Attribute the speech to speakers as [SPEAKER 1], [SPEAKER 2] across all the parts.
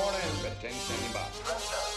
[SPEAKER 1] 10 standing by.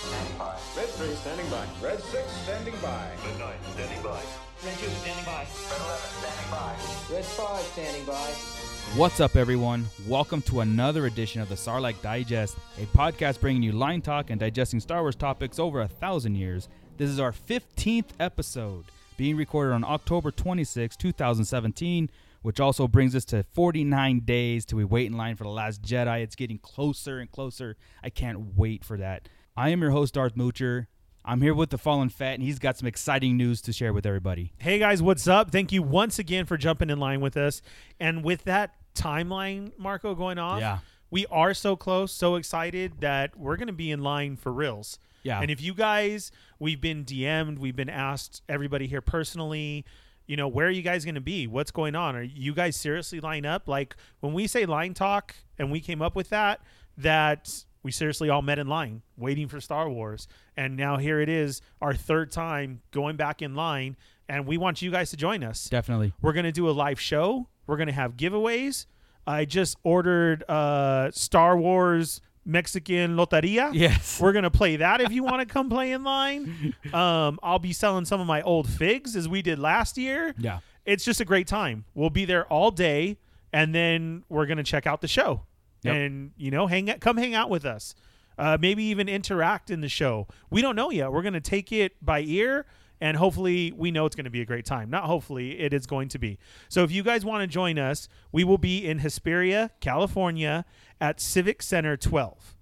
[SPEAKER 2] Standing by.
[SPEAKER 1] Red 3 standing by. Red 6 standing by.
[SPEAKER 2] Red 9 standing by.
[SPEAKER 3] Red 2 standing by.
[SPEAKER 2] Red 11 standing by.
[SPEAKER 4] Red 5 standing by.
[SPEAKER 5] What's up, everyone? Welcome to another edition of the Sarlacc Digest, a podcast bringing you line talk and digesting Star Wars topics over a thousand years. This is our 15th episode, being recorded on October 26, 2017, which also brings us to 49 days till we wait in line for The Last Jedi. It's getting closer and closer. I can't wait for that. I am your host, Darth Moocher. I'm here with the Fallen Fat, and he's got some exciting news to share with everybody.
[SPEAKER 6] Hey guys, what's up? Thank you once again for jumping in line with us. And with that timeline, Marco, going off,
[SPEAKER 5] Yeah.
[SPEAKER 6] we are so close, so excited that we're going to be in line for reals.
[SPEAKER 5] Yeah.
[SPEAKER 6] And if you guys, we've been DM'd, we've been asked, everybody here personally, you know, where are you guys going to be? What's going on? Are you guys seriously line up? Like when we say line talk and we came up with that, that we seriously all met in line waiting for Star Wars. And now here it is, our third time going back in line. And we want you guys to join us.
[SPEAKER 5] Definitely.
[SPEAKER 6] We're gonna do a live show. We're gonna have giveaways. I just ordered uh, Star Wars Mexican Loteria.
[SPEAKER 5] Yes.
[SPEAKER 6] We're gonna play that if you want to come play in line. Um, I'll be selling some of my old figs as we did last year.
[SPEAKER 5] Yeah.
[SPEAKER 6] It's just a great time. We'll be there all day, and then we're gonna check out the show,
[SPEAKER 5] Yep.
[SPEAKER 6] and you know, hang out, come hang out with us. Uh, maybe even interact in the show. We don't know yet. We're gonna take it by ear, and hopefully, we know it's gonna be a great time. Not hopefully, it is going to be. So, if you guys want to join us, we will be in Hesperia, California, at Civic Center 12.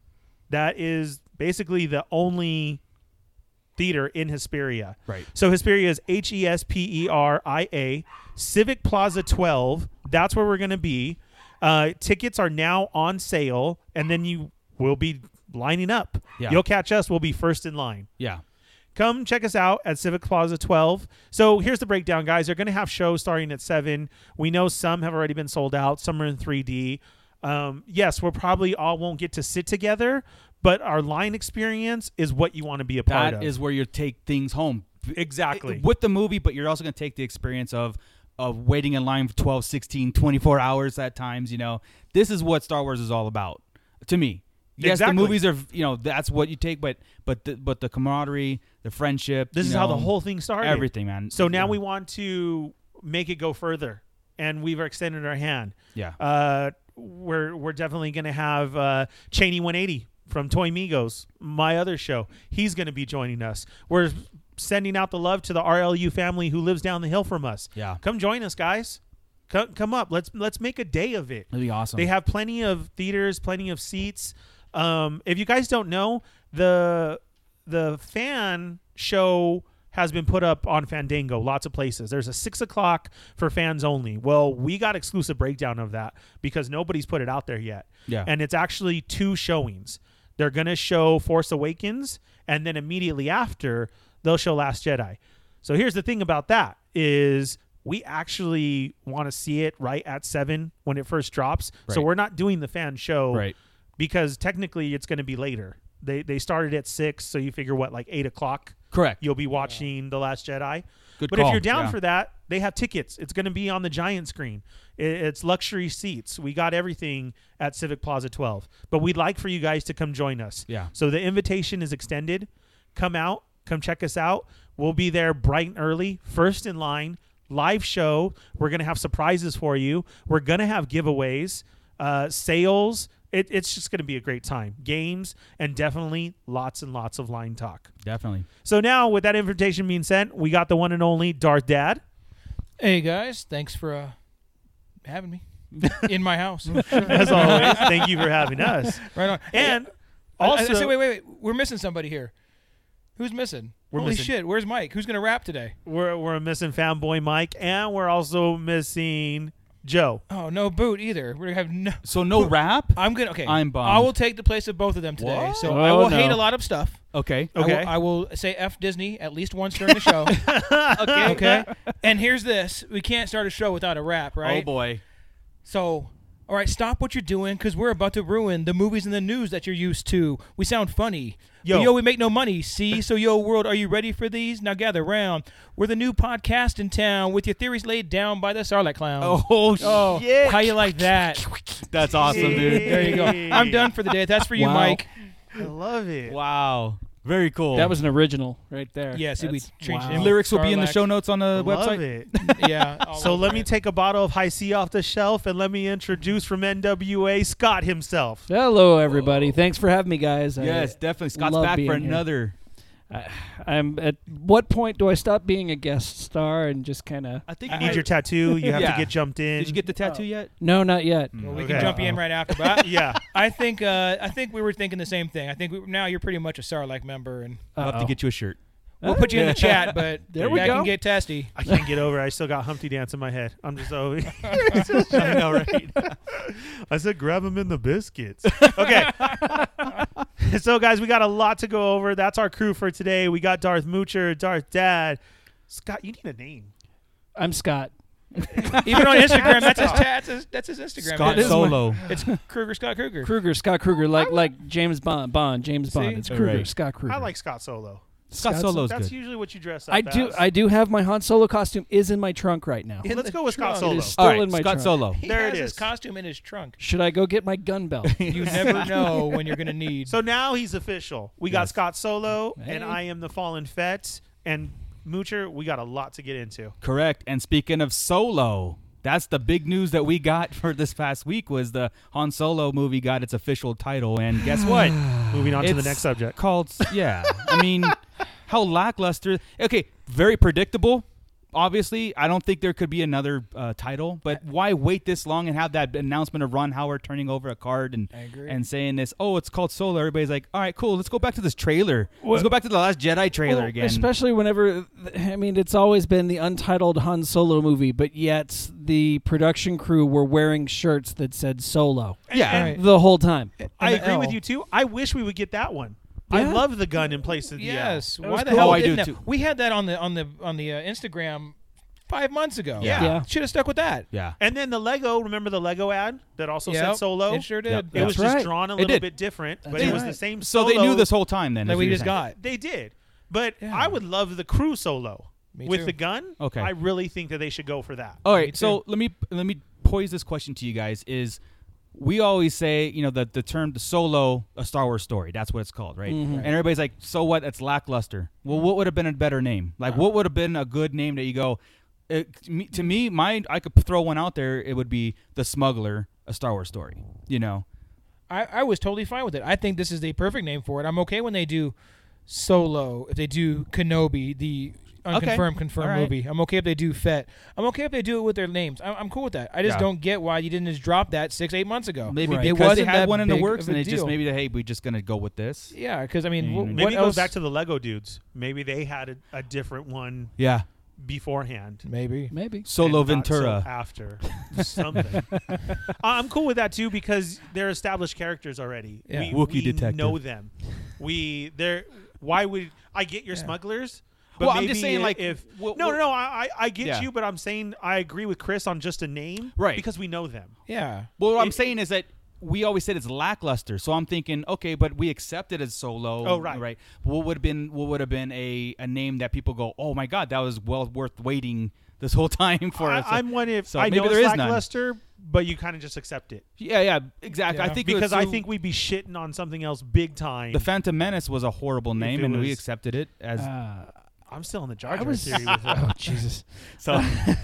[SPEAKER 6] That is basically the only theater in Hesperia.
[SPEAKER 5] Right.
[SPEAKER 6] So Hesperia is H E S P E R I A, Civic Plaza 12. That's where we're going to be. Uh, tickets are now on sale, and then you will be lining up.
[SPEAKER 5] Yeah.
[SPEAKER 6] You'll catch us. We'll be first in line
[SPEAKER 5] Yeah.
[SPEAKER 6] come check us out at Civic Plaza 12. So here's the breakdown, guys. They're going to have shows starting at 7. We know some have already been sold out, some are in 3D. Um, yes, we'll probably all won't get to sit together, but our line experience is what you want to be a part
[SPEAKER 5] That
[SPEAKER 6] of.
[SPEAKER 5] is where you take things home. B-
[SPEAKER 6] Exactly.
[SPEAKER 5] With the movie, but you're also going to take the experience of of waiting in line for 12, 16, 24 hours at times, you know. This is what Star Wars is all about to me. Yes,
[SPEAKER 6] Exactly.
[SPEAKER 5] the movies are, you know, that's what you take, but but the, but the camaraderie, the friendship,
[SPEAKER 6] this
[SPEAKER 5] you
[SPEAKER 6] is how
[SPEAKER 5] know,
[SPEAKER 6] the whole thing started.
[SPEAKER 5] everything, man.
[SPEAKER 6] So now
[SPEAKER 5] Yeah.
[SPEAKER 6] we want to make it go further, and we've extended our hand.
[SPEAKER 5] Yeah.
[SPEAKER 6] Uh, we're we're definitely going to have uh, Cheney 180 from Toy Migos, my other show. He's going to be joining us. We're sending out the love to the RLU family who lives down the hill from us.
[SPEAKER 5] Yeah.
[SPEAKER 6] Come join us, guys. Come, come up. Let's let's make a day of it.
[SPEAKER 5] That'd be awesome.
[SPEAKER 6] They have plenty of theaters, plenty of seats. Um, if you guys don't know, the the fan show has been put up on Fandango, lots of places. There's a six o'clock for fans only. Well, we got exclusive breakdown of that because nobody's put it out there yet.
[SPEAKER 5] Yeah.
[SPEAKER 6] And it's actually two showings. They're gonna show Force Awakens, and then immediately after they'll show Last Jedi. So here's the thing about that is we actually want to see it right at seven when it first drops. So
[SPEAKER 5] Right.
[SPEAKER 6] we're not doing the fan show
[SPEAKER 5] Right.
[SPEAKER 6] because technically it's going to be later. They they started at six, so you figure what like eight o'clock
[SPEAKER 5] Correct.
[SPEAKER 6] you'll be watching The Last Jedi.
[SPEAKER 5] Good
[SPEAKER 6] but
[SPEAKER 5] call,
[SPEAKER 6] if you're down
[SPEAKER 5] yeah.
[SPEAKER 6] for that, they have tickets. It's going to be on the giant screen. I- It's luxury seats. We got everything at Civic Plaza 12. But we'd like for you guys to come join us.
[SPEAKER 5] Yeah.
[SPEAKER 6] So the invitation is extended. Come out, come check us out. We'll be there bright and early, first in line, live show. We're going to have surprises for you. We're going to have giveaways, uh, sales. It, it's just going to be a great time. Games and definitely lots and lots of line talk.
[SPEAKER 5] Definitely.
[SPEAKER 6] So now, with that invitation being sent, we got the one and only Darth Dad.
[SPEAKER 3] Hey guys, thanks for uh, having me in my house.
[SPEAKER 6] As always, thank you for having us.
[SPEAKER 3] right on.
[SPEAKER 6] And
[SPEAKER 3] I- I- I
[SPEAKER 6] also,
[SPEAKER 3] said, wait, wait, wait. We're missing somebody here. Who's missing?
[SPEAKER 6] We're
[SPEAKER 3] Holy
[SPEAKER 6] missing-
[SPEAKER 3] shit! Where's Mike? Who's gonna rap today?
[SPEAKER 6] we're we're missing fanboy Mike, and we're also missing Joe.
[SPEAKER 3] Oh no, boot either. We're gonna have no.
[SPEAKER 5] So no rap?
[SPEAKER 3] I'm gonna okay.
[SPEAKER 5] I'm bummed.
[SPEAKER 3] I will take the place of both of them today.
[SPEAKER 5] What?
[SPEAKER 3] So
[SPEAKER 5] Oh,
[SPEAKER 3] I will
[SPEAKER 5] no.
[SPEAKER 3] hate a lot of stuff.
[SPEAKER 5] Okay.
[SPEAKER 3] I will-
[SPEAKER 6] Okay.
[SPEAKER 3] I will, say F Disney at least once during the show. okay. Okay. And here's this. We can't start a show without a rap, right?
[SPEAKER 5] Oh boy.
[SPEAKER 3] So, all right, stop what you're doing because we're about to ruin the movies and the news that you're used to. We sound funny.
[SPEAKER 6] Yo.
[SPEAKER 3] Yo. yo, we make no money. See, so yo, world, are you ready for these? Now gather round. We're the new podcast in town with your theories laid down by the Sarlacc Clown.
[SPEAKER 5] Oh,
[SPEAKER 3] Oh,
[SPEAKER 5] shit.
[SPEAKER 3] how you like that?
[SPEAKER 5] That's awesome, dude.
[SPEAKER 3] There you go. I'm done for the day. That's for you,
[SPEAKER 5] Wow.
[SPEAKER 3] Mike.
[SPEAKER 6] I love it.
[SPEAKER 5] Wow. Very cool.
[SPEAKER 7] That was an original right there.
[SPEAKER 3] Yeah, see, we
[SPEAKER 7] That's-
[SPEAKER 3] changed
[SPEAKER 7] wow.
[SPEAKER 3] it.
[SPEAKER 5] lyrics will be in the
[SPEAKER 3] Sarlacc.
[SPEAKER 5] show notes on the
[SPEAKER 6] Love
[SPEAKER 5] website.
[SPEAKER 6] it.
[SPEAKER 3] yeah. all
[SPEAKER 6] So
[SPEAKER 3] over
[SPEAKER 6] let me
[SPEAKER 3] it.
[SPEAKER 6] take a bottle of high C off the shelf and let me introduce from NWA Scott himself.
[SPEAKER 7] Hello, everybody. Thanks for having me, guys. I-
[SPEAKER 5] Yes, definitely. Scott's
[SPEAKER 7] love
[SPEAKER 5] back
[SPEAKER 7] being
[SPEAKER 5] for
[SPEAKER 7] here.
[SPEAKER 5] another.
[SPEAKER 7] I'm. At what point do I stop being a guest star and just kind of?
[SPEAKER 5] I think
[SPEAKER 6] You need your tattoo. You have
[SPEAKER 5] Yeah.
[SPEAKER 6] to get jumped in.
[SPEAKER 5] Did you get the tattoo yet?
[SPEAKER 7] No, not yet.
[SPEAKER 3] Well, we
[SPEAKER 6] Okay.
[SPEAKER 3] can jump you in right after, but I,
[SPEAKER 6] yeah.
[SPEAKER 3] I think uh, I think we were thinking the same thing. I think we, now you're pretty much a Sarlacc member, and
[SPEAKER 5] I'll have to get you a shirt.
[SPEAKER 3] we'll put you in the chat. But
[SPEAKER 7] There we
[SPEAKER 3] that
[SPEAKER 7] go.
[SPEAKER 3] can get testy.
[SPEAKER 6] I can't get over. it. I still got Humpty Dance in my head. I'm just over.
[SPEAKER 5] I know, right?
[SPEAKER 6] I said, grab him in the biscuits. Okay. so, guys, we got a lot to go over. That's our crew for today. We got Darth Moocher, Darth Dad. Scott, you need a name.
[SPEAKER 7] I'm Scott.
[SPEAKER 3] Even on Instagram, that's his, that's his, that's his Instagram.
[SPEAKER 5] Scott
[SPEAKER 3] handle.
[SPEAKER 5] Solo.
[SPEAKER 3] It's Kruger Scott Kruger.
[SPEAKER 7] Kruger, Scott Kruger, like like James Bond, Bond, James Bond.
[SPEAKER 3] See?
[SPEAKER 7] It's Kruger,
[SPEAKER 5] Right.
[SPEAKER 7] Scott Kruger.
[SPEAKER 6] I like Scott Solo.
[SPEAKER 5] Scott
[SPEAKER 7] Scott's-
[SPEAKER 5] Solo's
[SPEAKER 6] That's
[SPEAKER 5] good.
[SPEAKER 6] usually what you dress up
[SPEAKER 7] I do.
[SPEAKER 6] as.
[SPEAKER 7] I do have my Han Solo costume is in my trunk right now.
[SPEAKER 3] In
[SPEAKER 6] Let's
[SPEAKER 3] the
[SPEAKER 6] go with Scott
[SPEAKER 3] trunk.
[SPEAKER 7] It
[SPEAKER 6] Solo.
[SPEAKER 7] is
[SPEAKER 5] All
[SPEAKER 7] still
[SPEAKER 5] right,
[SPEAKER 7] in my
[SPEAKER 5] Scott
[SPEAKER 7] trunk.
[SPEAKER 5] Solo.
[SPEAKER 3] He
[SPEAKER 6] There
[SPEAKER 3] has
[SPEAKER 6] it
[SPEAKER 3] his
[SPEAKER 6] is.
[SPEAKER 3] costume in his trunk.
[SPEAKER 7] Should I go get my gun belt?
[SPEAKER 3] You never know when you're going to need.
[SPEAKER 6] So now he's official. We got
[SPEAKER 5] Yes.
[SPEAKER 6] Scott Solo, and
[SPEAKER 7] Hey.
[SPEAKER 6] I am the Fallen Fett. And Moocher, we got a lot to get into.
[SPEAKER 5] Correct. And speaking of Solo, that's the big news that we got for this past week was the Han Solo movie got its official title. And guess what?
[SPEAKER 6] Moving on to the
[SPEAKER 5] It's
[SPEAKER 6] next subject.
[SPEAKER 5] Called yeah. I mean, how lackluster. Okay, very predictable. Obviously, I don't think there could be another uh, title, but why wait this long and have that announcement of Ron Howard turning over a card and
[SPEAKER 3] agree.
[SPEAKER 5] and saying this? Oh, it's called Solo. Everybody's like, all right, cool. Let's go back to this trailer. Let's go back to the Last Jedi trailer
[SPEAKER 7] Well,
[SPEAKER 5] again.
[SPEAKER 7] Especially whenever, I mean, it's always been the untitled Han Solo movie, but yet the production crew were wearing shirts that said Solo
[SPEAKER 5] yeah,
[SPEAKER 3] Right.
[SPEAKER 7] the whole time.
[SPEAKER 6] I
[SPEAKER 3] And the
[SPEAKER 6] agree with
[SPEAKER 3] L.
[SPEAKER 6] you, too. I wish we would get that one. I
[SPEAKER 7] Yeah.
[SPEAKER 6] love the gun in place of the L.
[SPEAKER 3] Yes.
[SPEAKER 7] was
[SPEAKER 3] Why the
[SPEAKER 7] cool.
[SPEAKER 3] hell
[SPEAKER 5] Oh, I
[SPEAKER 3] didn't
[SPEAKER 5] do
[SPEAKER 3] that-
[SPEAKER 5] too.
[SPEAKER 3] We had that on the on the on the uh, Instagram five months ago.
[SPEAKER 5] Yeah.
[SPEAKER 7] Yeah.
[SPEAKER 3] Should have stuck with that.
[SPEAKER 5] yeah.
[SPEAKER 6] And then the Lego, remember the Lego ad that also
[SPEAKER 3] Yep,
[SPEAKER 6] said solo?
[SPEAKER 3] It sure did.
[SPEAKER 5] Yep.
[SPEAKER 6] It was
[SPEAKER 7] That's
[SPEAKER 6] just
[SPEAKER 7] right.
[SPEAKER 6] drawn a
[SPEAKER 5] It
[SPEAKER 6] little
[SPEAKER 5] did.
[SPEAKER 6] bit different, but
[SPEAKER 7] That's
[SPEAKER 6] it was
[SPEAKER 7] right.
[SPEAKER 6] the same
[SPEAKER 5] So
[SPEAKER 6] solo.
[SPEAKER 5] they knew this whole time then.
[SPEAKER 3] That
[SPEAKER 5] is
[SPEAKER 3] we
[SPEAKER 5] what you're
[SPEAKER 3] just
[SPEAKER 5] saying.
[SPEAKER 3] got.
[SPEAKER 6] They did. But
[SPEAKER 3] Yeah.
[SPEAKER 6] I would love the crew solo.
[SPEAKER 3] Me
[SPEAKER 6] With
[SPEAKER 3] too. Oh,
[SPEAKER 6] the gun,
[SPEAKER 5] Okay.
[SPEAKER 6] I really think that they should go for that.
[SPEAKER 5] All
[SPEAKER 3] Me
[SPEAKER 5] right, so let me let me pose this question to you guys: Is we always say you know that the term the solo a Star Wars story that's what it's called, right?
[SPEAKER 3] Mm-hmm.
[SPEAKER 5] And everybody's like, so what? It's lackluster. Well, what would have been a better name? Like, what would have been a good name that you go? It, to me- to me, mine I could throw one out there. It would be the Smuggler, a Star Wars story. You know,
[SPEAKER 3] I, I was totally fine with it. I think this is the perfect name for it. I'm okay when they do Solo, if they do Kenobi, the unconfirmed confirmed
[SPEAKER 5] All right.
[SPEAKER 3] movie. I'm okay if they do Fett. I'm okay if they do it with their names. I'm, I'm cool with that. I just
[SPEAKER 5] Yeah.
[SPEAKER 3] don't get why you didn't just drop that six eight months ago.
[SPEAKER 5] maybe
[SPEAKER 3] It
[SPEAKER 5] because they
[SPEAKER 3] Oh, wasn't
[SPEAKER 5] had
[SPEAKER 3] that
[SPEAKER 5] one in the
[SPEAKER 3] big
[SPEAKER 5] works
[SPEAKER 3] of
[SPEAKER 5] and
[SPEAKER 3] a
[SPEAKER 5] they just
[SPEAKER 3] deal.
[SPEAKER 5] maybe Mm. hey, we're just gonna go with this.
[SPEAKER 3] yeah, because I mean, wh-
[SPEAKER 6] Maybe
[SPEAKER 3] what
[SPEAKER 6] it
[SPEAKER 3] else?
[SPEAKER 6] goes back to the Lego dudes. Maybe they had a, a different one
[SPEAKER 5] Yeah,
[SPEAKER 6] beforehand.
[SPEAKER 3] maybe
[SPEAKER 7] Maybe.
[SPEAKER 5] Solo
[SPEAKER 6] and not so
[SPEAKER 5] Ventura.
[SPEAKER 6] after something. I- I'm cool with that too because they're established characters already.
[SPEAKER 3] Yeah.
[SPEAKER 5] Wookiee
[SPEAKER 6] we
[SPEAKER 5] detective.
[SPEAKER 6] know them. We they're why would I get your smugglers? But
[SPEAKER 5] Well, I'm just
[SPEAKER 6] maybe
[SPEAKER 5] saying,
[SPEAKER 6] i-
[SPEAKER 5] like,
[SPEAKER 6] if
[SPEAKER 5] wh-
[SPEAKER 6] no,
[SPEAKER 5] wh-
[SPEAKER 6] no, no, I I, I get
[SPEAKER 5] Yeah.
[SPEAKER 6] you, but I'm saying I agree with Chris on just a name,
[SPEAKER 5] Right.
[SPEAKER 6] Because we know them.
[SPEAKER 3] yeah.
[SPEAKER 5] Well, what I'm
[SPEAKER 6] It-
[SPEAKER 5] saying is that we always said it's lackluster. So I'm thinking, okay, but we accept it as solo.
[SPEAKER 6] Oh, right.
[SPEAKER 5] right. What would have been what would have been a, a name that people go, oh my god, that was well worth waiting this whole time for. us.
[SPEAKER 6] I, I'm one if
[SPEAKER 5] so
[SPEAKER 6] I
[SPEAKER 5] maybe
[SPEAKER 6] know
[SPEAKER 5] there
[SPEAKER 6] it's
[SPEAKER 5] is none.
[SPEAKER 6] lackluster, but you kind of just accept it
[SPEAKER 5] yeah, yeah, exactly. I
[SPEAKER 3] Yeah.
[SPEAKER 5] think it was
[SPEAKER 6] because I
[SPEAKER 5] so-
[SPEAKER 6] think we'd be shitting on something else big time.
[SPEAKER 5] the Phantom Menace was a horrible name,
[SPEAKER 6] it
[SPEAKER 5] and we
[SPEAKER 6] was-
[SPEAKER 5] accepted it as
[SPEAKER 7] Uh,
[SPEAKER 6] I'm still on the Jar
[SPEAKER 7] I
[SPEAKER 6] Jar
[SPEAKER 7] was.
[SPEAKER 6] theory with that.
[SPEAKER 7] oh Jesus.
[SPEAKER 5] so.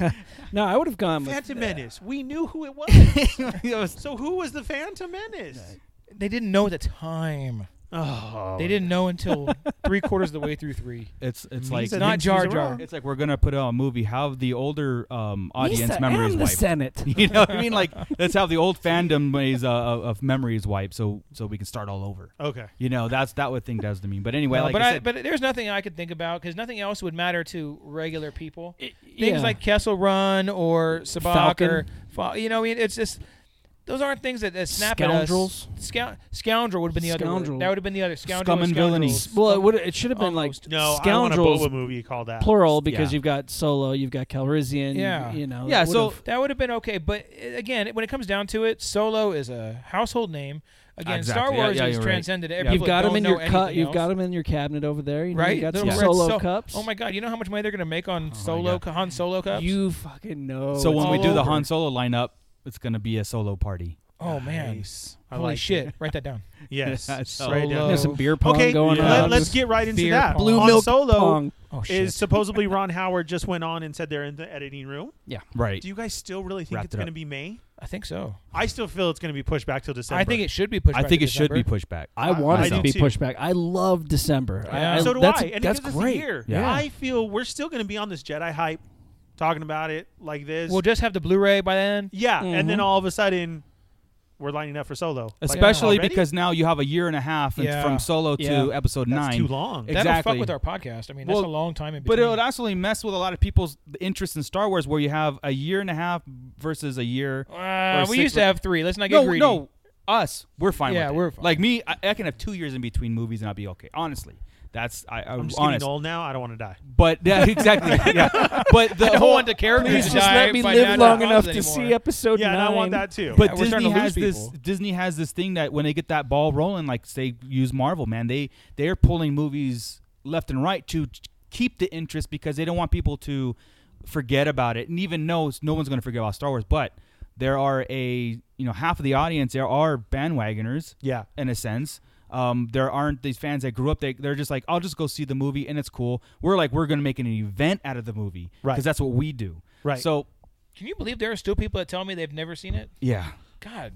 [SPEAKER 7] No, I would have gone with
[SPEAKER 6] Phantom Menace. We knew who it was.
[SPEAKER 5] it was-
[SPEAKER 6] so who was the Phantom Menace?
[SPEAKER 3] They didn't know at the time.
[SPEAKER 6] Oh,
[SPEAKER 3] They didn't know until three quarters of the way through three.
[SPEAKER 5] it's it's
[SPEAKER 6] Misa
[SPEAKER 5] like
[SPEAKER 6] thinks
[SPEAKER 3] not
[SPEAKER 6] he's
[SPEAKER 3] Jar
[SPEAKER 6] wrong.
[SPEAKER 3] Jar.
[SPEAKER 5] it's like we're gonna put out a movie. How the older um, audience
[SPEAKER 7] Misa
[SPEAKER 5] memories
[SPEAKER 7] and the
[SPEAKER 5] wiped.
[SPEAKER 7] Senate.
[SPEAKER 5] You know what I mean? Like that's how the old fandom ways uh, of of memories wipe, so so we can start all over.
[SPEAKER 6] Okay.
[SPEAKER 5] You know, that's that what thing does to me. But anyway,
[SPEAKER 3] No,
[SPEAKER 5] like
[SPEAKER 3] but
[SPEAKER 5] I said,
[SPEAKER 3] but there's nothing I could think about because nothing else would matter to regular people. Things
[SPEAKER 7] yeah.
[SPEAKER 3] like Kessel Run or Sabak
[SPEAKER 7] Falcon.
[SPEAKER 3] or Fa- you know, I mean, it's just those aren't things that, that snap
[SPEAKER 7] Scoundrels.
[SPEAKER 3] at us. Scoundrels. scoundrel would have been the other.
[SPEAKER 7] Scoundrel.
[SPEAKER 3] Word. That would have been the other. Scoundrel.
[SPEAKER 5] Scum and
[SPEAKER 3] scoundrel.
[SPEAKER 5] villainy.
[SPEAKER 7] Well, it would. It should have been
[SPEAKER 3] Almost.
[SPEAKER 7] like
[SPEAKER 6] No, I
[SPEAKER 7] scoundrels
[SPEAKER 6] want a Boba movie called that.
[SPEAKER 7] plural because
[SPEAKER 5] Yeah.
[SPEAKER 7] you've got Solo, you've got Calrissian.
[SPEAKER 3] Yeah.
[SPEAKER 7] You know.
[SPEAKER 5] yeah.
[SPEAKER 7] it
[SPEAKER 5] So
[SPEAKER 7] would've-
[SPEAKER 3] That would have been okay, but uh, again, when it comes down to it, Solo is a household name. Again, Star
[SPEAKER 5] Exactly. Yeah,
[SPEAKER 3] Wars
[SPEAKER 5] yeah,
[SPEAKER 3] has
[SPEAKER 5] you're right.
[SPEAKER 3] transcended
[SPEAKER 5] Yeah.
[SPEAKER 3] everything.
[SPEAKER 7] you've got them in your
[SPEAKER 3] cup.
[SPEAKER 7] cut. You've got them in your cabinet over there. You know,
[SPEAKER 3] right.
[SPEAKER 7] You got
[SPEAKER 3] They're
[SPEAKER 7] some
[SPEAKER 3] red
[SPEAKER 7] Solo
[SPEAKER 3] so-
[SPEAKER 7] cups.
[SPEAKER 3] Oh my God! You know how much money they're going to make on Solo
[SPEAKER 5] Oh God.
[SPEAKER 3] Han Solo cups?
[SPEAKER 7] You fucking know.
[SPEAKER 5] so
[SPEAKER 7] it's
[SPEAKER 5] when we
[SPEAKER 3] all
[SPEAKER 5] do the
[SPEAKER 3] over.
[SPEAKER 5] Han Solo lineup, it's gonna be a solo party.
[SPEAKER 3] Oh man,
[SPEAKER 6] Nice. I
[SPEAKER 3] holy
[SPEAKER 6] like
[SPEAKER 3] shit! Write that down.
[SPEAKER 6] it. Yes.
[SPEAKER 5] That's
[SPEAKER 6] It's right down.
[SPEAKER 3] Solo.
[SPEAKER 7] There's some beer pong
[SPEAKER 6] Okay,
[SPEAKER 7] going
[SPEAKER 3] yeah.
[SPEAKER 7] on.
[SPEAKER 6] let, us get right into
[SPEAKER 3] Beer
[SPEAKER 6] that.
[SPEAKER 3] pong.
[SPEAKER 7] Blue
[SPEAKER 6] on
[SPEAKER 7] milk
[SPEAKER 6] solo
[SPEAKER 7] pong.
[SPEAKER 3] Oh shit!
[SPEAKER 6] is supposedly Ron Howard just went on and said they're in the editing room.
[SPEAKER 7] Yeah.
[SPEAKER 5] Right.
[SPEAKER 6] Do you guys still really think
[SPEAKER 5] Wrapped
[SPEAKER 6] it's
[SPEAKER 5] it up.
[SPEAKER 6] going to be May?
[SPEAKER 3] I think so.
[SPEAKER 6] I still feel it's going to be pushed back till December.
[SPEAKER 3] I think it should be pushed.
[SPEAKER 5] I
[SPEAKER 3] back
[SPEAKER 5] think
[SPEAKER 3] to
[SPEAKER 5] it should be
[SPEAKER 3] December.
[SPEAKER 5] pushed back.
[SPEAKER 7] I want
[SPEAKER 5] I
[SPEAKER 7] it
[SPEAKER 5] do
[SPEAKER 7] to be
[SPEAKER 6] too.
[SPEAKER 7] pushed back. I love December. I-
[SPEAKER 3] Yeah.
[SPEAKER 7] I,
[SPEAKER 6] so do
[SPEAKER 7] that's,
[SPEAKER 6] I. And
[SPEAKER 7] that's
[SPEAKER 6] it gives
[SPEAKER 7] great.
[SPEAKER 6] Us a year.
[SPEAKER 5] Yeah.
[SPEAKER 6] I feel we're still going to be on this Jedi hype, talking about it like this.
[SPEAKER 3] We'll just have the Blu-ray by then.
[SPEAKER 6] yeah, and
[SPEAKER 5] Mm-hmm.
[SPEAKER 6] then
[SPEAKER 7] Mhm.
[SPEAKER 6] all of a sudden, we're lining up for Solo. Like,
[SPEAKER 5] Especially
[SPEAKER 6] already?
[SPEAKER 5] because now you have a year and a half and
[SPEAKER 3] Yeah.
[SPEAKER 5] from solo
[SPEAKER 7] Yeah.
[SPEAKER 5] to episode
[SPEAKER 6] That's
[SPEAKER 5] nine.
[SPEAKER 6] too long.
[SPEAKER 5] Ex-
[SPEAKER 3] That'll fuck
[SPEAKER 5] Exactly.
[SPEAKER 3] with our podcast. I mean, that's
[SPEAKER 5] Well,
[SPEAKER 3] a long time in between.
[SPEAKER 5] But it would actually mess with a lot of people's interest in Star Wars, where you have a year and a half versus a year.
[SPEAKER 3] Uh,
[SPEAKER 5] or
[SPEAKER 3] we
[SPEAKER 5] six
[SPEAKER 3] used to
[SPEAKER 5] months.
[SPEAKER 3] have three. Let's not get
[SPEAKER 5] no,
[SPEAKER 3] greedy.
[SPEAKER 5] no, us, we're fine.
[SPEAKER 3] Yeah,
[SPEAKER 5] with it.
[SPEAKER 3] we're fine.
[SPEAKER 5] Like me, I, I can have two years in between movies and I'll be okay. Honestly, that's I, I'm,
[SPEAKER 6] I'm just
[SPEAKER 5] honest.
[SPEAKER 6] getting old now. I don't want to die.
[SPEAKER 5] But yeah, exactly. yeah, but the
[SPEAKER 3] I don't
[SPEAKER 5] whole
[SPEAKER 3] want the characters
[SPEAKER 7] Please
[SPEAKER 3] to
[SPEAKER 7] just
[SPEAKER 3] die
[SPEAKER 7] let me
[SPEAKER 3] by
[SPEAKER 7] live
[SPEAKER 3] natural
[SPEAKER 7] long enough
[SPEAKER 3] causes
[SPEAKER 7] to
[SPEAKER 3] anymore.
[SPEAKER 7] see episode
[SPEAKER 6] Yeah,
[SPEAKER 7] nine.
[SPEAKER 6] and I want that too.
[SPEAKER 5] But
[SPEAKER 3] Yeah, we're starting
[SPEAKER 5] Disney
[SPEAKER 3] to
[SPEAKER 5] has
[SPEAKER 3] lose
[SPEAKER 5] this.
[SPEAKER 3] people.
[SPEAKER 5] Disney has this thing that when they get that ball rolling, like say use Marvel, man, they they are pulling movies left and right to ch- keep the interest because they don't want people to forget about it, and even though s- no one's going to forget about Star Wars, but there are a you know half of the audience there are bandwagoners,
[SPEAKER 6] Yeah.
[SPEAKER 5] in a sense. Um, there aren't these fans that grew up. They they're just like, I'll just go see the movie and it's cool. We're like, we're going to make an event out of the movie
[SPEAKER 6] Right.
[SPEAKER 5] because that's what we do.
[SPEAKER 6] Right.
[SPEAKER 5] So
[SPEAKER 3] Can you believe there are still people that tell me they've never seen it?
[SPEAKER 5] yeah,
[SPEAKER 3] God,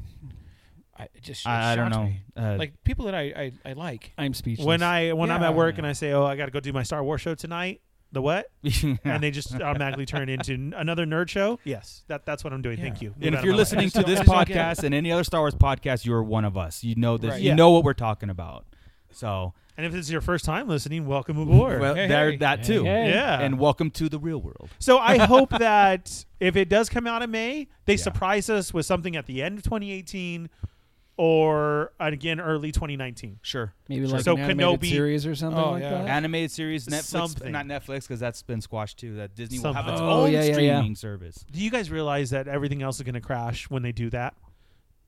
[SPEAKER 3] I it just it
[SPEAKER 5] I, I don't
[SPEAKER 3] shocks
[SPEAKER 5] know.
[SPEAKER 3] me.
[SPEAKER 5] Uh,
[SPEAKER 3] Like people that I I, I like.
[SPEAKER 7] I'm speechless.
[SPEAKER 6] When I when I'm
[SPEAKER 3] Yeah.
[SPEAKER 6] at work and I say, "Oh, I got to go do my Star Wars show tonight," the what?
[SPEAKER 5] Yeah.
[SPEAKER 6] And they just automatically turn into n- another nerd show. Yes, that that's what I'm doing. Thank
[SPEAKER 3] Yeah.
[SPEAKER 6] you. Move
[SPEAKER 5] And
[SPEAKER 6] out
[SPEAKER 5] if
[SPEAKER 6] of
[SPEAKER 5] you're
[SPEAKER 6] my way.
[SPEAKER 5] listening
[SPEAKER 3] just
[SPEAKER 5] to
[SPEAKER 3] don't- I
[SPEAKER 5] this
[SPEAKER 3] just don't get
[SPEAKER 5] podcast and any other Star Wars podcast, you're one of us. You know this.
[SPEAKER 3] Right.
[SPEAKER 5] You
[SPEAKER 6] Yeah.
[SPEAKER 5] know what we're talking about. So
[SPEAKER 6] and if it's your first time listening, welcome aboard.
[SPEAKER 5] well,
[SPEAKER 3] Hey,
[SPEAKER 5] there
[SPEAKER 3] hey.
[SPEAKER 5] that too.
[SPEAKER 7] Hey, hey.
[SPEAKER 6] yeah.
[SPEAKER 5] And welcome to the real world.
[SPEAKER 6] So I hope that if it does come out in May, they
[SPEAKER 5] Yeah.
[SPEAKER 6] surprise us with something at the end of 2018 or uh, again early 2019.
[SPEAKER 5] Sure.
[SPEAKER 7] maybe like
[SPEAKER 6] So
[SPEAKER 7] an animated
[SPEAKER 6] Kenobi-
[SPEAKER 7] series or something
[SPEAKER 3] Oh,
[SPEAKER 7] like
[SPEAKER 3] yeah.
[SPEAKER 7] that.
[SPEAKER 5] Animated series, Netflix,
[SPEAKER 6] Uh, Something.
[SPEAKER 5] not Netflix, because that's been squashed too. That Disney will have its
[SPEAKER 6] Something.
[SPEAKER 7] Oh,
[SPEAKER 5] own
[SPEAKER 7] yeah, yeah, yeah.
[SPEAKER 5] streaming service.
[SPEAKER 6] Do you guys realize that everything else is going to crash when they do that?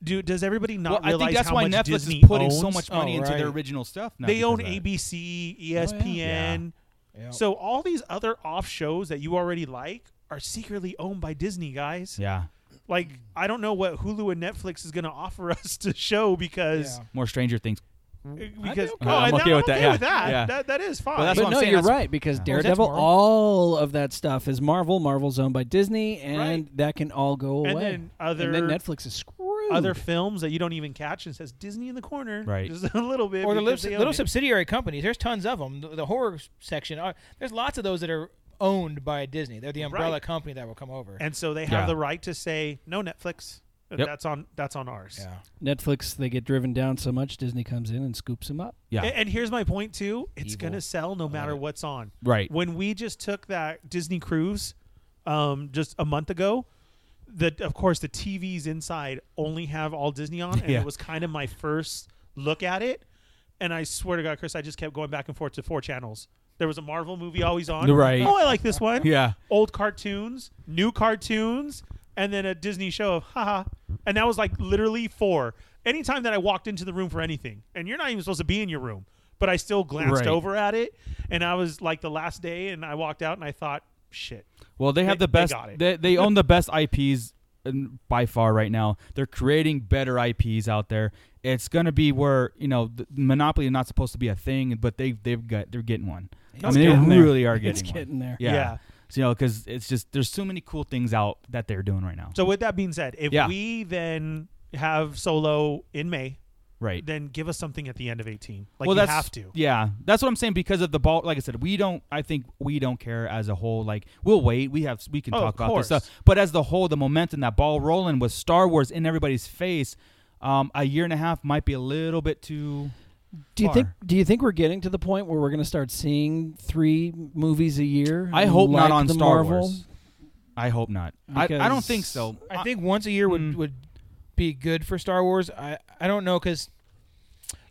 [SPEAKER 6] Do does everybody not
[SPEAKER 5] well, I
[SPEAKER 6] realize
[SPEAKER 5] think that's
[SPEAKER 6] how
[SPEAKER 5] why
[SPEAKER 6] much
[SPEAKER 5] Netflix
[SPEAKER 6] Disney
[SPEAKER 5] is putting
[SPEAKER 6] owns?
[SPEAKER 5] so much
[SPEAKER 3] Oh,
[SPEAKER 5] money into their
[SPEAKER 3] right.
[SPEAKER 5] original stuff. now
[SPEAKER 6] They
[SPEAKER 5] because
[SPEAKER 6] own
[SPEAKER 5] of that. Oh,
[SPEAKER 6] ABC, ESPN.
[SPEAKER 3] Yeah.
[SPEAKER 6] So all these other off shows that you already like are secretly owned by Disney, guys.
[SPEAKER 5] Yeah.
[SPEAKER 6] Like I don't know what Hulu and Netflix is going to offer us to show because
[SPEAKER 3] Yeah.
[SPEAKER 5] More Stranger Things.
[SPEAKER 6] because
[SPEAKER 5] okay.
[SPEAKER 6] oh,
[SPEAKER 5] I'm
[SPEAKER 6] and
[SPEAKER 5] okay
[SPEAKER 6] that-
[SPEAKER 5] with that,
[SPEAKER 6] okay
[SPEAKER 5] yeah,
[SPEAKER 6] with that.
[SPEAKER 5] yeah.
[SPEAKER 6] That- that is fine.
[SPEAKER 5] that's
[SPEAKER 7] but
[SPEAKER 5] what I'm
[SPEAKER 7] no,
[SPEAKER 5] saying,
[SPEAKER 7] you're
[SPEAKER 5] that's-
[SPEAKER 7] right
[SPEAKER 6] Oh,
[SPEAKER 7] because
[SPEAKER 3] that's
[SPEAKER 7] Daredevil,
[SPEAKER 3] Marvel.
[SPEAKER 7] all of that stuff is Marvel. Marvel's owned by Disney, and that can all go away.
[SPEAKER 6] and then other
[SPEAKER 7] And then Netflix is screwed.
[SPEAKER 6] other films that you don't even catch and says Disney in the corner,
[SPEAKER 5] Right.
[SPEAKER 6] Just a little bit,
[SPEAKER 3] Or the
[SPEAKER 6] because
[SPEAKER 3] little,
[SPEAKER 6] they own
[SPEAKER 3] little
[SPEAKER 6] it.
[SPEAKER 3] subsidiary companies. There's tons of them. The, the horror s- section. Uh, there's lots of those that are owned by Disney. They're the umbrella
[SPEAKER 6] Right.
[SPEAKER 3] company that will come over.
[SPEAKER 6] and so they have
[SPEAKER 5] Yeah.
[SPEAKER 6] the right to say no Netflix.
[SPEAKER 5] Yep.
[SPEAKER 6] That's on that's on ours.
[SPEAKER 3] yeah.
[SPEAKER 7] Netflix, they get driven down so much, Disney comes in and scoops them up.
[SPEAKER 5] Yeah.
[SPEAKER 6] A- And, here's my point too: it's
[SPEAKER 3] Evil.
[SPEAKER 6] gonna sell no matter what's on.
[SPEAKER 5] right.
[SPEAKER 6] When we just took that Disney cruise, um, just a month ago. The, of course, the TVs inside only have all Disney on, and
[SPEAKER 5] Yeah.
[SPEAKER 6] it was kind of my first look at it. And I swear to God, Chris, I just kept going back and forth to four channels. There was a Marvel movie always on.
[SPEAKER 5] Right.
[SPEAKER 6] Oh, I like this one.
[SPEAKER 5] Yeah.
[SPEAKER 6] old cartoons, new cartoons, and then a Disney show of haha. And that was like literally four. Anytime that I walked into the room for anything, and you're not even supposed to be in your room, but I still glanced
[SPEAKER 5] Right.
[SPEAKER 6] over at it. And I was like the last day, and I walked out and I thought, shit.
[SPEAKER 5] Well, they have
[SPEAKER 6] They-
[SPEAKER 5] the
[SPEAKER 6] they
[SPEAKER 5] best.
[SPEAKER 6] got it.
[SPEAKER 5] They, they own the best IPs in- by far right now. They're creating better IPs out there. It's gonna be where you know the monopoly is not supposed to be a thing, but they they've got they're getting one. I
[SPEAKER 7] It's
[SPEAKER 5] mean,
[SPEAKER 7] getting
[SPEAKER 5] they
[SPEAKER 7] there.
[SPEAKER 5] really are getting
[SPEAKER 7] It's
[SPEAKER 5] one.
[SPEAKER 7] getting there.
[SPEAKER 5] Yeah.
[SPEAKER 6] Yeah.
[SPEAKER 5] So, you know, because it's just there's so many cool things out that they're doing right now.
[SPEAKER 6] So, with that being said, if
[SPEAKER 5] Yeah.
[SPEAKER 6] we then have Solo in May,
[SPEAKER 5] right.
[SPEAKER 6] then give us something at the end of 18. Like,
[SPEAKER 5] well,
[SPEAKER 6] you
[SPEAKER 5] that's
[SPEAKER 6] have to.
[SPEAKER 5] Yeah, that's what I'm saying because of the ball. Like I said, we don't. I think we don't care as a whole. Like we'll wait. We have we can
[SPEAKER 6] Oh,
[SPEAKER 5] talk
[SPEAKER 6] of
[SPEAKER 5] about this
[SPEAKER 6] course.
[SPEAKER 5] stuff. But as the whole, the momentum, that ball rolling with Star Wars in everybody's face, um, a year and a half might be a little bit too.
[SPEAKER 7] Do you think?
[SPEAKER 5] Far.
[SPEAKER 7] Do you think we're getting to the point where we're going to start seeing three movies a year?
[SPEAKER 5] I hope not
[SPEAKER 7] like
[SPEAKER 5] on
[SPEAKER 7] the
[SPEAKER 5] Star
[SPEAKER 7] Marvel?
[SPEAKER 5] Wars. I hope not. I, I don't
[SPEAKER 7] Because-
[SPEAKER 5] think so.
[SPEAKER 3] I think once a year would
[SPEAKER 5] Mm.
[SPEAKER 3] would be good for Star Wars. I I don't know because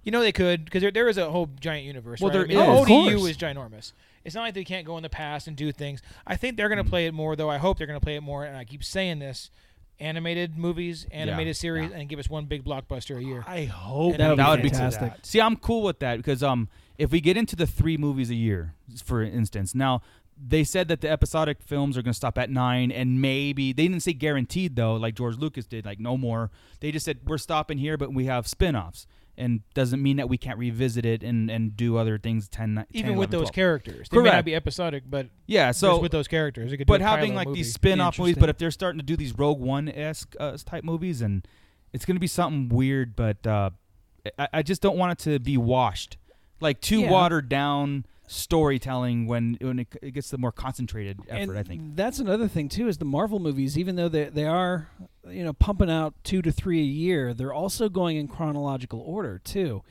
[SPEAKER 3] you know they could because there there is a whole giant universe.
[SPEAKER 5] Well,
[SPEAKER 3] right? I
[SPEAKER 5] there
[SPEAKER 3] mean,
[SPEAKER 5] is. Of
[SPEAKER 3] The ODU
[SPEAKER 5] course.
[SPEAKER 3] is ginormous. It's not like they can't go in the past and do things. I think they're going to play it more, though. I hope they're going to play it more. And I keep saying this: animated movies, animated series, and give us one big blockbuster a year.
[SPEAKER 6] I hope
[SPEAKER 3] That
[SPEAKER 6] we
[SPEAKER 3] would be
[SPEAKER 6] get to
[SPEAKER 7] fantastic.
[SPEAKER 6] that.
[SPEAKER 5] See, I'm cool with that because um, if we get into the three movies a year, for instance, now they said that the episodic films are going to stop at nine, and maybe they didn't say guaranteed though, like George Lucas did, like no more. They just said we're stopping here, but we have spin-offs, and doesn't mean that we can't revisit it and and do other things. 10, 10
[SPEAKER 3] even with
[SPEAKER 5] 11,
[SPEAKER 3] those
[SPEAKER 5] 12.
[SPEAKER 3] characters. They may
[SPEAKER 5] Correct.
[SPEAKER 3] not be episodic, but
[SPEAKER 5] Yeah, so
[SPEAKER 3] just with those characters, they could.
[SPEAKER 5] but
[SPEAKER 3] do a
[SPEAKER 5] having
[SPEAKER 3] Kylo
[SPEAKER 5] like
[SPEAKER 3] movie.
[SPEAKER 5] these spin-off movies, but
[SPEAKER 7] Interesting.
[SPEAKER 5] if they're starting to do these Rogue One esque uh, type movies, and it's going to be something weird. But uh, I, I just don't want it to be washed, like too
[SPEAKER 7] Yeah.
[SPEAKER 5] watered down storytelling when when it, it gets the more concentrated effort. I think.
[SPEAKER 7] that's another thing too is the Marvel movies. Even though they they are, you know, pumping out two to three a year, they're also going in chronological order too.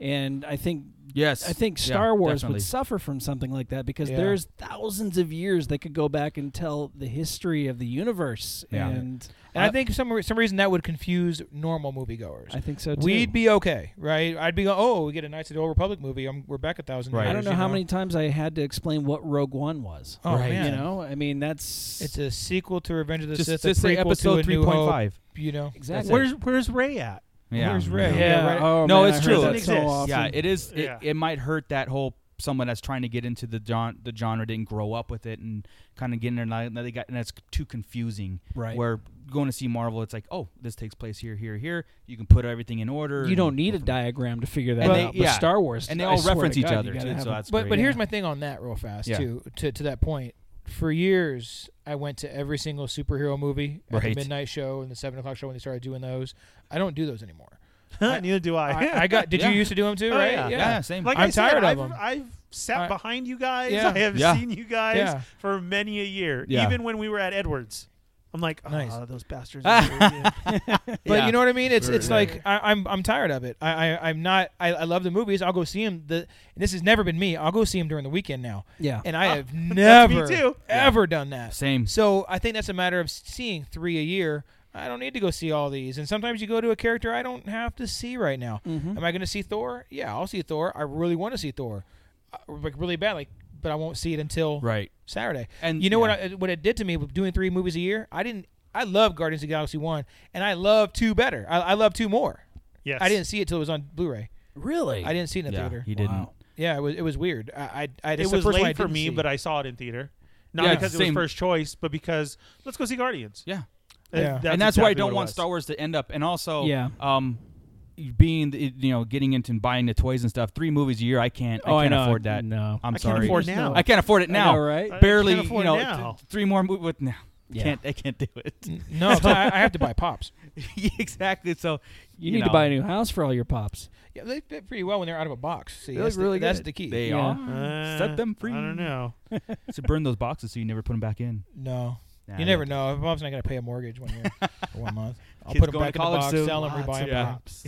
[SPEAKER 7] And I think
[SPEAKER 5] Yes,
[SPEAKER 7] I think
[SPEAKER 5] yeah,
[SPEAKER 7] Star Wars
[SPEAKER 5] definitely.
[SPEAKER 7] would suffer from something like that because
[SPEAKER 3] Yeah.
[SPEAKER 7] there's thousands of years they could go back and tell the history of the universe.
[SPEAKER 5] Yeah.
[SPEAKER 7] And
[SPEAKER 3] and I think some re- some reason that would confuse normal moviegoers.
[SPEAKER 7] I think so too.
[SPEAKER 3] We'd be okay, right? I'd be going, oh, we get a Knights of the Old Republic movie. I'm, we're back a thousand.
[SPEAKER 5] Right.
[SPEAKER 7] I
[SPEAKER 3] years,
[SPEAKER 7] don't know
[SPEAKER 3] you
[SPEAKER 7] how many times I had to explain what Rogue One was.
[SPEAKER 3] Oh
[SPEAKER 5] Right.
[SPEAKER 3] man,
[SPEAKER 7] You know, I mean that's
[SPEAKER 3] it's a sequel to Revenge of the
[SPEAKER 5] just,
[SPEAKER 3] Sith,
[SPEAKER 5] just
[SPEAKER 3] a prequel
[SPEAKER 5] say episode
[SPEAKER 3] to a
[SPEAKER 5] three
[SPEAKER 3] New
[SPEAKER 5] point
[SPEAKER 3] Hope.
[SPEAKER 5] five.
[SPEAKER 3] You know,
[SPEAKER 7] exactly.
[SPEAKER 6] Where's Where's Ray at?
[SPEAKER 5] Yeah,
[SPEAKER 3] Where's
[SPEAKER 5] yeah.
[SPEAKER 3] Ray?
[SPEAKER 7] yeah.
[SPEAKER 3] Yeah, right.
[SPEAKER 7] Oh,
[SPEAKER 5] No,
[SPEAKER 7] man,
[SPEAKER 5] it's
[SPEAKER 7] I heard
[SPEAKER 5] true.
[SPEAKER 7] that
[SPEAKER 6] It
[SPEAKER 7] so
[SPEAKER 6] exists.
[SPEAKER 7] often.
[SPEAKER 5] Yeah, it is. It,
[SPEAKER 6] Yeah.
[SPEAKER 5] it might hurt that whole someone that's trying to get into the genre, the genre didn't grow up with it and kind of get in there. Now now they got and that's too confusing.
[SPEAKER 7] Right.
[SPEAKER 5] Where going to see Marvel, it's like, oh, this takes place here, here, here. You can put everything in order.
[SPEAKER 7] You
[SPEAKER 5] and
[SPEAKER 7] don't need
[SPEAKER 5] go
[SPEAKER 7] a
[SPEAKER 5] from-
[SPEAKER 7] diagram to figure that
[SPEAKER 5] And
[SPEAKER 7] out.
[SPEAKER 5] they-
[SPEAKER 7] but
[SPEAKER 5] yeah.
[SPEAKER 7] Star Wars,
[SPEAKER 5] And they
[SPEAKER 7] I
[SPEAKER 5] all
[SPEAKER 7] swear to
[SPEAKER 5] reference each
[SPEAKER 7] God, you
[SPEAKER 5] other
[SPEAKER 7] gotta
[SPEAKER 5] too,
[SPEAKER 7] have
[SPEAKER 5] so
[SPEAKER 7] a-
[SPEAKER 5] that's
[SPEAKER 3] But
[SPEAKER 5] great.
[SPEAKER 3] but
[SPEAKER 7] Yeah.
[SPEAKER 3] here's my thing on that real fast
[SPEAKER 5] Yeah.
[SPEAKER 3] too to to that point. For years, I went to every single superhero movie at
[SPEAKER 5] Right.
[SPEAKER 3] the midnight show and the seven o'clock show when they started doing those. I don't do those anymore.
[SPEAKER 6] Neither do I.
[SPEAKER 3] I, I got. Did
[SPEAKER 5] Yeah.
[SPEAKER 3] you used to do them too?
[SPEAKER 6] Oh,
[SPEAKER 3] right?
[SPEAKER 6] yeah.
[SPEAKER 5] yeah. same.
[SPEAKER 6] like
[SPEAKER 3] I'm
[SPEAKER 6] I said,
[SPEAKER 3] tired of
[SPEAKER 6] I've,
[SPEAKER 3] them.
[SPEAKER 6] I've sat
[SPEAKER 3] I-
[SPEAKER 6] behind you guys.
[SPEAKER 3] Yeah.
[SPEAKER 6] I have
[SPEAKER 5] Yeah.
[SPEAKER 6] seen you guys
[SPEAKER 3] Yeah.
[SPEAKER 6] for many a year,
[SPEAKER 5] Yeah.
[SPEAKER 6] even when we were at Edwards. I'm like, oh,
[SPEAKER 3] Nice.
[SPEAKER 6] those bastards.
[SPEAKER 3] But
[SPEAKER 5] Yeah.
[SPEAKER 3] you know what I mean? It's
[SPEAKER 5] Sure.
[SPEAKER 3] it's like I, I'm I'm tired of it. I, I I'm not. I, I love the movies. I'll go see them. The and this has never been me. I'll go see them during the weekend now.
[SPEAKER 7] Yeah.
[SPEAKER 3] And I have
[SPEAKER 6] Ah, that's me
[SPEAKER 3] never
[SPEAKER 6] too.
[SPEAKER 3] ever done that.
[SPEAKER 5] Same.
[SPEAKER 3] So I think that's a matter of seeing three a year. I don't need to go see all these. And sometimes you go to a character I don't have to see right now.
[SPEAKER 6] Mm-hmm.
[SPEAKER 3] Am I going to see Thor? Yeah, I'll see Thor. I really want to see Thor, Uh, like really bad. Like, but I won't see it until
[SPEAKER 5] Right.
[SPEAKER 3] Saturday.
[SPEAKER 5] And-
[SPEAKER 3] And you know
[SPEAKER 5] yeah.
[SPEAKER 3] what? I, what it did to me with doing three movies a year. I didn't. I love Guardians of the Galaxy one, and I love two better. I, I love two more.
[SPEAKER 6] yes.
[SPEAKER 3] I didn't see it till it was on Blu-ray.
[SPEAKER 7] really,
[SPEAKER 3] I didn't see it in the
[SPEAKER 5] Yeah,
[SPEAKER 3] theater.
[SPEAKER 5] he didn't.
[SPEAKER 7] Wow.
[SPEAKER 3] Yeah, it was it was weird. I I, I
[SPEAKER 6] It
[SPEAKER 3] that's the
[SPEAKER 6] was
[SPEAKER 3] first one I
[SPEAKER 6] late for
[SPEAKER 3] didn't
[SPEAKER 6] me,
[SPEAKER 3] see.
[SPEAKER 6] but I saw it in theater. Not
[SPEAKER 5] Yeah,
[SPEAKER 6] because it
[SPEAKER 5] same.
[SPEAKER 6] was first choice, but because let's go see Guardians.
[SPEAKER 5] Yeah.
[SPEAKER 6] Uh,
[SPEAKER 3] Yeah.
[SPEAKER 5] and that's why
[SPEAKER 6] exactly
[SPEAKER 5] I
[SPEAKER 6] what
[SPEAKER 5] don't
[SPEAKER 6] it
[SPEAKER 5] want
[SPEAKER 6] was.
[SPEAKER 5] Star Wars to end up. And also,
[SPEAKER 7] Yeah.
[SPEAKER 5] um, being the- you know getting into and buying the toys and stuff. Three movies a year, I can't.
[SPEAKER 7] Oh, I
[SPEAKER 5] I can't
[SPEAKER 7] know.
[SPEAKER 5] afford that.
[SPEAKER 7] No.
[SPEAKER 5] I'm
[SPEAKER 6] I can't
[SPEAKER 5] sorry.
[SPEAKER 6] afford now.
[SPEAKER 5] I can't afford it
[SPEAKER 7] I
[SPEAKER 5] now. uh,
[SPEAKER 7] know, right?
[SPEAKER 6] I
[SPEAKER 5] Barely,
[SPEAKER 6] can't afford
[SPEAKER 5] you know,
[SPEAKER 6] it now.
[SPEAKER 5] th- three more movies with now.
[SPEAKER 7] Yeah.
[SPEAKER 5] Can't I can't do it.
[SPEAKER 3] no, I, I have to buy pops.
[SPEAKER 5] exactly. So
[SPEAKER 7] You, need to
[SPEAKER 5] know,
[SPEAKER 7] buy a new house for all your pops.
[SPEAKER 3] Yeah, they fit pretty well when they're out of a box. See,
[SPEAKER 7] They
[SPEAKER 3] that's
[SPEAKER 7] look really
[SPEAKER 3] the, that's
[SPEAKER 7] good.
[SPEAKER 3] the key.
[SPEAKER 5] They
[SPEAKER 7] Yeah.
[SPEAKER 5] are.
[SPEAKER 6] Uh,
[SPEAKER 5] Set them free.
[SPEAKER 6] I don't know.
[SPEAKER 5] So burn those boxes so you never put them back in.
[SPEAKER 3] no,
[SPEAKER 5] Nah,
[SPEAKER 3] you never know. If mom's not gonna pay a mortgage one year, or one month, I'll put them
[SPEAKER 5] going
[SPEAKER 3] back
[SPEAKER 5] to
[SPEAKER 3] in the
[SPEAKER 5] college
[SPEAKER 3] box,
[SPEAKER 5] soon.
[SPEAKER 3] sell them,
[SPEAKER 5] Lots
[SPEAKER 3] rebuy
[SPEAKER 5] of
[SPEAKER 3] them.
[SPEAKER 5] pops.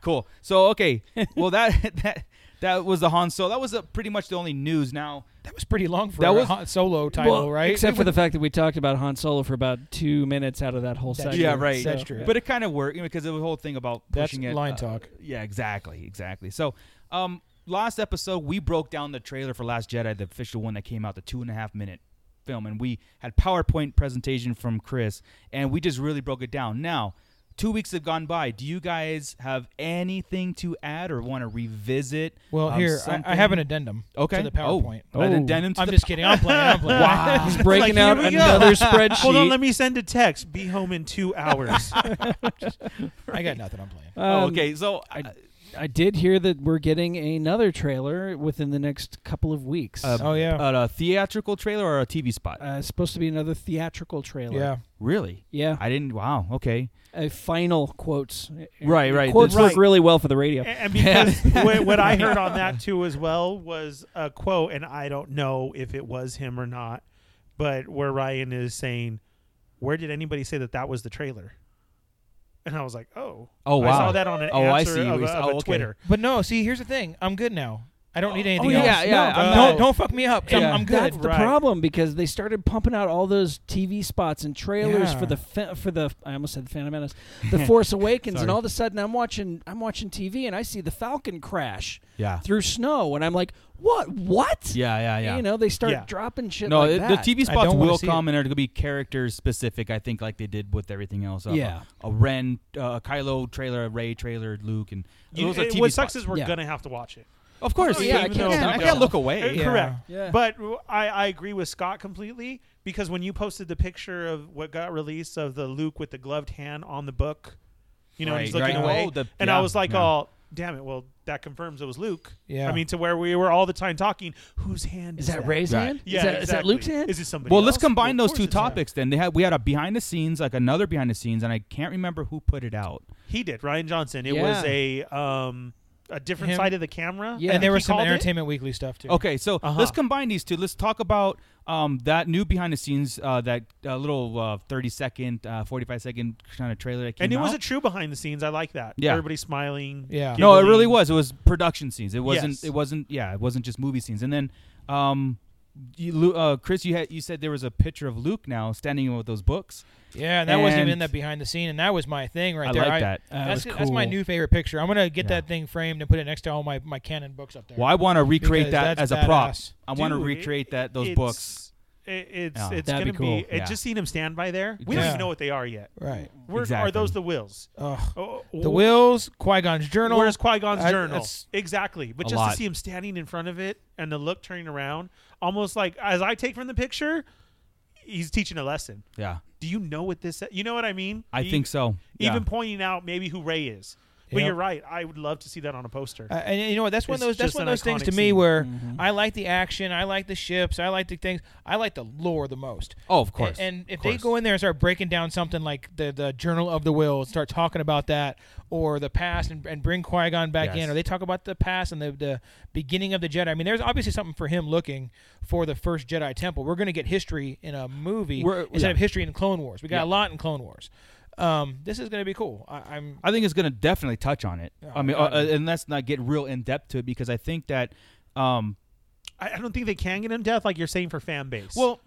[SPEAKER 5] cool. So okay. Well, that that that was the Han Solo. That was uh pretty much the only news. Now
[SPEAKER 3] That was pretty long for
[SPEAKER 5] That
[SPEAKER 3] a
[SPEAKER 5] was-
[SPEAKER 3] Han Solo title, right?
[SPEAKER 7] Except
[SPEAKER 3] We
[SPEAKER 7] for
[SPEAKER 3] went-
[SPEAKER 7] the fact that we talked about Han Solo for about two minutes out of that whole
[SPEAKER 3] That's
[SPEAKER 7] section.
[SPEAKER 3] true.
[SPEAKER 5] Yeah, right.
[SPEAKER 3] That's true.
[SPEAKER 5] But it kind of worked you know, because the whole thing about
[SPEAKER 3] That's
[SPEAKER 5] pushing it.
[SPEAKER 3] line
[SPEAKER 5] uh,
[SPEAKER 3] talk.
[SPEAKER 5] Yeah, exactly, exactly. So, um, last episode we broke down the trailer for Last Jedi, the official one that came out, the two and a half minute film, and we had PowerPoint presentation from Chris, and we just really broke it down. Now, two weeks have gone by. Do you guys have anything to add or want to revisit?
[SPEAKER 3] well,
[SPEAKER 5] um,
[SPEAKER 3] here I, I
[SPEAKER 5] something?
[SPEAKER 3] have an addendum
[SPEAKER 5] okay
[SPEAKER 3] to the PowerPoint.
[SPEAKER 5] Oh, an
[SPEAKER 7] Oh.
[SPEAKER 5] addendum to
[SPEAKER 3] I'm
[SPEAKER 5] the-
[SPEAKER 3] just kidding. I'm playing. I'm playing.
[SPEAKER 7] He's breaking
[SPEAKER 6] Like,
[SPEAKER 7] out
[SPEAKER 6] here we go.
[SPEAKER 7] another spreadsheet.
[SPEAKER 6] Hold on, let me send a text. Be home in two hours.
[SPEAKER 3] I got nothing. I'm playing.
[SPEAKER 5] Oh,
[SPEAKER 7] Um,
[SPEAKER 5] okay, so
[SPEAKER 7] I, I did hear that we're getting another trailer within the next couple of weeks.
[SPEAKER 5] Uh,
[SPEAKER 3] Oh yeah,
[SPEAKER 5] uh, a theatrical trailer or a TV spot?
[SPEAKER 7] Uh, it's supposed to be another theatrical trailer.
[SPEAKER 3] yeah.
[SPEAKER 5] really?
[SPEAKER 7] Yeah.
[SPEAKER 5] I didn't. Wow. Okay.
[SPEAKER 7] A final quotes.
[SPEAKER 5] Right, right.
[SPEAKER 7] Quotes
[SPEAKER 5] That's-
[SPEAKER 7] work really well for the radio.
[SPEAKER 6] A- and because what, what I heard on that too as well was a quote, and I don't know if it was him or not, but where Ryan is saying, "Where did anybody say that that was the trailer?" And I was like, "Oh,
[SPEAKER 5] Oh,
[SPEAKER 6] I
[SPEAKER 5] wow.
[SPEAKER 6] saw that on an
[SPEAKER 5] Oh, I
[SPEAKER 6] answer
[SPEAKER 5] see.
[SPEAKER 6] of,
[SPEAKER 5] We
[SPEAKER 6] a,
[SPEAKER 5] saw-
[SPEAKER 6] of
[SPEAKER 5] oh,
[SPEAKER 6] a
[SPEAKER 5] okay.
[SPEAKER 6] Twitter."
[SPEAKER 3] But no, see, here's the thing. I'm good now. I don't need anything
[SPEAKER 5] Oh, yeah,
[SPEAKER 3] else.
[SPEAKER 5] yeah,
[SPEAKER 3] No,
[SPEAKER 5] I'm
[SPEAKER 3] don't
[SPEAKER 5] not-
[SPEAKER 3] don't fuck me up. I'm,
[SPEAKER 5] Yeah.
[SPEAKER 3] I'm
[SPEAKER 7] That's
[SPEAKER 3] good.
[SPEAKER 7] the
[SPEAKER 6] Right.
[SPEAKER 7] problem because they started pumping out all those TV spots and trailers
[SPEAKER 3] Yeah.
[SPEAKER 7] for the fa- for the I almost said the Phantom Menace, the Force Awakens, and
[SPEAKER 5] Sorry.
[SPEAKER 7] all of a sudden I'm watching I'm watching TV and I see the Falcon crash
[SPEAKER 5] Yeah.
[SPEAKER 7] through snow and I'm like, what? What?
[SPEAKER 5] Yeah, yeah, yeah.
[SPEAKER 7] You know they start
[SPEAKER 6] Yeah.
[SPEAKER 7] dropping shit.
[SPEAKER 5] no,
[SPEAKER 7] like
[SPEAKER 5] it-
[SPEAKER 7] that.
[SPEAKER 5] the TV
[SPEAKER 3] I
[SPEAKER 5] spots
[SPEAKER 3] don't wanna
[SPEAKER 5] will
[SPEAKER 3] see
[SPEAKER 5] come, and they're gonna be character specific. I think, like they did with everything else. Uh,
[SPEAKER 7] Yeah.
[SPEAKER 5] a, Ren, uh, a Kylo trailer, a Ray trailer, Luke, and
[SPEAKER 6] You-
[SPEAKER 5] those are
[SPEAKER 6] it-
[SPEAKER 5] TV
[SPEAKER 6] what sucks
[SPEAKER 5] spots.
[SPEAKER 6] eh, is we're
[SPEAKER 7] Yeah.
[SPEAKER 6] gonna have to watch it.
[SPEAKER 5] Of course.
[SPEAKER 7] Oh, yeah, I
[SPEAKER 5] Even
[SPEAKER 7] can't-
[SPEAKER 5] though-
[SPEAKER 7] I
[SPEAKER 5] I
[SPEAKER 7] can't
[SPEAKER 5] can't look
[SPEAKER 6] Uh,
[SPEAKER 5] away.
[SPEAKER 6] Correct.
[SPEAKER 7] Yeah.
[SPEAKER 6] But w- I, I agree with Scott completely because when you posted the picture of what got released of the Luke with the gloved hand on the book, you know, and he's
[SPEAKER 5] Right,
[SPEAKER 6] looking
[SPEAKER 5] right.
[SPEAKER 6] away,
[SPEAKER 5] Oh, the-
[SPEAKER 6] and
[SPEAKER 5] yeah,
[SPEAKER 6] I was like,
[SPEAKER 5] yeah.
[SPEAKER 6] "Oh, damn it! Well, that confirms it was Luke."
[SPEAKER 3] Yeah.
[SPEAKER 6] I mean, to where we were all the time talking, whose hand
[SPEAKER 7] Is
[SPEAKER 6] is,
[SPEAKER 7] that Ray's
[SPEAKER 5] Right.
[SPEAKER 7] hand?
[SPEAKER 6] Yeah,
[SPEAKER 7] is, that, is that
[SPEAKER 6] exactly.
[SPEAKER 7] Luke's hand?
[SPEAKER 6] Is it somebody?
[SPEAKER 5] Well, let's
[SPEAKER 6] else?
[SPEAKER 5] combine
[SPEAKER 6] Well, of
[SPEAKER 5] those two
[SPEAKER 6] course it's him.
[SPEAKER 5] topics. Then they had we had a behind the scenes, like another behind the scenes, and I can't remember who put it out.
[SPEAKER 6] He did Ryan Johnson. It
[SPEAKER 7] Yeah.
[SPEAKER 6] was a um a different
[SPEAKER 3] Him.
[SPEAKER 6] side of the camera. I
[SPEAKER 3] and
[SPEAKER 7] Yeah.
[SPEAKER 6] think
[SPEAKER 3] there was
[SPEAKER 6] he
[SPEAKER 3] some
[SPEAKER 6] called it.
[SPEAKER 3] Entertainment Weekly stuff too.
[SPEAKER 5] Okay, so let's
[SPEAKER 6] Uh-huh.
[SPEAKER 5] combine these two. Let's talk about um, that new behind the scenes, uh, that uh, little uh, thirty second, uh, forty five second kind of trailer that came
[SPEAKER 6] And it was
[SPEAKER 5] out.
[SPEAKER 6] a true behind the scenes. I like that.
[SPEAKER 5] Yeah.
[SPEAKER 6] Everybody smiling.
[SPEAKER 3] Yeah.
[SPEAKER 5] no, it really
[SPEAKER 6] giggling.
[SPEAKER 5] was. It was production scenes. It wasn't.
[SPEAKER 6] Yes.
[SPEAKER 5] It wasn't. Yeah, it wasn't just movie scenes. And then, um, you, Lu- uh, Chris, you had you said there was a picture of Luke now standing with those books.
[SPEAKER 3] Yeah, and that wasn't even in
[SPEAKER 5] And-
[SPEAKER 3] that behind the scene, and that was my thing right
[SPEAKER 5] I
[SPEAKER 3] there.
[SPEAKER 5] like that. That
[SPEAKER 3] That's,
[SPEAKER 5] was
[SPEAKER 3] that's my
[SPEAKER 5] cool.
[SPEAKER 3] new favorite picture. I'm gonna get
[SPEAKER 5] Yeah.
[SPEAKER 3] that thing framed and put it next to all my my Canon books up there.
[SPEAKER 5] Well, I want to recreate
[SPEAKER 3] Because
[SPEAKER 5] that as
[SPEAKER 3] that's
[SPEAKER 5] a prop.
[SPEAKER 3] badass.
[SPEAKER 5] I want to
[SPEAKER 6] Dude,
[SPEAKER 5] recreate
[SPEAKER 6] it-
[SPEAKER 5] that those
[SPEAKER 6] it's-
[SPEAKER 5] books.
[SPEAKER 6] It, it's
[SPEAKER 5] Yeah.
[SPEAKER 6] it's
[SPEAKER 7] That'd
[SPEAKER 6] gonna
[SPEAKER 7] be cool.
[SPEAKER 6] be. It
[SPEAKER 5] Yeah.
[SPEAKER 6] just seen him stand by there. We don't
[SPEAKER 3] Yeah.
[SPEAKER 6] even know what they are yet.
[SPEAKER 3] Right.
[SPEAKER 6] We're,
[SPEAKER 5] Exactly.
[SPEAKER 6] Are those the wills?
[SPEAKER 3] Ugh.
[SPEAKER 6] Oh,
[SPEAKER 3] The
[SPEAKER 6] wh-
[SPEAKER 3] Wills, Qui Gon's journal.
[SPEAKER 6] Where's Qui Gon's
[SPEAKER 3] I-
[SPEAKER 6] journal?
[SPEAKER 3] that's-
[SPEAKER 6] Exactly. But
[SPEAKER 5] A
[SPEAKER 6] just
[SPEAKER 5] lot.
[SPEAKER 6] to see him standing in front of it and the look turning around, almost like as I take from the picture, he's teaching a lesson.
[SPEAKER 5] Yeah,
[SPEAKER 6] Do you know what this? You know what I mean?
[SPEAKER 5] I
[SPEAKER 6] E-
[SPEAKER 5] think so. Yeah.
[SPEAKER 6] Even pointing out maybe who Ray is. But
[SPEAKER 3] Yep.
[SPEAKER 6] you're right. I would love to see that on a poster.
[SPEAKER 3] Uh, and you know what? That's one of
[SPEAKER 6] It's
[SPEAKER 3] those. That's
[SPEAKER 6] just
[SPEAKER 3] one
[SPEAKER 6] an
[SPEAKER 3] of those things
[SPEAKER 6] iconic
[SPEAKER 3] to me
[SPEAKER 6] scene.
[SPEAKER 3] where I like the action, I like the ships, I like the things, I like the lore the most.
[SPEAKER 5] Oh, of course.
[SPEAKER 3] A- And, if
[SPEAKER 5] Of
[SPEAKER 3] they
[SPEAKER 5] course.
[SPEAKER 3] go in there and start breaking down something like the the Journal of the Will, and start talking about that, or the past, and, and bring Qui Gon back
[SPEAKER 5] Yes.
[SPEAKER 3] in, or they talk about the past and the the beginning of the Jedi. I mean, there's obviously something for him looking for the first Jedi Temple. We're going to get history in a movie
[SPEAKER 5] We're-
[SPEAKER 3] instead
[SPEAKER 5] yeah.
[SPEAKER 3] of history in Clone Wars. We got
[SPEAKER 5] Yeah.
[SPEAKER 3] a lot in Clone Wars. Um, this is going to be cool. I, I'm
[SPEAKER 5] I think it's going to definitely touch on it. I mean, uh,
[SPEAKER 3] God,
[SPEAKER 5] uh, and let's not get real in depth to it because I think that, um,
[SPEAKER 6] I, I don't think they can get him death like you're saying for fan base.
[SPEAKER 5] well,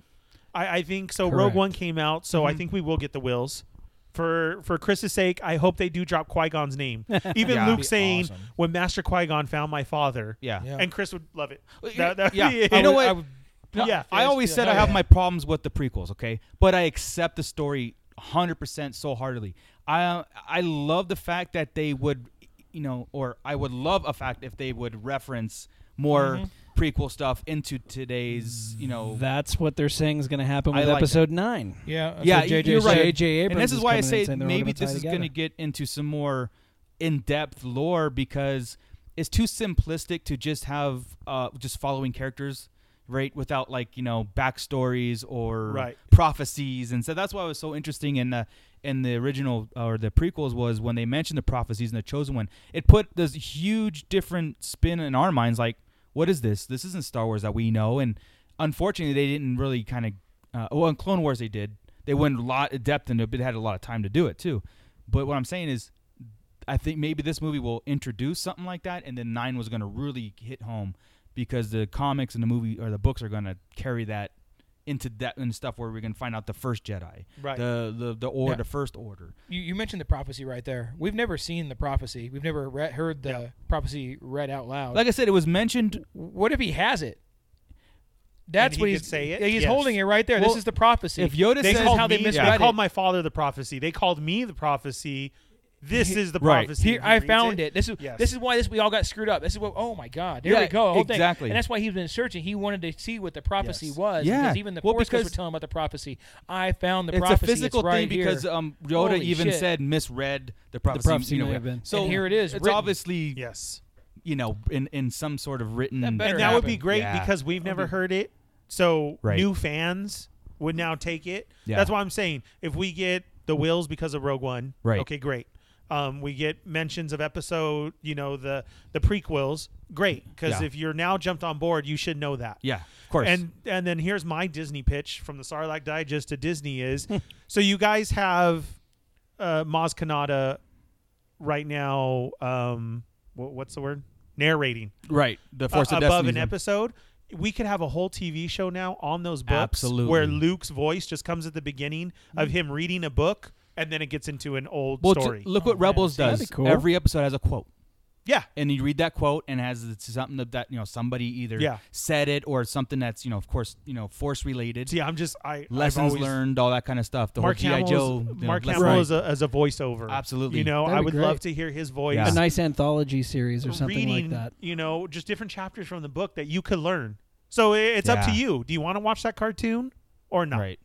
[SPEAKER 6] I, I think so.
[SPEAKER 5] Correct.
[SPEAKER 6] Rogue One came out, so I think we will get the wills. For for Chris's sake, I hope they do drop Qui Gon's name. Even
[SPEAKER 5] Yeah.
[SPEAKER 6] Luke
[SPEAKER 3] Be
[SPEAKER 6] saying,
[SPEAKER 3] awesome.
[SPEAKER 6] "When Master Qui Gon found my father,"
[SPEAKER 5] yeah,
[SPEAKER 3] Yeah.
[SPEAKER 6] and Chris would love it.
[SPEAKER 5] yeah.
[SPEAKER 6] That- that-
[SPEAKER 5] You know
[SPEAKER 3] I would-
[SPEAKER 5] what?
[SPEAKER 3] I would-
[SPEAKER 5] No,
[SPEAKER 6] Yeah,
[SPEAKER 5] I
[SPEAKER 6] yeah,
[SPEAKER 5] always said I
[SPEAKER 3] yeah.
[SPEAKER 5] have my problems with the prequels, okay? But I accept the story 100% so heartily. I I love the fact that they would, you know, or I would love a fact if they would reference more prequel stuff into today's, you know,
[SPEAKER 7] Mm-hmm. That's what they're saying is going to happen
[SPEAKER 5] I
[SPEAKER 7] with
[SPEAKER 5] like
[SPEAKER 7] episode nine.
[SPEAKER 3] yeah, that's
[SPEAKER 5] yeah,
[SPEAKER 3] what
[SPEAKER 5] you-
[SPEAKER 3] JJ
[SPEAKER 5] you're
[SPEAKER 3] said.
[SPEAKER 5] right.
[SPEAKER 7] J.J.
[SPEAKER 5] and
[SPEAKER 7] Abrams
[SPEAKER 5] this is
[SPEAKER 7] is
[SPEAKER 5] why I
[SPEAKER 7] coming in
[SPEAKER 5] say
[SPEAKER 7] saying they were
[SPEAKER 5] maybe
[SPEAKER 7] gonna tie
[SPEAKER 5] this is
[SPEAKER 7] together.
[SPEAKER 5] going to get into some more in-depth lore because it's too simplistic to just have uh, just following characters, right? Without like you know backstories or
[SPEAKER 6] Right.
[SPEAKER 5] prophecies, and so that's why it was so interesting in the in the original uh, or the prequels was when they mentioned the prophecies and the chosen one. It put this huge different spin in our minds, like what is this? This isn't Star Wars that we know, and unfortunately they didn't really kind of. Uh, well, in Clone Wars they did. They went a lot of depth into it, but they had a lot of time to do it too. But what I'm saying is, I think maybe this movie will introduce something like that, and then nine was going to really hit home because the comics and the movie or the books are going to carry that into that and stuff where we can find out the first Jedi,
[SPEAKER 6] Right.
[SPEAKER 5] The the the order,
[SPEAKER 3] Yeah.
[SPEAKER 5] the first order.
[SPEAKER 3] You, you mentioned the prophecy right there. We've never seen the prophecy. We've never re- heard the prophecy read out loud.
[SPEAKER 5] Like I said, it was mentioned.
[SPEAKER 3] what if he has it? That's
[SPEAKER 6] he
[SPEAKER 3] what
[SPEAKER 6] could
[SPEAKER 3] he's
[SPEAKER 6] say it?
[SPEAKER 3] yeah, He's
[SPEAKER 6] Yes.
[SPEAKER 3] holding it right there.
[SPEAKER 5] Well,
[SPEAKER 3] this is the prophecy.
[SPEAKER 5] If Yoda
[SPEAKER 6] They
[SPEAKER 5] says
[SPEAKER 6] called
[SPEAKER 3] how they
[SPEAKER 6] me-
[SPEAKER 3] misread
[SPEAKER 6] they
[SPEAKER 3] it.
[SPEAKER 6] called my father the prophecy. They called me the prophecy. This is the
[SPEAKER 5] right.
[SPEAKER 6] prophecy.
[SPEAKER 3] Here,
[SPEAKER 6] He
[SPEAKER 3] I
[SPEAKER 6] reads
[SPEAKER 3] found it. This is
[SPEAKER 6] Yes.
[SPEAKER 3] this is why this we all got screwed up. This is what. Oh my God! There
[SPEAKER 5] Yeah,
[SPEAKER 3] we go. the whole thing.
[SPEAKER 5] exactly.
[SPEAKER 3] And that's why he's been searching. He wanted to see what the prophecy
[SPEAKER 6] Yes.
[SPEAKER 3] was.
[SPEAKER 5] Yeah.
[SPEAKER 3] Because even the
[SPEAKER 5] Well,
[SPEAKER 3] force ghosts
[SPEAKER 5] because-
[SPEAKER 3] were telling him about the prophecy. I found the
[SPEAKER 5] it's a
[SPEAKER 3] prophecy.
[SPEAKER 5] physical
[SPEAKER 3] it's
[SPEAKER 5] thing
[SPEAKER 3] right here.
[SPEAKER 5] because um, Yoda
[SPEAKER 3] Holy
[SPEAKER 5] even
[SPEAKER 3] shit.
[SPEAKER 5] said misread the prophecy.
[SPEAKER 7] prophecy
[SPEAKER 5] you know,
[SPEAKER 7] may have been.
[SPEAKER 5] So
[SPEAKER 3] And here it is,
[SPEAKER 5] It's
[SPEAKER 3] written.
[SPEAKER 5] obviously
[SPEAKER 6] Yes,
[SPEAKER 5] you know in in some sort of written.
[SPEAKER 3] That better
[SPEAKER 6] and that
[SPEAKER 3] happen.
[SPEAKER 6] would be great
[SPEAKER 5] Yeah.
[SPEAKER 6] because we've never heard it. So
[SPEAKER 5] Right.
[SPEAKER 6] new fans would now take it.
[SPEAKER 5] Yeah.
[SPEAKER 6] That's why I'm saying if we get the wills because of Rogue One,
[SPEAKER 5] Right.
[SPEAKER 6] Okay, great. Um, we get mentions of episode, you know, the the prequels, great. Because
[SPEAKER 5] Yeah.
[SPEAKER 6] if you're now jumped on board, you should know that.
[SPEAKER 5] Yeah, of course.
[SPEAKER 6] And and then here's my Disney pitch from the Sarlacc Digest to Disney is, so you guys have uh, Maz Kanata right now. Um, wh- what's the word? Narrating
[SPEAKER 5] right, the Force
[SPEAKER 6] uh,
[SPEAKER 5] of
[SPEAKER 6] above
[SPEAKER 5] Destiny.
[SPEAKER 6] an episode. We could have a whole TV show now on those books,
[SPEAKER 5] Absolutely.
[SPEAKER 6] where Luke's voice just comes at the beginning of him reading a book, and then it gets into an old
[SPEAKER 5] Well, t-
[SPEAKER 6] story.
[SPEAKER 5] look what
[SPEAKER 3] Oh, man,
[SPEAKER 5] Rebels
[SPEAKER 3] see, that'd
[SPEAKER 5] does.
[SPEAKER 7] be cool.
[SPEAKER 5] Every episode has a quote.
[SPEAKER 6] Yeah.
[SPEAKER 5] and you read that quote and it has it's something that- that you know somebody either
[SPEAKER 6] Yeah.
[SPEAKER 5] said it or something that's you know of course you know force related
[SPEAKER 6] See, I'm just I I've
[SPEAKER 5] lessons
[SPEAKER 6] always-
[SPEAKER 5] learned all that kind of stuff the
[SPEAKER 6] Mark
[SPEAKER 5] whole
[SPEAKER 6] Hamill,
[SPEAKER 5] gi joe
[SPEAKER 6] is,
[SPEAKER 5] you know,
[SPEAKER 6] Mark
[SPEAKER 5] lesson-
[SPEAKER 6] Hamill is a, as a voiceover.
[SPEAKER 5] Absolutely.
[SPEAKER 6] You know,
[SPEAKER 7] That'd
[SPEAKER 6] I
[SPEAKER 7] be
[SPEAKER 6] would love
[SPEAKER 7] great.
[SPEAKER 6] to hear his voice.
[SPEAKER 5] Yeah.
[SPEAKER 7] a nice anthology series or something
[SPEAKER 6] reading,
[SPEAKER 7] like that.
[SPEAKER 6] you know, just different chapters from the book that you could learn. So i- it's up to
[SPEAKER 5] Yeah.
[SPEAKER 6] you. Do you want to watch that cartoon or not?
[SPEAKER 5] right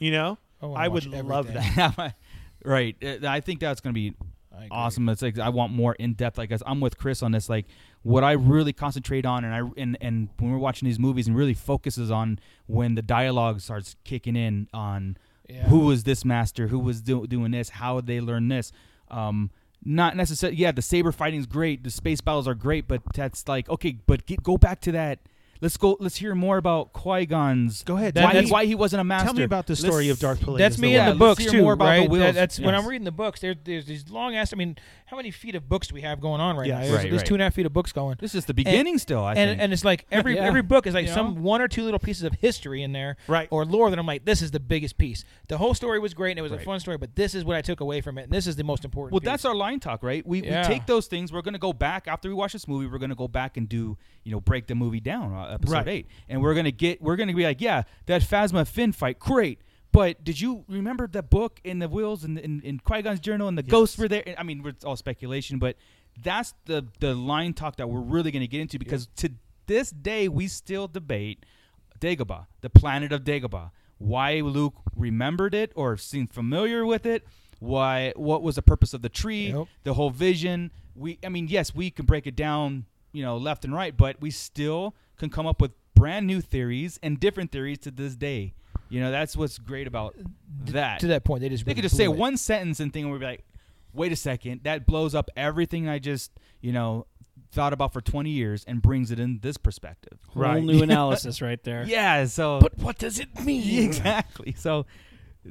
[SPEAKER 6] You know,
[SPEAKER 3] I wanna
[SPEAKER 6] I
[SPEAKER 3] watch
[SPEAKER 6] would love
[SPEAKER 3] everything.
[SPEAKER 6] that.
[SPEAKER 5] right Uh, i think that's going to be
[SPEAKER 3] I agree.
[SPEAKER 5] awesome it's like i want more in-depth like as i'm with chris on this like what i really concentrate on and i and, and when we're watching these movies and really focuses on when the dialogue starts kicking in on
[SPEAKER 3] Yeah.
[SPEAKER 5] who was this master who was do- doing this how they learn this um not necessarily yeah the saber fighting's great the space battles are great but that's like okay but get, go back to that let's go let's hear more about qui-gon's
[SPEAKER 6] Go ahead.
[SPEAKER 5] why,
[SPEAKER 3] That-
[SPEAKER 5] he, why he wasn't a master
[SPEAKER 6] Tell me about the
[SPEAKER 5] Let's-
[SPEAKER 6] story of Dark Palladius.
[SPEAKER 3] That's me
[SPEAKER 5] the
[SPEAKER 3] in the
[SPEAKER 5] one.
[SPEAKER 3] books
[SPEAKER 5] Let's
[SPEAKER 3] too,
[SPEAKER 5] hear more about the
[SPEAKER 3] right? That-
[SPEAKER 5] wheels.
[SPEAKER 3] that's when
[SPEAKER 5] Yes.
[SPEAKER 3] I'm reading the books. There, there's these long ass. I mean, how many feet of books do we have going on right
[SPEAKER 6] Yes.
[SPEAKER 3] now? There's,
[SPEAKER 5] Right,
[SPEAKER 3] there's
[SPEAKER 5] right.
[SPEAKER 3] two and a half feet of books going.
[SPEAKER 5] this is the beginning still i
[SPEAKER 3] and
[SPEAKER 5] think
[SPEAKER 3] and it's like every
[SPEAKER 7] Yeah.
[SPEAKER 3] every book is like
[SPEAKER 5] You
[SPEAKER 3] some
[SPEAKER 5] know?
[SPEAKER 3] one or two little pieces of history in there,
[SPEAKER 6] Right.
[SPEAKER 3] Or lore that I'm like, this is the biggest piece. The whole story was great and it was a
[SPEAKER 5] Right.
[SPEAKER 3] fun story, but this is what I took away from it, and this is the most important.
[SPEAKER 5] Well,
[SPEAKER 3] piece.
[SPEAKER 5] that's our line talk, right? We,
[SPEAKER 3] Yeah.
[SPEAKER 5] we take those things. We're going to go back after we watch this movie. We're going to go back and do, you know, break the movie down, uh, episode
[SPEAKER 6] Right.
[SPEAKER 5] eight, and we're going to get, we're going to be like, yeah, that Phasma Finn fight, great. But did you remember the book and the wheels and and, and Qui Gon's journal and the ghosts were there? And, I mean, it's all speculation, but that's the the line talk that we're really going to get into because to this day we still debate Dagobah, the planet of Dagobah. Why Luke remembered it or seemed familiar with it? Why? What was the purpose of the tree?
[SPEAKER 3] Yep.
[SPEAKER 5] The whole vision. We, I mean, yes, we can break it down, you know, left and right, but we still can come up with brand new theories and different theories to this day. You know, that's what's great about that.
[SPEAKER 3] Uh, to that point. They just
[SPEAKER 5] they
[SPEAKER 3] really
[SPEAKER 5] could just say
[SPEAKER 3] blew it.
[SPEAKER 5] one sentence and thing, and we'd be like, "Wait a second, that blows up everything I just, you know." Thought about for 20 years and brings it in this perspective.
[SPEAKER 7] Whole new analysis right there.
[SPEAKER 5] Yeah, so
[SPEAKER 3] what does it mean?
[SPEAKER 5] exactly. So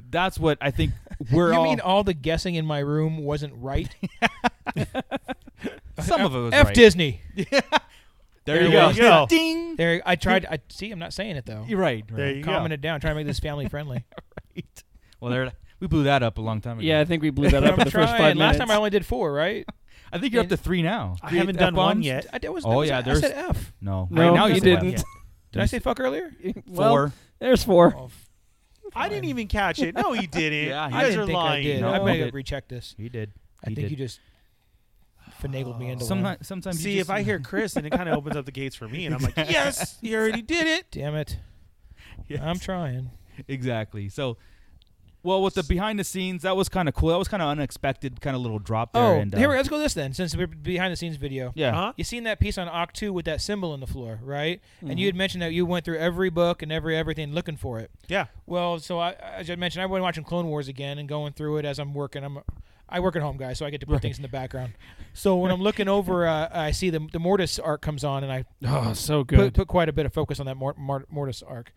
[SPEAKER 5] that's what I think we're
[SPEAKER 3] you
[SPEAKER 5] all.
[SPEAKER 3] mean all the guessing in my room wasn't right?
[SPEAKER 5] some of it was
[SPEAKER 3] F
[SPEAKER 5] right.
[SPEAKER 3] Disney.
[SPEAKER 5] There you
[SPEAKER 6] There
[SPEAKER 5] go.
[SPEAKER 6] you go.
[SPEAKER 5] Ding.
[SPEAKER 3] There, I tried. I see. I'm not saying it though.
[SPEAKER 5] You're right. right.
[SPEAKER 6] There you go.
[SPEAKER 3] Calming it down, trying to make this family friendly.
[SPEAKER 5] Right. Well, there we blew that up a long time ago.
[SPEAKER 7] Yeah, I think we blew that
[SPEAKER 3] But
[SPEAKER 7] up in
[SPEAKER 3] I'm
[SPEAKER 7] the
[SPEAKER 3] trying.
[SPEAKER 7] first five
[SPEAKER 3] Last
[SPEAKER 7] minutes.
[SPEAKER 3] time I only did four, right?
[SPEAKER 5] I think you're up to three now.
[SPEAKER 6] I
[SPEAKER 5] Three
[SPEAKER 6] haven't done one
[SPEAKER 5] F-bombs?
[SPEAKER 6] yet.
[SPEAKER 3] I, that was,
[SPEAKER 5] Oh,
[SPEAKER 3] that was-
[SPEAKER 5] yeah,
[SPEAKER 3] I
[SPEAKER 5] there's-
[SPEAKER 3] said F.
[SPEAKER 5] No.
[SPEAKER 7] No,
[SPEAKER 5] right now
[SPEAKER 7] you
[SPEAKER 5] it's eleven.
[SPEAKER 7] didn't.
[SPEAKER 3] Did I say fuck earlier?
[SPEAKER 7] well,
[SPEAKER 5] Four.
[SPEAKER 7] there's four.
[SPEAKER 3] Oh, f-
[SPEAKER 6] I didn't even catch it. No, he didn't.
[SPEAKER 5] Yeah,
[SPEAKER 6] you
[SPEAKER 5] he
[SPEAKER 3] I
[SPEAKER 6] guys
[SPEAKER 3] didn't
[SPEAKER 6] are
[SPEAKER 3] think
[SPEAKER 6] lying.
[SPEAKER 3] I did.
[SPEAKER 5] No,
[SPEAKER 3] I
[SPEAKER 5] he
[SPEAKER 3] might
[SPEAKER 5] did.
[SPEAKER 3] have rechecked this.
[SPEAKER 5] He did.
[SPEAKER 3] I
[SPEAKER 5] He
[SPEAKER 3] think
[SPEAKER 5] did.
[SPEAKER 3] you just finagled me into one.
[SPEAKER 5] Sometimes, sometimes you
[SPEAKER 6] See,
[SPEAKER 5] just-
[SPEAKER 6] if I hear Chris, and it kind of opens up the gates for me, and I'm like, yes, you already did it.
[SPEAKER 3] Damn it!
[SPEAKER 5] Yes.
[SPEAKER 3] I'm trying.
[SPEAKER 5] exactly. So, well, with the behind the scenes, that was kind of cool. That was kind of unexpected, kind of little drop there.
[SPEAKER 3] Oh,
[SPEAKER 5] and, uh,
[SPEAKER 3] here, we- Uh, let's go this then, since we're behind the scenes video.
[SPEAKER 5] Yeah.
[SPEAKER 6] Huh?
[SPEAKER 3] You seen that piece on Oct 2 with that symbol in the floor, right?
[SPEAKER 5] Mm-hmm.
[SPEAKER 3] And you had mentioned that you went through every book and every everything looking for it.
[SPEAKER 6] Yeah.
[SPEAKER 3] Well, so I, as I mentioned, I've been watching Clone Wars again and going through it as I'm working. I'm, I work at home, guys, so I get to put things in the background. So when I'm looking over, uh, I see the the Mortis arc comes on, and I
[SPEAKER 7] Oh, so
[SPEAKER 3] put,
[SPEAKER 7] good.
[SPEAKER 3] put quite a bit of focus on that Mor- Mor- Mortis arc.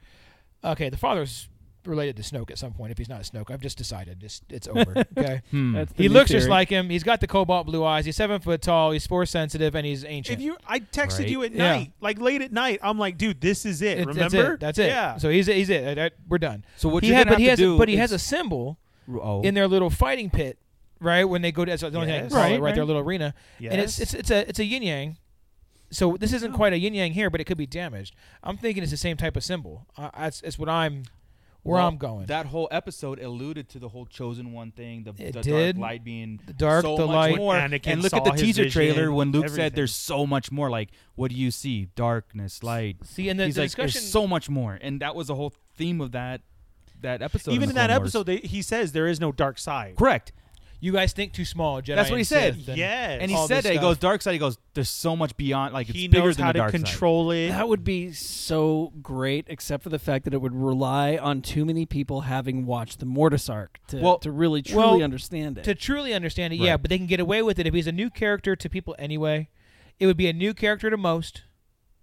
[SPEAKER 3] Okay, the father's related to Snoke at some point. If he's not Snoke, I've just decided it's it's over. Okay,
[SPEAKER 5] Hmm.
[SPEAKER 7] That's the
[SPEAKER 3] he
[SPEAKER 7] new
[SPEAKER 3] looks just
[SPEAKER 7] theory.
[SPEAKER 3] like him. He's got the cobalt blue eyes. He's seven foot tall. He's force sensitive, and he's ancient.
[SPEAKER 6] If you, I texted
[SPEAKER 5] Right.
[SPEAKER 6] you at
[SPEAKER 3] Yeah.
[SPEAKER 6] night, like late at night. I'm like, dude, this is it.
[SPEAKER 3] It's-
[SPEAKER 6] Remember?
[SPEAKER 3] That's it. That's it.
[SPEAKER 6] Yeah.
[SPEAKER 3] So he's he's it. Uh, uh, We're done.
[SPEAKER 5] So what
[SPEAKER 3] he
[SPEAKER 5] you're
[SPEAKER 3] had,
[SPEAKER 5] gonna have
[SPEAKER 3] but he
[SPEAKER 5] to
[SPEAKER 3] has
[SPEAKER 5] do
[SPEAKER 3] but he
[SPEAKER 5] is-
[SPEAKER 3] has a symbol
[SPEAKER 5] oh.
[SPEAKER 3] in their little fighting pit, right? When they go to that's the only thing I can
[SPEAKER 6] Yes.
[SPEAKER 3] call it,
[SPEAKER 5] Right,
[SPEAKER 3] right, Their
[SPEAKER 5] right.
[SPEAKER 3] little arena, and it's
[SPEAKER 6] Yes.
[SPEAKER 3] it's it's a it's a yin yang. So this isn't quite a yin yang here, but it could be damaged. I'm thinking it's the same type of symbol. Uh, that's that's what I'm where
[SPEAKER 5] Well,
[SPEAKER 3] I'm going.
[SPEAKER 5] That whole episode alluded to the whole chosen one thing, the,
[SPEAKER 3] It
[SPEAKER 5] the
[SPEAKER 3] did.
[SPEAKER 5] dark light being
[SPEAKER 3] The dark,
[SPEAKER 5] so
[SPEAKER 3] the
[SPEAKER 5] much
[SPEAKER 3] light.
[SPEAKER 5] more.
[SPEAKER 6] When Anakin
[SPEAKER 5] and look
[SPEAKER 6] saw
[SPEAKER 5] at the
[SPEAKER 6] his
[SPEAKER 5] teaser trailer
[SPEAKER 6] vision,
[SPEAKER 5] when Luke said
[SPEAKER 6] everything.
[SPEAKER 5] there's so much more. Like, what do you see? Darkness, light.
[SPEAKER 3] See, and the,
[SPEAKER 5] He's
[SPEAKER 3] the
[SPEAKER 5] like,
[SPEAKER 3] discussion.
[SPEAKER 5] there's so much more, and that was the whole theme of that that episode.
[SPEAKER 6] Even in
[SPEAKER 5] the
[SPEAKER 6] that
[SPEAKER 5] Clone Wars.
[SPEAKER 6] episode, they, he says there is no dark side.
[SPEAKER 5] correct.
[SPEAKER 3] you guys think too small, Jedi.
[SPEAKER 5] That's what
[SPEAKER 3] and
[SPEAKER 5] he said.
[SPEAKER 3] Sith, and-
[SPEAKER 6] Yes.
[SPEAKER 5] And he
[SPEAKER 3] all
[SPEAKER 5] said
[SPEAKER 3] this
[SPEAKER 5] that he
[SPEAKER 3] stuff.
[SPEAKER 5] goes dark side. He goes, there's so much beyond. Like it's
[SPEAKER 6] he
[SPEAKER 5] bigger
[SPEAKER 6] knows
[SPEAKER 5] than
[SPEAKER 6] how to
[SPEAKER 5] the dark
[SPEAKER 6] control it.
[SPEAKER 7] That would be so great, except for the fact that it would rely on too many people having watched the Mortis arc to,
[SPEAKER 5] Well-
[SPEAKER 7] to really truly
[SPEAKER 3] well,
[SPEAKER 7] understand it.
[SPEAKER 3] to truly understand it, yeah,
[SPEAKER 5] Right.
[SPEAKER 3] but they can get away with it if he's a new character to people anyway. It would be a new character to most,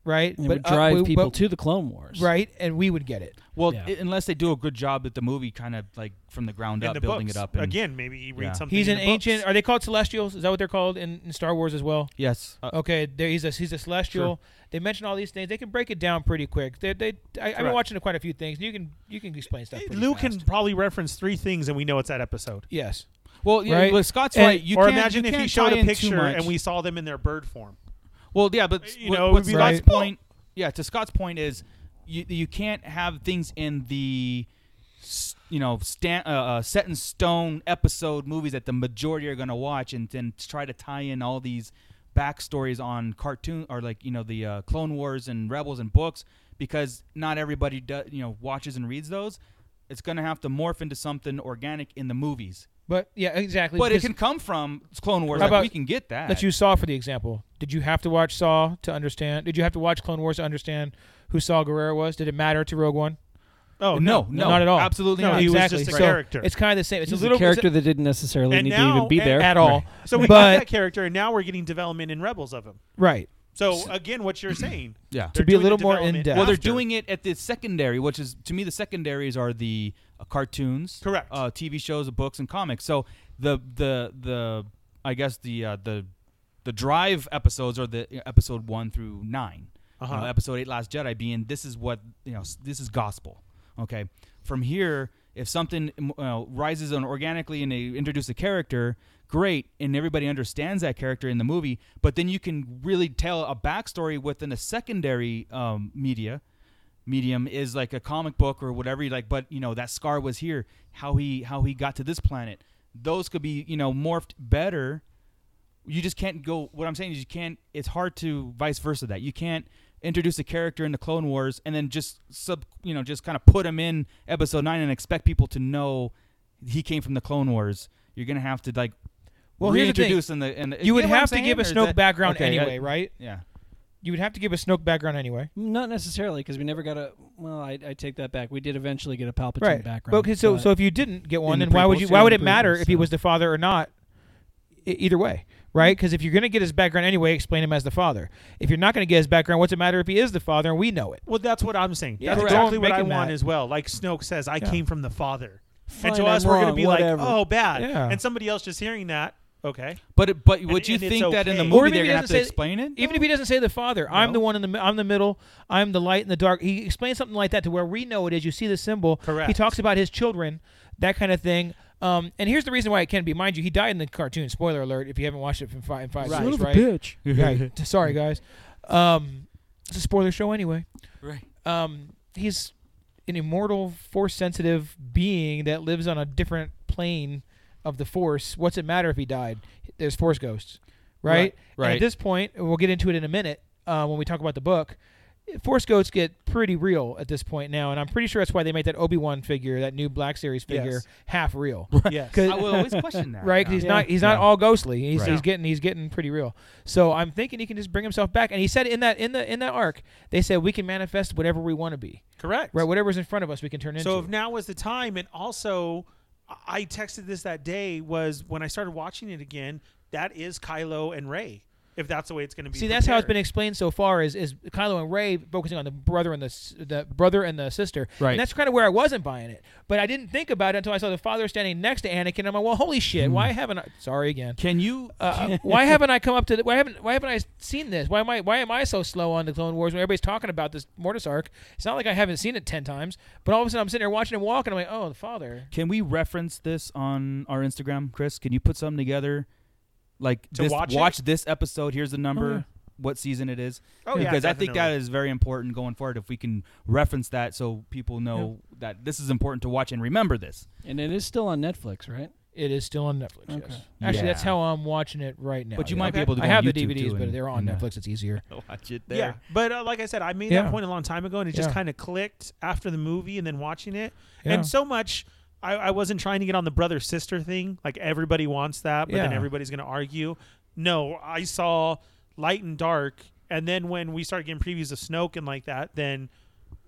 [SPEAKER 3] right?
[SPEAKER 7] And it would
[SPEAKER 3] uh,
[SPEAKER 7] drive
[SPEAKER 3] we-
[SPEAKER 7] people
[SPEAKER 3] but-
[SPEAKER 7] to the Clone Wars.
[SPEAKER 3] right, and we would get it.
[SPEAKER 5] side. Well,
[SPEAKER 7] Yeah.
[SPEAKER 5] i- unless they do a good job at the movie, kind of like from the ground
[SPEAKER 6] in
[SPEAKER 5] up,
[SPEAKER 6] the
[SPEAKER 5] building
[SPEAKER 6] books.
[SPEAKER 5] it up and-
[SPEAKER 6] again. Maybe he reads
[SPEAKER 5] Yeah.
[SPEAKER 6] something.
[SPEAKER 3] He's
[SPEAKER 6] in
[SPEAKER 3] an
[SPEAKER 6] the books.
[SPEAKER 3] ancient. Are they called Celestials? Is that what they're called in, in Star Wars as well?
[SPEAKER 5] Yes. Uh,
[SPEAKER 3] Okay, there, he's a he's a celestial. They mention all these things. They can break it down pretty quick. They, they I, I've been
[SPEAKER 5] Correct.
[SPEAKER 3] watching quite a few things. You can you can explain stuff. pretty
[SPEAKER 6] Eh, Luke
[SPEAKER 3] fast.
[SPEAKER 6] can probably reference three things, and we know it's that episode.
[SPEAKER 3] Yes.
[SPEAKER 5] Well, yeah,
[SPEAKER 3] Right?
[SPEAKER 5] but Scott's
[SPEAKER 3] And-
[SPEAKER 5] right. You
[SPEAKER 6] or
[SPEAKER 5] can't,
[SPEAKER 6] imagine
[SPEAKER 5] you
[SPEAKER 6] if he
[SPEAKER 5] can't
[SPEAKER 6] showed
[SPEAKER 5] tie
[SPEAKER 6] a
[SPEAKER 5] in too
[SPEAKER 6] picture
[SPEAKER 5] much.
[SPEAKER 6] and we saw them in their bird form.
[SPEAKER 5] Well, yeah, but
[SPEAKER 6] You
[SPEAKER 5] what-
[SPEAKER 6] know, it
[SPEAKER 5] what
[SPEAKER 6] would be
[SPEAKER 5] Scott's
[SPEAKER 6] like, well-
[SPEAKER 5] point? Yeah, to Scott's point is you you can't have things in the s- you know stand, uh, uh, set in stone episode movies that the majority are going to watch and then try to tie in all these backstories on cartoon or like you know the uh, Clone Wars and Rebels and books because not everybody do, you know watches and reads those. It's going to have to morph into something organic in the movies.
[SPEAKER 3] But yeah, exactly.
[SPEAKER 5] But it
[SPEAKER 3] because-
[SPEAKER 5] can come from Clone Wars.
[SPEAKER 3] How
[SPEAKER 5] Like,
[SPEAKER 3] about-
[SPEAKER 5] we can get that.
[SPEAKER 3] Let's use Saw for the example. Did you have to watch Saw to understand? Did you have to watch Clone Wars to understand who Saw Guerrero was? Did it matter to Rogue One?
[SPEAKER 6] Oh
[SPEAKER 5] no, no,
[SPEAKER 3] not at all.
[SPEAKER 5] Absolutely
[SPEAKER 6] No,
[SPEAKER 5] not.
[SPEAKER 6] he was
[SPEAKER 3] exactly.
[SPEAKER 6] just a
[SPEAKER 3] So
[SPEAKER 6] character.
[SPEAKER 3] It's kind of the same. It's
[SPEAKER 7] He's
[SPEAKER 3] a little
[SPEAKER 7] a character that didn't necessarily
[SPEAKER 6] and
[SPEAKER 7] need to
[SPEAKER 6] now-
[SPEAKER 7] even be
[SPEAKER 6] and-
[SPEAKER 7] there
[SPEAKER 3] at all.
[SPEAKER 6] So we
[SPEAKER 3] but
[SPEAKER 6] got that character, and now we're getting development in Rebels of him.
[SPEAKER 3] right.
[SPEAKER 6] So again, what you're saying?
[SPEAKER 5] Yeah. To
[SPEAKER 6] they're
[SPEAKER 3] be a
[SPEAKER 6] doing the
[SPEAKER 3] little more
[SPEAKER 6] development
[SPEAKER 3] in-depth.
[SPEAKER 5] Well, they're
[SPEAKER 6] after.
[SPEAKER 5] doing it at the secondary, which is to me the secondaries are the uh, cartoons,
[SPEAKER 6] Correct.
[SPEAKER 5] Uh, TV shows, the books, and comics. So the the the I guess the uh, the the drive episodes are the uh, episode one through 9 You know,
[SPEAKER 6] Uh-huh.
[SPEAKER 5] episode eight, Last Jedi, being this is what you know. s- This is gospel. Okay. From here, if something um, uh, rises on organically and they introduce a character, great, and everybody understands that character in the movie. But then you can really tell a backstory within a secondary um, media medium is like a comic book or whatever you like but you know that scar was here how he how he got to this planet those could be you know morphed better you just can't go what i'm saying is you can't it's hard to vice versa that you can't introduce a character in the clone wars and then just sub you know just kind of put him in episode 9 and expect people to know he came from the clone wars you're gonna have to like
[SPEAKER 3] Well, here's the thing.
[SPEAKER 5] reintroduce in the in the
[SPEAKER 3] You would
[SPEAKER 5] get what I'm
[SPEAKER 3] have to
[SPEAKER 5] saying?
[SPEAKER 3] give
[SPEAKER 5] Or
[SPEAKER 3] a
[SPEAKER 5] is
[SPEAKER 3] Snoke
[SPEAKER 5] that-
[SPEAKER 3] background
[SPEAKER 5] okay, I-
[SPEAKER 3] anyway, right?
[SPEAKER 5] yeah
[SPEAKER 3] You would have to give a Snoke background anyway.
[SPEAKER 7] Not necessarily, because we never got a. Well, I, I take that back. We did eventually get a Palpatine
[SPEAKER 3] right.
[SPEAKER 7] background.
[SPEAKER 3] But, okay, so
[SPEAKER 7] but-
[SPEAKER 3] so if you didn't get one,
[SPEAKER 5] the
[SPEAKER 3] then why would
[SPEAKER 5] prequels,
[SPEAKER 3] you?
[SPEAKER 5] yeah,
[SPEAKER 3] Why would
[SPEAKER 5] the
[SPEAKER 3] it matter
[SPEAKER 5] prequels,
[SPEAKER 3] if he
[SPEAKER 5] so-
[SPEAKER 3] was the father or not? E- either way, right? Because if you're going to get his background anyway, explain him as the father. If you're not going to get his background, what's it matter if he is the father and we know it?
[SPEAKER 6] Well, that's what I'm saying.
[SPEAKER 3] Yeah,
[SPEAKER 6] that's
[SPEAKER 3] correct.
[SPEAKER 6] exactly
[SPEAKER 3] Don't
[SPEAKER 6] what
[SPEAKER 3] make
[SPEAKER 6] I
[SPEAKER 3] him
[SPEAKER 6] want
[SPEAKER 3] that.
[SPEAKER 6] as well. Like Snoke says, I
[SPEAKER 3] Yeah.
[SPEAKER 6] came from the Father.
[SPEAKER 7] Fine,
[SPEAKER 6] and to
[SPEAKER 7] I'm
[SPEAKER 6] us, we're going to
[SPEAKER 7] wrong,
[SPEAKER 6] be
[SPEAKER 7] whatever.
[SPEAKER 6] like, oh, bad.
[SPEAKER 3] Yeah.
[SPEAKER 6] And somebody else just hearing that, okay.
[SPEAKER 5] but it, but would
[SPEAKER 6] And-
[SPEAKER 5] you
[SPEAKER 6] and it's
[SPEAKER 5] think that in the
[SPEAKER 6] okay.
[SPEAKER 3] Or
[SPEAKER 5] movie
[SPEAKER 3] maybe
[SPEAKER 5] they're
[SPEAKER 3] he
[SPEAKER 5] gonna have
[SPEAKER 3] doesn't
[SPEAKER 5] to
[SPEAKER 3] say-
[SPEAKER 5] explain it
[SPEAKER 3] Even if he doesn't say the father, I'm
[SPEAKER 6] No.
[SPEAKER 3] the one in the mi- I'm the middle, I'm the light in the dark. He explains something like that to where we know it is. You see the symbol. He
[SPEAKER 6] Correct.
[SPEAKER 3] talks about his children, that kind of thing. Um, and here's the reason why it can be. Mind you, he died in the cartoon. Spoiler alert! If you haven't watched it from five in five
[SPEAKER 7] Right.
[SPEAKER 3] years,
[SPEAKER 7] Son of a
[SPEAKER 3] right?
[SPEAKER 7] bitch.
[SPEAKER 5] Mm-hmm.
[SPEAKER 3] Right. Sorry, guys. Um, it's a spoiler show anyway.
[SPEAKER 5] Right.
[SPEAKER 3] Um, he's an immortal, force sensitive being that lives on a different plane of the force. What's it matter if he died? There's force ghosts, right?
[SPEAKER 5] Right,
[SPEAKER 3] And
[SPEAKER 5] right.
[SPEAKER 3] at this point, and we'll get into it in a minute uh, when we talk about the book. Force ghosts get pretty real at this point now, and I'm pretty sure that's why they made that Obi Wan figure, that new Black Series figure,
[SPEAKER 6] Yes.
[SPEAKER 3] half real.
[SPEAKER 6] Yes.
[SPEAKER 3] 'Cause-
[SPEAKER 5] I will always question that.
[SPEAKER 3] right? 'Cause
[SPEAKER 5] Yeah.
[SPEAKER 3] he's not he's not
[SPEAKER 5] Yeah.
[SPEAKER 3] all ghostly. He's,
[SPEAKER 5] Right.
[SPEAKER 3] he's getting he's getting pretty real. So I'm thinking he can just bring himself back. And he said in that in the in that arc, they said we can manifest whatever we want to be.
[SPEAKER 6] Correct.
[SPEAKER 3] Right, whatever's in front of us, we can turn into.
[SPEAKER 6] So if now was the time, and also I- I texted this that day was when I started watching it again. That is Kylo and Ray. If that's the way it's going to be.
[SPEAKER 3] See, that's how it's been
[SPEAKER 6] prepared.
[SPEAKER 3] explained so far. Is is Kylo and Ray focusing on the brother and the s- the brother and the sister?
[SPEAKER 5] Right.
[SPEAKER 3] And that's kind of where I wasn't buying it, but I didn't think about it until I saw the father standing next to Anakin. I'm like, well, holy
[SPEAKER 5] Hmm.
[SPEAKER 3] shit! Why haven't I? Sorry again.
[SPEAKER 5] Can you?
[SPEAKER 3] Uh, why haven't I come up to? The, why haven't Why haven't I seen this? Why am I Why am I so slow on the Clone Wars when everybody's talking about this Mortis arc? It's not like I haven't seen it ten times, but all of a sudden I'm sitting there watching him walk, and I'm like, oh, the father.
[SPEAKER 5] Can we reference this on our Instagram, Chris? Can you put something together, like
[SPEAKER 6] To
[SPEAKER 5] this,
[SPEAKER 6] watch it?
[SPEAKER 5] this episode? Here's the number, what season it is.
[SPEAKER 6] Oh, yeah,
[SPEAKER 5] because I think that
[SPEAKER 6] definitely.
[SPEAKER 5] is very important going forward. If we can reference that, so people know that this is important to watch and remember this.
[SPEAKER 7] and it is still on Netflix, right?
[SPEAKER 3] It is still on Netflix.
[SPEAKER 7] Okay.
[SPEAKER 3] Yes. Actually, that's
[SPEAKER 5] Yeah.
[SPEAKER 3] how I'm watching it right now.
[SPEAKER 5] But you
[SPEAKER 3] yeah.
[SPEAKER 5] might be
[SPEAKER 6] Okay.
[SPEAKER 5] able to. Go
[SPEAKER 3] I have
[SPEAKER 5] on
[SPEAKER 3] the
[SPEAKER 5] YouTube
[SPEAKER 3] DVDs,
[SPEAKER 5] too
[SPEAKER 3] but
[SPEAKER 5] and-
[SPEAKER 3] they're on
[SPEAKER 5] and, uh,
[SPEAKER 3] Netflix. It's easier.
[SPEAKER 6] Oh.
[SPEAKER 5] Watch it
[SPEAKER 6] Yeah, but uh, like I said, I made
[SPEAKER 3] Yeah.
[SPEAKER 6] that point a long time ago, and it
[SPEAKER 3] Yeah.
[SPEAKER 6] just kind of clicked after the movie, and then watching it,
[SPEAKER 3] Yeah.
[SPEAKER 6] and so much. I, I wasn't trying to get on the brother sister thing. Like everybody wants that, but then
[SPEAKER 3] Yeah.
[SPEAKER 6] everybody's going to argue. No, I saw light and dark, and then when we started getting previews of Snoke and like that, then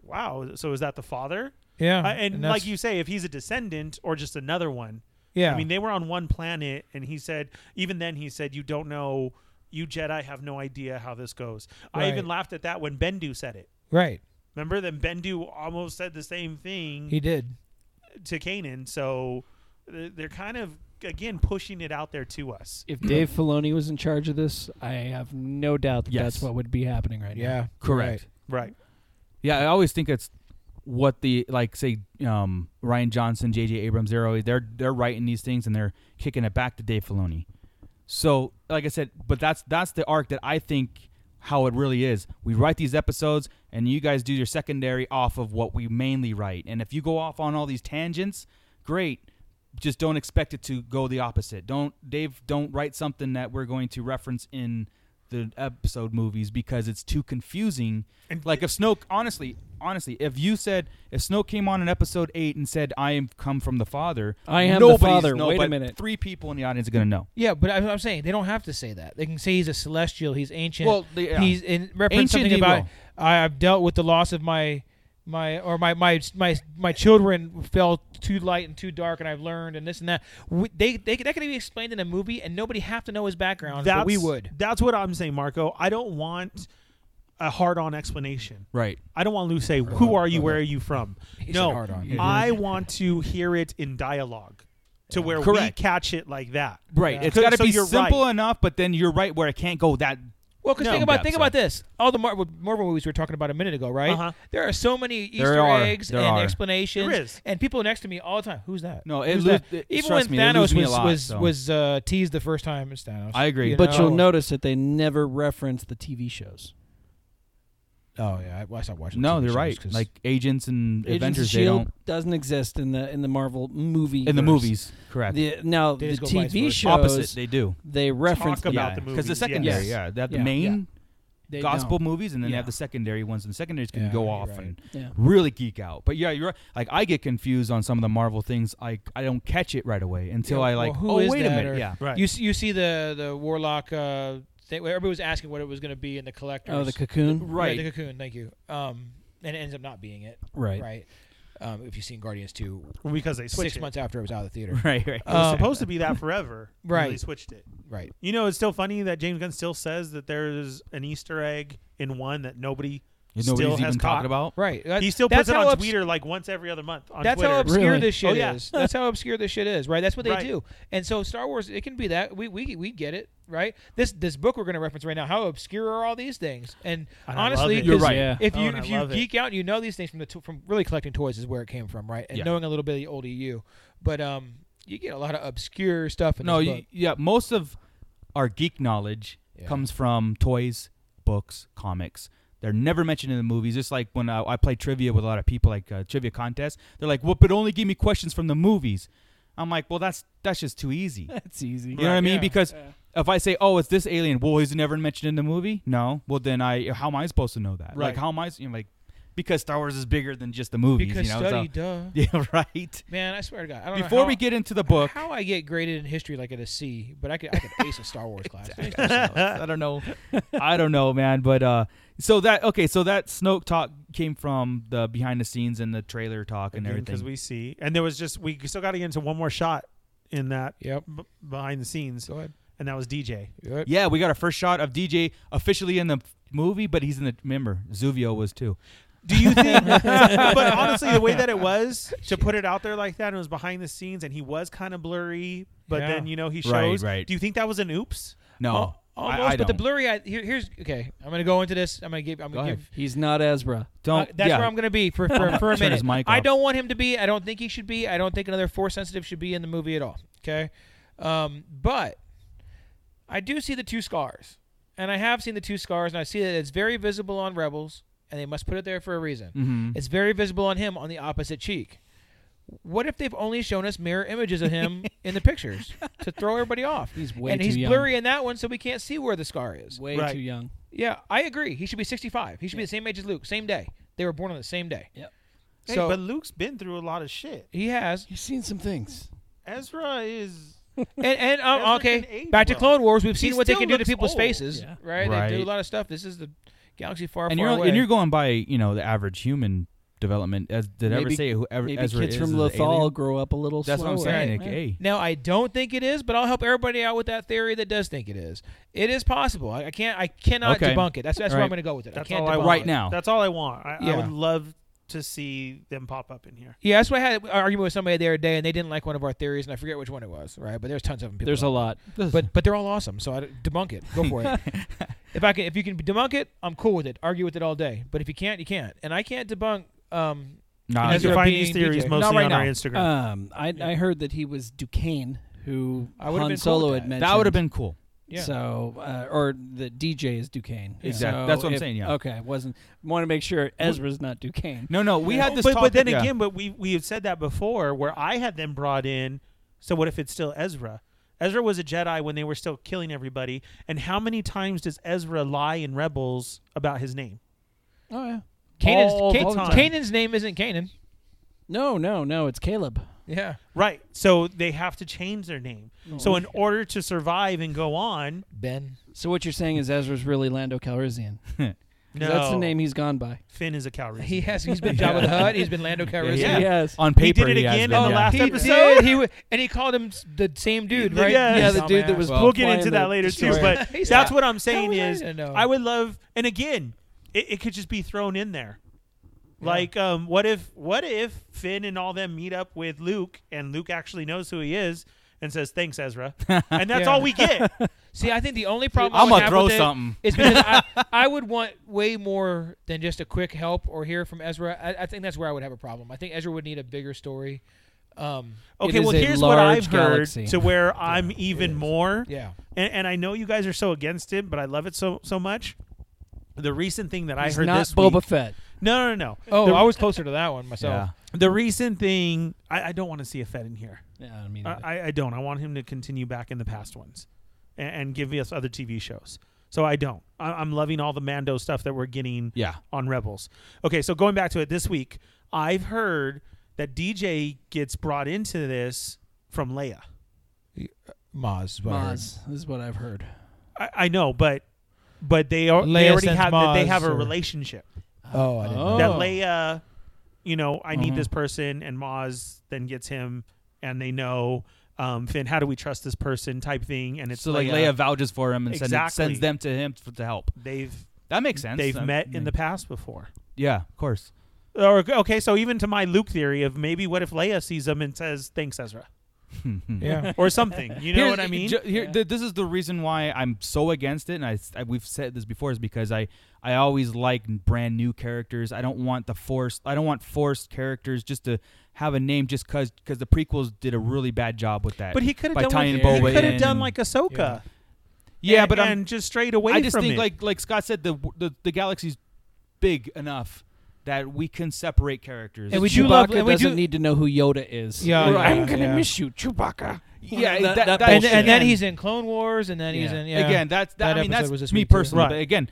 [SPEAKER 6] wow. So is that the father? Uh,
[SPEAKER 3] Yeah,
[SPEAKER 6] and,
[SPEAKER 3] Uh-huh. and
[SPEAKER 6] like
[SPEAKER 3] that's-
[SPEAKER 6] you say, if he's a descendant or just another one,
[SPEAKER 3] Yeah.
[SPEAKER 6] I mean, they were on one planet, and he said, even then, he said, "You don't know, you Jedi have no idea how this goes." I
[SPEAKER 3] Right.
[SPEAKER 6] even laughed at that when Bendu said it.
[SPEAKER 3] right.
[SPEAKER 6] Remember, then Bendu almost said the same thing
[SPEAKER 3] He did.
[SPEAKER 6] to Kanan. So th- they're kind of again pushing it out there to us.
[SPEAKER 7] If Dave Filoni was in charge of this, I have no doubt that
[SPEAKER 5] Yes.
[SPEAKER 7] that's what would be happening right now.
[SPEAKER 3] Yeah.
[SPEAKER 5] Correct.
[SPEAKER 3] right.
[SPEAKER 6] Right.
[SPEAKER 5] Yeah, I always think it's what the like say um, Ryan Johnson, J.J. Abrams, they're always- they're they're writing these things and they're kicking it back to Dave Filoni. So, like I said, but that's that's the arc that I think how it really is. We write these episodes, and you guys do your secondary off of what we mainly write. And if you go off on all these tangents, great. Just don't expect it to go the opposite. Don't Dave. Don't write something that we're going to reference in the episode movies because it's too confusing. like if Snoke, honestly, honestly, if you said if Snoke came on in episode eight and said, "I am come from the Father,"
[SPEAKER 7] I am the
[SPEAKER 5] nobody's-
[SPEAKER 7] Father.
[SPEAKER 5] no,
[SPEAKER 7] Wait a
[SPEAKER 5] but
[SPEAKER 7] minute.
[SPEAKER 5] Three people in the audience are gonna know.
[SPEAKER 3] Yeah, but I'm, I'm saying they don't have to say that. They can say he's a celestial. He's ancient.
[SPEAKER 5] Well, they- yeah.
[SPEAKER 3] he's in reference
[SPEAKER 5] Ancient
[SPEAKER 3] something
[SPEAKER 5] he
[SPEAKER 3] about
[SPEAKER 5] will.
[SPEAKER 3] I, I've dealt with the loss of my my or my my my my children fell too light and too dark, and I've learned and this and that. We, they they that can be explained in a movie, and nobody have to know his background. but we would.
[SPEAKER 6] That's what I'm saying, Marco. I don't want a hard-on explanation.
[SPEAKER 5] Right.
[SPEAKER 6] I don't want Lou to say, "Who are you? Where are you from?"
[SPEAKER 3] He
[SPEAKER 6] no,
[SPEAKER 3] said hard on.
[SPEAKER 6] I want to hear it in dialogue, to where
[SPEAKER 5] Correct.
[SPEAKER 6] we catch it like that.
[SPEAKER 5] Right. It's
[SPEAKER 6] So-
[SPEAKER 5] got to
[SPEAKER 6] so
[SPEAKER 5] be
[SPEAKER 6] you're
[SPEAKER 5] simple
[SPEAKER 6] right.
[SPEAKER 5] enough, but then you're right where it can't go that.
[SPEAKER 3] Well, because
[SPEAKER 6] No.
[SPEAKER 3] think about
[SPEAKER 5] Yeah,
[SPEAKER 3] think
[SPEAKER 5] so-
[SPEAKER 3] about this. All the Marvel, Marvel movies we were talking about a minute ago, right?
[SPEAKER 6] Uh-huh.
[SPEAKER 3] There are so many Easter
[SPEAKER 5] are.
[SPEAKER 3] eggs
[SPEAKER 5] There
[SPEAKER 3] and
[SPEAKER 5] are.
[SPEAKER 3] explanations,
[SPEAKER 6] There is.
[SPEAKER 3] and people next to me all the time. Who's that?
[SPEAKER 5] No, it
[SPEAKER 3] Who's
[SPEAKER 5] lo-
[SPEAKER 3] that?
[SPEAKER 5] it-
[SPEAKER 3] Even
[SPEAKER 5] trust me,
[SPEAKER 3] when
[SPEAKER 5] it
[SPEAKER 3] Thanos
[SPEAKER 5] loses me a
[SPEAKER 3] was
[SPEAKER 5] lot,
[SPEAKER 3] was
[SPEAKER 5] so.
[SPEAKER 3] was uh, teased the first time, it's Thanos.
[SPEAKER 5] I agree.
[SPEAKER 3] you
[SPEAKER 5] But
[SPEAKER 7] But you'll
[SPEAKER 3] know?
[SPEAKER 7] notice that they never reference the TV shows.
[SPEAKER 3] Oh yeah, I, well, I stopped watching.
[SPEAKER 5] No,
[SPEAKER 3] TV
[SPEAKER 5] they're
[SPEAKER 3] shows
[SPEAKER 5] right.
[SPEAKER 3] 'cause-
[SPEAKER 5] Like agents and
[SPEAKER 7] Agents of
[SPEAKER 5] Avengers, they
[SPEAKER 7] Shield
[SPEAKER 5] don't
[SPEAKER 7] E doesn't exist in the in the Marvel movie.
[SPEAKER 5] in the
[SPEAKER 7] verse.
[SPEAKER 5] movies. Correct.
[SPEAKER 7] The, now
[SPEAKER 3] They
[SPEAKER 7] the
[SPEAKER 3] just go vice
[SPEAKER 7] TV
[SPEAKER 3] versa.
[SPEAKER 7] shows
[SPEAKER 5] Opposite, they do.
[SPEAKER 7] they reference
[SPEAKER 6] Talk about
[SPEAKER 5] yeah.
[SPEAKER 6] the
[SPEAKER 5] because the
[SPEAKER 6] movies,
[SPEAKER 5] secondary,
[SPEAKER 7] yes.
[SPEAKER 5] yeah, they have the
[SPEAKER 7] Yeah.
[SPEAKER 5] main
[SPEAKER 7] they
[SPEAKER 5] gospel
[SPEAKER 7] don't.
[SPEAKER 5] movies, and then they have
[SPEAKER 7] Yeah.
[SPEAKER 5] the secondary ones, and the secondaries can
[SPEAKER 3] Yeah,
[SPEAKER 5] go
[SPEAKER 3] you're
[SPEAKER 5] off
[SPEAKER 3] right.
[SPEAKER 5] and
[SPEAKER 7] Yeah.
[SPEAKER 5] really geek out. But yeah, you're right. like I get confused on some of the Marvel things. I I don't catch it right away until
[SPEAKER 3] Yeah,
[SPEAKER 5] I like.
[SPEAKER 3] well, who
[SPEAKER 5] oh
[SPEAKER 3] is
[SPEAKER 5] wait a
[SPEAKER 3] that,
[SPEAKER 5] minute,
[SPEAKER 3] or-
[SPEAKER 5] yeah.
[SPEAKER 6] Right.
[SPEAKER 3] you s- you see the the warlock. Uh, thing, where everybody was asking what it was going to be in the collector.
[SPEAKER 7] Oh, the cocoon.
[SPEAKER 3] Yeah,
[SPEAKER 5] Right.
[SPEAKER 3] the cocoon. Thank you. Um, and it ends up not being it.
[SPEAKER 7] Right.
[SPEAKER 3] Right. Um, if you've seen Guardians two,
[SPEAKER 6] because they switched
[SPEAKER 3] six
[SPEAKER 6] it.
[SPEAKER 3] months after it was out of the theater.
[SPEAKER 5] Right, right.
[SPEAKER 6] It was
[SPEAKER 3] Um,
[SPEAKER 6] Uh, supposed to be that forever. and
[SPEAKER 3] Right.
[SPEAKER 6] They switched it.
[SPEAKER 3] Right.
[SPEAKER 6] You know, it's still funny that James Gunn still says that there's an Easter egg in one that nobody
[SPEAKER 5] Nobody's
[SPEAKER 6] still
[SPEAKER 5] even
[SPEAKER 6] has
[SPEAKER 5] talking
[SPEAKER 6] caught.
[SPEAKER 5] about.
[SPEAKER 3] Right. That-
[SPEAKER 6] He still
[SPEAKER 3] that's
[SPEAKER 6] puts it
[SPEAKER 3] how
[SPEAKER 6] on
[SPEAKER 3] obs-
[SPEAKER 6] Twitter like once every other month. On
[SPEAKER 3] That's
[SPEAKER 6] Twitter.
[SPEAKER 3] how obscure
[SPEAKER 7] Really?
[SPEAKER 3] this shit
[SPEAKER 6] Oh, yeah.
[SPEAKER 3] is. That's how obscure this shit is, right? That's what they
[SPEAKER 6] Right.
[SPEAKER 3] do. And so Star Wars, it can be that we we, we get it, right? This this book we're going to reference right now. How obscure are all these things? And,
[SPEAKER 6] And I love
[SPEAKER 3] honestly,
[SPEAKER 6] it.
[SPEAKER 5] You're
[SPEAKER 3] 'cause
[SPEAKER 5] right.
[SPEAKER 7] Yeah.
[SPEAKER 3] If
[SPEAKER 6] Oh,
[SPEAKER 3] you
[SPEAKER 6] and I
[SPEAKER 3] if you
[SPEAKER 6] love it.
[SPEAKER 3] geek out, you know these things from the to- from really collecting toys is where it came from, right? And
[SPEAKER 5] Yeah.
[SPEAKER 3] knowing a little bit of the older you, but um, you get a lot of obscure stuff in
[SPEAKER 5] no,
[SPEAKER 3] this
[SPEAKER 5] you-
[SPEAKER 3] book.
[SPEAKER 5] yeah. Most of our geek knowledge
[SPEAKER 3] Yeah.
[SPEAKER 5] comes from toys, books, comics. They're never mentioned in the movies. Just like when I, I play trivia with a lot of people, like uh, trivia contests, they're like, "Well, but only give me questions from the movies." I'm like, "Well, that's that's just too easy."
[SPEAKER 7] That's easy.
[SPEAKER 5] You know what I mean?
[SPEAKER 3] yeah.
[SPEAKER 5] Because if I say, "Oh, it's this alien," well, he's never mentioned in the movie. No, well then I how am I supposed to know that? Like
[SPEAKER 6] Right.
[SPEAKER 5] how am I you know, like because Star Wars is bigger than just the movies.
[SPEAKER 3] because
[SPEAKER 5] you know?
[SPEAKER 3] study,
[SPEAKER 5] so,
[SPEAKER 3] duh.
[SPEAKER 5] yeah, right.
[SPEAKER 3] Man, I swear to God, I don't know
[SPEAKER 5] Before
[SPEAKER 3] how-
[SPEAKER 5] we get into the book,
[SPEAKER 3] How I get graded in history like at a C, but I could I could ace a Star Wars class.
[SPEAKER 5] I don't know. I don't know, man. But uh, so that okay, so that Snoke talk came from the behind the scenes and the trailer talk and
[SPEAKER 6] Because
[SPEAKER 5] everything.
[SPEAKER 6] we see, and there was just we still got to get into one more shot in that
[SPEAKER 3] Yep.
[SPEAKER 6] b- behind the scenes,
[SPEAKER 3] Go ahead.
[SPEAKER 6] and that was DJ.
[SPEAKER 3] Yep.
[SPEAKER 5] yeah, we got our first shot of DJ officially in the f- movie, but he's in the remember Zuvio was too.
[SPEAKER 6] Do you think? but honestly, the way that it was to put it out there like that, and it was behind the scenes, and he was kind of blurry, but
[SPEAKER 3] Yeah.
[SPEAKER 6] then you know he
[SPEAKER 5] Right,
[SPEAKER 6] shows.
[SPEAKER 5] right.
[SPEAKER 6] Do you think that was an oops?
[SPEAKER 5] No,
[SPEAKER 3] Al- almost,
[SPEAKER 5] I, I
[SPEAKER 3] but the
[SPEAKER 5] don't.
[SPEAKER 3] blurry. I, here, here's okay. I'm gonna go into this. I'm gonna give. I'm
[SPEAKER 5] Go
[SPEAKER 3] gonna
[SPEAKER 5] ahead.
[SPEAKER 3] give.
[SPEAKER 7] He's not Ezra.
[SPEAKER 5] don't.
[SPEAKER 3] uh, that's
[SPEAKER 5] yeah.
[SPEAKER 3] where I'm gonna be for for, for a
[SPEAKER 5] Turn his
[SPEAKER 3] minute.
[SPEAKER 5] mic
[SPEAKER 3] I
[SPEAKER 5] off.
[SPEAKER 3] don't want him to be. I don't think he should be. I don't think another force sensitive should be in the movie at all. Okay, um, but I do see the two scars, and I have seen the two scars, and I see that it's very visible on Rebels, and they must put it there for a reason.
[SPEAKER 5] Mhm.
[SPEAKER 3] It's very visible on him on the opposite cheek. What if they've only shown us mirror images of him in the pictures to throw everybody off?
[SPEAKER 7] He's way
[SPEAKER 3] and
[SPEAKER 7] too
[SPEAKER 3] he's
[SPEAKER 7] young.
[SPEAKER 3] blurry in that one, so we can't see where the scar is.
[SPEAKER 7] Way
[SPEAKER 6] Right.
[SPEAKER 7] too young.
[SPEAKER 3] Yeah, I agree. He should be 65. He should be the same age as Luke, same day. They were born on the same day.
[SPEAKER 7] Yep.
[SPEAKER 6] Hey,
[SPEAKER 3] So
[SPEAKER 6] but Luke's been through a lot of shit.
[SPEAKER 3] he has.
[SPEAKER 7] He's seen some things.
[SPEAKER 6] Ezra is
[SPEAKER 3] And, and
[SPEAKER 6] Ezra
[SPEAKER 3] um,
[SPEAKER 6] can
[SPEAKER 3] okay,
[SPEAKER 6] age
[SPEAKER 3] back to
[SPEAKER 6] well.
[SPEAKER 3] Clone Wars. We've
[SPEAKER 6] He
[SPEAKER 3] seen what they
[SPEAKER 6] still
[SPEAKER 3] can do to
[SPEAKER 6] looks
[SPEAKER 3] people's
[SPEAKER 6] old.
[SPEAKER 3] faces,
[SPEAKER 7] Yeah.
[SPEAKER 3] right? They do
[SPEAKER 5] Right.
[SPEAKER 3] a lot of stuff. This is the galaxy far,
[SPEAKER 5] and
[SPEAKER 3] far
[SPEAKER 5] you're
[SPEAKER 3] away.
[SPEAKER 5] and you're going by you know the average human development. As did I ever
[SPEAKER 7] Maybe-
[SPEAKER 5] say whoever
[SPEAKER 7] Maybe
[SPEAKER 5] Ezra
[SPEAKER 7] kids
[SPEAKER 5] is
[SPEAKER 7] from
[SPEAKER 5] is an
[SPEAKER 7] Lothal
[SPEAKER 5] alien?
[SPEAKER 7] grow up a little
[SPEAKER 5] That's what I'm
[SPEAKER 7] slower.
[SPEAKER 5] saying.
[SPEAKER 3] Right.
[SPEAKER 5] like, hey.
[SPEAKER 3] Now I don't think it is, but I'll help everybody out with that theory that does think it is. It is possible. I, I can't. I cannot
[SPEAKER 5] Okay.
[SPEAKER 3] debunk it. That's that's where
[SPEAKER 5] Right.
[SPEAKER 3] I'm going to go with it.
[SPEAKER 6] That's
[SPEAKER 3] I can't
[SPEAKER 6] all I want.
[SPEAKER 3] debunk it.
[SPEAKER 5] Right now.
[SPEAKER 6] That's all I want. I,
[SPEAKER 3] Yeah.
[SPEAKER 6] I would love to see them pop up in here.
[SPEAKER 3] Yeah, that's why I had an argument with somebody the other day, and they didn't like one of our theories, and I forget which one it was. Right, but there's tons of them. People
[SPEAKER 7] There's a
[SPEAKER 3] don't-
[SPEAKER 7] lot.
[SPEAKER 3] but but they're all awesome. So I debunk it. Go for it. if I can, if you can debunk it, I'm cool with it. Argue with it all day. But if you can't, you can't. And I can't debunk um,
[SPEAKER 5] Nah,
[SPEAKER 6] You
[SPEAKER 3] Ezra
[SPEAKER 6] can find
[SPEAKER 3] being
[SPEAKER 6] these theories
[SPEAKER 3] DJ.
[SPEAKER 6] mostly
[SPEAKER 3] Not right
[SPEAKER 6] on our
[SPEAKER 3] now. Uh,
[SPEAKER 6] Instagram.
[SPEAKER 7] Um, I, I heard that he was Duquesne, who
[SPEAKER 3] I would've
[SPEAKER 7] Han
[SPEAKER 3] been cool
[SPEAKER 7] Solo
[SPEAKER 3] with
[SPEAKER 7] had
[SPEAKER 3] that.
[SPEAKER 7] mentioned.
[SPEAKER 5] that would have been cool.
[SPEAKER 3] Yeah.
[SPEAKER 7] So, uh, or the DJ is Duquesne.
[SPEAKER 5] Exactly.
[SPEAKER 7] So
[SPEAKER 5] That's what I'm
[SPEAKER 7] if-
[SPEAKER 5] saying, yeah.
[SPEAKER 7] Okay. Wasn't want to make sure Ezra's not Duquesne.
[SPEAKER 5] No, no, we had this.
[SPEAKER 6] Oh, but, but
[SPEAKER 5] topic-
[SPEAKER 6] then
[SPEAKER 5] yeah.
[SPEAKER 6] again, but we we have said that before, where I had them brought in. So what if it's still Ezra? Ezra was a Jedi when they were still killing everybody. And how many times does Ezra lie in Rebels about his name?
[SPEAKER 7] Oh yeah.
[SPEAKER 3] Kanan's,
[SPEAKER 6] all the
[SPEAKER 3] Ka-
[SPEAKER 6] time.
[SPEAKER 3] Kanan's name isn't Kanan.
[SPEAKER 7] No, no, no. It's Caleb.
[SPEAKER 3] Yeah.
[SPEAKER 6] Right. So they have to change their name. So in order to survive and go on,
[SPEAKER 3] Ben.
[SPEAKER 7] Oh. So what you're saying is Ezra's really Lando Calrissian. 'Cause
[SPEAKER 6] no,
[SPEAKER 7] That's the name he's gone by.
[SPEAKER 6] Finn is a Calrissian.
[SPEAKER 3] He has. He's been Jabba the Hutt. He's been Lando Calrissian.
[SPEAKER 6] Yeah.
[SPEAKER 7] Yes.
[SPEAKER 5] on paper,
[SPEAKER 6] did it
[SPEAKER 5] has
[SPEAKER 6] again
[SPEAKER 5] been,
[SPEAKER 6] in the
[SPEAKER 5] yeah.
[SPEAKER 6] last
[SPEAKER 3] he
[SPEAKER 6] episode?
[SPEAKER 3] Did, he w- and he called him s- the same dude, right?
[SPEAKER 6] Yes. Yeah,
[SPEAKER 7] the
[SPEAKER 3] Oh,
[SPEAKER 7] dude
[SPEAKER 3] man.
[SPEAKER 7] that was-
[SPEAKER 6] we'll get
[SPEAKER 7] flying
[SPEAKER 6] into
[SPEAKER 7] the
[SPEAKER 6] that later too.
[SPEAKER 7] destroyer.
[SPEAKER 6] But
[SPEAKER 3] He's
[SPEAKER 6] that's
[SPEAKER 3] not-
[SPEAKER 6] what I'm
[SPEAKER 3] How
[SPEAKER 6] saying
[SPEAKER 3] was I
[SPEAKER 6] is,
[SPEAKER 3] to know?
[SPEAKER 6] I would love, and again, it, it could just be thrown in there. Like, um, what if, what if Finn and all them meet up with Luke, and Luke actually knows who he is and says, "Thanks, Ezra," and that's
[SPEAKER 3] Yeah.
[SPEAKER 6] all we get.
[SPEAKER 3] See, I think the only problem
[SPEAKER 5] I'ma
[SPEAKER 3] I would have
[SPEAKER 5] throw
[SPEAKER 3] with it
[SPEAKER 5] something.
[SPEAKER 3] is because I, I would want way more than just a quick help or hear from Ezra. I, I think that's where I would have a problem. I think Ezra would need a bigger story. Um,
[SPEAKER 6] Okay,
[SPEAKER 7] is
[SPEAKER 6] well,
[SPEAKER 7] a
[SPEAKER 6] here's what
[SPEAKER 7] large
[SPEAKER 6] I've
[SPEAKER 7] galaxy.
[SPEAKER 6] heard to where I'm even more.
[SPEAKER 3] yeah,
[SPEAKER 6] and, and I know you guys are so against it, but I love it so so much. The recent thing that
[SPEAKER 7] He's
[SPEAKER 6] I heard
[SPEAKER 7] not
[SPEAKER 6] this
[SPEAKER 7] Boba
[SPEAKER 6] week.
[SPEAKER 7] Fett.
[SPEAKER 6] No, no, no.
[SPEAKER 3] Oh,
[SPEAKER 6] the,
[SPEAKER 3] I was closer to that one myself.
[SPEAKER 6] the recent thing. I, I don't want to see a Fed in here.
[SPEAKER 7] Yeah, I mean,
[SPEAKER 6] I, I- I don't. I want him to continue back in the past ones, and, and give us other TV shows. So I don't. I, I'm loving all the Mando stuff that we're getting
[SPEAKER 5] Yeah.
[SPEAKER 6] on Rebels. Okay, so going back to it this week, I've heard that DJ gets brought into this from Leia.
[SPEAKER 3] Maz. is what I heard.
[SPEAKER 7] Maz is what I've heard.
[SPEAKER 6] I, I know, but but they are they
[SPEAKER 3] Leia
[SPEAKER 6] already
[SPEAKER 3] sends
[SPEAKER 6] have that they
[SPEAKER 3] Maz
[SPEAKER 6] have a
[SPEAKER 3] or-
[SPEAKER 6] relationship.
[SPEAKER 3] Oh, I didn't. know.
[SPEAKER 6] that
[SPEAKER 7] Oh.
[SPEAKER 6] Leia, you know, I need
[SPEAKER 3] Mm-hmm.
[SPEAKER 7] Mhm.
[SPEAKER 6] this person, and Maz then gets him, and they know um, Finn. How do we trust this person? Type thing, and it's
[SPEAKER 5] So like Leia vouches for him and send-
[SPEAKER 6] Exactly.
[SPEAKER 5] sends them to him f- to help.
[SPEAKER 6] They've
[SPEAKER 5] That makes sense.
[SPEAKER 6] they've
[SPEAKER 5] I
[SPEAKER 6] met in
[SPEAKER 5] mean,
[SPEAKER 6] the past before.
[SPEAKER 5] yeah, of course.
[SPEAKER 6] Or okay, so even to my Luke theory of maybe what if Leia sees him and says thanks Ezra
[SPEAKER 3] Yeah.
[SPEAKER 6] or something. You know
[SPEAKER 5] Here's-
[SPEAKER 6] what I mean?
[SPEAKER 5] ju- Hmm, here- th- this is the reason why I'm so against it, and I, I- we've said this before, is because I I always like brand new characters. I don't want the forced. I don't want forced characters just to have a name just because because the prequels did a really bad job with that.
[SPEAKER 6] but he could
[SPEAKER 5] by
[SPEAKER 6] have done
[SPEAKER 5] tying
[SPEAKER 6] like,
[SPEAKER 5] Boba
[SPEAKER 6] he could
[SPEAKER 5] in
[SPEAKER 6] have done
[SPEAKER 5] and-
[SPEAKER 6] like Ahsoka.
[SPEAKER 3] Yeah.
[SPEAKER 5] yeah,
[SPEAKER 6] and,
[SPEAKER 5] but I'm
[SPEAKER 6] and just straight away.
[SPEAKER 5] I just
[SPEAKER 6] from
[SPEAKER 5] think
[SPEAKER 6] it.
[SPEAKER 5] like like Scott said, the, the the galaxy's big enough that we can separate characters.
[SPEAKER 3] And we do
[SPEAKER 7] Chewbacca
[SPEAKER 3] love- and we
[SPEAKER 7] doesn't
[SPEAKER 3] do-
[SPEAKER 7] need to know who Yoda is.
[SPEAKER 3] Yeah, yeah,
[SPEAKER 7] I'm gonna
[SPEAKER 3] yeah.
[SPEAKER 7] miss you, Chewbacca.
[SPEAKER 5] Yeah,
[SPEAKER 7] that,
[SPEAKER 5] that-
[SPEAKER 7] that
[SPEAKER 5] that-
[SPEAKER 3] And,
[SPEAKER 7] bullshit.
[SPEAKER 3] and then he's in Clone Wars, and then he's
[SPEAKER 7] Yeah.
[SPEAKER 3] in yeah.
[SPEAKER 5] Again, that's that,
[SPEAKER 3] That
[SPEAKER 5] I mean
[SPEAKER 3] episode
[SPEAKER 5] that's
[SPEAKER 3] was this
[SPEAKER 5] me
[SPEAKER 3] week, too.
[SPEAKER 5] personally. But
[SPEAKER 6] Right.
[SPEAKER 5] again,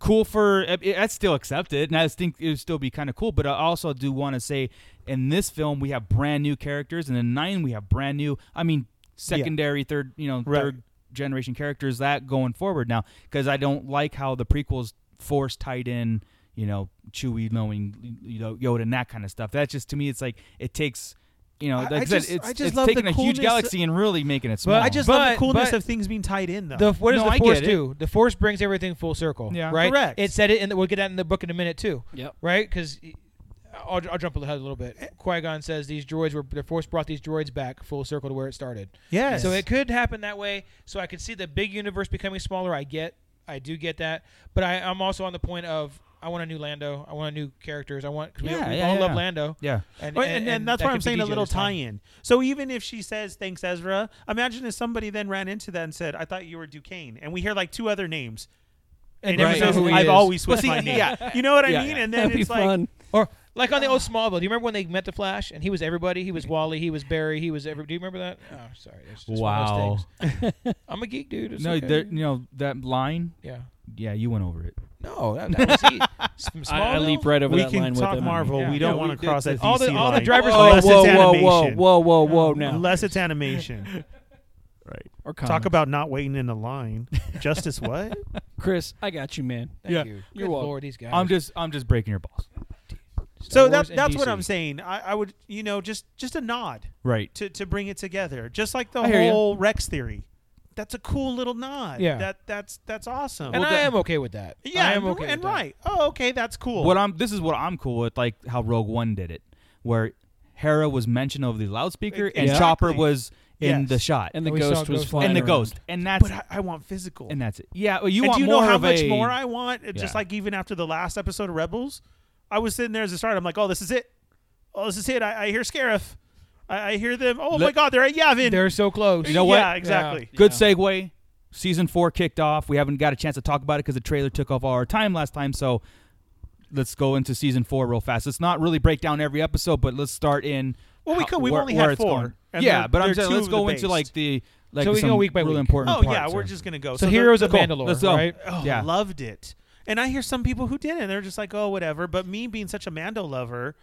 [SPEAKER 5] cool for uh, it, it- that's still accepted, and I just think it would still be kind of cool. But I also do want to say, in this film, we have brand new characters, and in nine we have brand new. I mean, secondary, third, you know,
[SPEAKER 6] Right.
[SPEAKER 5] third generation characters that going forward now because I don't like how the prequels force tied in. You know, Chewie knowing you know Yoda and that kind of stuff. That's just to me, it's like it takes. You know,
[SPEAKER 6] I-
[SPEAKER 5] like
[SPEAKER 6] I
[SPEAKER 5] I, said,
[SPEAKER 6] just-
[SPEAKER 5] it's,
[SPEAKER 6] I just
[SPEAKER 5] it's
[SPEAKER 6] love the
[SPEAKER 5] taking a huge
[SPEAKER 6] coolness-
[SPEAKER 5] galaxy and really making it small.
[SPEAKER 3] But
[SPEAKER 6] I just love the
[SPEAKER 3] But-
[SPEAKER 6] coolness
[SPEAKER 3] but-
[SPEAKER 6] of things being tied in though.
[SPEAKER 3] The, what does
[SPEAKER 5] No,
[SPEAKER 3] the
[SPEAKER 5] I
[SPEAKER 3] force
[SPEAKER 5] get it.
[SPEAKER 3] do? The force brings everything full circle.
[SPEAKER 5] Yeah.
[SPEAKER 3] right.
[SPEAKER 6] Correct.
[SPEAKER 3] It said it, and we'll get that in the book in a minute too.
[SPEAKER 7] Yep.
[SPEAKER 3] Right, because I'll, I'll jump ahead a little
[SPEAKER 6] Eh.
[SPEAKER 3] bit. Qui Gon says these droids were the force brought these droids back full circle to where it started.
[SPEAKER 6] yes.
[SPEAKER 3] So it could happen that way. So I could see the big universe becoming smaller. I get, I do get that, but I, I'm also on the point of I want a new Lando. I want a new characters. I want cause
[SPEAKER 5] Yeah,
[SPEAKER 3] we, we
[SPEAKER 5] yeah,
[SPEAKER 3] all
[SPEAKER 5] yeah.
[SPEAKER 3] love Lando.
[SPEAKER 5] yeah.
[SPEAKER 3] and,
[SPEAKER 6] Right, and, and, that's
[SPEAKER 3] that
[SPEAKER 6] why
[SPEAKER 3] could
[SPEAKER 6] I'm
[SPEAKER 3] be
[SPEAKER 6] saying a
[SPEAKER 3] DJ
[SPEAKER 6] little
[SPEAKER 3] this time.
[SPEAKER 6] tie-in. So even if she says thanks Ezra, imagine if somebody then ran into that and said, "I thought you were Duquesne," and we hear like two other names,
[SPEAKER 3] And
[SPEAKER 6] and
[SPEAKER 3] never
[SPEAKER 6] everyone
[SPEAKER 3] know
[SPEAKER 6] says,
[SPEAKER 3] who he
[SPEAKER 6] "I've
[SPEAKER 3] is.
[SPEAKER 6] always switched my name."
[SPEAKER 5] yeah.
[SPEAKER 6] You know what I
[SPEAKER 5] Yeah,
[SPEAKER 6] mean?
[SPEAKER 5] yeah.
[SPEAKER 6] And then
[SPEAKER 7] That'd be
[SPEAKER 6] it's like,
[SPEAKER 7] fun.
[SPEAKER 3] Or like on the old Smallville. Do you remember when they met the Flash and he was everybody? He was Wally. He was Barry. He was every. Do you remember that? Oh, sorry. That's just One
[SPEAKER 5] Wow.
[SPEAKER 3] of those things. I'm a geek, dude. It's
[SPEAKER 5] No,
[SPEAKER 3] okay.
[SPEAKER 5] there, you know that line.
[SPEAKER 3] yeah.
[SPEAKER 5] Yeah, you went over it.
[SPEAKER 3] No, that, that was he. S- from
[SPEAKER 7] I, I
[SPEAKER 3] Smallville?
[SPEAKER 7] leap right over
[SPEAKER 6] we
[SPEAKER 7] that
[SPEAKER 6] can
[SPEAKER 7] line
[SPEAKER 6] talk
[SPEAKER 7] with him.
[SPEAKER 6] Marvel.
[SPEAKER 3] Yeah.
[SPEAKER 6] We don't
[SPEAKER 5] Yeah,
[SPEAKER 6] want
[SPEAKER 5] we
[SPEAKER 6] to
[SPEAKER 5] did
[SPEAKER 6] cross that
[SPEAKER 5] this.
[SPEAKER 6] DC
[SPEAKER 3] All the- all the
[SPEAKER 6] line.
[SPEAKER 3] drivers-
[SPEAKER 6] unless it's
[SPEAKER 7] Oh, whoa, whoa,
[SPEAKER 6] animation.
[SPEAKER 7] whoa, whoa, whoa, whoa! Now
[SPEAKER 6] Unless it's animation.
[SPEAKER 5] Right.
[SPEAKER 7] or
[SPEAKER 6] Talk
[SPEAKER 7] comics.
[SPEAKER 6] about not waiting in the line. Justice what?
[SPEAKER 7] Chris. I got you, man.
[SPEAKER 3] Thank
[SPEAKER 5] Yeah.
[SPEAKER 3] you. Good
[SPEAKER 7] You're welcome.
[SPEAKER 3] Lord, these guys.
[SPEAKER 5] I'm just, I'm just breaking your balls.
[SPEAKER 6] so
[SPEAKER 3] Wars
[SPEAKER 6] that,
[SPEAKER 3] and
[SPEAKER 6] that's what
[SPEAKER 3] DC.
[SPEAKER 6] I'm saying. I, I would, you know, just just a nod
[SPEAKER 5] Right.
[SPEAKER 6] to to bring it together, just like the
[SPEAKER 5] I hear ya.
[SPEAKER 6] whole Rex theory. That's a cool little nod.
[SPEAKER 3] Yeah.
[SPEAKER 6] That that's that's awesome.
[SPEAKER 3] and
[SPEAKER 5] Well,
[SPEAKER 3] I
[SPEAKER 5] the-
[SPEAKER 3] am okay with that.
[SPEAKER 6] yeah,
[SPEAKER 3] I am
[SPEAKER 6] and-
[SPEAKER 3] okay
[SPEAKER 6] and
[SPEAKER 3] with that.
[SPEAKER 6] right. Oh, okay, that's cool.
[SPEAKER 5] What I'm, this is what I'm cool with, like how Rogue One did it, where Hera was mentioned over the loudspeaker
[SPEAKER 6] E-
[SPEAKER 5] and
[SPEAKER 6] exactly.
[SPEAKER 5] Chopper was in
[SPEAKER 6] Yes.
[SPEAKER 5] the shot,
[SPEAKER 7] And the
[SPEAKER 3] We
[SPEAKER 7] ghost
[SPEAKER 3] saw
[SPEAKER 7] was
[SPEAKER 3] ghost
[SPEAKER 7] flying.
[SPEAKER 5] And the
[SPEAKER 7] around.
[SPEAKER 5] ghost, and that's,
[SPEAKER 6] but I, I want physical.
[SPEAKER 5] and that's it. Yeah, well, you
[SPEAKER 6] And
[SPEAKER 5] want
[SPEAKER 6] do you know
[SPEAKER 5] more
[SPEAKER 6] how
[SPEAKER 5] of
[SPEAKER 6] much
[SPEAKER 5] a-
[SPEAKER 6] more I want? Uh, Just
[SPEAKER 5] Yeah.
[SPEAKER 6] like even after the last episode of Rebels, I was sitting there as a start. I'm like, oh, this is it. oh, this is it. I, I hear Scarif. I, I hear them. Oh
[SPEAKER 5] Let-
[SPEAKER 6] my God, they're at Yavin.
[SPEAKER 3] They're so close.
[SPEAKER 5] You know what?
[SPEAKER 6] Yeah, exactly.
[SPEAKER 5] Good segue. Season four kicked off. We haven't got a chance to talk about it because the trailer took off all our time last time. So let's go into season four real fast. Let's not really break down every episode, but let's start in.
[SPEAKER 6] Well, we could. We've
[SPEAKER 5] where-
[SPEAKER 6] only
[SPEAKER 5] where
[SPEAKER 6] had
[SPEAKER 5] it's
[SPEAKER 6] four,
[SPEAKER 5] going.
[SPEAKER 6] and
[SPEAKER 5] Yeah,
[SPEAKER 6] they're-
[SPEAKER 5] but I'm
[SPEAKER 6] they're
[SPEAKER 5] saying
[SPEAKER 6] two
[SPEAKER 5] let's
[SPEAKER 6] of the
[SPEAKER 5] go into
[SPEAKER 6] based.
[SPEAKER 5] like the like
[SPEAKER 3] So we
[SPEAKER 5] some
[SPEAKER 3] go week by
[SPEAKER 5] really
[SPEAKER 3] week.
[SPEAKER 5] important.
[SPEAKER 6] Oh yeah,
[SPEAKER 5] parts,
[SPEAKER 6] we're
[SPEAKER 5] so.
[SPEAKER 6] just gonna go.
[SPEAKER 3] So,
[SPEAKER 6] the-
[SPEAKER 3] Heroes of
[SPEAKER 5] cool.
[SPEAKER 3] Mandalore,
[SPEAKER 5] Let's go.
[SPEAKER 3] right?
[SPEAKER 6] Oh,
[SPEAKER 5] Yeah.
[SPEAKER 6] loved it. And I hear some people who didn't. They're just like, oh, whatever. But me being such a Mando lover,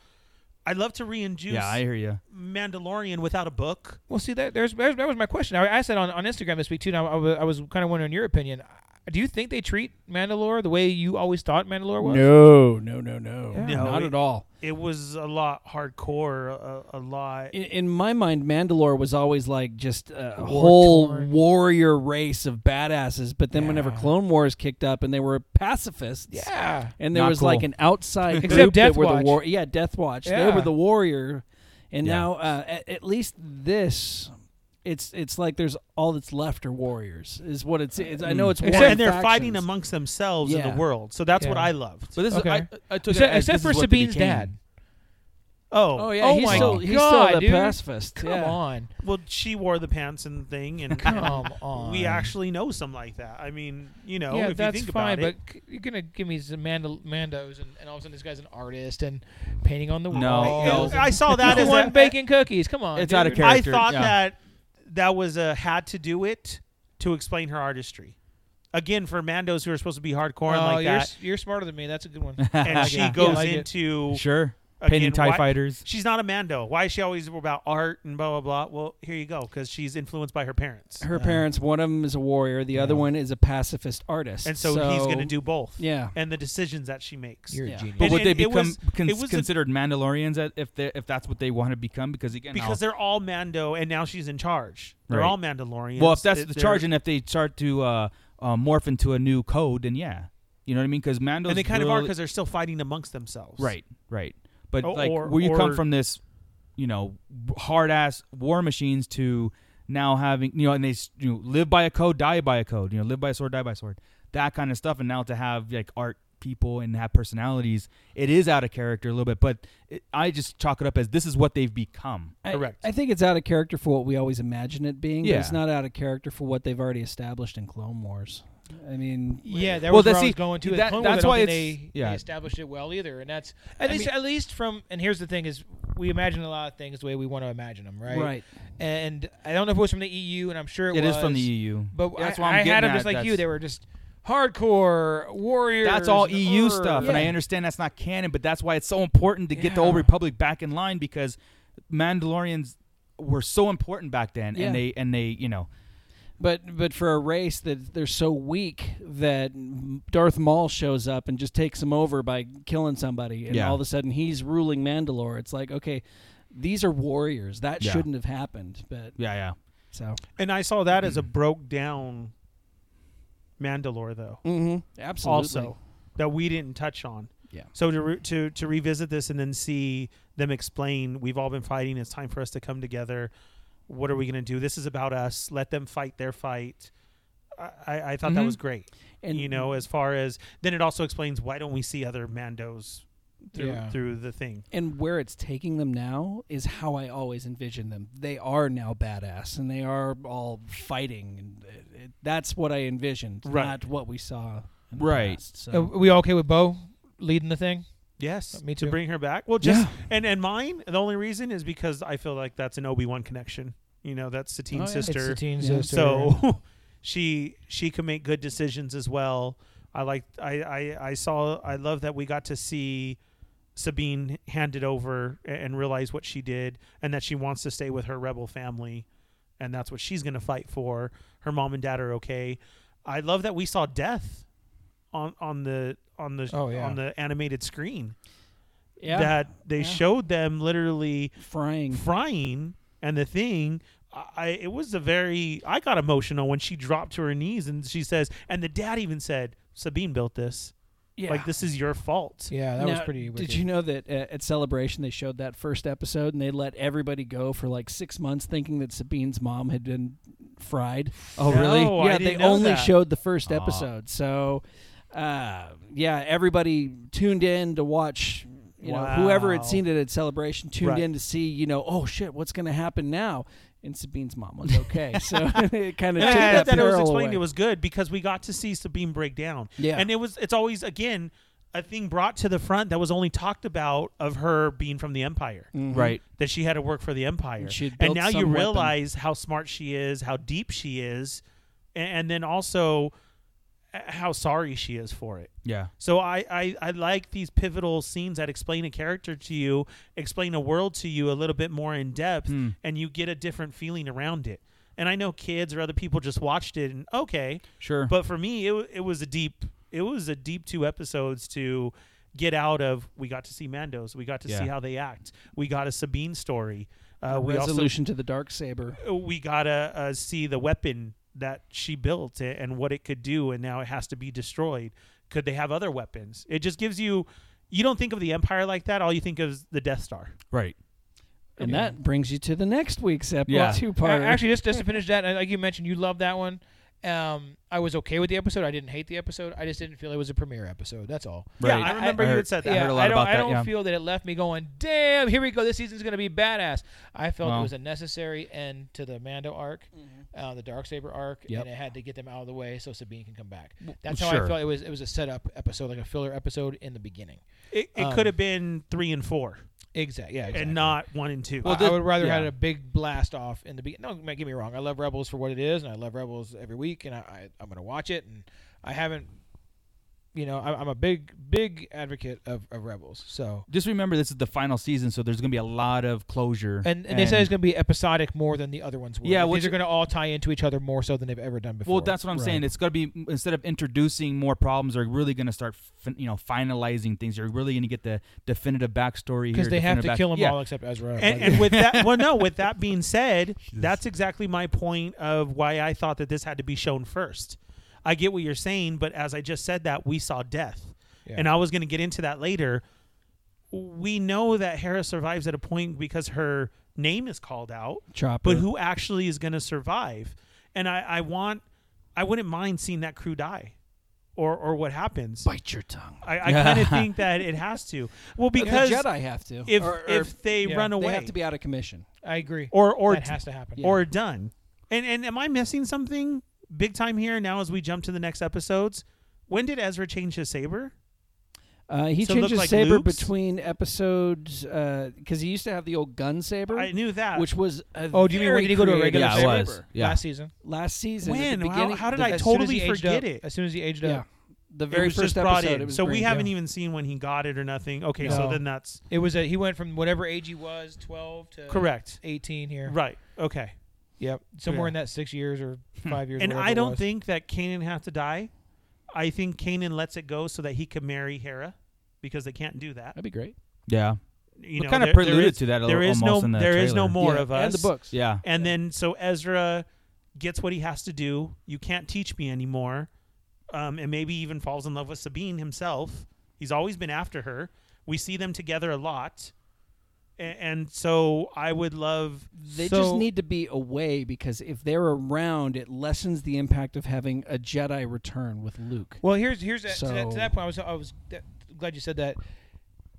[SPEAKER 6] I love to reinduce
[SPEAKER 5] Yeah, I hear you.
[SPEAKER 6] Mandalorian without a book.
[SPEAKER 3] Well, see that there's, there's that was my question. I asked that on, on Instagram this week too. Now I was, I was kind of wondering your opinion. Do you think they treat Mandalore the way you always thought Mandalore was?
[SPEAKER 7] No, no, no, no,
[SPEAKER 6] No,
[SPEAKER 7] not
[SPEAKER 6] it-
[SPEAKER 7] at all.
[SPEAKER 6] It was a lot hardcore, a, a lot.
[SPEAKER 7] in, in my mind, Mandalore was always like just a whole
[SPEAKER 3] torn.
[SPEAKER 7] warrior race of badasses. But then whenever Clone Wars kicked up and they were pacifists,
[SPEAKER 3] Yeah.
[SPEAKER 7] and there
[SPEAKER 5] Not
[SPEAKER 7] was like
[SPEAKER 5] cool.
[SPEAKER 7] an outside group
[SPEAKER 3] Except Death
[SPEAKER 7] that were
[SPEAKER 3] Watch.
[SPEAKER 7] the war. Yeah, Death Watch.
[SPEAKER 3] Yeah.
[SPEAKER 7] They were the warrior, and
[SPEAKER 5] Yeah.
[SPEAKER 7] now uh, at, at least this. It's it's like there's all that's left are warriors is what it's. it's I know it's
[SPEAKER 3] Except-
[SPEAKER 7] one
[SPEAKER 6] and they're
[SPEAKER 7] factions.
[SPEAKER 6] fighting amongst themselves in
[SPEAKER 7] Yeah.
[SPEAKER 6] the world. So that's what
[SPEAKER 3] Yeah.
[SPEAKER 6] I loved.
[SPEAKER 5] But this
[SPEAKER 3] Okay.
[SPEAKER 5] is I, I took it
[SPEAKER 3] except
[SPEAKER 5] as
[SPEAKER 3] except
[SPEAKER 5] this
[SPEAKER 3] for
[SPEAKER 5] is what they
[SPEAKER 3] Sabine's
[SPEAKER 5] became.
[SPEAKER 3] dad.
[SPEAKER 6] oh,
[SPEAKER 7] Oh yeah,
[SPEAKER 3] Oh
[SPEAKER 7] he's
[SPEAKER 3] my
[SPEAKER 7] still he's
[SPEAKER 3] God,
[SPEAKER 7] still the
[SPEAKER 3] dude.
[SPEAKER 7] pacifist.
[SPEAKER 3] Come
[SPEAKER 7] yeah.
[SPEAKER 3] on.
[SPEAKER 6] Well, she wore the pants and thing, and
[SPEAKER 3] Come on.
[SPEAKER 6] we actually know some like that. I mean, you know,
[SPEAKER 3] yeah,
[SPEAKER 6] if
[SPEAKER 3] that's
[SPEAKER 6] you think
[SPEAKER 3] fine,
[SPEAKER 6] about it,
[SPEAKER 3] but c- you're gonna give me some Mandal- Mandos, and, and all of a sudden this guy's an artist and painting on the
[SPEAKER 5] No.
[SPEAKER 3] walls.
[SPEAKER 6] I saw that as
[SPEAKER 3] He's the Oh. one
[SPEAKER 6] a,
[SPEAKER 3] baking cookies. Come on,
[SPEAKER 5] It's out of
[SPEAKER 3] dude.
[SPEAKER 5] character.
[SPEAKER 6] I thought
[SPEAKER 5] yeah.
[SPEAKER 6] that that was a had to do it to explain her artistry. Again, for Mandos who are supposed to be hardcore and
[SPEAKER 3] Oh,
[SPEAKER 6] like
[SPEAKER 3] you're,
[SPEAKER 6] that,
[SPEAKER 3] s- you're smarter than me. That's a good one.
[SPEAKER 6] and she
[SPEAKER 3] Yeah,
[SPEAKER 6] goes
[SPEAKER 3] I like it.
[SPEAKER 6] into
[SPEAKER 5] Sure.
[SPEAKER 6] again,
[SPEAKER 5] Painting TIE
[SPEAKER 6] why-
[SPEAKER 5] fighters.
[SPEAKER 6] She's not a Mando. Why is she always about art and blah blah blah? Well, here you go, because she's influenced by her parents,
[SPEAKER 7] Her parents, one of them is a warrior, the other one is a pacifist artist.
[SPEAKER 6] and so, he's going to do both.
[SPEAKER 7] Yeah.
[SPEAKER 6] and the decisions that she makes.
[SPEAKER 3] You're
[SPEAKER 7] Yeah.
[SPEAKER 3] a genius.
[SPEAKER 5] But
[SPEAKER 6] And-
[SPEAKER 5] would they
[SPEAKER 6] and it
[SPEAKER 5] become
[SPEAKER 6] was-
[SPEAKER 5] cons-
[SPEAKER 6] it was a-
[SPEAKER 5] considered Mandalorians at- if they if that's what they want to become? Because again, I'll-
[SPEAKER 6] because they're all Mando, and now she's in charge. They're
[SPEAKER 5] Right.
[SPEAKER 6] all Mandalorians.
[SPEAKER 5] Well, if that's
[SPEAKER 6] They-
[SPEAKER 5] the
[SPEAKER 6] they're-
[SPEAKER 5] charge, and if they start to uh, uh, morph into a new code, then yeah, you know what I mean. Because Mando's
[SPEAKER 6] and they kind of are
[SPEAKER 5] really-
[SPEAKER 6] because they're still fighting amongst themselves.
[SPEAKER 5] right, right. But
[SPEAKER 6] Or-
[SPEAKER 5] like
[SPEAKER 6] or-
[SPEAKER 5] where you come
[SPEAKER 6] or-
[SPEAKER 5] from, this you know hard ass war machines to now having you know, and they s- you know, live by a code, die by a code. You know, live by a sword, die by a sword. That kind of stuff, and now to have like art people and have personalities, it is out of character a little bit. But it, I just chalk it up as this is what they've become.
[SPEAKER 7] I-
[SPEAKER 6] Correct.
[SPEAKER 7] I, think it's out of character for what we always imagine it being. But it's
[SPEAKER 5] Yeah.
[SPEAKER 7] not out of character for what they've already established in Clone Wars. I mean,
[SPEAKER 3] Yeah, that
[SPEAKER 5] Well,
[SPEAKER 3] was where
[SPEAKER 5] that's-
[SPEAKER 3] I
[SPEAKER 5] see,
[SPEAKER 3] was going to.
[SPEAKER 5] that-
[SPEAKER 3] That,
[SPEAKER 5] that's
[SPEAKER 3] that's why
[SPEAKER 5] why it's-
[SPEAKER 3] they,
[SPEAKER 5] yeah.
[SPEAKER 3] they established it well either, and that's at least at least from. And here's the thing: is we imagine a lot of things the way we want to imagine them, right?
[SPEAKER 7] Right.
[SPEAKER 3] And I don't know if it was from the EU, and I'm sure it,
[SPEAKER 5] It
[SPEAKER 3] was
[SPEAKER 5] is from the E EU,
[SPEAKER 3] But
[SPEAKER 5] that's
[SPEAKER 3] I,
[SPEAKER 5] why I'm
[SPEAKER 3] I had
[SPEAKER 5] getting
[SPEAKER 3] them just
[SPEAKER 5] at,
[SPEAKER 3] like you.
[SPEAKER 5] that's-
[SPEAKER 3] They were just hardcore warriors.
[SPEAKER 5] That's all
[SPEAKER 3] and
[SPEAKER 5] EU
[SPEAKER 3] err.
[SPEAKER 5] stuff, and I
[SPEAKER 3] Yeah.
[SPEAKER 5] understand that's not canon, but that's why it's so important to get the old
[SPEAKER 3] Yeah.
[SPEAKER 5] Republic back in line because Mandalorians were so important back then,
[SPEAKER 7] Yeah.
[SPEAKER 5] and they and they you know
[SPEAKER 7] but but for a race that they're so weak that Darth Maul shows up and just takes them over by killing somebody, and
[SPEAKER 5] Yeah.
[SPEAKER 7] all of a sudden he's ruling Mandalore. It's like, okay, these are warriors. That
[SPEAKER 5] Yeah.
[SPEAKER 7] shouldn't have happened. But
[SPEAKER 5] yeah yeah
[SPEAKER 7] so
[SPEAKER 6] And I saw that as
[SPEAKER 5] Mm-hmm.
[SPEAKER 6] a broke down Mandalore, though.
[SPEAKER 7] absolutely.
[SPEAKER 6] Also, that we didn't touch on.
[SPEAKER 7] Yeah.
[SPEAKER 6] So to re- to to revisit this and then see them explain, we've all been fighting. It's time for us to come together. What are we going to do? This is about us. Let them fight their fight. I, I, I thought that was great.
[SPEAKER 7] Mm-hmm. And-
[SPEAKER 6] you know, as far as then it also explains why don't we see other Mandos through
[SPEAKER 3] Yeah.
[SPEAKER 6] through the thing.
[SPEAKER 7] and where it's taking them now is how I always envision them. They are now badass, and they are all fighting, and it, it, that's what I envisioned,
[SPEAKER 6] Right.
[SPEAKER 7] not what we saw. In
[SPEAKER 5] Right.
[SPEAKER 7] The past, so.
[SPEAKER 3] Uh, we all okay with Bo leading the thing?
[SPEAKER 6] Yes,
[SPEAKER 3] Me
[SPEAKER 6] To
[SPEAKER 3] too.
[SPEAKER 6] bring her back. Well, just and and mine. The only reason is because I feel like that's an Obi Wan connection. You know, that's the teen
[SPEAKER 7] Oh, yeah. It's
[SPEAKER 6] sister.
[SPEAKER 3] It's the teen
[SPEAKER 7] Yeah.
[SPEAKER 3] sister.
[SPEAKER 6] so she she can make good decisions as well. I like I, I I saw I love that we got to see Sabine handed over a- and realize what she did and that she wants to stay with her rebel family and that's what she's going to fight for. Her mom and dad are okay. I love that we saw death on on the on the
[SPEAKER 3] Oh, yeah.
[SPEAKER 6] on the animated screen.
[SPEAKER 7] yeah,
[SPEAKER 6] That they
[SPEAKER 7] Yeah.
[SPEAKER 6] showed them literally
[SPEAKER 7] frying.
[SPEAKER 6] frying and the thing I it was a very I got emotional when she dropped to her knees and she says and the dad even said Sabine built this
[SPEAKER 7] Yeah.
[SPEAKER 6] like this is your fault
[SPEAKER 3] yeah, that was
[SPEAKER 7] Now,
[SPEAKER 3] pretty. Wicked.
[SPEAKER 7] Did you know that uh, at Celebration they showed that first episode and they let everybody go for like six months thinking that Sabine's mom had been fried?
[SPEAKER 5] oh really
[SPEAKER 6] No, I
[SPEAKER 7] yeah,
[SPEAKER 6] didn't
[SPEAKER 7] they
[SPEAKER 6] know
[SPEAKER 7] only
[SPEAKER 6] that.
[SPEAKER 7] showed the first episode. So, uh, yeah, everybody tuned in to watch you know whoever
[SPEAKER 6] Wow.
[SPEAKER 7] had seen it at Celebration tuned
[SPEAKER 6] Right.
[SPEAKER 7] in to see you know oh shit what's going to happen now. And Sabine's mom was okay, so it kind of
[SPEAKER 6] And I
[SPEAKER 7] took
[SPEAKER 6] thought
[SPEAKER 7] that,
[SPEAKER 6] that it was
[SPEAKER 7] peril
[SPEAKER 6] explained
[SPEAKER 7] away.
[SPEAKER 6] it was good because we got to see Sabine break down.
[SPEAKER 7] Yeah.
[SPEAKER 6] And it was it's always again a thing brought to the front that was only talked about of her being from the Empire.
[SPEAKER 5] Right.
[SPEAKER 6] That she had to work for the Empire.
[SPEAKER 7] Mm. And she had
[SPEAKER 6] and
[SPEAKER 7] built
[SPEAKER 6] now
[SPEAKER 7] some
[SPEAKER 6] you
[SPEAKER 7] weapon.
[SPEAKER 6] realize how smart she is, how deep she is, and, and then also uh, how sorry she is for it.
[SPEAKER 5] Yeah.
[SPEAKER 6] So I, I I like these pivotal scenes that explain a character to you, explain a world to you a little bit more in depth, and you get a different feeling around it. And I know kids or other people just watched it and okay,
[SPEAKER 5] Sure.
[SPEAKER 6] but for me it wa- it was a deep it was a deep two episodes to get out of. We got to see Mandos, we got to
[SPEAKER 5] Yeah.
[SPEAKER 6] see how they act, we got a Sabine story, uh, we also
[SPEAKER 7] resolution to the dark saber.
[SPEAKER 6] we gotta uh, see the weapon that she built a- and what it could do, and now it has to be destroyed. Could they have other weapons? It just gives you. You don't think of the Empire like that. All you think of is the Death Star.
[SPEAKER 5] right.
[SPEAKER 7] And that brings you to the next week's episode,
[SPEAKER 5] Yeah.
[SPEAKER 7] two
[SPEAKER 3] Uh,
[SPEAKER 7] part.
[SPEAKER 3] actually, just just to finish that, uh, like you mentioned, you love that one. Um, I was okay with the episode. I didn't hate the episode. I just didn't feel it was a premiere episode. That's all.
[SPEAKER 5] Right.
[SPEAKER 6] Yeah, I remember you
[SPEAKER 5] heard-
[SPEAKER 6] had said that.
[SPEAKER 5] I heard a lot
[SPEAKER 3] I don't,
[SPEAKER 5] about
[SPEAKER 3] I
[SPEAKER 5] that.
[SPEAKER 3] don't
[SPEAKER 5] yeah.
[SPEAKER 3] feel that it left me going, damn, here we go. This season's going to be badass. I felt
[SPEAKER 5] Well.
[SPEAKER 3] it was a necessary end to the Mando arc, uh, the Darksaber arc,
[SPEAKER 5] Yep.
[SPEAKER 3] and it had to get them out of the way so Sabine can come back. That's how
[SPEAKER 5] sure.
[SPEAKER 3] I felt it was It was a setup episode, like a filler episode in the beginning.
[SPEAKER 6] It, it
[SPEAKER 3] Um,
[SPEAKER 6] could have been three and four,
[SPEAKER 3] Exact, Yeah, exactly.
[SPEAKER 6] and not one and two.
[SPEAKER 3] Well, I,
[SPEAKER 5] the-
[SPEAKER 3] would rather
[SPEAKER 5] yeah.
[SPEAKER 3] had a big blast off in the beginning. No, get me wrong. I love Rebels for what it is, and I love Rebels every week, and I, I I'm gonna watch it, and I haven't. You know, I, I'm a big, big advocate of, of Rebels. So,
[SPEAKER 5] Just remember this is the final season, so there's going to be a lot of closure.
[SPEAKER 3] and, and, they said it's going to be episodic more than the other ones were.
[SPEAKER 5] Yeah,
[SPEAKER 3] Like,
[SPEAKER 5] which-
[SPEAKER 3] these are going to all tie into each other more so than they've ever done before.
[SPEAKER 5] Well, that's what I'm saying. It's going to be instead of introducing more problems, they're really going to start, fin- you know, finalizing things. You're really going to get the definitive backstory
[SPEAKER 3] because
[SPEAKER 5] here,
[SPEAKER 3] they have
[SPEAKER 5] definitive
[SPEAKER 3] to
[SPEAKER 5] back-
[SPEAKER 3] kill them
[SPEAKER 5] yeah.
[SPEAKER 3] all except Ezra.
[SPEAKER 6] and,
[SPEAKER 3] Like,
[SPEAKER 6] and with that, well, no. With that being said, that's exactly my point of why I thought that this had to be shown first. I get what you're saying, but as I just said, that we saw death,
[SPEAKER 3] Yeah.
[SPEAKER 6] and I was going to get into that later. We know that Hera survives at a point because her name is called out,
[SPEAKER 7] Chopper.
[SPEAKER 6] but who actually is going to survive? And I, I want, I wouldn't mind seeing that crew die, or or what happens.
[SPEAKER 7] bite your tongue?
[SPEAKER 6] I, I kind of think that it has to. Well, because
[SPEAKER 7] the Uh, Jedi have to.
[SPEAKER 6] if
[SPEAKER 7] or, or
[SPEAKER 6] if they
[SPEAKER 3] yeah,
[SPEAKER 6] run
[SPEAKER 7] they
[SPEAKER 6] away,
[SPEAKER 7] have to be out of commission.
[SPEAKER 3] I agree.
[SPEAKER 6] or or
[SPEAKER 3] that has to happen.
[SPEAKER 6] or done. And and am I missing something big time here now as we jump to the next episodes? When did Ezra change his saber?
[SPEAKER 7] Uh, he
[SPEAKER 6] So it
[SPEAKER 7] changed
[SPEAKER 6] looked
[SPEAKER 7] his
[SPEAKER 6] like
[SPEAKER 7] saber
[SPEAKER 6] Luke's?
[SPEAKER 7] between episodes because he used to have the old gun saber,
[SPEAKER 6] I knew that.
[SPEAKER 7] which was a
[SPEAKER 3] Oh, do you mean
[SPEAKER 7] very
[SPEAKER 3] when did he go to a regular
[SPEAKER 7] creative
[SPEAKER 5] Yeah, it
[SPEAKER 3] saber?
[SPEAKER 5] was. Yeah.
[SPEAKER 3] Last season.
[SPEAKER 7] last season? at the
[SPEAKER 6] when? How,
[SPEAKER 7] beginning-
[SPEAKER 6] how did
[SPEAKER 7] the-
[SPEAKER 6] I
[SPEAKER 3] As soon as
[SPEAKER 6] totally
[SPEAKER 3] he aged
[SPEAKER 6] forget
[SPEAKER 3] up-
[SPEAKER 6] it?
[SPEAKER 3] As soon as he aged
[SPEAKER 7] Yeah,
[SPEAKER 3] up,
[SPEAKER 7] the
[SPEAKER 6] it
[SPEAKER 7] very
[SPEAKER 6] was
[SPEAKER 7] first
[SPEAKER 6] just brought
[SPEAKER 7] episode.
[SPEAKER 6] in.
[SPEAKER 7] It was
[SPEAKER 6] so we
[SPEAKER 7] green.
[SPEAKER 6] haven't
[SPEAKER 3] yeah.
[SPEAKER 6] even seen when he got it or nothing. Okay, so
[SPEAKER 3] No.
[SPEAKER 6] then that's
[SPEAKER 3] it was a he went from whatever age he was, 12 to
[SPEAKER 6] correct.
[SPEAKER 3] 18 here.
[SPEAKER 6] Right. Okay.
[SPEAKER 3] Yep, somewhere
[SPEAKER 6] Yeah. Hmm.
[SPEAKER 3] in that six years or five years.
[SPEAKER 6] And
[SPEAKER 3] whatever
[SPEAKER 6] I
[SPEAKER 3] it
[SPEAKER 6] don't
[SPEAKER 3] was.
[SPEAKER 6] think that Kanan has to die. I think Kanan lets it go so that he can marry Hera because they can't do that.
[SPEAKER 7] That'd be great.
[SPEAKER 5] Yeah,
[SPEAKER 6] You
[SPEAKER 5] We're
[SPEAKER 6] know,
[SPEAKER 5] kinda
[SPEAKER 6] there- there
[SPEAKER 5] preluded
[SPEAKER 6] is-
[SPEAKER 5] to that a
[SPEAKER 6] there
[SPEAKER 5] little-
[SPEAKER 6] is
[SPEAKER 5] almost
[SPEAKER 6] no
[SPEAKER 5] in the
[SPEAKER 6] there is no
[SPEAKER 5] trailer.
[SPEAKER 6] more
[SPEAKER 7] Yeah,
[SPEAKER 6] of us
[SPEAKER 7] and the books.
[SPEAKER 5] yeah.
[SPEAKER 6] And then so Ezra gets what he has to do. You can't teach me anymore. Um, and maybe even falls in love with Sabine himself. He's always been after her. We see them together a lot. A- And so I would love
[SPEAKER 7] They just
[SPEAKER 3] So-
[SPEAKER 7] need to be away because if they're around, it lessens the impact of having a Jedi return with Luke.
[SPEAKER 3] Well, here's here's that, to, that, to
[SPEAKER 7] So-
[SPEAKER 3] that point. I was I was that, glad you said that.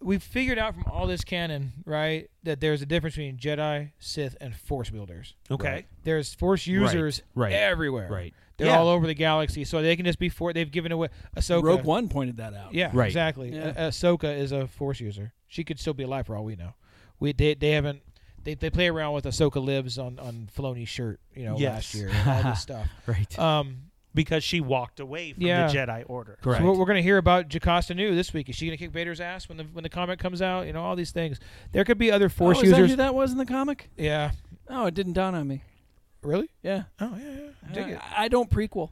[SPEAKER 3] We figured out from all this canon, right, that there's a difference between Jedi, Sith, and Force builders.
[SPEAKER 6] okay.
[SPEAKER 3] There's Force users
[SPEAKER 5] right,
[SPEAKER 3] everywhere.
[SPEAKER 5] right.
[SPEAKER 3] They're
[SPEAKER 6] Yeah.
[SPEAKER 3] all over the galaxy, so they can just be for. They've given away Ahsoka.
[SPEAKER 7] Rogue One pointed that out.
[SPEAKER 3] Yeah,
[SPEAKER 5] Right.
[SPEAKER 3] exactly.
[SPEAKER 7] Yeah.
[SPEAKER 3] Ah- Ahsoka is a Force user. She could still be alive for all we know. We they, they haven't. They, they play around with Ahsoka lives on on Filoni's shirt, you know,
[SPEAKER 6] Yes.
[SPEAKER 3] last year and all this stuff.
[SPEAKER 5] right.
[SPEAKER 3] Um,
[SPEAKER 6] Because she walked away from
[SPEAKER 3] Yeah.
[SPEAKER 6] the Jedi Order.
[SPEAKER 5] Correct.
[SPEAKER 3] So what we're going to hear about Jocasta New this week is she going to kick Vader's ass when the when the comic comes out? You know all these things. There could be other Force
[SPEAKER 7] oh, is that
[SPEAKER 3] users.
[SPEAKER 7] who that was in the comic?
[SPEAKER 3] yeah.
[SPEAKER 7] Oh, it didn't dawn on me.
[SPEAKER 3] Really?
[SPEAKER 7] Yeah,
[SPEAKER 3] Oh yeah. yeah. Dig
[SPEAKER 7] I,
[SPEAKER 3] it.
[SPEAKER 7] I don't prequel.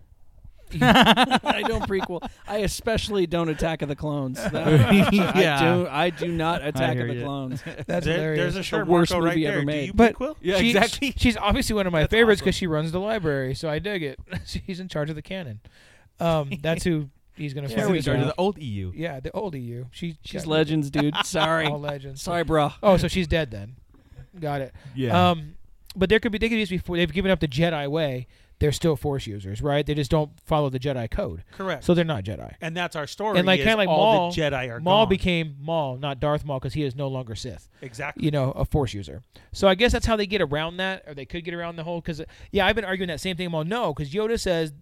[SPEAKER 7] I don't prequel. I especially don't Attack of the Clones. That-
[SPEAKER 5] Yeah.
[SPEAKER 7] I do. I do not Attack
[SPEAKER 5] hear
[SPEAKER 7] of the
[SPEAKER 5] ya.
[SPEAKER 7] Clones.
[SPEAKER 3] That's
[SPEAKER 6] There-
[SPEAKER 3] hilarious.
[SPEAKER 6] there's a shirt
[SPEAKER 7] worst
[SPEAKER 6] Marco right
[SPEAKER 7] movie ever
[SPEAKER 6] there. Do
[SPEAKER 7] made.
[SPEAKER 6] you
[SPEAKER 3] But-
[SPEAKER 6] prequel?
[SPEAKER 5] yeah,
[SPEAKER 3] She-
[SPEAKER 5] exactly.
[SPEAKER 3] She's obviously one of my
[SPEAKER 6] That's
[SPEAKER 3] favorites because
[SPEAKER 6] awesome.
[SPEAKER 3] she runs the library, so I dig it. she's in charge of the canon. Um, that's who he's going to.
[SPEAKER 5] She's in charge of the old E EU.
[SPEAKER 3] yeah, the old EU. She
[SPEAKER 7] She's
[SPEAKER 3] got
[SPEAKER 7] legends, dude. Sorry.
[SPEAKER 3] All legends.
[SPEAKER 7] Sorry, bro.
[SPEAKER 3] Oh, so she's dead then. Got it.
[SPEAKER 5] Yeah.
[SPEAKER 3] Um, but there could be they could just be they've given up the Jedi way. they're still Force users, right? They just don't follow the Jedi code.
[SPEAKER 6] Correct.
[SPEAKER 3] So they're not Jedi.
[SPEAKER 6] and that's our story.
[SPEAKER 3] And like
[SPEAKER 6] is
[SPEAKER 3] kind of like
[SPEAKER 6] all
[SPEAKER 3] Maul,
[SPEAKER 6] the Jedi are
[SPEAKER 3] Maul
[SPEAKER 6] gone.
[SPEAKER 3] became Maul, not Darth Maul, because he is no longer Sith.
[SPEAKER 6] exactly.
[SPEAKER 3] You know, a Force user. So I guess that's how they get around that, or they could get around the whole. Because yeah, I've been arguing that same thing. Well, no, because Yoda says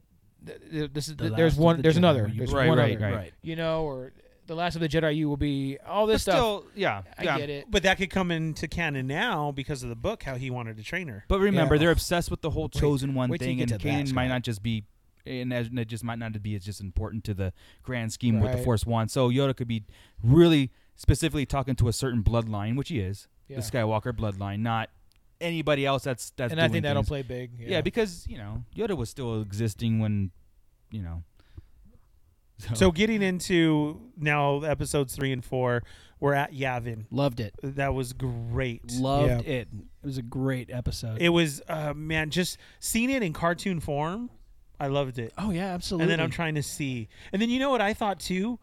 [SPEAKER 3] th- th- this is
[SPEAKER 7] The
[SPEAKER 3] there's
[SPEAKER 7] last of
[SPEAKER 3] one,
[SPEAKER 7] the
[SPEAKER 3] there's
[SPEAKER 7] Jedi
[SPEAKER 3] another,
[SPEAKER 7] will you
[SPEAKER 3] there's
[SPEAKER 7] be.
[SPEAKER 5] Right,
[SPEAKER 3] one
[SPEAKER 5] right,
[SPEAKER 3] other.
[SPEAKER 5] right.
[SPEAKER 3] You know, or the last of the Jedi, you will be all this
[SPEAKER 5] But
[SPEAKER 3] stuff.
[SPEAKER 5] still, yeah,
[SPEAKER 3] I
[SPEAKER 5] yeah.
[SPEAKER 3] get it.
[SPEAKER 6] But that could come into canon now because of the book, how he wanted to train her.
[SPEAKER 5] But remember,
[SPEAKER 3] Yeah.
[SPEAKER 5] they're obsessed with the whole chosen one
[SPEAKER 3] wait till you
[SPEAKER 5] thing,
[SPEAKER 3] get
[SPEAKER 5] and
[SPEAKER 3] to that,
[SPEAKER 5] Kanan might
[SPEAKER 3] Scott.
[SPEAKER 5] not just be, and as- and it just might not be as just important to the grand scheme what the
[SPEAKER 3] Right.
[SPEAKER 5] Force wants. So Yoda could be really specifically talking to a certain bloodline, which he is,
[SPEAKER 3] Yeah.
[SPEAKER 5] the Skywalker bloodline, not anybody else. That's that's.
[SPEAKER 3] and I
[SPEAKER 5] doing
[SPEAKER 3] think that'll
[SPEAKER 5] things.
[SPEAKER 3] play big.
[SPEAKER 5] Yeah. because you know Yoda was still existing when, you know.
[SPEAKER 6] So getting into now episodes three and four, we're at Yavin.
[SPEAKER 7] Loved it.
[SPEAKER 6] That was great.
[SPEAKER 7] Loved it. It was a great episode.
[SPEAKER 6] It was uh, man, just seeing it in cartoon form, I loved it.
[SPEAKER 7] oh yeah, absolutely.
[SPEAKER 6] and then I'm trying to see. And then you know what I thought too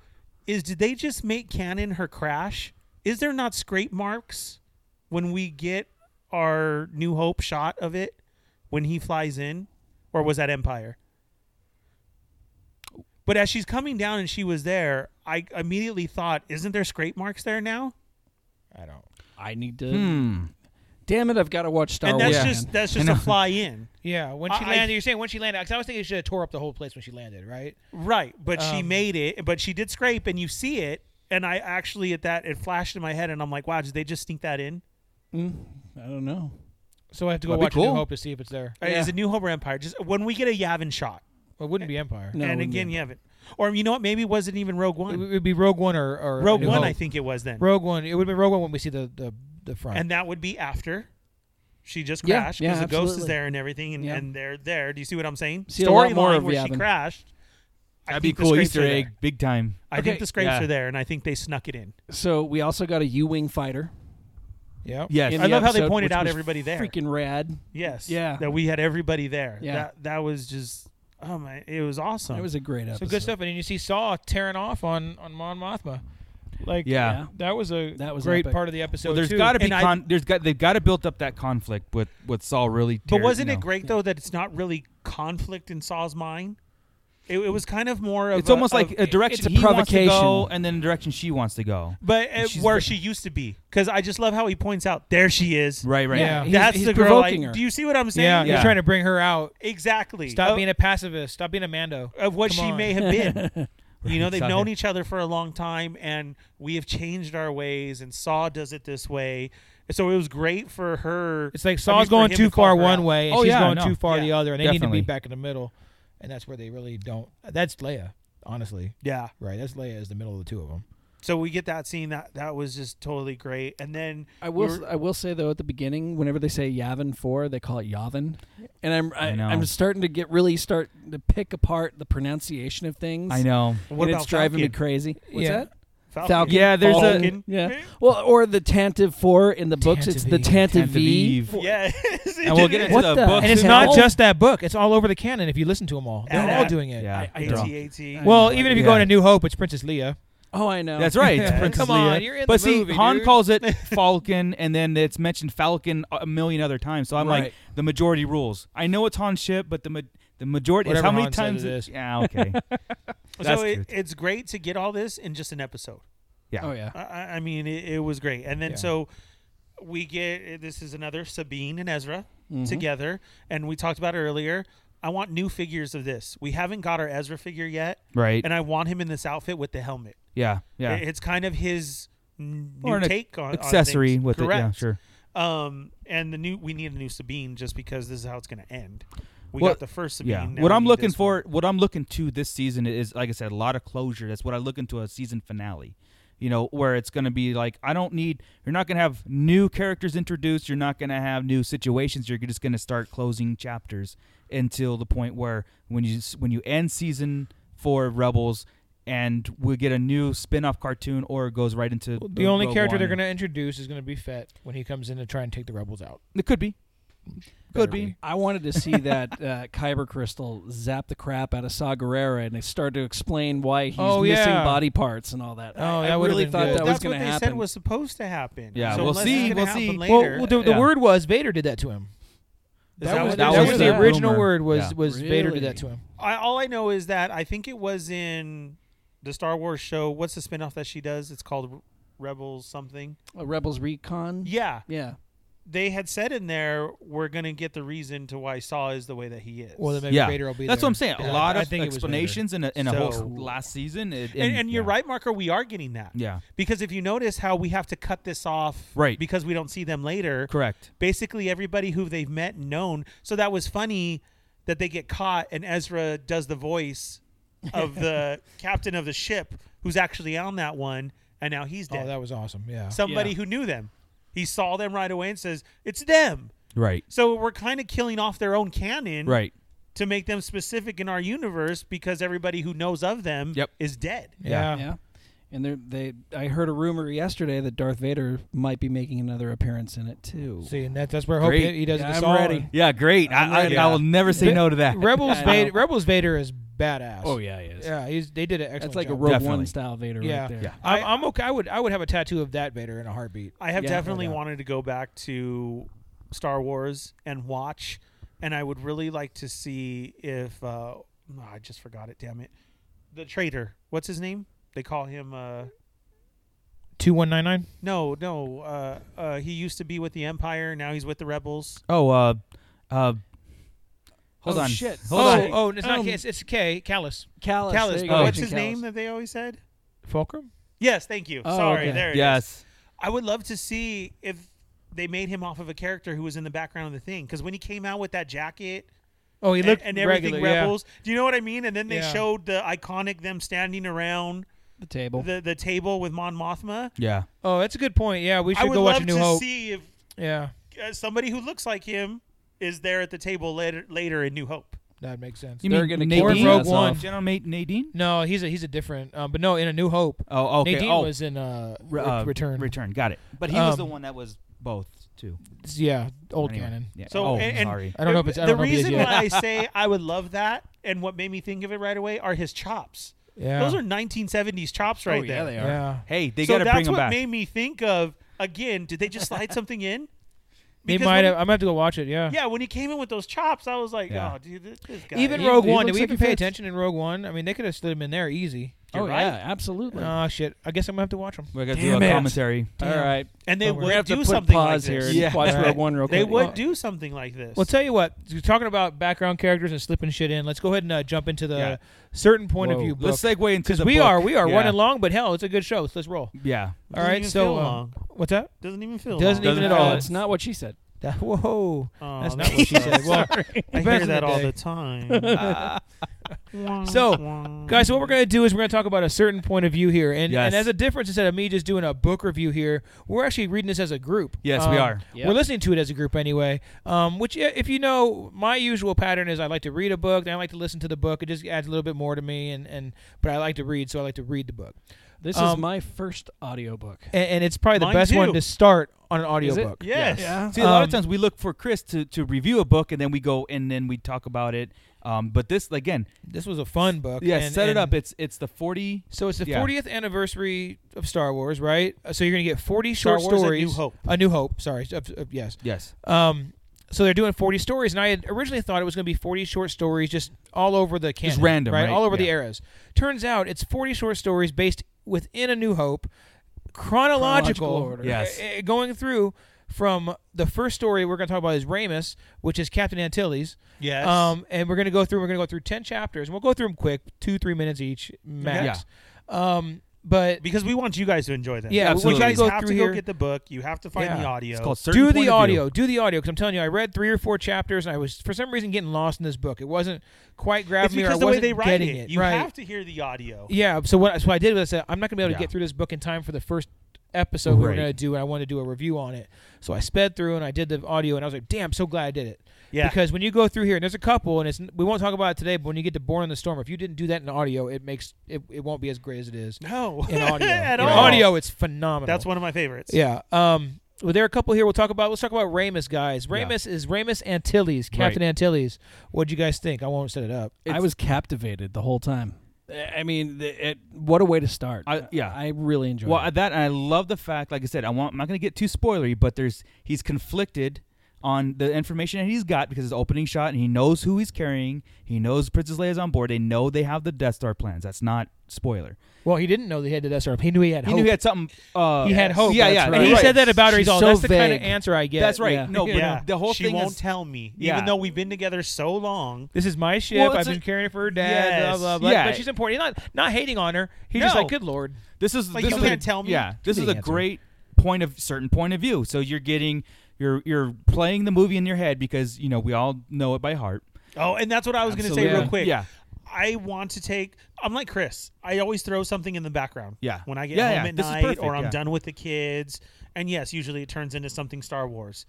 [SPEAKER 6] is did they just make Canon her crash? Is there not scrape marks when we get our New Hope shot of it when he flies in, or was that Empire? But as she's coming down and she was there, I immediately thought, isn't there scrape marks there now?
[SPEAKER 3] I don't.
[SPEAKER 7] I need to.
[SPEAKER 5] Hmm.
[SPEAKER 7] Damn it! I've got to watch Star
[SPEAKER 6] and
[SPEAKER 7] Wars.
[SPEAKER 6] that's
[SPEAKER 5] Yeah.
[SPEAKER 6] just
[SPEAKER 7] man.
[SPEAKER 6] that's just
[SPEAKER 5] I
[SPEAKER 6] a
[SPEAKER 5] know.
[SPEAKER 6] fly in,
[SPEAKER 3] Yeah, when
[SPEAKER 6] I-
[SPEAKER 3] she
[SPEAKER 6] I-
[SPEAKER 3] landed, you're saying when she landed, because I was thinking she should have tore up the whole place when she landed, right?
[SPEAKER 6] right? But she
[SPEAKER 3] Um,
[SPEAKER 6] made it, but she did scrape, and you see it. And I actually at that it flashed in my head, and I'm like, wow, did they just sneak that in?
[SPEAKER 7] I don't know.
[SPEAKER 3] So I have to go
[SPEAKER 5] That'd be
[SPEAKER 3] watch
[SPEAKER 5] cool.
[SPEAKER 3] New Hope to see if it's there.
[SPEAKER 6] Uh, Is it New Hope or Empire? Just when we get a Yavin shot,
[SPEAKER 3] Well, it wouldn't be Empire.
[SPEAKER 7] No, it
[SPEAKER 6] and
[SPEAKER 7] wouldn't
[SPEAKER 6] again
[SPEAKER 7] be.
[SPEAKER 6] Yavin, or you know what? Maybe it wasn't even Rogue
[SPEAKER 3] It
[SPEAKER 6] One.
[SPEAKER 3] would be Rogue One or, or
[SPEAKER 6] Rogue
[SPEAKER 3] New
[SPEAKER 6] One,
[SPEAKER 3] Hope.
[SPEAKER 6] I think it was then,
[SPEAKER 3] Rogue One. It would be Rogue One when we see the the, the front.
[SPEAKER 6] and that would be after she just
[SPEAKER 7] Yeah,
[SPEAKER 6] crashed
[SPEAKER 7] yeah,
[SPEAKER 6] because the ghost is
[SPEAKER 7] absolutely.
[SPEAKER 6] there and everything, and,
[SPEAKER 7] Yeah.
[SPEAKER 6] and they're there. Do you see what I'm saying?
[SPEAKER 7] See a lot more
[SPEAKER 6] Storyline
[SPEAKER 7] of
[SPEAKER 6] where she
[SPEAKER 7] Yavin.
[SPEAKER 6] crashed. I
[SPEAKER 5] That'd be
[SPEAKER 6] think the
[SPEAKER 5] cool
[SPEAKER 6] scrapes
[SPEAKER 5] Easter
[SPEAKER 6] are there.
[SPEAKER 5] egg, big time.
[SPEAKER 6] I
[SPEAKER 7] Okay,
[SPEAKER 6] think the scrapes
[SPEAKER 5] yeah.
[SPEAKER 6] are there, and I think they snuck it in.
[SPEAKER 7] So we also got a U-wing fighter.
[SPEAKER 3] yep.
[SPEAKER 5] Yes,
[SPEAKER 7] in
[SPEAKER 6] I
[SPEAKER 7] the
[SPEAKER 6] love how they
[SPEAKER 7] episode,
[SPEAKER 6] pointed
[SPEAKER 7] which
[SPEAKER 6] out
[SPEAKER 7] was
[SPEAKER 6] everybody there.
[SPEAKER 7] Freaking rad.
[SPEAKER 6] Yes,
[SPEAKER 7] Yeah.
[SPEAKER 6] that we had everybody there.
[SPEAKER 7] Yeah.
[SPEAKER 6] that that was just oh my, it was awesome.
[SPEAKER 7] It was a great
[SPEAKER 3] So
[SPEAKER 7] episode.
[SPEAKER 3] good stuff. And then you see Saw tearing off on on Mon Mothma. Like
[SPEAKER 5] yeah.
[SPEAKER 7] Yeah.
[SPEAKER 3] that was a
[SPEAKER 7] That was
[SPEAKER 3] great
[SPEAKER 7] epic.
[SPEAKER 3] part of the episode.
[SPEAKER 5] Well, there's
[SPEAKER 3] too.
[SPEAKER 5] got to be
[SPEAKER 6] And I-
[SPEAKER 5] con- there's got they've got to build up that conflict with with Saul really.
[SPEAKER 6] But
[SPEAKER 5] tear-
[SPEAKER 6] wasn't
[SPEAKER 5] you
[SPEAKER 6] it
[SPEAKER 5] know.
[SPEAKER 6] great though that it's not really conflict in Saul's mind? It, it was kind of more of
[SPEAKER 5] It's
[SPEAKER 6] a-
[SPEAKER 5] almost
[SPEAKER 6] of-
[SPEAKER 5] like a direction
[SPEAKER 7] it's a
[SPEAKER 5] he wants to go,
[SPEAKER 7] provocation.
[SPEAKER 5] and then a direction she wants to go.
[SPEAKER 6] but uh,
[SPEAKER 5] she's
[SPEAKER 6] where
[SPEAKER 5] the-
[SPEAKER 6] she used to be. Because I just love how he points out there she is.
[SPEAKER 5] Right, right.
[SPEAKER 3] Yeah.
[SPEAKER 7] He's-
[SPEAKER 6] That's
[SPEAKER 7] he's
[SPEAKER 6] the girl.
[SPEAKER 7] provoking
[SPEAKER 6] I,
[SPEAKER 7] her.
[SPEAKER 6] do you see what I'm saying?
[SPEAKER 5] Yeah.
[SPEAKER 3] yeah,
[SPEAKER 5] Oh.
[SPEAKER 3] You're trying to bring her out.
[SPEAKER 6] exactly.
[SPEAKER 3] Stop
[SPEAKER 6] of,
[SPEAKER 3] being a pacifist. Stop being a Mando.
[SPEAKER 6] of what
[SPEAKER 3] Come
[SPEAKER 6] she
[SPEAKER 3] on.
[SPEAKER 6] may have been. You know,
[SPEAKER 5] Right,
[SPEAKER 6] they've
[SPEAKER 5] Saul
[SPEAKER 6] known
[SPEAKER 5] did.
[SPEAKER 6] each other for a long time, and we have changed our ways. And Saw does it this way, so it was great for her.
[SPEAKER 3] It's
[SPEAKER 6] I
[SPEAKER 3] like
[SPEAKER 6] mean,
[SPEAKER 3] Saw's
[SPEAKER 6] for
[SPEAKER 3] going
[SPEAKER 6] him
[SPEAKER 3] too
[SPEAKER 6] to call
[SPEAKER 3] far
[SPEAKER 6] her
[SPEAKER 3] one
[SPEAKER 6] out.
[SPEAKER 3] way, and
[SPEAKER 5] Oh,
[SPEAKER 3] she's
[SPEAKER 5] yeah,
[SPEAKER 3] going
[SPEAKER 5] no.
[SPEAKER 3] too far the
[SPEAKER 6] Yeah.
[SPEAKER 3] other, and they
[SPEAKER 5] Definitely.
[SPEAKER 3] need to be back in the middle. And that's where they really don't. That's Leia, honestly.
[SPEAKER 6] Yeah,
[SPEAKER 3] Right, that's Leia is the middle of the two of them.
[SPEAKER 6] so we get that scene. That that was just totally great. And then
[SPEAKER 7] I will.
[SPEAKER 6] we were-
[SPEAKER 7] I will say though, at the beginning, whenever they say Yavin Four, they call it Yavin, and I'm I,
[SPEAKER 5] I know.
[SPEAKER 7] I'm starting to get really start to pick apart the pronunciation of things.
[SPEAKER 5] I know.
[SPEAKER 6] What
[SPEAKER 7] and
[SPEAKER 6] about
[SPEAKER 7] it's driving me
[SPEAKER 6] Falcon?
[SPEAKER 7] crazy. What's
[SPEAKER 3] Yeah.
[SPEAKER 7] that?
[SPEAKER 6] Falcon.
[SPEAKER 7] Falcon.
[SPEAKER 5] Yeah, there's a-
[SPEAKER 7] Falcon. yeah. Well, or the Tantive Four in the books. It's the Tantive E. V.
[SPEAKER 5] E. Tantive.
[SPEAKER 6] Yeah.
[SPEAKER 5] And we'll get into
[SPEAKER 7] What
[SPEAKER 5] the,
[SPEAKER 7] the
[SPEAKER 5] books.
[SPEAKER 3] And it's
[SPEAKER 7] Yeah.
[SPEAKER 3] not
[SPEAKER 7] Oh.
[SPEAKER 3] just that book; it's all over the canon. If you listen to them all, they're
[SPEAKER 6] Yeah.
[SPEAKER 3] all doing it.
[SPEAKER 5] Yeah,
[SPEAKER 7] I- I
[SPEAKER 5] they're all-
[SPEAKER 6] AT-AT.
[SPEAKER 3] Well, even if you go
[SPEAKER 5] Yeah.
[SPEAKER 3] into New Hope, it's Princess Leia.
[SPEAKER 7] Oh, I know.
[SPEAKER 5] that's right.
[SPEAKER 3] Yeah.
[SPEAKER 5] Princess
[SPEAKER 3] Come on,
[SPEAKER 5] Leia.
[SPEAKER 3] you're in
[SPEAKER 5] but
[SPEAKER 3] the
[SPEAKER 5] see,
[SPEAKER 3] movie,
[SPEAKER 5] Han
[SPEAKER 3] dude.
[SPEAKER 5] calls it Falcon, and then it's mentioned Falcon a million other times. So I'm like,
[SPEAKER 7] Right.
[SPEAKER 5] the majority rules. I know it's Han's ship, but the ma- the majority is
[SPEAKER 3] Whatever
[SPEAKER 5] how many
[SPEAKER 3] Han says
[SPEAKER 5] times
[SPEAKER 3] it
[SPEAKER 5] it-
[SPEAKER 3] is.
[SPEAKER 5] Yeah, okay. That's
[SPEAKER 6] so it,
[SPEAKER 5] good.
[SPEAKER 6] it's great to get all this in just an episode.
[SPEAKER 5] Yeah.
[SPEAKER 7] Oh yeah.
[SPEAKER 6] I- I, I mean, it, it was great. And then
[SPEAKER 3] Yeah.
[SPEAKER 6] so we get this is another Sabine and Ezra
[SPEAKER 5] Mm-hmm.
[SPEAKER 6] together, and we talked about it earlier. I want new figures of this. We haven't got our Ezra figure yet,
[SPEAKER 5] Right.
[SPEAKER 6] and I want him in this outfit with the helmet.
[SPEAKER 5] yeah. Yeah.
[SPEAKER 6] It- It's kind of his n- new
[SPEAKER 5] Or an ac-
[SPEAKER 6] take on on
[SPEAKER 5] accessory
[SPEAKER 6] things.
[SPEAKER 5] with it. Yeah,
[SPEAKER 6] Correct.
[SPEAKER 5] sure.
[SPEAKER 6] Um, and the new we need a new Sabine just because this is how it's going to end. We
[SPEAKER 5] Well,
[SPEAKER 6] got the first Sabine.
[SPEAKER 5] Yeah.
[SPEAKER 6] now
[SPEAKER 5] What
[SPEAKER 6] we
[SPEAKER 5] I'm
[SPEAKER 6] need
[SPEAKER 5] looking
[SPEAKER 6] this one.
[SPEAKER 5] for, what I'm looking to this season is, like I said, a lot of closure. That's what I look into a season finale. You know, where it's going to be like, I don't need, you're not going to have new characters introduced. You're not going to have new situations. You're just going to start closing chapters until the point where when you s- when you end season four of Rebels and we get a new spin off cartoon or it goes right into
[SPEAKER 3] The only
[SPEAKER 5] Rogue
[SPEAKER 3] character
[SPEAKER 5] One.
[SPEAKER 3] they're going to introduce is going to be Fett when he comes in to try and take the rebels out.
[SPEAKER 5] It could be.
[SPEAKER 3] Better
[SPEAKER 5] Could be.
[SPEAKER 7] I wanted to see that uh, kyber crystal zap the crap out of Saw Gerrera, and they start to explain why he's
[SPEAKER 3] Oh,
[SPEAKER 7] missing
[SPEAKER 3] yeah.
[SPEAKER 7] body parts and all that.
[SPEAKER 3] Oh,
[SPEAKER 7] I, I
[SPEAKER 3] that would've
[SPEAKER 7] really
[SPEAKER 3] been
[SPEAKER 7] thought
[SPEAKER 3] good.
[SPEAKER 7] that
[SPEAKER 6] That's
[SPEAKER 7] was going
[SPEAKER 6] what
[SPEAKER 7] to
[SPEAKER 6] they
[SPEAKER 7] happen.
[SPEAKER 6] said was supposed to happen.
[SPEAKER 5] Yeah,
[SPEAKER 6] So
[SPEAKER 5] we'll
[SPEAKER 6] unless
[SPEAKER 5] see,
[SPEAKER 6] it's gonna
[SPEAKER 5] we'll
[SPEAKER 6] happen
[SPEAKER 5] see.
[SPEAKER 6] Later,
[SPEAKER 3] Well, the, the
[SPEAKER 5] Yeah.
[SPEAKER 3] word was Vader did that to him. That,
[SPEAKER 5] that
[SPEAKER 3] was,
[SPEAKER 5] what
[SPEAKER 3] that
[SPEAKER 5] they
[SPEAKER 3] was
[SPEAKER 5] said?
[SPEAKER 3] the
[SPEAKER 5] Rumor.
[SPEAKER 3] original word was
[SPEAKER 5] Yeah.
[SPEAKER 3] was Vader did
[SPEAKER 7] Really?
[SPEAKER 3] that to him.
[SPEAKER 6] I, all I know is that I think it was in the Star Wars show. What's the spinoff that she does? It's called Re- Rebels something.
[SPEAKER 7] A Rebels Recon.
[SPEAKER 6] Yeah,
[SPEAKER 7] Yeah.
[SPEAKER 6] they had said in there we're gonna get the reason to why Saw is the way that he is.
[SPEAKER 3] Well, then maybe
[SPEAKER 5] yeah,
[SPEAKER 3] Vader will be.
[SPEAKER 5] that's
[SPEAKER 3] there.
[SPEAKER 5] what I'm saying. a
[SPEAKER 3] Yeah,
[SPEAKER 5] lot
[SPEAKER 3] I
[SPEAKER 5] of
[SPEAKER 3] think it was Vader.
[SPEAKER 5] explanations in a, in a
[SPEAKER 6] So-
[SPEAKER 5] whole last season. It,
[SPEAKER 6] and, and you're
[SPEAKER 5] yeah.
[SPEAKER 6] right, Marco. We are getting that.
[SPEAKER 5] Yeah.
[SPEAKER 6] Because if you notice how we have to cut this off,
[SPEAKER 5] Right.
[SPEAKER 6] Because we don't see them later.
[SPEAKER 5] Correct.
[SPEAKER 6] Basically, everybody who they've met and known. So that was funny that they get caught and Ezra does the voice of the captain of the ship who's actually on that one, and now he's dead.
[SPEAKER 3] Oh, that was awesome. Yeah.
[SPEAKER 6] Somebody
[SPEAKER 7] Yeah.
[SPEAKER 6] who knew them. He saw them right away and says, "It's them."
[SPEAKER 5] Right.
[SPEAKER 6] So we're kind of killing off their own canon,
[SPEAKER 5] Right.
[SPEAKER 6] To make them specific in our universe because everybody who knows of them
[SPEAKER 5] Yep.
[SPEAKER 6] is dead.
[SPEAKER 3] yeah.
[SPEAKER 7] Yeah. And they're, they, I heard a rumor yesterday that Darth Vader might be making another appearance in it too.
[SPEAKER 3] See, and that, that's where I hope
[SPEAKER 5] Great.
[SPEAKER 3] he, he does
[SPEAKER 7] Yeah,
[SPEAKER 3] the
[SPEAKER 7] I'm
[SPEAKER 3] Saw.
[SPEAKER 7] ready.
[SPEAKER 5] Yeah. Great.
[SPEAKER 7] I'm
[SPEAKER 5] I, I,
[SPEAKER 7] ready.
[SPEAKER 5] I will never say
[SPEAKER 3] Ve-
[SPEAKER 5] no to that.
[SPEAKER 3] Rebels
[SPEAKER 7] I know.
[SPEAKER 3] Vader. Rebels Vader is badass.
[SPEAKER 7] Oh yeah, he is.
[SPEAKER 3] Yeah, he's, they did an excellent.
[SPEAKER 7] That's like a
[SPEAKER 3] job.
[SPEAKER 7] Rogue
[SPEAKER 5] Definitely.
[SPEAKER 7] One style Vader
[SPEAKER 3] Yeah.
[SPEAKER 7] right there.
[SPEAKER 5] Yeah.
[SPEAKER 3] I'm, I'm okay. I would I would have a tattoo of that Vader in a heartbeat.
[SPEAKER 6] I have
[SPEAKER 7] Yeah, no
[SPEAKER 6] definitely
[SPEAKER 7] doubt.
[SPEAKER 6] wanted to go back to Star Wars and watch, and I would really like to see if uh, oh, I just forgot it. Damn it, the traitor. What's his name? They call him. Uh,
[SPEAKER 3] Two one nine nine.
[SPEAKER 6] no, no. Uh, uh, he used to be with the Empire. Now he's with the Rebels.
[SPEAKER 5] Oh. Uh. Uh. Hold
[SPEAKER 7] Oh,
[SPEAKER 5] on.
[SPEAKER 7] shit.
[SPEAKER 5] Hold
[SPEAKER 3] oh,
[SPEAKER 5] on.
[SPEAKER 3] oh, it's not
[SPEAKER 7] Um,
[SPEAKER 3] K. It's, it's K. Callus.
[SPEAKER 7] Callus.
[SPEAKER 6] Callus.
[SPEAKER 7] there you
[SPEAKER 6] but
[SPEAKER 7] go,
[SPEAKER 6] what's
[SPEAKER 7] Agent
[SPEAKER 6] his name
[SPEAKER 7] Callus.
[SPEAKER 6] that they always said?
[SPEAKER 3] Fulcrum.
[SPEAKER 6] Yes, thank you.
[SPEAKER 7] Oh,
[SPEAKER 6] Sorry,
[SPEAKER 7] okay.
[SPEAKER 6] there. it is.
[SPEAKER 5] Yes.
[SPEAKER 6] I would love to see if they made him off of a character who was in the background of the thing. Because when he came out with that jacket
[SPEAKER 3] Oh, he
[SPEAKER 6] and,
[SPEAKER 3] looked
[SPEAKER 6] and everything
[SPEAKER 3] regular, yeah.
[SPEAKER 6] rebels. Do you know what I mean? And then they
[SPEAKER 3] Yeah.
[SPEAKER 6] showed the iconic them standing around
[SPEAKER 7] The table.
[SPEAKER 6] the, the table with Mon Mothma.
[SPEAKER 5] Yeah.
[SPEAKER 3] Oh, that's a good point. Yeah, we
[SPEAKER 6] I
[SPEAKER 3] should
[SPEAKER 6] would
[SPEAKER 3] go watch
[SPEAKER 6] love
[SPEAKER 3] a New
[SPEAKER 6] to
[SPEAKER 3] Hope.
[SPEAKER 6] see if
[SPEAKER 3] yeah,
[SPEAKER 6] uh, somebody who looks like him is there at the table later, later in New Hope.
[SPEAKER 3] that makes sense.
[SPEAKER 5] You
[SPEAKER 7] They're
[SPEAKER 5] mean
[SPEAKER 7] gonna kill
[SPEAKER 5] Nadine?
[SPEAKER 3] Rogue One.
[SPEAKER 5] General Mate Nadine.
[SPEAKER 3] no, he's a he's a different. Um, but no, in a New Hope,
[SPEAKER 5] Oh. Okay.
[SPEAKER 3] Nadine
[SPEAKER 5] oh.
[SPEAKER 3] was in uh,
[SPEAKER 5] Re-
[SPEAKER 3] Re-
[SPEAKER 5] uh,
[SPEAKER 3] Return.
[SPEAKER 5] Return. Got it. But he was
[SPEAKER 3] Um,
[SPEAKER 5] the one that was both too.
[SPEAKER 3] yeah, old
[SPEAKER 5] Anyway,
[SPEAKER 3] canon.
[SPEAKER 5] Yeah.
[SPEAKER 6] So
[SPEAKER 5] oh,
[SPEAKER 6] and, and
[SPEAKER 5] sorry.
[SPEAKER 3] I don't know if it's- I don't
[SPEAKER 6] the
[SPEAKER 3] know if it is
[SPEAKER 6] reason
[SPEAKER 3] yet.
[SPEAKER 6] why I say I would love that and what made me think of it right away are his chops.
[SPEAKER 3] Yeah,
[SPEAKER 6] Those are 1970s chops right
[SPEAKER 7] oh,
[SPEAKER 6] there.
[SPEAKER 7] yeah, they are.
[SPEAKER 3] yeah.
[SPEAKER 5] Hey, they
[SPEAKER 6] so
[SPEAKER 5] gotta
[SPEAKER 6] that's
[SPEAKER 5] bring him
[SPEAKER 6] what
[SPEAKER 5] back.
[SPEAKER 6] made me think of again. Did they just slide something in?
[SPEAKER 3] They
[SPEAKER 6] Because
[SPEAKER 3] might
[SPEAKER 6] when-
[SPEAKER 3] have. uh, I'm gonna have to go watch it. Yeah.
[SPEAKER 6] Yeah, when he came in with those chops, I was like,
[SPEAKER 5] Yeah.
[SPEAKER 6] oh, dude, this, this guy.
[SPEAKER 3] Even
[SPEAKER 7] He-
[SPEAKER 3] Rogue
[SPEAKER 7] he
[SPEAKER 3] One. Did
[SPEAKER 7] looks
[SPEAKER 3] we
[SPEAKER 7] like
[SPEAKER 3] even
[SPEAKER 7] he
[SPEAKER 3] pay
[SPEAKER 7] fits.
[SPEAKER 3] attention in Rogue One? I mean, they could have slid him in there easy.
[SPEAKER 7] Oh
[SPEAKER 6] You're right.
[SPEAKER 7] yeah, absolutely.
[SPEAKER 3] Oh shit! I guess I'm gonna have to watch them.
[SPEAKER 5] We're gonna
[SPEAKER 6] Damn
[SPEAKER 5] do a
[SPEAKER 6] it.
[SPEAKER 5] commentary.
[SPEAKER 7] All right.
[SPEAKER 6] and they
[SPEAKER 3] Oh, we're
[SPEAKER 6] would
[SPEAKER 3] gonna
[SPEAKER 7] have to
[SPEAKER 6] do
[SPEAKER 7] put
[SPEAKER 6] something
[SPEAKER 7] pause
[SPEAKER 6] like
[SPEAKER 7] here
[SPEAKER 6] this.
[SPEAKER 7] and
[SPEAKER 5] Yeah.
[SPEAKER 7] watch
[SPEAKER 3] All right.
[SPEAKER 7] Rogue One real quick. Oh,
[SPEAKER 6] They
[SPEAKER 7] Well,
[SPEAKER 6] would do something like this.
[SPEAKER 3] Uh, Well, tell you what. You're talking about background characters and slipping shit in. Let's go ahead and uh, jump into the
[SPEAKER 5] Yeah.
[SPEAKER 3] certain point of
[SPEAKER 5] Whoa.
[SPEAKER 3] view. Book.
[SPEAKER 5] Let's segue into the
[SPEAKER 3] we
[SPEAKER 5] book.
[SPEAKER 3] are we are
[SPEAKER 5] yeah.
[SPEAKER 3] running long, but hell, it's a good show. So let's roll.
[SPEAKER 5] Yeah.
[SPEAKER 3] All
[SPEAKER 6] Doesn't
[SPEAKER 3] right.
[SPEAKER 6] even
[SPEAKER 3] So
[SPEAKER 6] feel
[SPEAKER 3] uh,
[SPEAKER 6] long.
[SPEAKER 3] what's that?
[SPEAKER 6] doesn't even feel.
[SPEAKER 3] Doesn't
[SPEAKER 6] long.
[SPEAKER 5] Doesn't
[SPEAKER 3] even at all.
[SPEAKER 5] feel-
[SPEAKER 7] That's not what she said.
[SPEAKER 3] That- whoa.
[SPEAKER 6] Oh,
[SPEAKER 3] That's
[SPEAKER 6] that's
[SPEAKER 3] not what she said. Well,
[SPEAKER 6] I
[SPEAKER 3] depends
[SPEAKER 6] hear
[SPEAKER 3] on
[SPEAKER 6] that all
[SPEAKER 3] day.
[SPEAKER 6] the time.
[SPEAKER 3] So, guys, so what we're going to do is we're going to talk about a certain point of view here. And,
[SPEAKER 5] Yes.
[SPEAKER 3] and as a difference, instead of me just doing a book review here, we're actually reading this as a group.
[SPEAKER 5] Yes, we
[SPEAKER 3] Um,
[SPEAKER 5] are.
[SPEAKER 7] Yep.
[SPEAKER 3] We're listening to it as a group anyway. Um, which, i- if you know, my usual pattern is I like to read a book, then I like to listen to the book. It just adds a little bit more to me. and, and But I like to read, so I like to read the book.
[SPEAKER 7] This is
[SPEAKER 3] Um,
[SPEAKER 7] my first audiobook.
[SPEAKER 3] And, and it's probably the
[SPEAKER 6] Mine
[SPEAKER 3] best one
[SPEAKER 6] too.
[SPEAKER 3] to start on an
[SPEAKER 7] Is it?
[SPEAKER 3] audiobook.
[SPEAKER 6] yes.
[SPEAKER 5] See, a lot of
[SPEAKER 3] Um,
[SPEAKER 5] times we look for Chris to, to review a book and then we go and then we talk about it. Um, but this again,
[SPEAKER 3] This was a fun book.
[SPEAKER 5] yeah,
[SPEAKER 3] and-
[SPEAKER 5] set it
[SPEAKER 3] and-
[SPEAKER 5] up. It's it's the forty.
[SPEAKER 3] So it's the
[SPEAKER 5] Yeah.
[SPEAKER 3] 40th anniversary of Star Wars, right? Uh, So you're going to get 40
[SPEAKER 6] Star
[SPEAKER 3] short
[SPEAKER 6] Wars: A New
[SPEAKER 3] stories.
[SPEAKER 6] Hope.
[SPEAKER 3] A New Hope, sorry. Of- of- yes.
[SPEAKER 5] Yes.
[SPEAKER 3] Um, so they're doing 40 stories, and I had originally thought it was going to be 40 short stories just all over the canon.
[SPEAKER 5] random, right?
[SPEAKER 3] All over the
[SPEAKER 5] Yeah.
[SPEAKER 3] eras. Turns out it's 40 short stories based within A New Hope, chronological,
[SPEAKER 7] Chronological order.
[SPEAKER 5] Yes.
[SPEAKER 3] uh, uh, going through from the first story we're going to talk about is Ramus, which is Captain Antilles.
[SPEAKER 6] Yes.
[SPEAKER 3] Um, and we're going to go through. We're going to go through 10 chapters, and we'll go through them quick, two, three minutes each max. Um, but
[SPEAKER 6] because we want you guys to enjoy them.
[SPEAKER 3] Yeah,
[SPEAKER 6] we
[SPEAKER 5] absolutely.
[SPEAKER 6] want you guys
[SPEAKER 3] Go
[SPEAKER 6] have to
[SPEAKER 3] through here.
[SPEAKER 6] go get the book. You have to find
[SPEAKER 3] Yeah.
[SPEAKER 6] the audio.
[SPEAKER 5] It's called Certain
[SPEAKER 3] do
[SPEAKER 5] Point
[SPEAKER 3] the
[SPEAKER 5] of
[SPEAKER 3] audio,
[SPEAKER 5] View.
[SPEAKER 3] do the audio, because I'm telling you, I read three or four chapters, and I was for some reason getting lost in this book. It wasn't quite grabbing
[SPEAKER 6] It's
[SPEAKER 3] me, or I
[SPEAKER 6] because the way
[SPEAKER 3] wasn't
[SPEAKER 6] they write
[SPEAKER 3] getting
[SPEAKER 6] it.
[SPEAKER 3] it.
[SPEAKER 6] You
[SPEAKER 3] right?
[SPEAKER 6] have to hear the audio.
[SPEAKER 3] Yeah. So what, so I did was I said, I'm not gonna be able to
[SPEAKER 5] Yeah.
[SPEAKER 3] get through this book in time for the first episode we were
[SPEAKER 5] Right.
[SPEAKER 3] gonna do, and I wanted to do a review on it. So I sped through and I did the audio, and I was like, damn, so glad I did it.
[SPEAKER 6] Yeah.
[SPEAKER 3] Because when you go through here, and there's a couple, and it's we won't talk about it today, but when you get to Born in the Storm, if you didn't do that in audio, it makes it, it won't be as great as it is
[SPEAKER 6] No.
[SPEAKER 3] in audio.
[SPEAKER 6] At
[SPEAKER 3] in
[SPEAKER 6] all.
[SPEAKER 3] audio, it's phenomenal.
[SPEAKER 6] That's one of my favorites.
[SPEAKER 3] Yeah. Um. Well, there are a couple here. We'll talk about. Let's talk about Ramus, guys. Ramus is Ramus Antilles, Captain Antilles. What would you guys think? I won't set it up.
[SPEAKER 7] I was captivated the whole time. I I mean, th- it, what a way to start.
[SPEAKER 5] I- yeah.
[SPEAKER 7] I really enjoyed
[SPEAKER 5] Well,
[SPEAKER 7] it.
[SPEAKER 5] that and I love the fact. Like I said, I want, I'm not going to get too spoilery, but there's he's conflicted on the information that he's got because it's opening shot and he knows who he's carrying. He knows Princess Leia's on board. They know they have the Death Star plans. That's not spoiler.
[SPEAKER 3] Well, he didn't know they had the Death Star. He knew he had
[SPEAKER 5] He
[SPEAKER 3] hope.
[SPEAKER 5] knew he had something. Uh,
[SPEAKER 3] He had hope.
[SPEAKER 5] Yeah, yeah.
[SPEAKER 3] And he
[SPEAKER 5] right.
[SPEAKER 3] said that about her. He's
[SPEAKER 7] She's
[SPEAKER 3] all.
[SPEAKER 7] so
[SPEAKER 3] That's the kind of
[SPEAKER 7] vague.
[SPEAKER 3] answer I get.
[SPEAKER 5] That's right.
[SPEAKER 7] Yeah.
[SPEAKER 5] No, but
[SPEAKER 6] yeah.
[SPEAKER 5] the whole
[SPEAKER 6] she
[SPEAKER 5] thing
[SPEAKER 6] won't
[SPEAKER 5] is
[SPEAKER 6] tell me,
[SPEAKER 5] Yeah.
[SPEAKER 6] even though we've been together so long.
[SPEAKER 3] This is my ship.
[SPEAKER 5] Well, it's
[SPEAKER 3] I've
[SPEAKER 5] a-
[SPEAKER 3] been caring for her dad.
[SPEAKER 6] Yes.
[SPEAKER 3] Blah blah blah.
[SPEAKER 5] Yeah.
[SPEAKER 3] But she's important. He's not not hating on her. He's just
[SPEAKER 6] No.
[SPEAKER 3] like, good lord.
[SPEAKER 5] This is
[SPEAKER 6] Like,
[SPEAKER 5] this
[SPEAKER 6] you
[SPEAKER 5] is a-
[SPEAKER 6] can't tell me.
[SPEAKER 5] Yeah, this is
[SPEAKER 7] Give me
[SPEAKER 5] a
[SPEAKER 7] the answer.
[SPEAKER 5] great point of certain point of view. So you're getting you're you're playing the movie in your head because you know we all know it by heart.
[SPEAKER 6] Oh, and that's what I was going to say
[SPEAKER 5] Absolutely.
[SPEAKER 6] real quick.
[SPEAKER 5] Yeah.
[SPEAKER 6] I want to take. I'm like Chris. I always throw something in the background.
[SPEAKER 5] Yeah.
[SPEAKER 6] When I get
[SPEAKER 5] Yeah,
[SPEAKER 6] home
[SPEAKER 5] yeah.
[SPEAKER 6] at
[SPEAKER 5] This is
[SPEAKER 6] night,
[SPEAKER 5] perfect,
[SPEAKER 6] or I'm
[SPEAKER 5] yeah.
[SPEAKER 6] done with the kids, and yes, usually it turns into something Star Wars.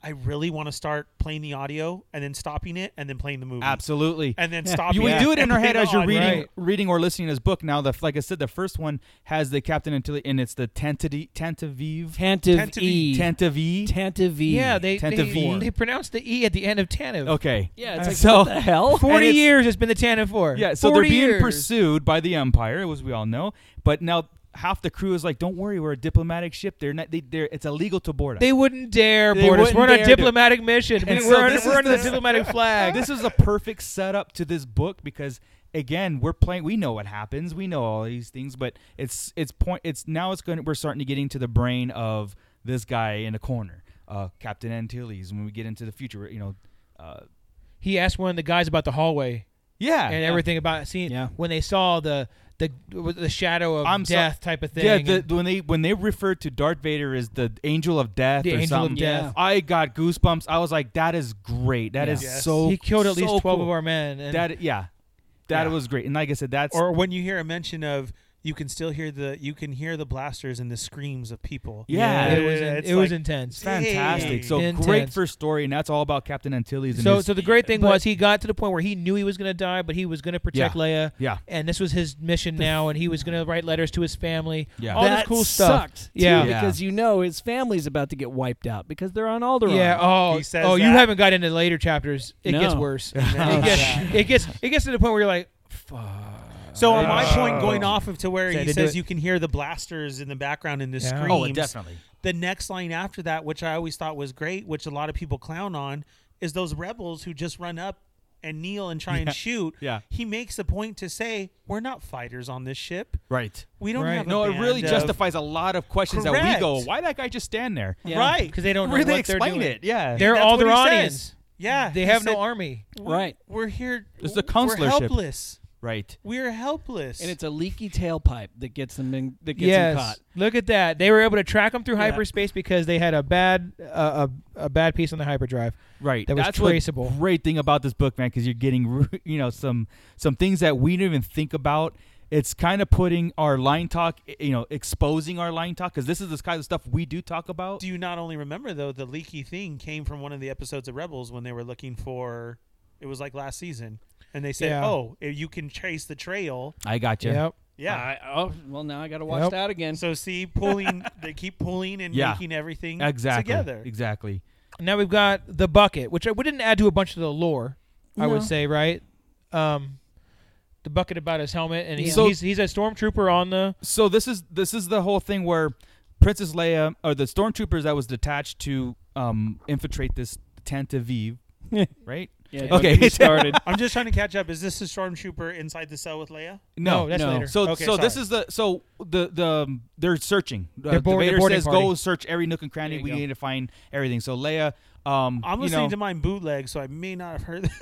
[SPEAKER 6] I really want to start playing the audio and then stopping it and then playing the movie.
[SPEAKER 5] Absolutely.
[SPEAKER 6] And then stopping.
[SPEAKER 5] you would
[SPEAKER 6] it
[SPEAKER 5] do it in
[SPEAKER 6] and
[SPEAKER 5] her head
[SPEAKER 6] playing the
[SPEAKER 5] as you're
[SPEAKER 6] audio.
[SPEAKER 5] reading,
[SPEAKER 3] Right.
[SPEAKER 5] reading or listening to this book. Now, the like I said, the first one has the captain until and it's the tentative, tentative,
[SPEAKER 7] Tantive
[SPEAKER 6] Tantive-
[SPEAKER 7] E.
[SPEAKER 5] tentative.
[SPEAKER 7] Tantive E.
[SPEAKER 3] Yeah, they they,
[SPEAKER 5] Tantive.
[SPEAKER 3] they pronounced the e at the end of Tantive.
[SPEAKER 5] Okay.
[SPEAKER 7] Yeah, it's like,
[SPEAKER 5] so
[SPEAKER 7] what the hell?
[SPEAKER 3] Forty
[SPEAKER 5] it's-
[SPEAKER 3] years it's been the Tantive Four.
[SPEAKER 5] Yeah, so they're
[SPEAKER 7] 40
[SPEAKER 5] being
[SPEAKER 7] years.
[SPEAKER 5] pursued by the Empire, as we all know. But now half the crew is like, "Don't worry, we're a diplomatic ship. They're not. They, they're. It's illegal to board us."
[SPEAKER 3] They wouldn't dare
[SPEAKER 5] They
[SPEAKER 3] board us.
[SPEAKER 5] wouldn't
[SPEAKER 3] We're on a
[SPEAKER 5] dare do-
[SPEAKER 3] diplomatic mission.
[SPEAKER 5] And
[SPEAKER 3] We-
[SPEAKER 5] so
[SPEAKER 3] we're under,
[SPEAKER 5] this
[SPEAKER 3] we're
[SPEAKER 5] is
[SPEAKER 3] under the
[SPEAKER 5] the-
[SPEAKER 3] diplomatic flag.
[SPEAKER 5] this is a perfect setup to this book because again we're playing we know what happens we know all these things but it's it's point it's now it's going to we're starting to get into the brain of this guy in the corner uh captain antilles when we get into the future you know uh
[SPEAKER 3] he asked one of the guys about the hallway
[SPEAKER 5] yeah
[SPEAKER 3] and everything about seeing
[SPEAKER 7] Yeah.
[SPEAKER 3] when they saw the the the shadow of
[SPEAKER 5] I'm so-
[SPEAKER 3] death type of thing.
[SPEAKER 5] yeah
[SPEAKER 3] and-
[SPEAKER 5] the, when they when they referred to darth vader as the angel of death
[SPEAKER 3] The
[SPEAKER 5] or
[SPEAKER 3] angel of
[SPEAKER 5] something
[SPEAKER 3] death.
[SPEAKER 5] i got goosebumps i was like that is great That is
[SPEAKER 6] Yeah. Yes.
[SPEAKER 5] so
[SPEAKER 3] he killed at least
[SPEAKER 5] so
[SPEAKER 3] twelve
[SPEAKER 5] cool.
[SPEAKER 3] of our men. And
[SPEAKER 5] that yeah that
[SPEAKER 3] Yeah.
[SPEAKER 5] was great and like i said that's
[SPEAKER 6] Or when you hear a mention of, you can still hear the you can hear the blasters and the screams of people.
[SPEAKER 5] yeah,
[SPEAKER 3] it was
[SPEAKER 6] Yeah,
[SPEAKER 3] in-
[SPEAKER 6] it's
[SPEAKER 3] it was
[SPEAKER 6] like-
[SPEAKER 3] intense.
[SPEAKER 5] It's fantastic. So
[SPEAKER 3] Intense.
[SPEAKER 5] great first story, and that's all about Captain Antilles. And
[SPEAKER 3] So,
[SPEAKER 5] his,
[SPEAKER 3] so the great thing
[SPEAKER 5] but-
[SPEAKER 3] was he got to the point where he knew he was going to die, but he was going to protect
[SPEAKER 5] Yeah.
[SPEAKER 3] Leia,
[SPEAKER 5] yeah,
[SPEAKER 3] and this was his mission now, and he was going to write letters to his family.
[SPEAKER 5] Yeah.
[SPEAKER 3] all this
[SPEAKER 7] That
[SPEAKER 3] cool stuff.
[SPEAKER 7] Sucked, too,
[SPEAKER 3] Yeah.
[SPEAKER 5] Yeah.
[SPEAKER 7] because you know his family's about to get wiped out because they're on Alderaan.
[SPEAKER 3] Yeah. Oh,
[SPEAKER 6] He says
[SPEAKER 3] oh, you
[SPEAKER 6] that.
[SPEAKER 3] haven't got into later chapters. It gets
[SPEAKER 7] No.
[SPEAKER 3] worse.
[SPEAKER 7] Oh,
[SPEAKER 3] it, gets, it gets it gets to the point where you're like,
[SPEAKER 6] So on my
[SPEAKER 5] Oh.
[SPEAKER 3] Yeah.
[SPEAKER 6] point, going off of to where
[SPEAKER 3] Said
[SPEAKER 6] he
[SPEAKER 3] to do
[SPEAKER 6] says
[SPEAKER 3] it.
[SPEAKER 6] you can hear the blasters in the background and the
[SPEAKER 3] Yeah.
[SPEAKER 6] screams.
[SPEAKER 5] oh, definitely.
[SPEAKER 6] The next line after that, which I always thought was great, which a lot of people clown on, is those rebels who just run up and kneel and try and shoot.
[SPEAKER 5] Yeah.
[SPEAKER 6] He makes the point to say, "We're not fighters on this ship.
[SPEAKER 5] Right.
[SPEAKER 6] We don't
[SPEAKER 3] Right.
[SPEAKER 6] have." A
[SPEAKER 5] No, it really
[SPEAKER 6] band of-
[SPEAKER 5] justifies a lot of questions that we
[SPEAKER 6] Correct.
[SPEAKER 5] go. Why that guy just stand there?
[SPEAKER 7] Yeah.
[SPEAKER 6] Right.
[SPEAKER 3] because they don't know
[SPEAKER 5] Where they
[SPEAKER 3] what they're
[SPEAKER 5] explain
[SPEAKER 3] doing.
[SPEAKER 5] it? Yeah.
[SPEAKER 3] They're
[SPEAKER 6] That's
[SPEAKER 3] all
[SPEAKER 6] what
[SPEAKER 3] their
[SPEAKER 6] he
[SPEAKER 3] audians.
[SPEAKER 6] Yeah,
[SPEAKER 3] They
[SPEAKER 6] he
[SPEAKER 3] have
[SPEAKER 6] said,
[SPEAKER 3] no army.
[SPEAKER 6] "We're-
[SPEAKER 7] Right.
[SPEAKER 6] We're here.
[SPEAKER 5] It's the
[SPEAKER 6] We're
[SPEAKER 5] consularship.
[SPEAKER 6] helpless.
[SPEAKER 5] right.
[SPEAKER 6] We're helpless.
[SPEAKER 7] and it's a leaky tailpipe that gets them in, that gets
[SPEAKER 3] Yes.
[SPEAKER 7] them caught.
[SPEAKER 3] Look at that. They were able to track them through
[SPEAKER 7] Yeah.
[SPEAKER 3] hyperspace because they had a bad uh, a, a bad piece on the hyperdrive.
[SPEAKER 5] Right.
[SPEAKER 3] That was
[SPEAKER 5] That's
[SPEAKER 3] traceable.
[SPEAKER 5] What great thing about this book, man, because you're getting you know some some things that we didn't even think about. It's kind of putting our line talk, you know, exposing our line talk because this is this kind of stuff we do talk about.
[SPEAKER 6] Do you not only remember though the leaky thing came from one of the episodes of Rebels when they were looking for it was like last season and they said,
[SPEAKER 3] Yeah.
[SPEAKER 6] "Oh, if you can trace the trail."
[SPEAKER 5] I got you.
[SPEAKER 3] Yep.
[SPEAKER 6] Yeah.
[SPEAKER 7] I- oh, well, now I got to watch
[SPEAKER 3] Yep.
[SPEAKER 7] that again.
[SPEAKER 6] so see, pulling they keep pulling and
[SPEAKER 5] Yeah.
[SPEAKER 6] making everything
[SPEAKER 5] Exactly.
[SPEAKER 6] together.
[SPEAKER 5] Exactly.
[SPEAKER 3] Now we've got the bucket, which I, we didn't add to a bunch of the lore. I
[SPEAKER 7] No.
[SPEAKER 3] would say, right? Um, the bucket about his helmet, and he's
[SPEAKER 5] So-
[SPEAKER 3] he's, he's a stormtrooper on the
[SPEAKER 5] so this is this is the whole thing where Princess Leia or the stormtroopers that was detached to um, infiltrate this tent of Eve, right?
[SPEAKER 7] Yeah,
[SPEAKER 5] Okay.
[SPEAKER 7] don't get me started.
[SPEAKER 6] I'm just trying to catch up. Is this the stormtrooper inside the cell with Leia?
[SPEAKER 3] no, Oh, that's
[SPEAKER 7] no.
[SPEAKER 3] later.
[SPEAKER 5] So
[SPEAKER 6] Okay,
[SPEAKER 5] so this
[SPEAKER 6] sorry.
[SPEAKER 5] is the so the the they're searching.
[SPEAKER 3] They're
[SPEAKER 5] the
[SPEAKER 3] board- they're
[SPEAKER 5] Vader
[SPEAKER 3] boarding
[SPEAKER 5] says go
[SPEAKER 3] party.
[SPEAKER 5] search every nook and cranny.
[SPEAKER 3] There you
[SPEAKER 5] We
[SPEAKER 3] go.
[SPEAKER 5] need to find everything. So Leia, um,
[SPEAKER 6] I'm
[SPEAKER 5] you
[SPEAKER 6] listening
[SPEAKER 5] know,
[SPEAKER 6] to mine bootleg, so I may not have heard this.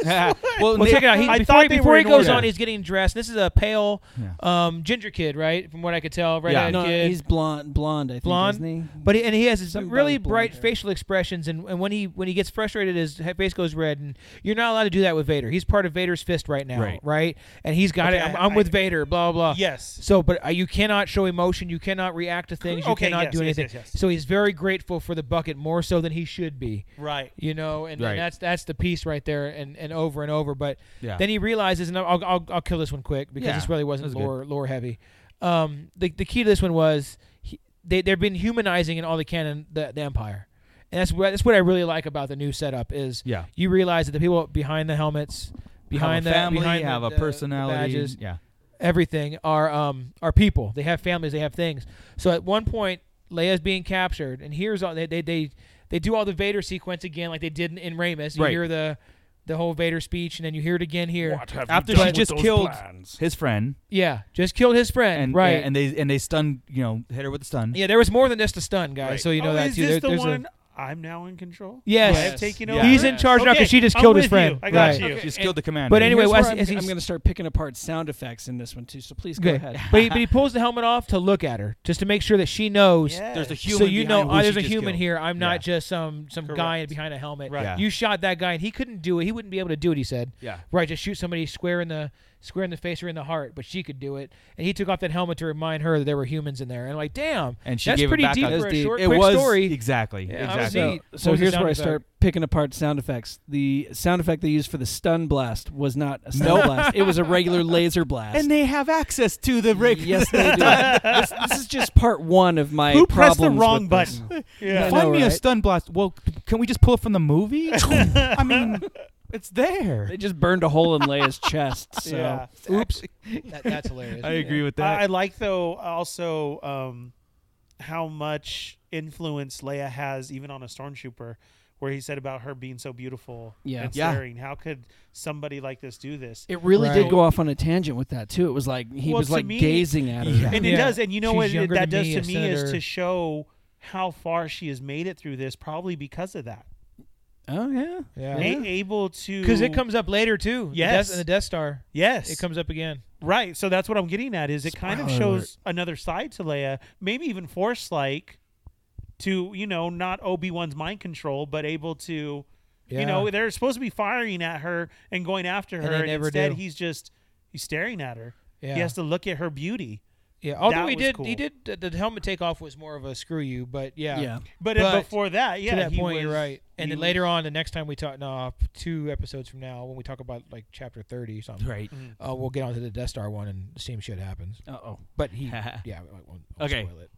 [SPEAKER 5] well,
[SPEAKER 3] Well, check it out. He,
[SPEAKER 6] I
[SPEAKER 3] before
[SPEAKER 6] thought
[SPEAKER 3] he,
[SPEAKER 6] they
[SPEAKER 3] before
[SPEAKER 6] were
[SPEAKER 3] he
[SPEAKER 6] in
[SPEAKER 3] goes
[SPEAKER 6] order.
[SPEAKER 3] on, he's getting dressed. This is a pale um, ginger kid, right? From what I could tell, right?
[SPEAKER 5] Yeah.
[SPEAKER 7] no,
[SPEAKER 3] kid.
[SPEAKER 7] he's blonde, blonde, I think,
[SPEAKER 3] Blonde?
[SPEAKER 7] isn't he?
[SPEAKER 3] but he, and he has his
[SPEAKER 7] Something about
[SPEAKER 3] really
[SPEAKER 7] his blonde
[SPEAKER 3] bright
[SPEAKER 7] hair.
[SPEAKER 3] facial expressions, and, and when he when he gets frustrated, his he- face goes red, and you're not allowed to do that with Vader. He's part of Vader's fist right now,
[SPEAKER 5] Right.
[SPEAKER 3] right? And he's got
[SPEAKER 6] Okay,
[SPEAKER 3] it. I'm,
[SPEAKER 6] I-
[SPEAKER 3] I'm with
[SPEAKER 6] I-
[SPEAKER 3] Vader. Blah blah.
[SPEAKER 6] Yes.
[SPEAKER 3] So, but uh, you cannot show emotion. You cannot react to things. You
[SPEAKER 6] Okay,
[SPEAKER 3] cannot
[SPEAKER 6] yes,
[SPEAKER 3] do
[SPEAKER 6] yes,
[SPEAKER 3] anything.
[SPEAKER 6] yes, yes.
[SPEAKER 3] So he's very grateful for the bucket more so than he should be.
[SPEAKER 6] Right.
[SPEAKER 3] You know, and, and
[SPEAKER 5] Right.
[SPEAKER 3] that's that's the piece right there, and, and over and over. But
[SPEAKER 5] Yeah.
[SPEAKER 3] then he realizes, and I'll, I'll I'll kill this one quick because
[SPEAKER 5] Yeah,
[SPEAKER 3] this really wasn't
[SPEAKER 5] that's good.
[SPEAKER 3] lore lore heavy. Um, the the key to this one was he, they they've been humanizing in all the canon the, the empire, and that's what that's what I really like about the new setup is
[SPEAKER 5] Yeah.
[SPEAKER 3] you realize that the people behind the helmets. Behind
[SPEAKER 5] have a family,
[SPEAKER 3] the behind the-
[SPEAKER 5] have
[SPEAKER 3] the-
[SPEAKER 5] a
[SPEAKER 3] the
[SPEAKER 5] personality.
[SPEAKER 3] badges,
[SPEAKER 5] yeah.
[SPEAKER 3] everything are um are people. They have families. They have things. So at one point, Leia's being captured, and here's all they they they, they do all the Vader sequence again, like they did in, in Ramus. You
[SPEAKER 5] Right.
[SPEAKER 3] hear the the whole Vader speech, and then you hear it again here.
[SPEAKER 5] After
[SPEAKER 3] done
[SPEAKER 5] she
[SPEAKER 3] with
[SPEAKER 5] just killed his friend,
[SPEAKER 3] Yeah, just killed his friend,
[SPEAKER 5] and
[SPEAKER 3] right?
[SPEAKER 5] and they and they stunned, you know, hit her with a stun.
[SPEAKER 3] yeah, there was more than just a stun, guys. So you know
[SPEAKER 6] oh,
[SPEAKER 3] that
[SPEAKER 6] is
[SPEAKER 3] too.
[SPEAKER 6] this
[SPEAKER 3] There-
[SPEAKER 6] the
[SPEAKER 3] there's a-
[SPEAKER 6] one I'm now in control?
[SPEAKER 3] Yes.
[SPEAKER 6] I have taken
[SPEAKER 5] Yeah.
[SPEAKER 6] over.
[SPEAKER 3] He's in charge now
[SPEAKER 6] Okay,
[SPEAKER 3] because she just
[SPEAKER 6] I'm
[SPEAKER 3] killed
[SPEAKER 6] with
[SPEAKER 3] his friend.
[SPEAKER 6] you. I got
[SPEAKER 3] right.
[SPEAKER 6] you.
[SPEAKER 5] She just killed the commander.
[SPEAKER 3] But anyway,
[SPEAKER 7] Here's where
[SPEAKER 3] Wes,
[SPEAKER 7] I'm,
[SPEAKER 3] as he's-
[SPEAKER 7] I'm going to start picking apart sound effects in this one too. So please go
[SPEAKER 3] Okay.
[SPEAKER 7] ahead.
[SPEAKER 3] but, he, but he pulls the helmet off to look at her, just to make sure that she knows.
[SPEAKER 6] Yeah.
[SPEAKER 5] there's a human.
[SPEAKER 3] So you know,
[SPEAKER 5] behind who
[SPEAKER 3] oh,
[SPEAKER 5] she
[SPEAKER 3] there's a
[SPEAKER 5] just
[SPEAKER 3] human
[SPEAKER 5] killed.
[SPEAKER 3] here. I'm not
[SPEAKER 5] Yeah.
[SPEAKER 3] just some some guy
[SPEAKER 6] Correct.
[SPEAKER 3] behind a helmet.
[SPEAKER 6] Right.
[SPEAKER 5] Yeah.
[SPEAKER 3] You shot that guy, and he couldn't do it. He wouldn't be able to do it. He said.
[SPEAKER 5] Yeah.
[SPEAKER 3] Right, just shoot somebody square in the square in the face or in the heart, but she could do it. And he took off that helmet to remind her that there were humans in there. And like, damn,
[SPEAKER 5] And she
[SPEAKER 3] that's
[SPEAKER 5] gave it
[SPEAKER 3] pretty
[SPEAKER 5] back
[SPEAKER 3] deep
[SPEAKER 5] on-
[SPEAKER 3] for
[SPEAKER 5] That's
[SPEAKER 3] a short,
[SPEAKER 5] it
[SPEAKER 3] quick
[SPEAKER 5] was
[SPEAKER 3] story.
[SPEAKER 5] exactly
[SPEAKER 3] Yeah, I was
[SPEAKER 5] exactly.
[SPEAKER 3] neat.
[SPEAKER 7] So,
[SPEAKER 3] What
[SPEAKER 7] so
[SPEAKER 3] was the
[SPEAKER 7] here's
[SPEAKER 3] sound
[SPEAKER 7] where I
[SPEAKER 3] effect?
[SPEAKER 7] start picking apart sound effects. The sound effect they used for the stun blast was not a stun
[SPEAKER 5] Nope.
[SPEAKER 7] blast. It was a regular laser blast.
[SPEAKER 5] and they have access to the rig.
[SPEAKER 7] yes, they do. this, this is just part one of my
[SPEAKER 6] Who pressed
[SPEAKER 7] problems.
[SPEAKER 6] the wrong
[SPEAKER 7] with this.
[SPEAKER 6] button? yeah.
[SPEAKER 7] I
[SPEAKER 5] Find
[SPEAKER 7] know,
[SPEAKER 5] me a
[SPEAKER 7] right?
[SPEAKER 5] stun blast. Well, c- can we just pull it from the movie? I mean, it's there.
[SPEAKER 7] They just burned a hole in Leia's chest. So
[SPEAKER 6] Yeah.
[SPEAKER 3] Oops, that, that's hilarious.
[SPEAKER 5] with
[SPEAKER 6] I, I like though also um, how much influence Leia has even on a stormtrooper, where he said about her being so beautiful
[SPEAKER 7] Yeah.
[SPEAKER 6] and
[SPEAKER 5] Yeah.
[SPEAKER 6] staring. How could somebody like this do this?
[SPEAKER 7] it really did
[SPEAKER 3] Right.
[SPEAKER 7] go off on a tangent with that too. It was like he
[SPEAKER 6] Well,
[SPEAKER 7] was
[SPEAKER 6] to
[SPEAKER 7] like
[SPEAKER 6] me-
[SPEAKER 7] gazing at her.
[SPEAKER 5] Yeah.
[SPEAKER 6] and it
[SPEAKER 3] Yeah.
[SPEAKER 6] does. And you know
[SPEAKER 3] She's
[SPEAKER 6] what it-
[SPEAKER 3] younger
[SPEAKER 6] that
[SPEAKER 3] than
[SPEAKER 6] does
[SPEAKER 3] me,
[SPEAKER 6] to
[SPEAKER 3] a
[SPEAKER 6] me is
[SPEAKER 3] senator.
[SPEAKER 6] to show how far she has made it through this, probably because of that.
[SPEAKER 7] Oh yeah.
[SPEAKER 3] yeah,
[SPEAKER 6] A- able to
[SPEAKER 3] because it comes up later too. The
[SPEAKER 6] Yes.
[SPEAKER 3] Death- the Death Star.
[SPEAKER 6] Yes,
[SPEAKER 3] It comes up again.
[SPEAKER 6] Right. So that's what I'm getting at is it kind of
[SPEAKER 7] Spoiler
[SPEAKER 6] shows another side to Leia, maybe even force like to, you know, not Obi-Wan's mind control, but able to
[SPEAKER 3] Yeah.
[SPEAKER 6] you know, they're supposed to be firing at her and going after
[SPEAKER 3] And
[SPEAKER 6] her.
[SPEAKER 3] they
[SPEAKER 6] And,
[SPEAKER 3] never
[SPEAKER 6] instead
[SPEAKER 3] do.
[SPEAKER 6] he's just he's staring at her.
[SPEAKER 3] Yeah.
[SPEAKER 6] He has to look at her beauty.
[SPEAKER 3] Yeah, although
[SPEAKER 6] That
[SPEAKER 3] he
[SPEAKER 6] was
[SPEAKER 3] did,
[SPEAKER 6] cool.
[SPEAKER 3] he did the, the helmet takeoff was more of a screw you, but yeah,
[SPEAKER 7] Yeah.
[SPEAKER 6] But,
[SPEAKER 3] But
[SPEAKER 6] before that, yeah,
[SPEAKER 3] to that
[SPEAKER 6] he
[SPEAKER 3] point, you're
[SPEAKER 6] was-
[SPEAKER 3] right. And
[SPEAKER 6] he
[SPEAKER 3] then
[SPEAKER 6] was-
[SPEAKER 3] later on, the next time we talk, no, two episodes from now, when we talk about like chapter thirty or something,
[SPEAKER 5] Right.
[SPEAKER 3] uh, we'll get onto the Death Star one and the same shit happens.
[SPEAKER 7] Uh oh.
[SPEAKER 3] But he, yeah, I won't, I won't
[SPEAKER 5] Okay.
[SPEAKER 3] spoil it.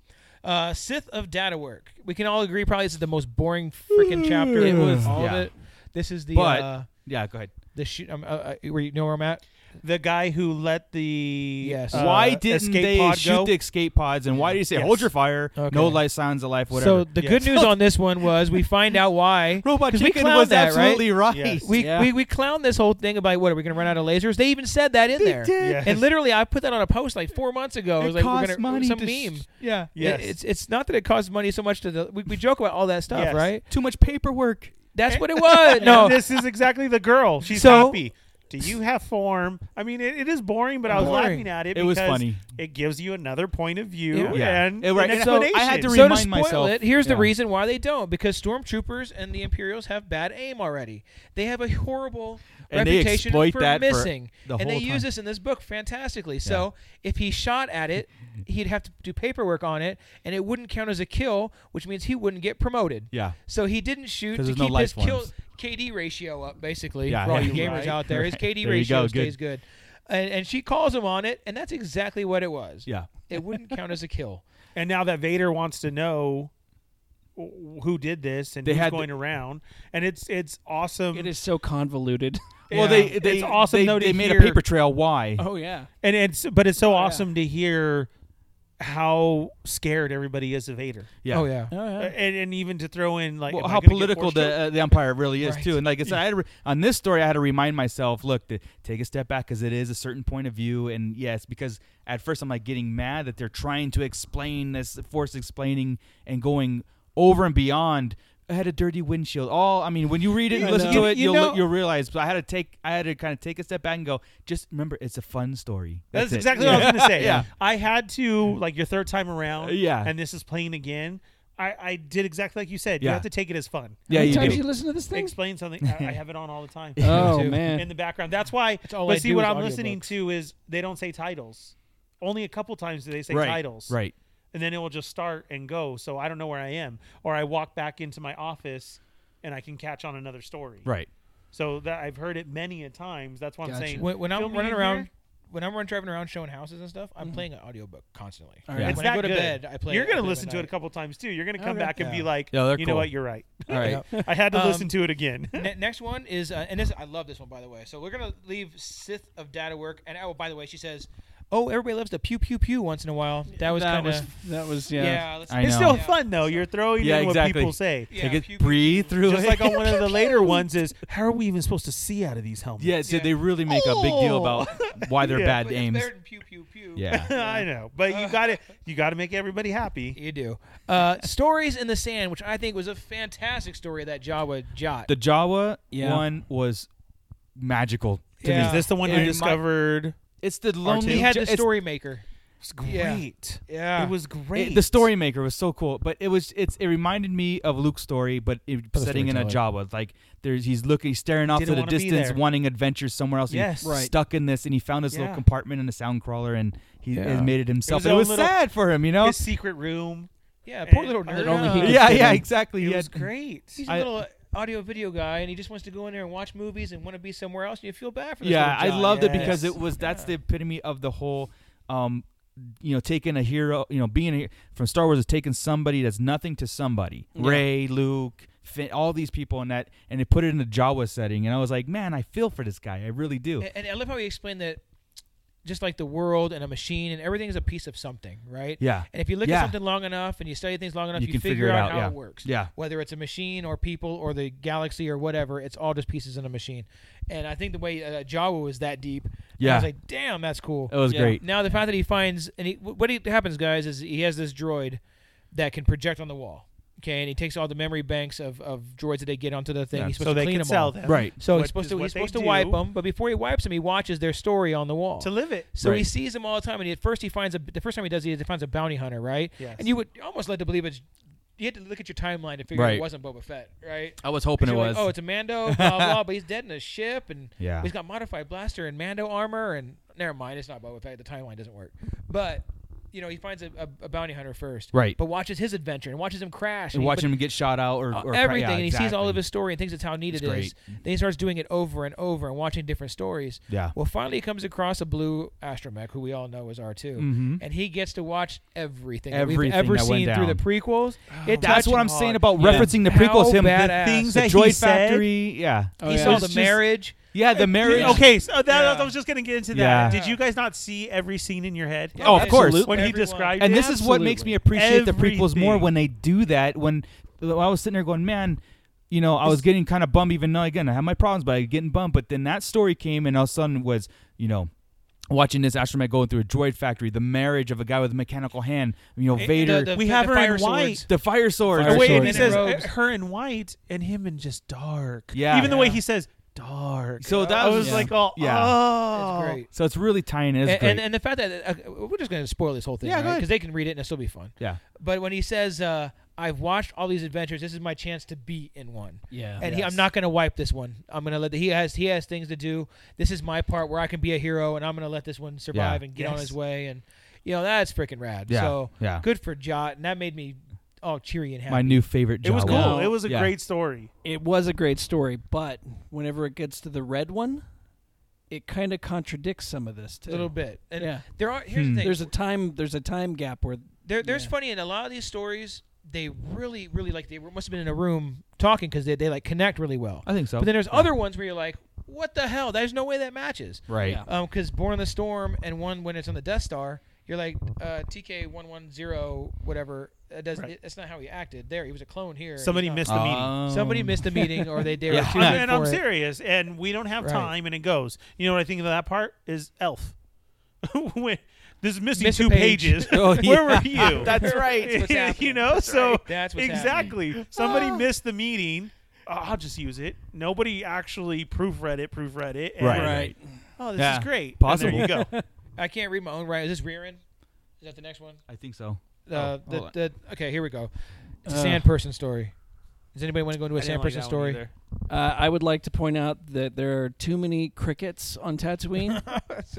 [SPEAKER 3] Uh, Sith of Data Work. We can all agree probably this is the most boring freaking chapter.
[SPEAKER 7] It was.
[SPEAKER 3] all
[SPEAKER 5] Yeah.
[SPEAKER 3] of it. This is the
[SPEAKER 5] But-
[SPEAKER 3] uh,
[SPEAKER 5] Yeah, go ahead.
[SPEAKER 3] the shoot. Um, uh, uh, where you know where I'm at?
[SPEAKER 6] the guy who let the
[SPEAKER 3] Yes.
[SPEAKER 6] uh,
[SPEAKER 5] why didn't
[SPEAKER 6] escape
[SPEAKER 5] they
[SPEAKER 6] pod
[SPEAKER 5] shoot
[SPEAKER 6] go?
[SPEAKER 5] the escape pods? And why did he say
[SPEAKER 6] Yes.
[SPEAKER 5] hold your fire?
[SPEAKER 3] Okay.
[SPEAKER 5] No life, signs of life, whatever.
[SPEAKER 3] So the
[SPEAKER 6] Yeah.
[SPEAKER 3] good news on this one was we find out why
[SPEAKER 5] Robot
[SPEAKER 3] 'cause we
[SPEAKER 5] Chicken
[SPEAKER 3] clowned
[SPEAKER 5] was
[SPEAKER 3] that, right?
[SPEAKER 5] absolutely right.
[SPEAKER 6] Yes.
[SPEAKER 3] We,
[SPEAKER 7] Yeah.
[SPEAKER 3] we we clown this whole thing about what are we going to run out of lasers? They even said that in there.
[SPEAKER 6] Yes.
[SPEAKER 3] And literally, I put that on a post like four months ago. It was
[SPEAKER 5] It
[SPEAKER 3] like
[SPEAKER 5] costs
[SPEAKER 3] we're gonna,
[SPEAKER 5] money
[SPEAKER 3] some
[SPEAKER 5] to s-
[SPEAKER 3] meme. yeah, It-
[SPEAKER 6] Yes.
[SPEAKER 3] it's it's not that it costs money so much to the we, we joke about all that stuff,
[SPEAKER 6] Yes.
[SPEAKER 3] right?
[SPEAKER 5] Too much paperwork.
[SPEAKER 3] That's what it was. No,
[SPEAKER 6] And this is exactly the girl. She's
[SPEAKER 3] So-
[SPEAKER 6] happy. Do you have form? I mean, it, it is boring, but I was
[SPEAKER 3] Boring.
[SPEAKER 6] laughing at it.
[SPEAKER 5] It was
[SPEAKER 6] because
[SPEAKER 5] funny.
[SPEAKER 6] It gives you another point of view
[SPEAKER 3] Yeah.
[SPEAKER 5] Yeah.
[SPEAKER 6] and
[SPEAKER 5] It- right.
[SPEAKER 6] an
[SPEAKER 5] And so I
[SPEAKER 6] explanation.
[SPEAKER 5] had to
[SPEAKER 3] so to
[SPEAKER 5] remind
[SPEAKER 3] spoil
[SPEAKER 5] myself-
[SPEAKER 3] it, here's the
[SPEAKER 5] Yeah.
[SPEAKER 3] reason why they don't because stormtroopers and the Imperials have bad aim already. They have a horrible
[SPEAKER 5] And they
[SPEAKER 3] reputation
[SPEAKER 5] exploit
[SPEAKER 3] for
[SPEAKER 5] that for
[SPEAKER 3] missing,
[SPEAKER 5] the
[SPEAKER 3] and they
[SPEAKER 5] whole time.
[SPEAKER 3] use this in this book fantastically. So if he shot at it, he'd have to do paperwork on it, and it wouldn't count as a kill, which means he wouldn't get promoted.
[SPEAKER 5] Yeah.
[SPEAKER 3] So he didn't shoot
[SPEAKER 5] 'Cause
[SPEAKER 3] to
[SPEAKER 5] there's no
[SPEAKER 3] keep his
[SPEAKER 5] life
[SPEAKER 3] kill
[SPEAKER 5] forms.
[SPEAKER 3] KD ratio up, basically.
[SPEAKER 5] Yeah,
[SPEAKER 3] for all you
[SPEAKER 5] yeah,
[SPEAKER 3] gamers
[SPEAKER 6] right.
[SPEAKER 3] out there, his KD
[SPEAKER 5] There you
[SPEAKER 3] ratio
[SPEAKER 5] go, good.
[SPEAKER 3] stays good. And, and she calls him on it, and that's exactly what it was.
[SPEAKER 5] Yeah.
[SPEAKER 3] It wouldn't count as a kill.
[SPEAKER 6] and now that Vader wants to know wh- who did this and
[SPEAKER 5] They
[SPEAKER 6] who's
[SPEAKER 5] had-
[SPEAKER 6] going around, and it's it's awesome.
[SPEAKER 7] It is so convoluted.
[SPEAKER 5] Well, they
[SPEAKER 6] Yeah.
[SPEAKER 5] they
[SPEAKER 6] It's awesome,
[SPEAKER 5] they,
[SPEAKER 6] though, to
[SPEAKER 5] they made a
[SPEAKER 6] hear-
[SPEAKER 5] paper Oh, trail. Why?
[SPEAKER 7] oh yeah.
[SPEAKER 6] and it's but it's so awesome to hear how scared everybody is of Vader,
[SPEAKER 5] Yeah.
[SPEAKER 3] Oh yeah.
[SPEAKER 7] Oh, yeah.
[SPEAKER 6] and, and even to throw in like
[SPEAKER 5] well,
[SPEAKER 6] am I
[SPEAKER 5] how
[SPEAKER 6] gonna get
[SPEAKER 5] political
[SPEAKER 6] force
[SPEAKER 5] the
[SPEAKER 6] choked?
[SPEAKER 5] uh, the umpire really is
[SPEAKER 3] Right.
[SPEAKER 5] too. And like I said, I had to re- on this story, I had to remind myself, look, to take a step back because it is a certain point of view. And yes, because at first I'm like getting mad that they're trying to explain this, force explaining and going over and beyond. I had a dirty windshield. All I mean, when you read it and
[SPEAKER 6] You
[SPEAKER 5] listen
[SPEAKER 6] know.
[SPEAKER 5] to it,
[SPEAKER 6] You- you
[SPEAKER 5] you, will
[SPEAKER 6] know-
[SPEAKER 5] you'll realize. But I had to take, I had to kind of take a step back and go, just remember, it's a fun story.
[SPEAKER 6] That's,
[SPEAKER 5] it.
[SPEAKER 6] exactly what I was going to say.
[SPEAKER 5] Yeah.
[SPEAKER 6] I had to like your third time around.
[SPEAKER 5] Uh, yeah.
[SPEAKER 6] And this is playing again. I, I did exactly like you said. You
[SPEAKER 5] Yeah.
[SPEAKER 6] have to take it as fun.
[SPEAKER 5] Yeah,
[SPEAKER 7] How many
[SPEAKER 5] you
[SPEAKER 7] times
[SPEAKER 5] do.
[SPEAKER 7] you listen to this thing?
[SPEAKER 6] Explain something. I, I have it on all the time.
[SPEAKER 7] Oh
[SPEAKER 3] too.
[SPEAKER 7] man.
[SPEAKER 6] In the background. That's why.
[SPEAKER 3] all
[SPEAKER 6] but
[SPEAKER 3] I
[SPEAKER 6] see,
[SPEAKER 3] do
[SPEAKER 6] what
[SPEAKER 3] is
[SPEAKER 6] I'm listening
[SPEAKER 3] audiobooks.
[SPEAKER 6] to is they don't say titles. Only a couple times do they say
[SPEAKER 5] right,
[SPEAKER 6] titles.
[SPEAKER 5] Right.
[SPEAKER 6] And then it will just start and go. So I don't know where I am. Or I walk back into my office and I can catch on another story.
[SPEAKER 5] Right.
[SPEAKER 6] So that I've heard it many a times. That's what I'm
[SPEAKER 7] Gotcha.
[SPEAKER 6] saying.
[SPEAKER 3] When, when
[SPEAKER 6] Fill
[SPEAKER 3] I'm
[SPEAKER 6] me
[SPEAKER 3] running
[SPEAKER 6] in
[SPEAKER 3] around,
[SPEAKER 6] here. Mm-hmm.
[SPEAKER 3] when I'm run driving around showing houses and stuff, I'm playing an audiobook constantly.
[SPEAKER 7] All right. Yeah.
[SPEAKER 3] When
[SPEAKER 6] It's
[SPEAKER 3] I
[SPEAKER 6] that
[SPEAKER 3] go to
[SPEAKER 6] good.
[SPEAKER 3] bed, I play.
[SPEAKER 6] You're
[SPEAKER 3] I play
[SPEAKER 6] gonna listen to
[SPEAKER 3] by
[SPEAKER 6] it a
[SPEAKER 3] night.
[SPEAKER 6] couple times too. You're gonna come
[SPEAKER 3] Okay.
[SPEAKER 6] back and
[SPEAKER 3] Yeah.
[SPEAKER 6] be like,
[SPEAKER 5] Yeah, they're
[SPEAKER 6] you
[SPEAKER 5] cool.
[SPEAKER 6] know what, you're right.
[SPEAKER 5] All right.
[SPEAKER 6] I had to
[SPEAKER 3] Um,
[SPEAKER 6] listen to it again.
[SPEAKER 3] Ne- next one is, uh, and this I love this one by the way. So we're gonna leave Sith of Data Work, and oh, by the way, she says, oh, everybody loves to pew pew pew once in a while. That was
[SPEAKER 7] that
[SPEAKER 3] kind
[SPEAKER 7] was
[SPEAKER 3] of
[SPEAKER 7] that was yeah.
[SPEAKER 3] uh, yeah. let's-
[SPEAKER 5] I
[SPEAKER 6] It's
[SPEAKER 5] know.
[SPEAKER 6] still fun though. You're throwing
[SPEAKER 5] Yeah,
[SPEAKER 6] in what
[SPEAKER 5] exactly.
[SPEAKER 6] people say.
[SPEAKER 3] Yeah,
[SPEAKER 5] Take it,
[SPEAKER 3] pew, pew.
[SPEAKER 5] breathe through
[SPEAKER 6] Just
[SPEAKER 5] it.
[SPEAKER 6] like on one of the later ones is, how are we even supposed to see out of these helmets?
[SPEAKER 5] yeah, so
[SPEAKER 3] Yeah.
[SPEAKER 5] they really make a big deal
[SPEAKER 6] Oh.
[SPEAKER 5] about why they're
[SPEAKER 6] Yeah.
[SPEAKER 5] bad
[SPEAKER 3] But it's
[SPEAKER 5] aims.
[SPEAKER 3] better than pew pew pew.
[SPEAKER 5] Yeah.
[SPEAKER 6] I know, but you got to you got to make everybody happy.
[SPEAKER 3] You do. Uh, Stories in the Sand, which I think was a fantastic story of that Jawa Jot.
[SPEAKER 5] The Jawa
[SPEAKER 7] Yeah.
[SPEAKER 5] one was magical to
[SPEAKER 3] Yeah.
[SPEAKER 5] me.
[SPEAKER 6] Is this the one
[SPEAKER 5] It
[SPEAKER 6] who
[SPEAKER 5] might-
[SPEAKER 6] discovered?
[SPEAKER 5] It's the
[SPEAKER 6] two?
[SPEAKER 5] lonely.
[SPEAKER 3] he had the
[SPEAKER 5] it's-
[SPEAKER 3] story maker.
[SPEAKER 6] It's
[SPEAKER 3] Yeah.
[SPEAKER 6] great.
[SPEAKER 3] Yeah.
[SPEAKER 6] It was
[SPEAKER 5] it-
[SPEAKER 6] great.
[SPEAKER 5] the story maker was so cool, but it was it's it reminded me of Luke's story, but it, setting in a Jawa. Like there's he's looking, he's staring off to
[SPEAKER 6] Didn't
[SPEAKER 5] the
[SPEAKER 6] wanna be
[SPEAKER 5] distance,
[SPEAKER 6] there.
[SPEAKER 5] wanting adventure somewhere else. and
[SPEAKER 6] Yes.
[SPEAKER 5] he's
[SPEAKER 7] Right.
[SPEAKER 5] stuck in this, and he found this little
[SPEAKER 6] Yeah.
[SPEAKER 5] compartment in a sound crawler, and he
[SPEAKER 7] Yeah.
[SPEAKER 5] has made it himself.
[SPEAKER 6] his
[SPEAKER 5] It was,
[SPEAKER 6] own little-
[SPEAKER 5] sad for him, you know.
[SPEAKER 6] his secret room.
[SPEAKER 3] yeah, poor
[SPEAKER 6] Eh,
[SPEAKER 3] little
[SPEAKER 6] that
[SPEAKER 3] nerd.
[SPEAKER 7] only he
[SPEAKER 3] Uh,
[SPEAKER 7] could
[SPEAKER 5] yeah,
[SPEAKER 7] fit
[SPEAKER 5] yeah,
[SPEAKER 7] in.
[SPEAKER 5] exactly.
[SPEAKER 6] It
[SPEAKER 5] He
[SPEAKER 6] was
[SPEAKER 5] had-
[SPEAKER 6] great.
[SPEAKER 3] He's a
[SPEAKER 5] I-
[SPEAKER 3] little uh, audio video guy, and he just wants to go in there and watch movies and want to be somewhere else. And you feel bad for this
[SPEAKER 5] yeah, I
[SPEAKER 3] little Jot.
[SPEAKER 5] loved it because
[SPEAKER 6] Yes.
[SPEAKER 5] it was that's the epitome of the whole, um, you know, taking a hero, you know, being a, from Star Wars is taking somebody that's nothing to somebody, Ray, Luke, Finn, all these people in that, and they put it in the Jawa setting, and I was like, man, I feel for this guy, I really do.
[SPEAKER 3] And, and I love how he explained that just like the world and a machine and everything is a piece of something, right?
[SPEAKER 5] Yeah.
[SPEAKER 3] And if you look
[SPEAKER 5] Yeah.
[SPEAKER 3] at something long enough and you study things long enough,
[SPEAKER 5] You
[SPEAKER 3] you,
[SPEAKER 5] can
[SPEAKER 3] figure, out, how
[SPEAKER 5] yeah.
[SPEAKER 3] it works.
[SPEAKER 5] Yeah.
[SPEAKER 3] Whether it's a machine or people or the galaxy or whatever, it's all just pieces in a machine. And I think the way uh, Jawa was that deep, I
[SPEAKER 5] Yeah.
[SPEAKER 3] was like, damn, that's cool.
[SPEAKER 5] It was
[SPEAKER 7] Yeah.
[SPEAKER 5] great.
[SPEAKER 3] Now the fact that he finds and he, what he, happens, guys, is he has this droid that can project on the wall. Okay, and he takes all the memory banks of, of droids that they get onto the thing.
[SPEAKER 5] Yeah,
[SPEAKER 3] He's supposed
[SPEAKER 6] So
[SPEAKER 3] to
[SPEAKER 6] they
[SPEAKER 3] clean
[SPEAKER 6] can
[SPEAKER 3] them
[SPEAKER 6] sell
[SPEAKER 3] all.
[SPEAKER 6] them.
[SPEAKER 5] Right.
[SPEAKER 3] So
[SPEAKER 6] What
[SPEAKER 3] he's supposed
[SPEAKER 6] is
[SPEAKER 3] to
[SPEAKER 6] what
[SPEAKER 3] he's
[SPEAKER 6] they
[SPEAKER 3] supposed to
[SPEAKER 6] do
[SPEAKER 3] wipe them, but before he wipes them, he watches their story on the wall.
[SPEAKER 6] to live it.
[SPEAKER 3] so he
[SPEAKER 5] Right.
[SPEAKER 3] sees them all the time, and he, at first he finds a the first time he does it, he finds a bounty hunter, right?
[SPEAKER 6] Yes.
[SPEAKER 3] And you would almost led to believe it's you had to look at your timeline to figure out
[SPEAKER 5] Right.
[SPEAKER 3] it wasn't Boba Fett, right?
[SPEAKER 5] I was hoping
[SPEAKER 3] 'Cause
[SPEAKER 5] it
[SPEAKER 3] you're
[SPEAKER 5] was.
[SPEAKER 3] Like, oh, it's a Mando, blah blah, but he's dead in a ship, and
[SPEAKER 5] Yeah.
[SPEAKER 3] he's got modified blaster and Mando armor, and never mind, it's not Boba Fett. The timeline doesn't work, but you know he finds a, a, a bounty hunter first,
[SPEAKER 5] Right.
[SPEAKER 3] But watches his adventure and watches him crash,
[SPEAKER 5] and
[SPEAKER 3] he-
[SPEAKER 5] watching
[SPEAKER 3] but-
[SPEAKER 5] him get shot out or,
[SPEAKER 3] uh,
[SPEAKER 5] or
[SPEAKER 3] everything,
[SPEAKER 5] yeah,
[SPEAKER 3] and he sees all of
[SPEAKER 5] exactly.
[SPEAKER 3] his story and thinks it's how neat
[SPEAKER 5] It's
[SPEAKER 3] it is.
[SPEAKER 5] great.
[SPEAKER 3] Then he starts doing it over and over and watching different stories.
[SPEAKER 5] Yeah.
[SPEAKER 3] Well, finally, he comes across a blue astromech, who we all know is R 2 and he gets to watch everything,
[SPEAKER 5] Mm-hmm. Everything
[SPEAKER 3] that we've ever
[SPEAKER 5] that went
[SPEAKER 3] seen through the
[SPEAKER 5] down.
[SPEAKER 3] prequels. It
[SPEAKER 5] That's
[SPEAKER 3] touched
[SPEAKER 5] what
[SPEAKER 3] him
[SPEAKER 5] I'm saying
[SPEAKER 3] hard.
[SPEAKER 5] about
[SPEAKER 7] Yeah.
[SPEAKER 5] referencing the
[SPEAKER 3] How
[SPEAKER 5] prequels. Him, the,
[SPEAKER 3] badass.
[SPEAKER 6] things
[SPEAKER 5] the
[SPEAKER 6] that he
[SPEAKER 5] droid
[SPEAKER 6] said-
[SPEAKER 5] factory. Yeah,
[SPEAKER 7] Oh,
[SPEAKER 3] He
[SPEAKER 7] yeah.
[SPEAKER 3] saw
[SPEAKER 6] It's
[SPEAKER 3] the
[SPEAKER 6] just-
[SPEAKER 3] marriage.
[SPEAKER 5] yeah, the marriage.
[SPEAKER 6] Okay, so that,
[SPEAKER 3] Yeah.
[SPEAKER 6] I was just gonna get into that.
[SPEAKER 5] Yeah.
[SPEAKER 6] Did you guys not see every scene in your head?
[SPEAKER 5] Oh, of course.
[SPEAKER 6] When he
[SPEAKER 3] Everyone.
[SPEAKER 6] described
[SPEAKER 5] and
[SPEAKER 6] it?
[SPEAKER 5] this is what makes
[SPEAKER 7] Absolutely.
[SPEAKER 5] me appreciate the prequels more
[SPEAKER 6] Everything.
[SPEAKER 5] when they do that. When I was sitting there going, man, you know, I was getting kind of bummed. Even though again, I had my problems, but I was getting bummed. But then that story came, and all of a sudden was, you know. Watching this astronaut going through a droid factory, the marriage of a guy with a mechanical hand, you know, Vader,
[SPEAKER 3] The- the-
[SPEAKER 6] We
[SPEAKER 3] the
[SPEAKER 6] have her in
[SPEAKER 3] fire
[SPEAKER 6] white.
[SPEAKER 3] swords.
[SPEAKER 5] the fire sword,
[SPEAKER 7] Fire
[SPEAKER 6] Oh, wait, and he
[SPEAKER 3] swords.
[SPEAKER 6] says
[SPEAKER 3] Robes.
[SPEAKER 6] uh, her in white and him in just dark.
[SPEAKER 5] Yeah.
[SPEAKER 6] Even the way
[SPEAKER 3] Yeah.
[SPEAKER 6] he says dark.
[SPEAKER 5] So that
[SPEAKER 6] I
[SPEAKER 5] was-
[SPEAKER 6] was
[SPEAKER 5] yeah.
[SPEAKER 6] like, oh,
[SPEAKER 5] Yeah.
[SPEAKER 6] oh.
[SPEAKER 3] It's great.
[SPEAKER 5] So it's really tying in. It's
[SPEAKER 3] And,
[SPEAKER 5] great.
[SPEAKER 3] and, and the fact that uh, we're just going to spoil this whole thing,
[SPEAKER 5] Yeah, go ahead.
[SPEAKER 3] Because they can read it and it'll still be fun.
[SPEAKER 5] yeah,
[SPEAKER 3] But when he says, uh, "I've watched all these adventures. This is my chance to be in one."
[SPEAKER 7] Yeah.
[SPEAKER 3] and he, I'm not going to wipe this one. I'm going to let the, he has he has things to do. This is my part where I can be a hero, and I'm going to let this one survive
[SPEAKER 5] Yeah.
[SPEAKER 3] and get on
[SPEAKER 6] Yes.
[SPEAKER 3] his way. And you know that's freaking rad.
[SPEAKER 5] Yeah.
[SPEAKER 3] So
[SPEAKER 5] Yeah.
[SPEAKER 3] good for Jot, and that made me all cheery and happy.
[SPEAKER 5] my new favorite.
[SPEAKER 6] It was
[SPEAKER 5] Jawa.
[SPEAKER 6] cool.
[SPEAKER 7] Wow.
[SPEAKER 6] It was a
[SPEAKER 5] Yeah.
[SPEAKER 6] great story.
[SPEAKER 7] It was a great story, but whenever it gets to the red one, it kind of contradicts some of this too.
[SPEAKER 3] little bit. And
[SPEAKER 7] Yeah.
[SPEAKER 3] there are here's
[SPEAKER 5] Hmm.
[SPEAKER 3] the thing.
[SPEAKER 7] There's a time. There's a time gap where
[SPEAKER 3] there, there's
[SPEAKER 7] yeah.
[SPEAKER 3] funny in a lot of these stories. They really, really like they must have been in a room talking because they, they like connect really well.
[SPEAKER 5] I think so.
[SPEAKER 3] But then there's
[SPEAKER 5] Yeah.
[SPEAKER 3] other ones where you're like, what the hell? There's no way that matches.
[SPEAKER 5] Right.
[SPEAKER 7] Yeah.
[SPEAKER 3] because Um, Born in the Storm and one when it's on the Death Star, you're like uh, TK one one zero whatever. That doesn't.
[SPEAKER 6] Right.
[SPEAKER 3] That's not how he acted. There, he was a clone here.
[SPEAKER 6] Somebody
[SPEAKER 3] He's not-
[SPEAKER 6] missed the meeting.
[SPEAKER 5] Um,
[SPEAKER 3] Somebody missed the meeting, or they dare.
[SPEAKER 5] Yeah.
[SPEAKER 3] yeah.
[SPEAKER 5] I'm-
[SPEAKER 6] and I'm serious, and we don't have
[SPEAKER 3] Right.
[SPEAKER 6] time, and it goes. You know what I think of that part is Elf. when this is missing
[SPEAKER 3] Miss a
[SPEAKER 6] two
[SPEAKER 3] page.
[SPEAKER 6] pages.
[SPEAKER 5] Oh, yeah.
[SPEAKER 6] Where were you?
[SPEAKER 5] That's right.
[SPEAKER 3] That's what's
[SPEAKER 6] you
[SPEAKER 3] happening.
[SPEAKER 6] know,
[SPEAKER 3] That's
[SPEAKER 6] so
[SPEAKER 3] right. That's what's
[SPEAKER 6] exactly. Somebody
[SPEAKER 5] Ah.
[SPEAKER 6] missed the meeting. Oh, I'll just use it. Nobody actually proofread it. Proofread it. And
[SPEAKER 5] Right.
[SPEAKER 6] we're like,
[SPEAKER 5] Right.
[SPEAKER 6] Oh, this
[SPEAKER 5] Yeah.
[SPEAKER 6] is great.
[SPEAKER 5] Possible.
[SPEAKER 6] And there you go.
[SPEAKER 3] I can't read my own writing. Is this Rearin? Is that the next one?
[SPEAKER 5] I think so.
[SPEAKER 3] Uh,
[SPEAKER 5] Oh,
[SPEAKER 3] the,
[SPEAKER 5] hold
[SPEAKER 3] the, okay, here we go. It's a
[SPEAKER 7] Uh,
[SPEAKER 3] sand person story. Does anybody want to go into a
[SPEAKER 6] didn't
[SPEAKER 3] sand
[SPEAKER 6] like
[SPEAKER 3] person
[SPEAKER 6] that one
[SPEAKER 3] story?
[SPEAKER 6] either.
[SPEAKER 7] uh, I would like to point out that there are too many crickets on Tatooine,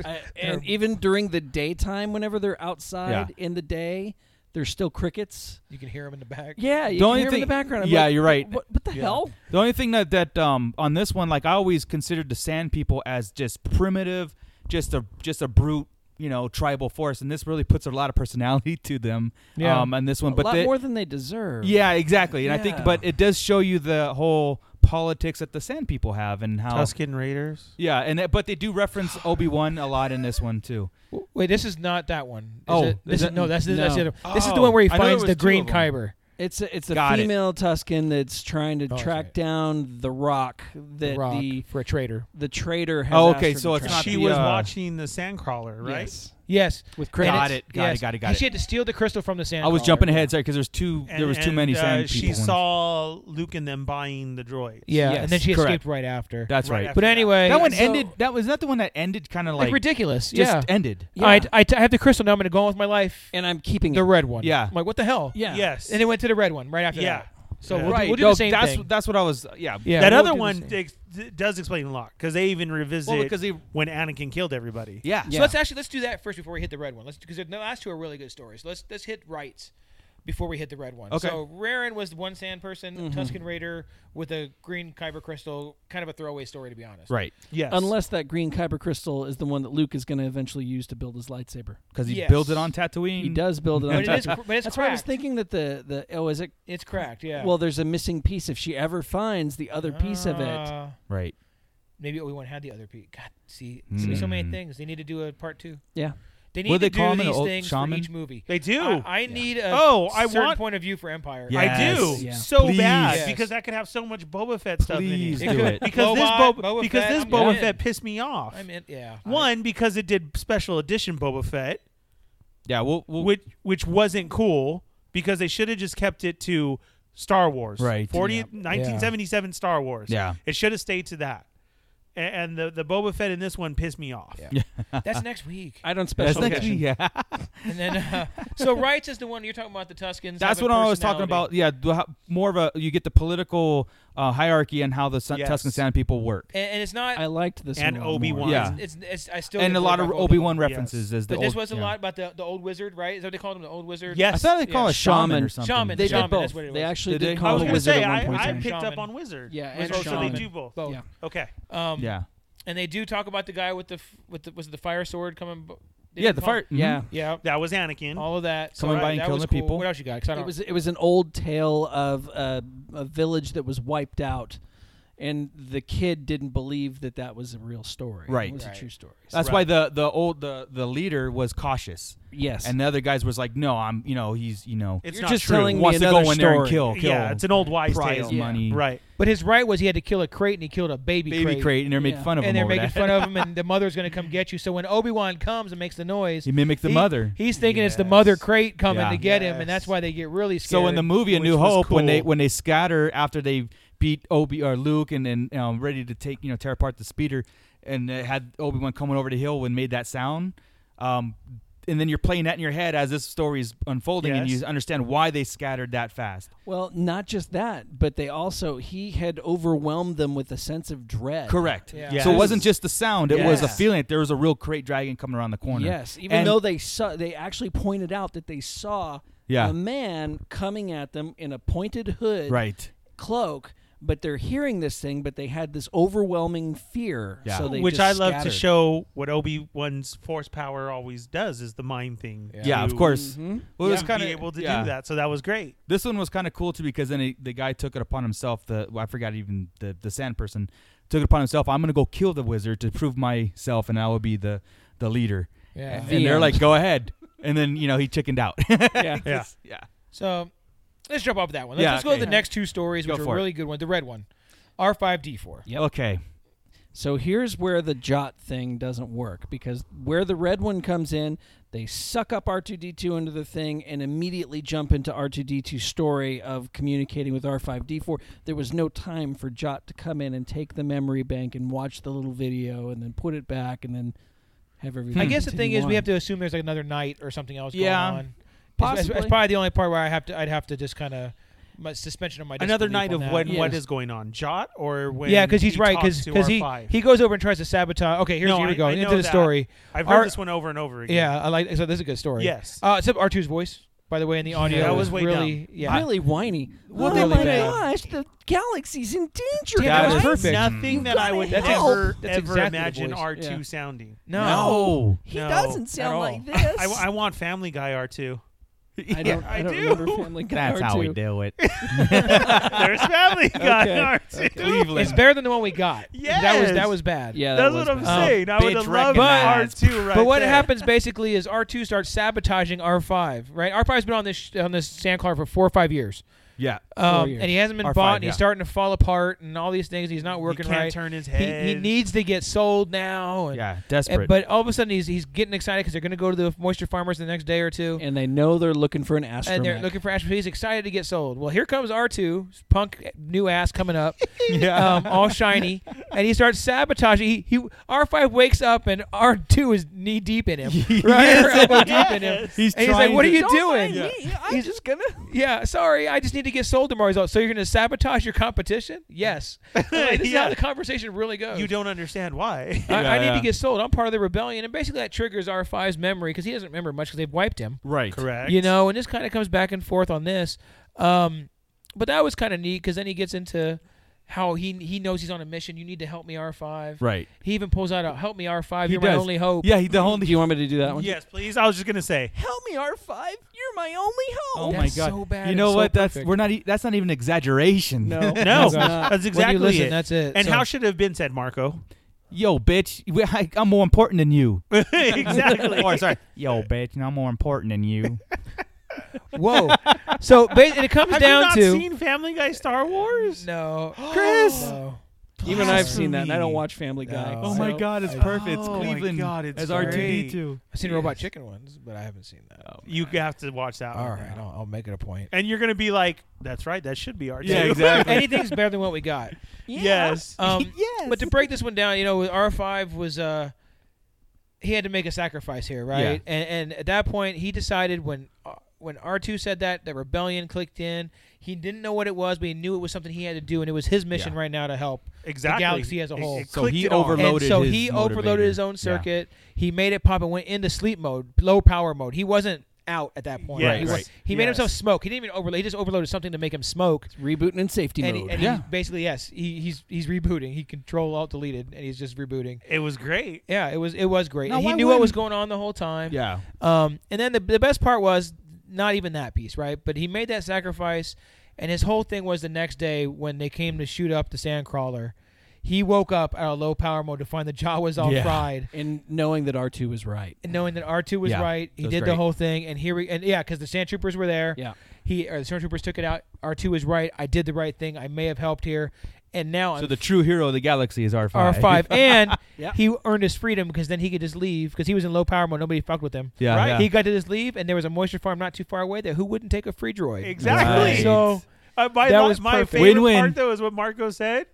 [SPEAKER 7] I- and even during the daytime, whenever they're outside in the day, there's still crickets.
[SPEAKER 3] You can hear him in the back.
[SPEAKER 7] Yeah, you
[SPEAKER 5] The
[SPEAKER 7] can
[SPEAKER 5] only
[SPEAKER 7] hear 'em in
[SPEAKER 5] thing-
[SPEAKER 7] the background. I'm
[SPEAKER 5] yeah,
[SPEAKER 7] like,
[SPEAKER 5] you're right.
[SPEAKER 7] What, what the hell?
[SPEAKER 5] The only thing that that um on this one, like I always considered the Sand People as just primitive, just a just a brute, you know, tribal force, and this really puts a lot of personality to them.
[SPEAKER 3] Yeah.
[SPEAKER 5] Um, on this one,
[SPEAKER 7] a
[SPEAKER 5] but
[SPEAKER 7] lot
[SPEAKER 5] they-
[SPEAKER 7] more than they deserve.
[SPEAKER 5] yeah, exactly, and I think,
[SPEAKER 7] Yeah.
[SPEAKER 5] but it does show you the whole politics that the Sand People have and how.
[SPEAKER 6] Tuscan Raiders.
[SPEAKER 5] yeah, and that, but they do reference Obi Wan a lot in this one too.
[SPEAKER 3] W- Wait, this is not that one. Is
[SPEAKER 5] Oh,
[SPEAKER 3] it- this
[SPEAKER 5] is
[SPEAKER 3] is,
[SPEAKER 5] it-
[SPEAKER 3] no, that's, that's the
[SPEAKER 7] no.
[SPEAKER 3] other. This is
[SPEAKER 5] Oh,
[SPEAKER 3] the one where he
[SPEAKER 5] I know there
[SPEAKER 3] finds
[SPEAKER 5] was
[SPEAKER 3] the
[SPEAKER 5] two
[SPEAKER 3] green
[SPEAKER 5] of 'em.
[SPEAKER 3] kyber.
[SPEAKER 7] It's a, it's a
[SPEAKER 5] Got it.
[SPEAKER 7] female Tuscan Oh, that's trying to
[SPEAKER 3] that's
[SPEAKER 7] track
[SPEAKER 3] right.
[SPEAKER 7] down the rock that
[SPEAKER 3] Rock
[SPEAKER 7] the
[SPEAKER 3] for a traitor.
[SPEAKER 7] the traitor has.
[SPEAKER 5] Oh,
[SPEAKER 7] asked
[SPEAKER 5] okay,
[SPEAKER 7] her
[SPEAKER 5] so
[SPEAKER 7] to
[SPEAKER 5] it's
[SPEAKER 7] track
[SPEAKER 5] not
[SPEAKER 6] She
[SPEAKER 5] the,
[SPEAKER 6] was
[SPEAKER 5] uh,
[SPEAKER 6] watching the Sandcrawler,
[SPEAKER 7] down.
[SPEAKER 6] right?
[SPEAKER 7] Yes.
[SPEAKER 3] Yes,
[SPEAKER 7] with
[SPEAKER 3] And
[SPEAKER 7] credits.
[SPEAKER 5] Got
[SPEAKER 3] it's-
[SPEAKER 5] it, got it,
[SPEAKER 3] yes.
[SPEAKER 5] got it, got
[SPEAKER 3] And She
[SPEAKER 5] it.
[SPEAKER 3] had to steal the crystal from the sand.
[SPEAKER 5] I was
[SPEAKER 3] crawler.
[SPEAKER 5] jumping ahead, sorry, because there's two.
[SPEAKER 6] And-
[SPEAKER 5] there was too
[SPEAKER 6] and,
[SPEAKER 5] many
[SPEAKER 6] uh,
[SPEAKER 5] Sand
[SPEAKER 6] She
[SPEAKER 5] People. ones.
[SPEAKER 6] saw Luke and them buying the droids.
[SPEAKER 3] Yeah,
[SPEAKER 5] Yes,
[SPEAKER 3] and then she
[SPEAKER 5] correct.
[SPEAKER 3] escaped right after.
[SPEAKER 5] That's
[SPEAKER 6] Right
[SPEAKER 5] right.
[SPEAKER 6] after-
[SPEAKER 3] but anyway,
[SPEAKER 5] that one
[SPEAKER 7] so-
[SPEAKER 5] ended. That was not the one that ended. Kind of
[SPEAKER 3] like,
[SPEAKER 5] like,
[SPEAKER 3] ridiculous.
[SPEAKER 5] just
[SPEAKER 3] yeah.
[SPEAKER 5] ended.
[SPEAKER 7] Yeah.
[SPEAKER 3] All right, I, t- I have the crystal now. I'm going to go on with my life.
[SPEAKER 7] and I'm keeping
[SPEAKER 3] The
[SPEAKER 7] it.
[SPEAKER 3] red one.
[SPEAKER 5] Yeah.
[SPEAKER 3] I'm like, what the hell?
[SPEAKER 7] Yeah.
[SPEAKER 6] Yes.
[SPEAKER 3] And it went to the red one right after
[SPEAKER 6] Yeah.
[SPEAKER 3] that. So
[SPEAKER 6] Yeah.
[SPEAKER 3] we'll, do-
[SPEAKER 5] Right.
[SPEAKER 3] we'll do
[SPEAKER 5] no,
[SPEAKER 3] the same
[SPEAKER 5] that's
[SPEAKER 3] thing.
[SPEAKER 5] that's what I was. Yeah.
[SPEAKER 3] yeah,
[SPEAKER 6] that
[SPEAKER 3] we'll
[SPEAKER 6] other
[SPEAKER 3] do the
[SPEAKER 6] one
[SPEAKER 3] same.
[SPEAKER 6] digs- d- does explain a lot because they even revisit
[SPEAKER 5] Well, because they-
[SPEAKER 6] when Anakin killed everybody.
[SPEAKER 5] Yeah.
[SPEAKER 3] So let's actually let's do that first before we hit the red one. Let's because the last two are really good stories. Let's let's hit rights before we hit the red one.
[SPEAKER 5] Okay.
[SPEAKER 3] So Raren was the one sand person, Tuscan Raider with a green kyber crystal, kind of a throwaway story to be honest.
[SPEAKER 5] Right.
[SPEAKER 6] Yes.
[SPEAKER 7] Unless that green kyber crystal is the one that Luke is going to eventually use to build his lightsaber.
[SPEAKER 5] Because he
[SPEAKER 3] Yes.
[SPEAKER 5] builds it on Tatooine.
[SPEAKER 7] He does build it. on
[SPEAKER 3] But it is
[SPEAKER 7] Tatooine.
[SPEAKER 3] but it's
[SPEAKER 7] That's why I
[SPEAKER 3] cracked.
[SPEAKER 7] was thinking that the the oh is it
[SPEAKER 3] It's cracked, yeah.
[SPEAKER 7] well there's a missing piece if she ever finds the other piece of it.
[SPEAKER 3] Uh,
[SPEAKER 5] Right.
[SPEAKER 3] Maybe Obi Wan had the other piece. God, see, see so many
[SPEAKER 5] Mm.
[SPEAKER 3] things. They need to do a part two.
[SPEAKER 7] Yeah.
[SPEAKER 3] They need
[SPEAKER 5] What do
[SPEAKER 3] to
[SPEAKER 5] they call
[SPEAKER 3] do
[SPEAKER 5] him in the
[SPEAKER 3] these
[SPEAKER 5] old
[SPEAKER 3] things for
[SPEAKER 5] shaman?
[SPEAKER 3] each movie.
[SPEAKER 6] they do.
[SPEAKER 3] I, I need a
[SPEAKER 6] Oh, I
[SPEAKER 3] certain
[SPEAKER 6] want-
[SPEAKER 3] point of view for Empire.
[SPEAKER 5] Yeah.
[SPEAKER 6] I do
[SPEAKER 5] Yes.
[SPEAKER 7] Yeah.
[SPEAKER 6] so bad
[SPEAKER 3] Yes.
[SPEAKER 6] because that could have so much Boba Fett stuff
[SPEAKER 5] Please
[SPEAKER 6] in it.
[SPEAKER 5] do it.
[SPEAKER 6] Because this
[SPEAKER 3] Boba-
[SPEAKER 6] Boba,
[SPEAKER 3] Boba
[SPEAKER 6] because
[SPEAKER 3] Fett,
[SPEAKER 6] this
[SPEAKER 3] I'm
[SPEAKER 6] Boba
[SPEAKER 3] in.
[SPEAKER 6] Fett pissed me off.
[SPEAKER 3] I'm in. Yeah. I-
[SPEAKER 6] One because it did special edition Boba Fett,
[SPEAKER 5] Yeah. We'll, we'll
[SPEAKER 6] which which wasn't cool because they should have just kept it to Star Wars.
[SPEAKER 5] Right,
[SPEAKER 6] 40,
[SPEAKER 5] yeah.
[SPEAKER 6] 1977 Star Wars.
[SPEAKER 5] Yeah.
[SPEAKER 6] It should have stayed to that. A- And the the Boba Fett in this one pissed me off.
[SPEAKER 3] Yeah. That's next week.
[SPEAKER 7] I don't
[SPEAKER 5] That's
[SPEAKER 7] special
[SPEAKER 5] next
[SPEAKER 7] edition.
[SPEAKER 5] week, Yeah.
[SPEAKER 3] And then, uh, so rights is the one you're talking about. The Tuscans.
[SPEAKER 5] That's
[SPEAKER 3] having
[SPEAKER 5] what I was talking about.
[SPEAKER 3] personality.
[SPEAKER 5] Yeah. do- how- More of a you get the political uh, hierarchy and how the Sun-
[SPEAKER 6] Yes.
[SPEAKER 5] Tuscan Sand people work,
[SPEAKER 3] And, and it's not.
[SPEAKER 7] I liked this
[SPEAKER 6] And
[SPEAKER 7] one a lot more.
[SPEAKER 6] Obi-Wan.
[SPEAKER 5] Yeah.
[SPEAKER 3] It's, it's, I still.
[SPEAKER 5] and
[SPEAKER 3] get
[SPEAKER 5] a
[SPEAKER 3] bored
[SPEAKER 5] lot of
[SPEAKER 3] about
[SPEAKER 5] Obi Wan
[SPEAKER 6] Yes.
[SPEAKER 5] references. As the
[SPEAKER 3] But this
[SPEAKER 5] old-
[SPEAKER 3] was a
[SPEAKER 5] yeah.
[SPEAKER 3] lot about the the old wizard, right? Is that what they called him? The old wizard.
[SPEAKER 6] Yes.
[SPEAKER 5] I thought they call
[SPEAKER 3] Yeah.
[SPEAKER 5] it shaman or
[SPEAKER 7] Shaman.
[SPEAKER 5] something.
[SPEAKER 3] Shaman.
[SPEAKER 7] They
[SPEAKER 3] shaman,
[SPEAKER 7] did both.
[SPEAKER 3] that's what it
[SPEAKER 7] they
[SPEAKER 3] was.
[SPEAKER 7] actually
[SPEAKER 5] Did
[SPEAKER 7] did
[SPEAKER 5] they?
[SPEAKER 6] I
[SPEAKER 7] call
[SPEAKER 6] was
[SPEAKER 7] it
[SPEAKER 6] gonna
[SPEAKER 7] Wizard
[SPEAKER 6] say
[SPEAKER 7] at one point.
[SPEAKER 6] I, I
[SPEAKER 7] in time.
[SPEAKER 6] picked up
[SPEAKER 3] Shaman.
[SPEAKER 6] on Wizard.
[SPEAKER 7] Yeah,
[SPEAKER 6] Oh,
[SPEAKER 7] and
[SPEAKER 6] so they
[SPEAKER 7] Shaman.
[SPEAKER 6] do both.
[SPEAKER 3] Both.
[SPEAKER 7] Yeah.
[SPEAKER 6] Okay.
[SPEAKER 3] Um,
[SPEAKER 5] Yeah.
[SPEAKER 3] And they do talk about the guy with the f- with the was it the fire sword coming? b- they
[SPEAKER 5] Yeah.
[SPEAKER 3] did
[SPEAKER 5] The
[SPEAKER 3] call-
[SPEAKER 5] fire. mhm.
[SPEAKER 7] Yeah.
[SPEAKER 3] Yeah.
[SPEAKER 6] That was Anakin.
[SPEAKER 3] All of that. So
[SPEAKER 5] Coming
[SPEAKER 3] I-
[SPEAKER 5] by and
[SPEAKER 3] that
[SPEAKER 5] killing
[SPEAKER 3] was
[SPEAKER 5] the
[SPEAKER 3] cool.
[SPEAKER 5] people.
[SPEAKER 3] What else you got? 'Cause I
[SPEAKER 7] It
[SPEAKER 3] don't-
[SPEAKER 7] was it was an old tale of a, a village that was wiped out, and the kid didn't believe that that was a real story.
[SPEAKER 5] Right. Uh,
[SPEAKER 7] it was
[SPEAKER 3] Right.
[SPEAKER 7] a true story. So-
[SPEAKER 5] That's why the the old the the leader was cautious,
[SPEAKER 7] yes,
[SPEAKER 5] and the other guys was like, no, I'm you know he's you know
[SPEAKER 6] It's
[SPEAKER 7] you're
[SPEAKER 6] not
[SPEAKER 7] just
[SPEAKER 6] true.
[SPEAKER 7] telling me
[SPEAKER 5] wants to go
[SPEAKER 7] another
[SPEAKER 5] in there and
[SPEAKER 7] story.
[SPEAKER 5] kill kill.
[SPEAKER 6] yeah, it's an old wise
[SPEAKER 5] prize
[SPEAKER 6] tale.
[SPEAKER 7] Yeah.
[SPEAKER 5] money.
[SPEAKER 6] Right.
[SPEAKER 3] But his right was he had to kill a crate and he killed a baby,
[SPEAKER 5] Baby crate, and they're making
[SPEAKER 7] Yeah.
[SPEAKER 5] fun of him
[SPEAKER 3] and they're
[SPEAKER 5] over
[SPEAKER 3] making
[SPEAKER 5] that.
[SPEAKER 3] fun of him, and the mother's going to come get you. So when Obi Wan comes and makes the noise,
[SPEAKER 5] He mimicked the
[SPEAKER 3] he-
[SPEAKER 5] mother.
[SPEAKER 3] He's thinking it's the
[SPEAKER 6] Yes.
[SPEAKER 3] mother crate coming
[SPEAKER 5] Yeah.
[SPEAKER 3] to get him,
[SPEAKER 6] Yes.
[SPEAKER 3] and that's why they get really scared.
[SPEAKER 5] So in the movie A
[SPEAKER 6] which
[SPEAKER 5] New
[SPEAKER 6] was
[SPEAKER 5] Hope, when they
[SPEAKER 6] cool.
[SPEAKER 5] when they scatter after they beat Obi or Luke and then um, ready to take you know tear apart the speeder, and it had Obi Wan coming over the hill and made that sound, um, and then you're playing that in your head as this story is unfolding, and
[SPEAKER 6] Yes.
[SPEAKER 5] you understand why they scattered that fast.
[SPEAKER 7] Well, not just that, but they also he had overwhelmed them with a sense of
[SPEAKER 6] Uh,
[SPEAKER 7] dread.
[SPEAKER 5] Correct.
[SPEAKER 3] Yeah.
[SPEAKER 5] So it
[SPEAKER 6] Yes.
[SPEAKER 5] wasn't just the sound; it was a
[SPEAKER 7] Yes.
[SPEAKER 5] feeling that there was a real crate dragon coming around the corner.
[SPEAKER 7] Yes, even
[SPEAKER 5] And-
[SPEAKER 7] though they saw, they actually pointed out that they saw
[SPEAKER 5] Yeah.
[SPEAKER 7] a man coming at them in a pointed hood,
[SPEAKER 5] right.
[SPEAKER 7] cloak. But they're hearing this thing, but they had this overwhelming fear.
[SPEAKER 5] Yeah.
[SPEAKER 7] So they
[SPEAKER 6] which
[SPEAKER 7] just
[SPEAKER 6] I love
[SPEAKER 7] scattered.
[SPEAKER 6] to show what Obi Wan's force power always does is the mind thing.
[SPEAKER 5] Yeah, of
[SPEAKER 6] to
[SPEAKER 5] course. Well, it was
[SPEAKER 6] be
[SPEAKER 5] kind of
[SPEAKER 6] able to do that, so that was great.
[SPEAKER 5] This one was kind of cool too because then he, the guy took it upon himself. The well, I forgot even the the sand person took it upon himself. I'm gonna go kill the wizard to prove myself, and I will be the the leader.
[SPEAKER 3] yeah.
[SPEAKER 5] And
[SPEAKER 7] The
[SPEAKER 5] they're
[SPEAKER 7] end.
[SPEAKER 5] like, go ahead. And then you know he chickened out.
[SPEAKER 7] Yeah.
[SPEAKER 6] Yeah.
[SPEAKER 5] yeah.
[SPEAKER 3] So let's jump off that one. Let's,
[SPEAKER 5] Yeah,
[SPEAKER 3] let's go
[SPEAKER 5] okay.
[SPEAKER 3] to the next two stories,
[SPEAKER 5] Go
[SPEAKER 3] which are
[SPEAKER 5] for it.
[SPEAKER 3] really good one. The red one, R five D four.
[SPEAKER 5] Okay.
[SPEAKER 7] So here's where the jot thing doesn't work because where the red one comes in, they suck up R2D2 into the thing and immediately jump into R2D2's story of communicating with R5D4. There was no time for Jot to come in and take the memory bank and watch the little video and then put it back and then have everything.
[SPEAKER 3] I guess the thing
[SPEAKER 7] continue
[SPEAKER 3] is we
[SPEAKER 7] on.
[SPEAKER 3] have to assume there's like another night or something else
[SPEAKER 5] Yeah.
[SPEAKER 3] going on. It's- It's, it's
[SPEAKER 7] Possibly.
[SPEAKER 3] probably the only part where I have to. I'd have to just kind of my suspension of my
[SPEAKER 6] Another
[SPEAKER 3] disbelief
[SPEAKER 6] night
[SPEAKER 3] on
[SPEAKER 6] of
[SPEAKER 3] that.
[SPEAKER 6] when
[SPEAKER 7] Yeah.
[SPEAKER 6] what is going on, Jot or when?
[SPEAKER 3] Yeah, because he's
[SPEAKER 6] he
[SPEAKER 3] right.
[SPEAKER 6] talks
[SPEAKER 3] Because
[SPEAKER 6] to
[SPEAKER 3] he
[SPEAKER 6] R5?
[SPEAKER 3] he goes over and tries to sabotage. Okay, here's
[SPEAKER 6] No,
[SPEAKER 3] here we
[SPEAKER 6] I-
[SPEAKER 3] go
[SPEAKER 6] I
[SPEAKER 3] into
[SPEAKER 6] know
[SPEAKER 3] the
[SPEAKER 6] that.
[SPEAKER 3] story.
[SPEAKER 6] I've heard
[SPEAKER 3] R-
[SPEAKER 6] this one over and over again.
[SPEAKER 3] Yeah, I like. So this is a good story.
[SPEAKER 6] Yes.
[SPEAKER 3] Uh, except R 2s voice, by the way, in the audio
[SPEAKER 6] that
[SPEAKER 3] was,
[SPEAKER 6] was way
[SPEAKER 3] really yeah.
[SPEAKER 7] Really whiny.
[SPEAKER 5] Well,
[SPEAKER 7] oh
[SPEAKER 5] they
[SPEAKER 7] my
[SPEAKER 5] might have-
[SPEAKER 7] gosh, the galaxy's in danger.
[SPEAKER 3] Yeah,
[SPEAKER 5] that
[SPEAKER 7] guys.
[SPEAKER 5] was
[SPEAKER 3] perfect.
[SPEAKER 6] Nothing that I would
[SPEAKER 3] That's
[SPEAKER 6] ever
[SPEAKER 3] ex- that's
[SPEAKER 6] ever
[SPEAKER 3] exactly the
[SPEAKER 6] imagine
[SPEAKER 3] voice.
[SPEAKER 6] R two
[SPEAKER 7] Yeah.
[SPEAKER 6] sounding.
[SPEAKER 3] No.
[SPEAKER 5] No.
[SPEAKER 7] He
[SPEAKER 6] No,
[SPEAKER 7] doesn't
[SPEAKER 3] at
[SPEAKER 7] sound
[SPEAKER 3] all.
[SPEAKER 8] Oh.
[SPEAKER 7] like this.
[SPEAKER 6] I, I want Family Guy R two.
[SPEAKER 7] I don't,
[SPEAKER 6] Yeah,
[SPEAKER 7] I
[SPEAKER 6] I
[SPEAKER 7] don't
[SPEAKER 6] do.
[SPEAKER 7] remember Family Guy
[SPEAKER 8] That's
[SPEAKER 7] or
[SPEAKER 8] how we
[SPEAKER 7] two.
[SPEAKER 8] do it.
[SPEAKER 6] There's Family Guy
[SPEAKER 7] Okay.
[SPEAKER 6] R2.
[SPEAKER 3] It's better than the one we got. That was
[SPEAKER 6] Yes.
[SPEAKER 3] that was bad.
[SPEAKER 7] Yeah, that
[SPEAKER 6] That's
[SPEAKER 7] was
[SPEAKER 6] what I'm
[SPEAKER 7] bad.
[SPEAKER 5] Oh,
[SPEAKER 6] saying. I would
[SPEAKER 5] bitch
[SPEAKER 6] have loved
[SPEAKER 5] recognized.
[SPEAKER 6] R2 right
[SPEAKER 3] but what
[SPEAKER 6] there.
[SPEAKER 3] happens basically is R2 starts sabotaging R5, right? R5's been on this sh- on this sand car for four or five years,
[SPEAKER 5] Yeah.
[SPEAKER 3] um,
[SPEAKER 7] years.
[SPEAKER 3] and he hasn't been
[SPEAKER 5] R5,
[SPEAKER 3] bought. And
[SPEAKER 5] yeah.
[SPEAKER 3] he's starting to fall apart, and all these things. He's not
[SPEAKER 6] He
[SPEAKER 3] working
[SPEAKER 6] can't
[SPEAKER 3] right.
[SPEAKER 6] turn his
[SPEAKER 3] He,
[SPEAKER 6] head.
[SPEAKER 3] he needs to get sold now. And,
[SPEAKER 5] Yeah.
[SPEAKER 3] and-
[SPEAKER 5] Desperate.
[SPEAKER 3] but all of a sudden he's he's getting excited because they're going to go to the moisture farmers the next day or two,
[SPEAKER 7] And they know they're looking for an astromech.
[SPEAKER 3] and they're looking for Astro. He's excited to get sold. Well, here comes R2, 's punk new ass coming up,
[SPEAKER 5] yeah.
[SPEAKER 3] um, all shiny, and he starts sabotaging. He, he R5 wakes up and R2 is knee deep in him, right? Or elbow deep in him.
[SPEAKER 5] he's
[SPEAKER 3] And he's like, "What are you doing?"
[SPEAKER 5] Yeah.
[SPEAKER 7] I'm just gonna.
[SPEAKER 3] Yeah, sorry, I just need to get sold tomorrow. He's like, so you're going to sabotage your competition? Yes. I'm like, this is
[SPEAKER 6] Yeah.
[SPEAKER 3] how the conversation really goes.
[SPEAKER 6] You don't understand why.
[SPEAKER 3] I,
[SPEAKER 5] Yeah,
[SPEAKER 3] I need
[SPEAKER 5] yeah.
[SPEAKER 3] to get sold. I'm part of the rebellion, and basically that triggers R5's memory because he doesn't remember much because they've wiped him.
[SPEAKER 5] Right.
[SPEAKER 6] Correct.
[SPEAKER 3] You know, and this kind of comes back and forth on this. Um, but that was kind of neat because then he gets into how he he knows he's on a mission. You need to help me, R5.
[SPEAKER 5] Right.
[SPEAKER 3] He even pulls out a "Help me, R5.
[SPEAKER 5] He
[SPEAKER 3] You're my
[SPEAKER 5] does.
[SPEAKER 3] only hope."
[SPEAKER 5] Yeah. He the
[SPEAKER 7] Do
[SPEAKER 5] only.
[SPEAKER 7] you want me to do that one?
[SPEAKER 6] Yes, please. I was just gonna say.
[SPEAKER 7] Help me, R5. You're my only
[SPEAKER 5] Oh
[SPEAKER 7] hope.
[SPEAKER 5] my
[SPEAKER 3] That's
[SPEAKER 5] god.
[SPEAKER 3] so bad
[SPEAKER 5] You
[SPEAKER 3] and
[SPEAKER 5] know
[SPEAKER 3] so
[SPEAKER 5] what? That's
[SPEAKER 3] perfect.
[SPEAKER 5] we're not. E- that's not even exaggeration.
[SPEAKER 7] No,
[SPEAKER 6] No,
[SPEAKER 7] it's not.
[SPEAKER 6] that's
[SPEAKER 3] When
[SPEAKER 6] exactly
[SPEAKER 3] you listen,
[SPEAKER 6] it.
[SPEAKER 3] that's it.
[SPEAKER 6] and
[SPEAKER 3] So-
[SPEAKER 6] how should it have been said, Marco?
[SPEAKER 5] Yo, bitch. we- I, I'm more important than you.
[SPEAKER 6] exactly.
[SPEAKER 5] or Oh, sorry. Yo, bitch. I'm more important than you.
[SPEAKER 3] whoa? so ba- and it comes
[SPEAKER 6] Have you
[SPEAKER 3] down
[SPEAKER 6] not
[SPEAKER 3] to
[SPEAKER 6] seen Family Guy Star Wars?
[SPEAKER 3] no,
[SPEAKER 6] Chris!
[SPEAKER 3] No.
[SPEAKER 7] Even I've seen that, and I don't watch Family
[SPEAKER 3] No.
[SPEAKER 7] Guy.
[SPEAKER 3] Oh
[SPEAKER 5] Oh my
[SPEAKER 7] so-
[SPEAKER 5] God, it's perfect. It's
[SPEAKER 6] Oh my
[SPEAKER 5] Cleveland
[SPEAKER 6] God, it's
[SPEAKER 5] as
[SPEAKER 6] great.
[SPEAKER 5] R2D2.
[SPEAKER 3] I've seen Robot Chicken ones, but I haven't seen that.
[SPEAKER 5] Oh
[SPEAKER 6] You have to watch that.
[SPEAKER 3] All
[SPEAKER 6] one
[SPEAKER 3] right,
[SPEAKER 6] now.
[SPEAKER 3] I'll, I'll make it a point.
[SPEAKER 6] And you're gonna be like, "That's right. That should be R2."
[SPEAKER 5] Yeah, exactly.
[SPEAKER 3] Anything's better than what we got.
[SPEAKER 6] yes.
[SPEAKER 3] Um, But to break this one down, you know, with R5 was uh, he had to make a sacrifice here, right? And, and at that point, he decided when uh, when R2 said that, that rebellion clicked in. He didn't know what it was, but he knew it was something he had to do, and it was his mission
[SPEAKER 5] Yeah.
[SPEAKER 3] right now to help.
[SPEAKER 6] exactly.
[SPEAKER 3] galaxy as a whole.
[SPEAKER 5] So he
[SPEAKER 6] it on.
[SPEAKER 5] overloaded-
[SPEAKER 3] And so
[SPEAKER 5] his
[SPEAKER 3] he
[SPEAKER 5] motivator.
[SPEAKER 3] overloaded his
[SPEAKER 5] Yeah.
[SPEAKER 3] own circuit. He made it pop and went into sleep mode, low power mode. He wasn't out at that point.
[SPEAKER 6] Yeah,
[SPEAKER 3] he, wa-
[SPEAKER 5] right.
[SPEAKER 3] he made
[SPEAKER 6] Yes.
[SPEAKER 3] himself smoke. He didn't even overload. He just overloaded something to make him smoke.
[SPEAKER 7] Rebooting in safety
[SPEAKER 3] And, he-
[SPEAKER 7] mode.
[SPEAKER 3] and
[SPEAKER 5] Yeah.
[SPEAKER 3] he basically yes, he, he's he's rebooting. He control alt deleted, and he's just rebooting.
[SPEAKER 6] It was great.
[SPEAKER 3] Yeah, it was it was great.
[SPEAKER 5] Now,
[SPEAKER 3] And he
[SPEAKER 5] why
[SPEAKER 3] knew what was
[SPEAKER 5] wouldn't-
[SPEAKER 3] going on the whole time.
[SPEAKER 5] Yeah.
[SPEAKER 3] Um, and then the, the best part was not even that piece, right? But he made that sacrifice, and his whole thing was the next day when they came to shoot up the sandcrawler. He woke up at a low power mode to find the jaw was all
[SPEAKER 5] Yeah.
[SPEAKER 3] fried,
[SPEAKER 7] and knowing that R2 was right.
[SPEAKER 3] and knowing that R two was
[SPEAKER 5] Yeah,
[SPEAKER 3] right. He
[SPEAKER 5] that's
[SPEAKER 3] did
[SPEAKER 5] great.
[SPEAKER 3] the whole thing, and here we and yeah, because the sand troopers were there.
[SPEAKER 7] Yeah.
[SPEAKER 3] he or the sand troopers took it out. R two was right. I did the right thing. I may have helped here, and now
[SPEAKER 5] So
[SPEAKER 3] I'm
[SPEAKER 5] the true hero of the galaxy is R5.
[SPEAKER 3] R five, and
[SPEAKER 7] Yeah.
[SPEAKER 3] he earned his freedom because then he could just leave because he was in low power mode. Nobody fucked with him.
[SPEAKER 5] Yeah,
[SPEAKER 3] right.
[SPEAKER 5] yeah.
[SPEAKER 3] He got to just leave, and there was a moisture farm not too far away. That who wouldn't take a free droid?
[SPEAKER 6] Exactly.
[SPEAKER 5] Right.
[SPEAKER 3] So
[SPEAKER 6] Uh, my
[SPEAKER 3] That
[SPEAKER 6] li-
[SPEAKER 3] was
[SPEAKER 6] my
[SPEAKER 3] perfect.
[SPEAKER 6] favorite
[SPEAKER 5] Win-win.
[SPEAKER 6] part though is what Marco said.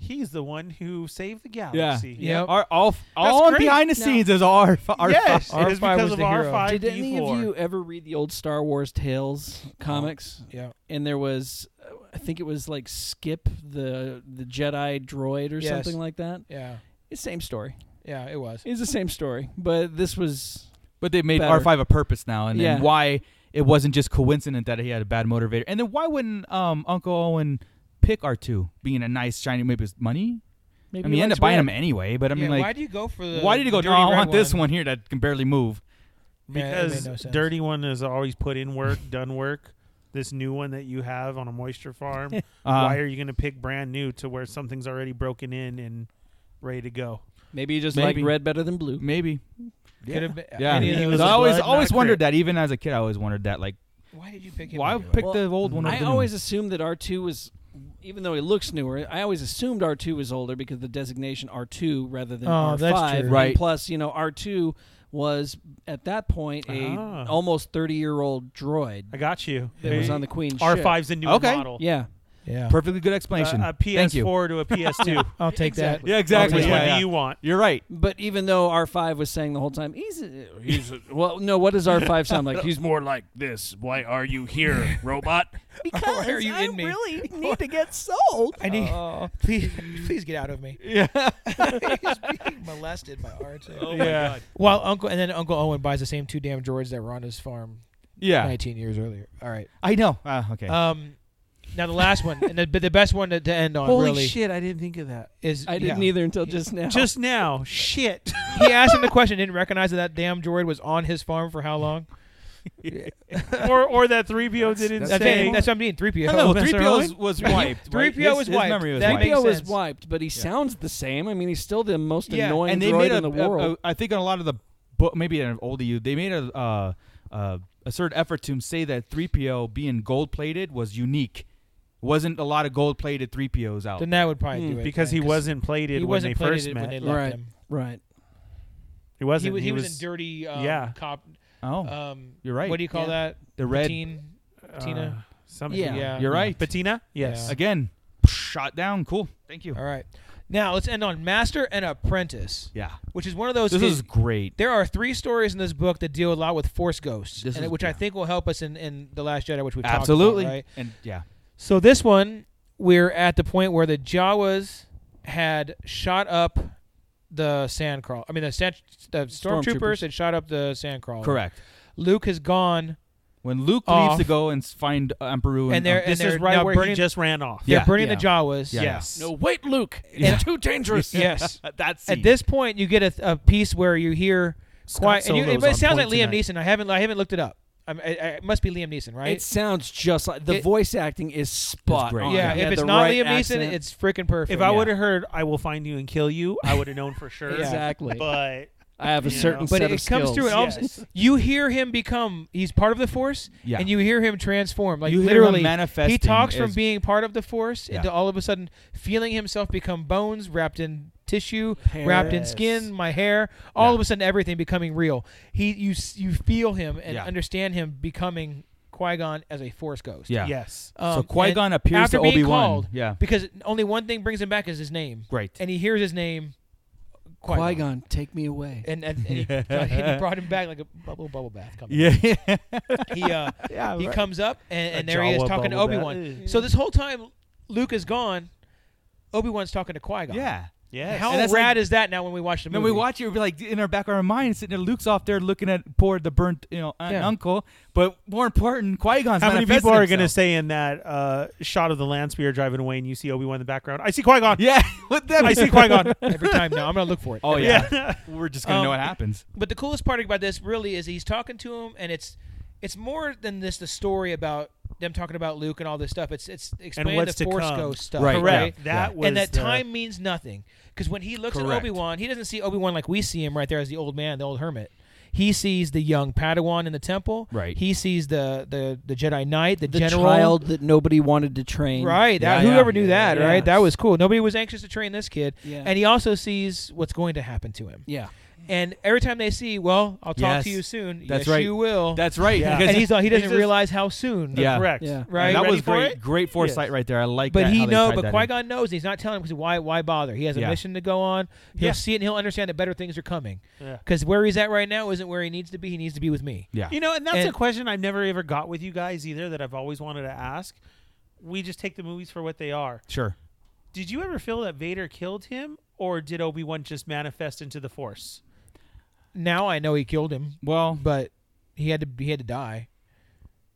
[SPEAKER 6] He's the one who saved the galaxy.
[SPEAKER 3] Yeah. Yep.
[SPEAKER 5] Our, all all
[SPEAKER 6] great.
[SPEAKER 5] behind the
[SPEAKER 7] No.
[SPEAKER 5] scenes is R. R
[SPEAKER 6] Yes,
[SPEAKER 3] R5
[SPEAKER 6] it is because
[SPEAKER 3] was
[SPEAKER 6] of
[SPEAKER 3] the hero.
[SPEAKER 6] R5
[SPEAKER 7] Did any
[SPEAKER 6] D4.
[SPEAKER 7] of you ever read the old Star Wars Tales comics?
[SPEAKER 3] yeah,
[SPEAKER 7] And there was, uh, I think it was like Skip the the Jedi droid or
[SPEAKER 3] Yes.
[SPEAKER 7] something like that.
[SPEAKER 3] yeah,
[SPEAKER 7] It's the same story.
[SPEAKER 3] yeah. It was.
[SPEAKER 7] It's the same story, but this was
[SPEAKER 5] But they made
[SPEAKER 7] Better.
[SPEAKER 5] R5 a purpose now, and
[SPEAKER 7] Yeah.
[SPEAKER 5] then why it wasn't just coincident that he had a bad motivator. And then why wouldn't um, Uncle Owen pick R2 being a nice, shiny, maybe it's money?
[SPEAKER 7] maybe.
[SPEAKER 5] I mean,
[SPEAKER 7] he
[SPEAKER 5] he ended
[SPEAKER 7] likes
[SPEAKER 5] up buying
[SPEAKER 7] red.
[SPEAKER 5] him anyway, but I mean,
[SPEAKER 3] yeah,
[SPEAKER 5] like,
[SPEAKER 3] why do you go for the?
[SPEAKER 5] why did he go, no,
[SPEAKER 3] the dirty
[SPEAKER 5] I
[SPEAKER 3] red
[SPEAKER 5] want this one here that can barely move?
[SPEAKER 3] Yeah, it made
[SPEAKER 6] because
[SPEAKER 3] no sense.
[SPEAKER 6] dirty one has always put in work, done work. This new one that you have on a moisture farm,
[SPEAKER 5] Uh,
[SPEAKER 6] why are you going to pick brand new to where something's already broken in and ready to go?
[SPEAKER 7] Maybe he just
[SPEAKER 5] Maybe.
[SPEAKER 7] liked red better than blue.
[SPEAKER 5] Maybe.
[SPEAKER 3] Could have been.
[SPEAKER 5] Yeah.
[SPEAKER 3] any of
[SPEAKER 6] He
[SPEAKER 3] those-
[SPEAKER 6] was
[SPEAKER 5] I
[SPEAKER 6] a
[SPEAKER 5] always,
[SPEAKER 6] blood,
[SPEAKER 5] always
[SPEAKER 6] not a
[SPEAKER 5] wondered
[SPEAKER 6] crit.
[SPEAKER 5] that. Even as a kid, I always wondered that. Like,
[SPEAKER 3] why did you pick him?
[SPEAKER 5] why
[SPEAKER 3] anyway?
[SPEAKER 5] pick
[SPEAKER 7] Well,
[SPEAKER 5] the old one? over
[SPEAKER 7] I
[SPEAKER 5] the new
[SPEAKER 7] always
[SPEAKER 5] one?
[SPEAKER 7] assumed that R2 was, even though he looks newer, I always assumed R2 was older because the designation R2 rather than
[SPEAKER 3] Oh,
[SPEAKER 7] R5.
[SPEAKER 3] that's true.
[SPEAKER 7] And
[SPEAKER 5] Right.
[SPEAKER 7] plus, you know, R2 was at that point a
[SPEAKER 6] Ah.
[SPEAKER 7] almost 30 year old droid
[SPEAKER 6] I got you.
[SPEAKER 7] that was on the Queen's ship.
[SPEAKER 6] R5's the new
[SPEAKER 5] Okay.
[SPEAKER 6] model.
[SPEAKER 7] Yeah.
[SPEAKER 3] Yeah,
[SPEAKER 5] Perfectly good
[SPEAKER 6] A-
[SPEAKER 5] explanation.
[SPEAKER 6] a
[SPEAKER 5] Thank you.
[SPEAKER 6] PS4 to a PS2.
[SPEAKER 3] I'll take that.
[SPEAKER 5] Yeah,
[SPEAKER 6] Which
[SPEAKER 5] exactly.
[SPEAKER 6] one
[SPEAKER 5] Yeah,
[SPEAKER 6] do
[SPEAKER 5] yeah.
[SPEAKER 6] you want?
[SPEAKER 5] You're right.
[SPEAKER 7] But even though R5 was saying the whole time, he's, a, he's a, well, no, what does R5 sound like? He's more like this. Why are you here, robot? because
[SPEAKER 3] Why are you in me?
[SPEAKER 7] need to get sold.
[SPEAKER 3] I need.
[SPEAKER 5] Oh.
[SPEAKER 3] Please, please get out of me. Yeah. He's being molested by R2.
[SPEAKER 5] Oh
[SPEAKER 6] yeah.
[SPEAKER 3] While Uncle and then Uncle Owen buys the same two damn droids that were on his farm
[SPEAKER 5] Yeah,
[SPEAKER 3] 19 years earlier. All right.
[SPEAKER 5] I know. Ah, okay.
[SPEAKER 3] Um, now the last one, and the, but the best one to, to end on really
[SPEAKER 6] shit, I didn't think of that.
[SPEAKER 3] is
[SPEAKER 7] I didn't
[SPEAKER 3] yeah.
[SPEAKER 7] either until just now.
[SPEAKER 6] Just now. Shit.
[SPEAKER 3] He asked him the question, didn't recognize that that damn droid was on his farm for how long.
[SPEAKER 6] or or that three PO didn't
[SPEAKER 3] That's,
[SPEAKER 6] say.
[SPEAKER 3] it. that's what I'm mean. Three PO.
[SPEAKER 5] I know.
[SPEAKER 6] Mr.
[SPEAKER 5] Three PO
[SPEAKER 6] Owen?
[SPEAKER 5] was wiped. right?
[SPEAKER 3] 3PO
[SPEAKER 5] His-
[SPEAKER 3] was
[SPEAKER 5] his
[SPEAKER 3] wiped.
[SPEAKER 5] memory was
[SPEAKER 3] That
[SPEAKER 5] wiped.
[SPEAKER 3] makes
[SPEAKER 7] Theo was
[SPEAKER 3] sense.
[SPEAKER 7] wiped, but he sounds the same. I mean, he's still the most
[SPEAKER 3] Yeah,
[SPEAKER 7] annoying
[SPEAKER 5] and they
[SPEAKER 7] droid
[SPEAKER 5] made
[SPEAKER 7] in
[SPEAKER 5] a,
[SPEAKER 7] the
[SPEAKER 5] a-
[SPEAKER 7] world.
[SPEAKER 5] a- I think on a lot of the book, maybe an old you, they made a uh, uh, asserted effort to say that 3PO being gold plated was unique. Wasn't a lot of gold plated 3POs out.
[SPEAKER 3] Then that would probably do it.
[SPEAKER 6] Hmm, because he
[SPEAKER 3] then, 'cause
[SPEAKER 6] wasn't plated
[SPEAKER 3] he
[SPEAKER 6] when they
[SPEAKER 3] wasn't plated
[SPEAKER 6] first
[SPEAKER 3] when
[SPEAKER 6] met.
[SPEAKER 3] they left
[SPEAKER 7] Right.
[SPEAKER 3] him.
[SPEAKER 7] right.
[SPEAKER 6] he
[SPEAKER 3] He
[SPEAKER 6] wasn't.
[SPEAKER 3] was, he was in dirty um,
[SPEAKER 6] Yeah.
[SPEAKER 3] cop.
[SPEAKER 5] oh,
[SPEAKER 3] Um,
[SPEAKER 5] You're right.
[SPEAKER 3] What do you call
[SPEAKER 7] Yeah.
[SPEAKER 3] that?
[SPEAKER 5] the red.
[SPEAKER 3] Teen, Tina.
[SPEAKER 6] uh, some-
[SPEAKER 7] Yeah.
[SPEAKER 3] yeah.
[SPEAKER 5] You're right.
[SPEAKER 6] Patina. Yes.
[SPEAKER 3] Yeah.
[SPEAKER 5] Again, shot down. Cool. Thank you.
[SPEAKER 3] All right. Now let's end on Master and Apprentice,
[SPEAKER 5] Yeah.
[SPEAKER 3] which is one of those.
[SPEAKER 5] This
[SPEAKER 3] is-
[SPEAKER 5] is great.
[SPEAKER 3] there are three stories in this book that deal a lot with Force ghosts,
[SPEAKER 5] This
[SPEAKER 3] and
[SPEAKER 5] is-
[SPEAKER 3] which I
[SPEAKER 5] yeah.
[SPEAKER 3] think will help us in, in the Last Jedi, which we
[SPEAKER 5] Absolutely.
[SPEAKER 3] talked about, right?
[SPEAKER 5] And yeah.
[SPEAKER 3] So this one, we're at the point where the Jawas had shot up the sandcrawler. I mean, the, sand, the stormtroopers,
[SPEAKER 7] Stormtroopers.
[SPEAKER 3] had shot up the sandcrawler.
[SPEAKER 5] Correct.
[SPEAKER 3] Luke has gone.
[SPEAKER 5] When Luke
[SPEAKER 3] Off.
[SPEAKER 5] leaves to go and s- find uh, Emperor
[SPEAKER 3] Oh. And they're-
[SPEAKER 6] This
[SPEAKER 3] and
[SPEAKER 6] is right
[SPEAKER 3] now
[SPEAKER 6] where
[SPEAKER 3] burning-
[SPEAKER 6] he just ran off.
[SPEAKER 3] They're
[SPEAKER 5] Yeah,
[SPEAKER 3] burning
[SPEAKER 5] yeah.
[SPEAKER 3] the Jawas.
[SPEAKER 5] Yeah.
[SPEAKER 6] Yes.
[SPEAKER 7] No, wait, Luke. It's too dangerous.
[SPEAKER 3] Yes.
[SPEAKER 5] That's
[SPEAKER 3] At this point, you get a, a piece where you hear
[SPEAKER 6] Scott
[SPEAKER 3] quiet. And you,
[SPEAKER 6] Solo's
[SPEAKER 3] but
[SPEAKER 6] on
[SPEAKER 3] it sounds like
[SPEAKER 6] point
[SPEAKER 3] Liam
[SPEAKER 6] tonight.
[SPEAKER 3] Neeson. I haven't. I haven't looked it up. I'm, I, I, it must be Liam Neeson, right?
[SPEAKER 7] It sounds just like the
[SPEAKER 3] It-
[SPEAKER 7] voice acting is spot
[SPEAKER 5] great.
[SPEAKER 7] on.
[SPEAKER 3] yeah.
[SPEAKER 7] He
[SPEAKER 3] If
[SPEAKER 7] had
[SPEAKER 3] it's
[SPEAKER 7] the
[SPEAKER 3] not
[SPEAKER 7] right
[SPEAKER 3] Liam Neeson,
[SPEAKER 7] accent.
[SPEAKER 3] it's freaking perfect.
[SPEAKER 6] If I would have heard "I will find you and kill you," I would have known for sure.
[SPEAKER 3] Yeah.
[SPEAKER 7] exactly.
[SPEAKER 6] But
[SPEAKER 7] I have a
[SPEAKER 6] you know.
[SPEAKER 7] certain
[SPEAKER 3] but
[SPEAKER 7] set
[SPEAKER 3] it
[SPEAKER 7] of
[SPEAKER 3] comes
[SPEAKER 7] skills.
[SPEAKER 3] through, and all of a
[SPEAKER 6] Yes.
[SPEAKER 3] sudden, you hear him become. He's part of the Force,
[SPEAKER 5] Yeah.
[SPEAKER 3] and you hear him transform. Like
[SPEAKER 5] You hear him
[SPEAKER 3] literally,
[SPEAKER 5] manifesting
[SPEAKER 3] he talks from
[SPEAKER 5] as-
[SPEAKER 3] being part of the Force
[SPEAKER 5] Yeah.
[SPEAKER 3] into all of a sudden feeling himself become bones wrapped in tissue, wrapped in
[SPEAKER 6] Yes.
[SPEAKER 3] skin, my hair. All
[SPEAKER 5] Yeah.
[SPEAKER 3] of a sudden, everything becoming real. He, you, s- you feel him and
[SPEAKER 5] Yeah.
[SPEAKER 3] understand him becoming Qui Gon as a Force ghost.
[SPEAKER 5] Yeah.
[SPEAKER 6] yes,
[SPEAKER 3] Um,
[SPEAKER 5] so Qui Gon
[SPEAKER 3] and
[SPEAKER 5] appears
[SPEAKER 3] after
[SPEAKER 5] to
[SPEAKER 3] being
[SPEAKER 5] Obi Wan.
[SPEAKER 3] called,
[SPEAKER 5] Yeah.
[SPEAKER 3] because only one thing brings him back is his name,
[SPEAKER 5] Great.
[SPEAKER 3] and he hears his name,
[SPEAKER 7] Qui Gon, take me away.
[SPEAKER 3] and, and, and he, he brought him back like a bubble bubble bath. Coming.
[SPEAKER 5] Yeah.
[SPEAKER 3] He uh, he comes up and, and there he is
[SPEAKER 6] Jawa
[SPEAKER 3] talking to
[SPEAKER 6] bubble
[SPEAKER 3] Obi Wan.
[SPEAKER 6] bath.
[SPEAKER 3] So this whole time, Luke is gone. Obi Wan's talking to Qui Gon.
[SPEAKER 5] yeah.
[SPEAKER 6] yes.
[SPEAKER 3] How
[SPEAKER 5] And that's
[SPEAKER 3] rad
[SPEAKER 5] like-
[SPEAKER 3] is that? Now when we watch the movie,
[SPEAKER 5] When we watch it, we'll be like in our back of our mind, sitting there, Luke's off there looking at poor the burnt, you know, aunt and
[SPEAKER 3] Yeah.
[SPEAKER 5] uncle. But more important, Qui Gon's.
[SPEAKER 6] How many people are going to say in that uh, shot of the Lance we are driving away and you see Obi Wan in the background? I see Qui Gon.
[SPEAKER 5] Yeah, what that?
[SPEAKER 6] I see Qui Gon.
[SPEAKER 3] every time now. I'm gonna look for it.
[SPEAKER 5] Oh
[SPEAKER 3] Every
[SPEAKER 5] yeah. we're just gonna
[SPEAKER 3] Um,
[SPEAKER 5] know what happens.
[SPEAKER 3] but the coolest part about this really is he's talking to him and it's it's more than this the story about them talking about Luke and all this stuff. It's it's explaining
[SPEAKER 6] what's
[SPEAKER 3] the
[SPEAKER 6] to
[SPEAKER 3] force
[SPEAKER 6] come.
[SPEAKER 3] ghost stuff.
[SPEAKER 5] Right,
[SPEAKER 6] Correct.
[SPEAKER 5] yeah,
[SPEAKER 6] That
[SPEAKER 5] yeah.
[SPEAKER 6] was
[SPEAKER 3] and that
[SPEAKER 6] the-
[SPEAKER 3] time means nothing because when he looks at
[SPEAKER 5] Correct.
[SPEAKER 3] Obi Wan, he doesn't see Obi Wan like we see him right there as the old man, the old hermit. He sees the young Padawan in the temple.
[SPEAKER 5] Right.
[SPEAKER 3] He sees the the, the Jedi Knight, the,
[SPEAKER 7] the
[SPEAKER 3] general.
[SPEAKER 7] child that nobody wanted to train.
[SPEAKER 3] Right. That,
[SPEAKER 5] Yeah,
[SPEAKER 3] whoever
[SPEAKER 5] yeah.
[SPEAKER 3] knew that.
[SPEAKER 7] Yeah.
[SPEAKER 3] Right. That was cool. Nobody was anxious to train this kid.
[SPEAKER 7] Yeah.
[SPEAKER 3] And he also sees what's going to happen to him.
[SPEAKER 7] Yeah.
[SPEAKER 3] And every time they see, well, I'll talk
[SPEAKER 5] Yes.
[SPEAKER 3] to you soon.
[SPEAKER 5] That's
[SPEAKER 3] yes,
[SPEAKER 5] right.
[SPEAKER 3] You will.
[SPEAKER 5] That's right.
[SPEAKER 6] Yeah.
[SPEAKER 5] because
[SPEAKER 3] and he's all, he doesn't
[SPEAKER 6] just-
[SPEAKER 3] realize how soon.
[SPEAKER 5] Yeah.
[SPEAKER 6] Correct.
[SPEAKER 7] Yeah.
[SPEAKER 3] Right.
[SPEAKER 5] that
[SPEAKER 6] Ready
[SPEAKER 5] was
[SPEAKER 6] for
[SPEAKER 5] great.
[SPEAKER 6] it?
[SPEAKER 5] Great foresight
[SPEAKER 6] Yes.
[SPEAKER 5] right there. I like
[SPEAKER 3] But
[SPEAKER 5] that.
[SPEAKER 3] he
[SPEAKER 5] how they
[SPEAKER 3] knows.
[SPEAKER 5] tied
[SPEAKER 3] But
[SPEAKER 5] that
[SPEAKER 3] Qui
[SPEAKER 5] in.
[SPEAKER 3] Gon knows. and He's not telling him because why? Why bother? He has a
[SPEAKER 5] Yeah.
[SPEAKER 3] mission to go on. He'll
[SPEAKER 6] Yeah.
[SPEAKER 3] see it. and He'll understand that better things are coming.
[SPEAKER 6] Yeah.
[SPEAKER 3] Because where he's at right now isn't where he needs to be. He needs to be with me.
[SPEAKER 5] Yeah.
[SPEAKER 6] You know, and that's
[SPEAKER 3] And-
[SPEAKER 6] a question I've never ever got with you guys either that I've always wanted to ask. We just take the movies for what they are.
[SPEAKER 5] Sure.
[SPEAKER 6] Did you ever feel that Vader killed him, or did Obi Wan just manifest into the Force?
[SPEAKER 3] Now I know he killed him,
[SPEAKER 5] Well,
[SPEAKER 3] but he had to. He had to die.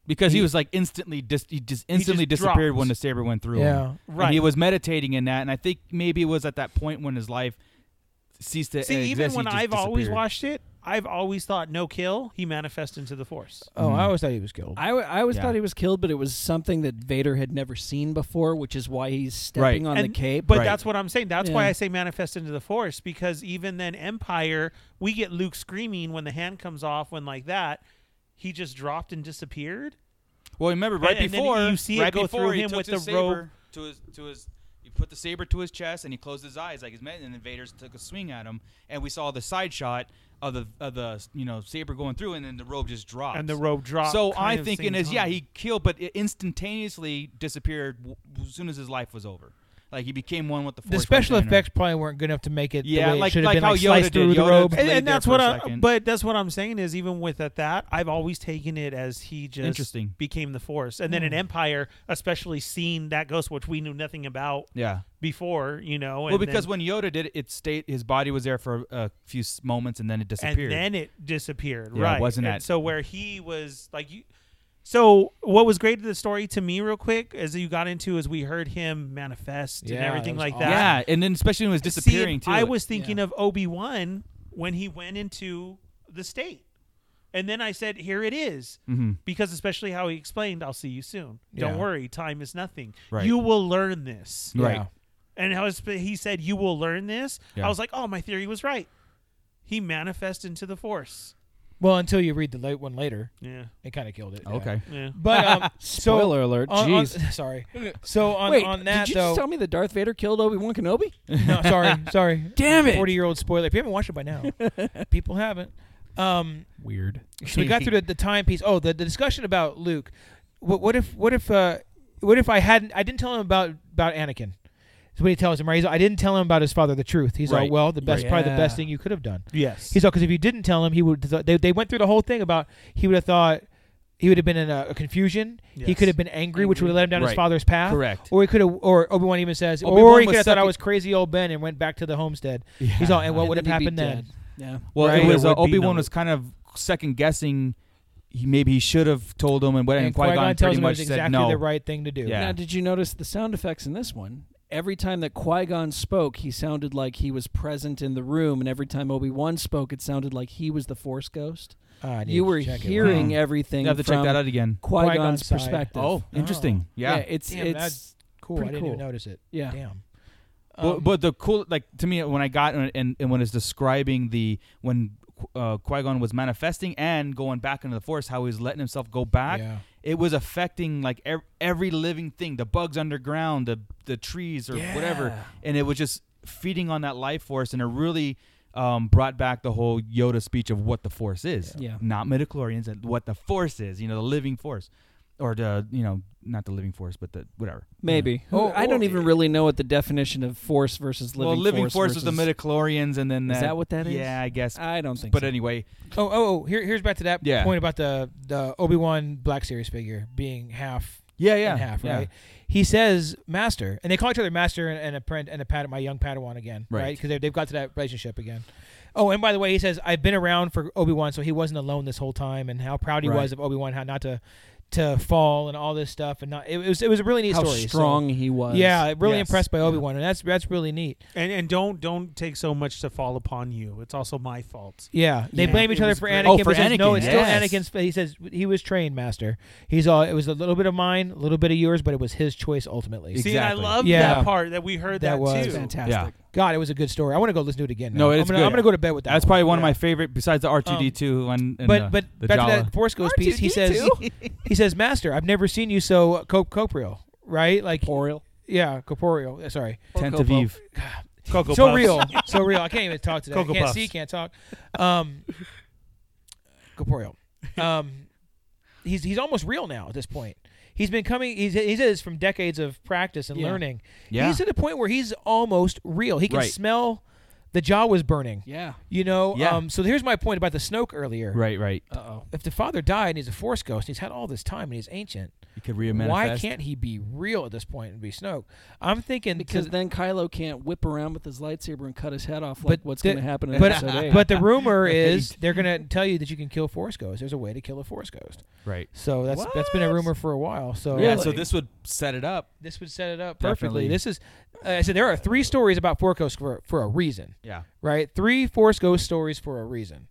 [SPEAKER 5] because he, was like instantly dis- he just instantly
[SPEAKER 6] just
[SPEAKER 5] disappeared
[SPEAKER 6] dropped.
[SPEAKER 5] when the saber went through
[SPEAKER 3] Yeah.
[SPEAKER 5] him. And
[SPEAKER 6] Right.
[SPEAKER 5] he was meditating in that, and I think maybe it was at that point when his life ceased to
[SPEAKER 6] See,
[SPEAKER 5] exist.
[SPEAKER 6] even
[SPEAKER 5] he
[SPEAKER 6] when
[SPEAKER 5] E-, eh, just
[SPEAKER 6] I've always
[SPEAKER 5] disappeared.
[SPEAKER 6] watched it, I've always thought no kill, he manifests into the Force.
[SPEAKER 3] Oh,
[SPEAKER 5] Mm.
[SPEAKER 3] I always thought he was killed.
[SPEAKER 7] I, w- I always
[SPEAKER 5] Yeah.
[SPEAKER 7] thought he was killed, but it was something that Vader had never seen before, which is why he's stepping
[SPEAKER 5] Right.
[SPEAKER 7] on the
[SPEAKER 6] And-
[SPEAKER 7] cape.
[SPEAKER 6] But
[SPEAKER 5] Right.
[SPEAKER 6] that's what I'm saying. That's why
[SPEAKER 7] Yeah.
[SPEAKER 6] I say manifest into the force because even then, Empire, we get Luke screaming when the hand comes off, when like that, he just dropped and disappeared.
[SPEAKER 5] Well, remember right
[SPEAKER 6] And- and then
[SPEAKER 5] before
[SPEAKER 6] you see it
[SPEAKER 5] right
[SPEAKER 6] go
[SPEAKER 5] before
[SPEAKER 6] through
[SPEAKER 5] he
[SPEAKER 6] him
[SPEAKER 5] took
[SPEAKER 6] with
[SPEAKER 5] his
[SPEAKER 6] the
[SPEAKER 5] saber
[SPEAKER 6] rope.
[SPEAKER 5] to his to his. He put the saber to his chest and he closed his eyes like his men. And invaders took a swing at him, and we saw the side shot of the of the you know saber going through, and then the robe just dropped.
[SPEAKER 6] And the robe dropped
[SPEAKER 5] So
[SPEAKER 6] kind
[SPEAKER 5] I
[SPEAKER 6] of
[SPEAKER 5] thinking
[SPEAKER 6] same
[SPEAKER 5] is yeah,
[SPEAKER 6] time.
[SPEAKER 5] he killed, but it instantaneously disappeared w- as soon as his life was over. Like he became one with the force.
[SPEAKER 3] the
[SPEAKER 5] by
[SPEAKER 3] special
[SPEAKER 5] saying,
[SPEAKER 3] effects probably weren't good enough to make it.
[SPEAKER 5] Yeah,
[SPEAKER 3] the way
[SPEAKER 5] like-
[SPEAKER 3] it should have
[SPEAKER 5] like
[SPEAKER 3] been
[SPEAKER 5] how
[SPEAKER 3] like
[SPEAKER 5] Yoda
[SPEAKER 3] sliced
[SPEAKER 5] did.
[SPEAKER 3] through the
[SPEAKER 5] Yoda-
[SPEAKER 3] robe.
[SPEAKER 5] Played
[SPEAKER 6] And, and
[SPEAKER 5] there
[SPEAKER 6] that's
[SPEAKER 5] for
[SPEAKER 6] what
[SPEAKER 5] a
[SPEAKER 6] I.
[SPEAKER 5] second.
[SPEAKER 6] But that's what I'm saying is even with at that, I've always taken it as he just
[SPEAKER 5] Interesting.
[SPEAKER 6] became the force, and then in Empire, especially seeing that ghost, which we knew nothing about
[SPEAKER 5] Yeah.
[SPEAKER 6] before, you know.
[SPEAKER 5] Well,
[SPEAKER 6] and
[SPEAKER 5] because
[SPEAKER 6] then,
[SPEAKER 5] when Yoda did it, it stayed. His body was there for a few s- moments, and then it
[SPEAKER 6] and
[SPEAKER 5] disappeared.
[SPEAKER 6] then it disappeared.
[SPEAKER 5] Yeah,
[SPEAKER 6] right?
[SPEAKER 5] wasn't
[SPEAKER 6] And
[SPEAKER 5] that-
[SPEAKER 6] so? Where he was like you. So what was great to the story to me, real quick, as you got into, is we heard him manifest
[SPEAKER 3] Yeah,
[SPEAKER 6] and
[SPEAKER 3] that
[SPEAKER 6] everything
[SPEAKER 3] was
[SPEAKER 6] like
[SPEAKER 3] awesome.
[SPEAKER 6] that.
[SPEAKER 5] yeah, and then especially when it was
[SPEAKER 6] See,
[SPEAKER 5] disappearing too.
[SPEAKER 6] I
[SPEAKER 5] it-
[SPEAKER 6] was thinking of Obi Wan when he went into the state. And then I said, "Here it is."
[SPEAKER 5] Mm-hmm.
[SPEAKER 6] because especially how he explained, "I'll see you soon. Don't
[SPEAKER 3] Yeah.
[SPEAKER 6] worry, time is nothing.
[SPEAKER 5] Right.
[SPEAKER 6] You will learn this."
[SPEAKER 5] Right.
[SPEAKER 3] Yeah.
[SPEAKER 6] And how sp- he said, "You will learn this."
[SPEAKER 5] Yeah.
[SPEAKER 6] I was like, "Oh, my theory was right." He manifests into the force.
[SPEAKER 3] Well, until you read the late one later,
[SPEAKER 6] Yeah.
[SPEAKER 3] it kind of killed it. yeah.
[SPEAKER 5] Okay.
[SPEAKER 6] Yeah.
[SPEAKER 3] But um, so
[SPEAKER 7] Spoiler alert.
[SPEAKER 3] on- on-
[SPEAKER 7] Jeez.
[SPEAKER 3] sorry. So on
[SPEAKER 7] Wait,
[SPEAKER 3] on that
[SPEAKER 7] did you
[SPEAKER 3] though,
[SPEAKER 7] just tell me that Darth Vader killed Obi Wan Kenobi?
[SPEAKER 3] no, sorry, sorry.
[SPEAKER 7] Damn it.
[SPEAKER 3] Forty year old spoiler. If you haven't watched it by now, people haven't. Um,
[SPEAKER 5] Weird.
[SPEAKER 3] so we got through the, the timepiece. Oh, the, the discussion about Luke. What, what if? What if? Uh, what if I hadn't? I didn't tell him about about Anakin. That's what he tells him, right? He's, I didn't tell him about his father, the truth. He's
[SPEAKER 5] Right.
[SPEAKER 3] like, well, the best, probably the
[SPEAKER 7] Yeah.
[SPEAKER 3] best thing you could have done.
[SPEAKER 6] Yes.
[SPEAKER 3] He's all because if you didn't tell him, he would. They, they went through the whole thing about he would have thought he would have been in a, a confusion. He
[SPEAKER 6] Yes.
[SPEAKER 3] could have been angry, which would have led him down
[SPEAKER 5] Right.
[SPEAKER 3] his father's path.
[SPEAKER 5] Correct.
[SPEAKER 3] Or he could have. Or Obi Wan even says,
[SPEAKER 5] Obi-Wan
[SPEAKER 3] or he
[SPEAKER 5] was
[SPEAKER 3] could have thought I
[SPEAKER 5] sucking-
[SPEAKER 3] was crazy old Ben and went back to the homestead. He's all, and what
[SPEAKER 7] And
[SPEAKER 3] would have
[SPEAKER 7] then he'd
[SPEAKER 3] happened
[SPEAKER 7] be
[SPEAKER 3] then?
[SPEAKER 7] dead. Yeah.
[SPEAKER 5] Well,
[SPEAKER 6] Right.
[SPEAKER 5] it was
[SPEAKER 6] It
[SPEAKER 5] uh,
[SPEAKER 6] would be
[SPEAKER 5] Obi Wan
[SPEAKER 6] no-
[SPEAKER 5] was kind of second guessing. He maybe he should have told him, and what and
[SPEAKER 3] And Qui
[SPEAKER 5] Qui Gon
[SPEAKER 3] Gon
[SPEAKER 5] pretty
[SPEAKER 3] tells him it
[SPEAKER 5] much
[SPEAKER 3] was
[SPEAKER 5] said
[SPEAKER 3] exactly
[SPEAKER 5] no.
[SPEAKER 3] the right thing to do.
[SPEAKER 5] Yeah.
[SPEAKER 7] Now, did you notice the sound effects in this one? Every time that Qui Gon spoke, he sounded like he was present in the room, and every time Obi Wan spoke, it sounded like he was the Force ghost.
[SPEAKER 3] Ah, I need
[SPEAKER 7] You
[SPEAKER 3] to
[SPEAKER 7] were
[SPEAKER 3] check it.
[SPEAKER 7] hearing
[SPEAKER 5] Wow.
[SPEAKER 7] everything
[SPEAKER 5] You have to
[SPEAKER 7] from
[SPEAKER 5] check that out again.
[SPEAKER 7] Qui Gon's
[SPEAKER 3] Qui-Gon's side.
[SPEAKER 7] perspective.
[SPEAKER 5] Oh, interesting. Yeah.
[SPEAKER 7] it's
[SPEAKER 3] Damn,
[SPEAKER 7] it's
[SPEAKER 3] that's cool. I
[SPEAKER 7] pretty
[SPEAKER 3] didn't even
[SPEAKER 7] cool.
[SPEAKER 3] notice it.
[SPEAKER 7] yeah.
[SPEAKER 3] Damn.
[SPEAKER 5] Well,
[SPEAKER 3] Um,
[SPEAKER 5] but the cool, like to me, when I got and and when it's describing the when uh, Qui Gon was manifesting and going back into the Force, how he was letting himself go back.
[SPEAKER 3] Yeah.
[SPEAKER 5] It was affecting like ev- every living thing, the bugs underground, the the trees or whatever,
[SPEAKER 7] Yeah.
[SPEAKER 5] and it was just feeding on that life force, and it really. Um, brought back the whole Yoda speech of what the Force is,
[SPEAKER 7] Yeah.
[SPEAKER 5] not midichlorians, and what the Force is, you know, the living Force, or the you know, not the living Force, but the whatever.
[SPEAKER 7] Maybe.
[SPEAKER 3] Oh,
[SPEAKER 7] I don't
[SPEAKER 3] or-
[SPEAKER 7] even really know what the definition of force versus living
[SPEAKER 5] well, living force,
[SPEAKER 7] force
[SPEAKER 5] is
[SPEAKER 7] versus,
[SPEAKER 5] the midichlorians, and then
[SPEAKER 7] Is
[SPEAKER 5] that,
[SPEAKER 7] that what that is?
[SPEAKER 5] Yeah, I guess.
[SPEAKER 7] I don't think.
[SPEAKER 5] but
[SPEAKER 7] so.
[SPEAKER 5] anyway,
[SPEAKER 3] Oh, oh, oh, here, here's back to that
[SPEAKER 5] Yeah.
[SPEAKER 3] point about the the Obi Wan Black Series figure being half
[SPEAKER 5] yeah,
[SPEAKER 3] in
[SPEAKER 5] yeah,
[SPEAKER 3] half,
[SPEAKER 5] yeah.
[SPEAKER 3] right? He says master, and they call each other master and, and a print and a pad, my young Padawan again,
[SPEAKER 5] Right.
[SPEAKER 3] right? Because they they've got to that relationship again. Oh, and by the way, he says I've been around for Obi Wan, so he wasn't alone this whole time, and how proud he
[SPEAKER 5] Right.
[SPEAKER 3] was of Obi Wan, how not to to fall and all this stuff, and not it, was it was a really neat
[SPEAKER 7] how
[SPEAKER 3] story. so-
[SPEAKER 7] strong he was.
[SPEAKER 3] yeah, really
[SPEAKER 5] Yes.
[SPEAKER 3] impressed by Obi Wan, and that's that's really neat.
[SPEAKER 6] and and don't don't take so much to fall upon you. It's also my fault.
[SPEAKER 3] Yeah, they
[SPEAKER 6] Yeah,
[SPEAKER 3] blame
[SPEAKER 6] it
[SPEAKER 3] each other
[SPEAKER 6] was
[SPEAKER 3] for
[SPEAKER 6] great.
[SPEAKER 3] Anakin.
[SPEAKER 5] Oh, for
[SPEAKER 3] but says, no,
[SPEAKER 5] Anakin,
[SPEAKER 3] it's
[SPEAKER 5] yes.
[SPEAKER 3] still Anakin's. He says he was trained master. He's all. It was a little bit of mine, a little bit of yours, but it was his choice ultimately.
[SPEAKER 5] Ex-
[SPEAKER 6] See, and I
[SPEAKER 5] Exactly.
[SPEAKER 6] love
[SPEAKER 3] Yeah.
[SPEAKER 6] that part that we heard that,
[SPEAKER 3] That was-
[SPEAKER 6] too.
[SPEAKER 7] fantastic.
[SPEAKER 3] God, it was a good story. I want to go listen to it again.
[SPEAKER 5] No,
[SPEAKER 3] now.
[SPEAKER 5] it
[SPEAKER 3] I'm
[SPEAKER 5] is
[SPEAKER 3] gonna,
[SPEAKER 5] good.
[SPEAKER 3] I'm gonna go to bed with that.
[SPEAKER 5] That's
[SPEAKER 3] one.
[SPEAKER 5] probably one of my favorite. Besides the R two D two and, and
[SPEAKER 3] But
[SPEAKER 5] the,
[SPEAKER 3] but
[SPEAKER 5] the
[SPEAKER 3] back
[SPEAKER 5] Jawa.
[SPEAKER 3] to that Force Ghost piece. He says he says master. I've never seen you so co- corporeal, right? Like
[SPEAKER 7] Corporeal.
[SPEAKER 3] yeah, corporeal. uh, Sorry,
[SPEAKER 5] tenth
[SPEAKER 7] Coco
[SPEAKER 5] of Eve.
[SPEAKER 6] Cocoa
[SPEAKER 3] so
[SPEAKER 6] Puffs.
[SPEAKER 3] real, so real. I can't even talk today.
[SPEAKER 6] Cocoa
[SPEAKER 3] can't
[SPEAKER 6] Puffs.
[SPEAKER 3] see, can't talk. Um, corporeal. Um, he's he's almost real now at this point. He's been coming. He's he says from decades of practice and
[SPEAKER 7] Yeah.
[SPEAKER 3] learning.
[SPEAKER 5] Yeah.
[SPEAKER 3] he's to the point where he's almost real. He can
[SPEAKER 5] Right.
[SPEAKER 3] smell the jaw was burning.
[SPEAKER 7] Yeah.
[SPEAKER 3] You know.
[SPEAKER 5] Yeah.
[SPEAKER 3] Um, so here's my point about the Snoke earlier.
[SPEAKER 5] Right, right.
[SPEAKER 7] Uh oh.
[SPEAKER 3] If the father died and he's a Force ghost, he's had all this time and he's ancient.
[SPEAKER 5] You could remanifest.
[SPEAKER 3] Why can't he be real at this point and be Snoke? I'm thinking
[SPEAKER 7] Because
[SPEAKER 3] to-
[SPEAKER 7] then Kylo can't whip around with his lightsaber and cut his head off like
[SPEAKER 3] But
[SPEAKER 7] what's
[SPEAKER 3] the-
[SPEAKER 7] going to happen in
[SPEAKER 3] but,
[SPEAKER 7] episode eight.
[SPEAKER 3] but the rumor is they're gonna tell you that you can kill force ghosts. There's a way to kill a force ghost.
[SPEAKER 5] Right.
[SPEAKER 3] So that's that's been a
[SPEAKER 7] What?
[SPEAKER 3] rumor for a while. So
[SPEAKER 5] Yeah.
[SPEAKER 7] Really?
[SPEAKER 5] So this would set it up.
[SPEAKER 3] this would set it up
[SPEAKER 5] Definitely.
[SPEAKER 3] perfectly. This is uh, I said there are three stories about force ghosts for for a reason,
[SPEAKER 5] Yeah.
[SPEAKER 3] right? Three force ghost stories for a reason,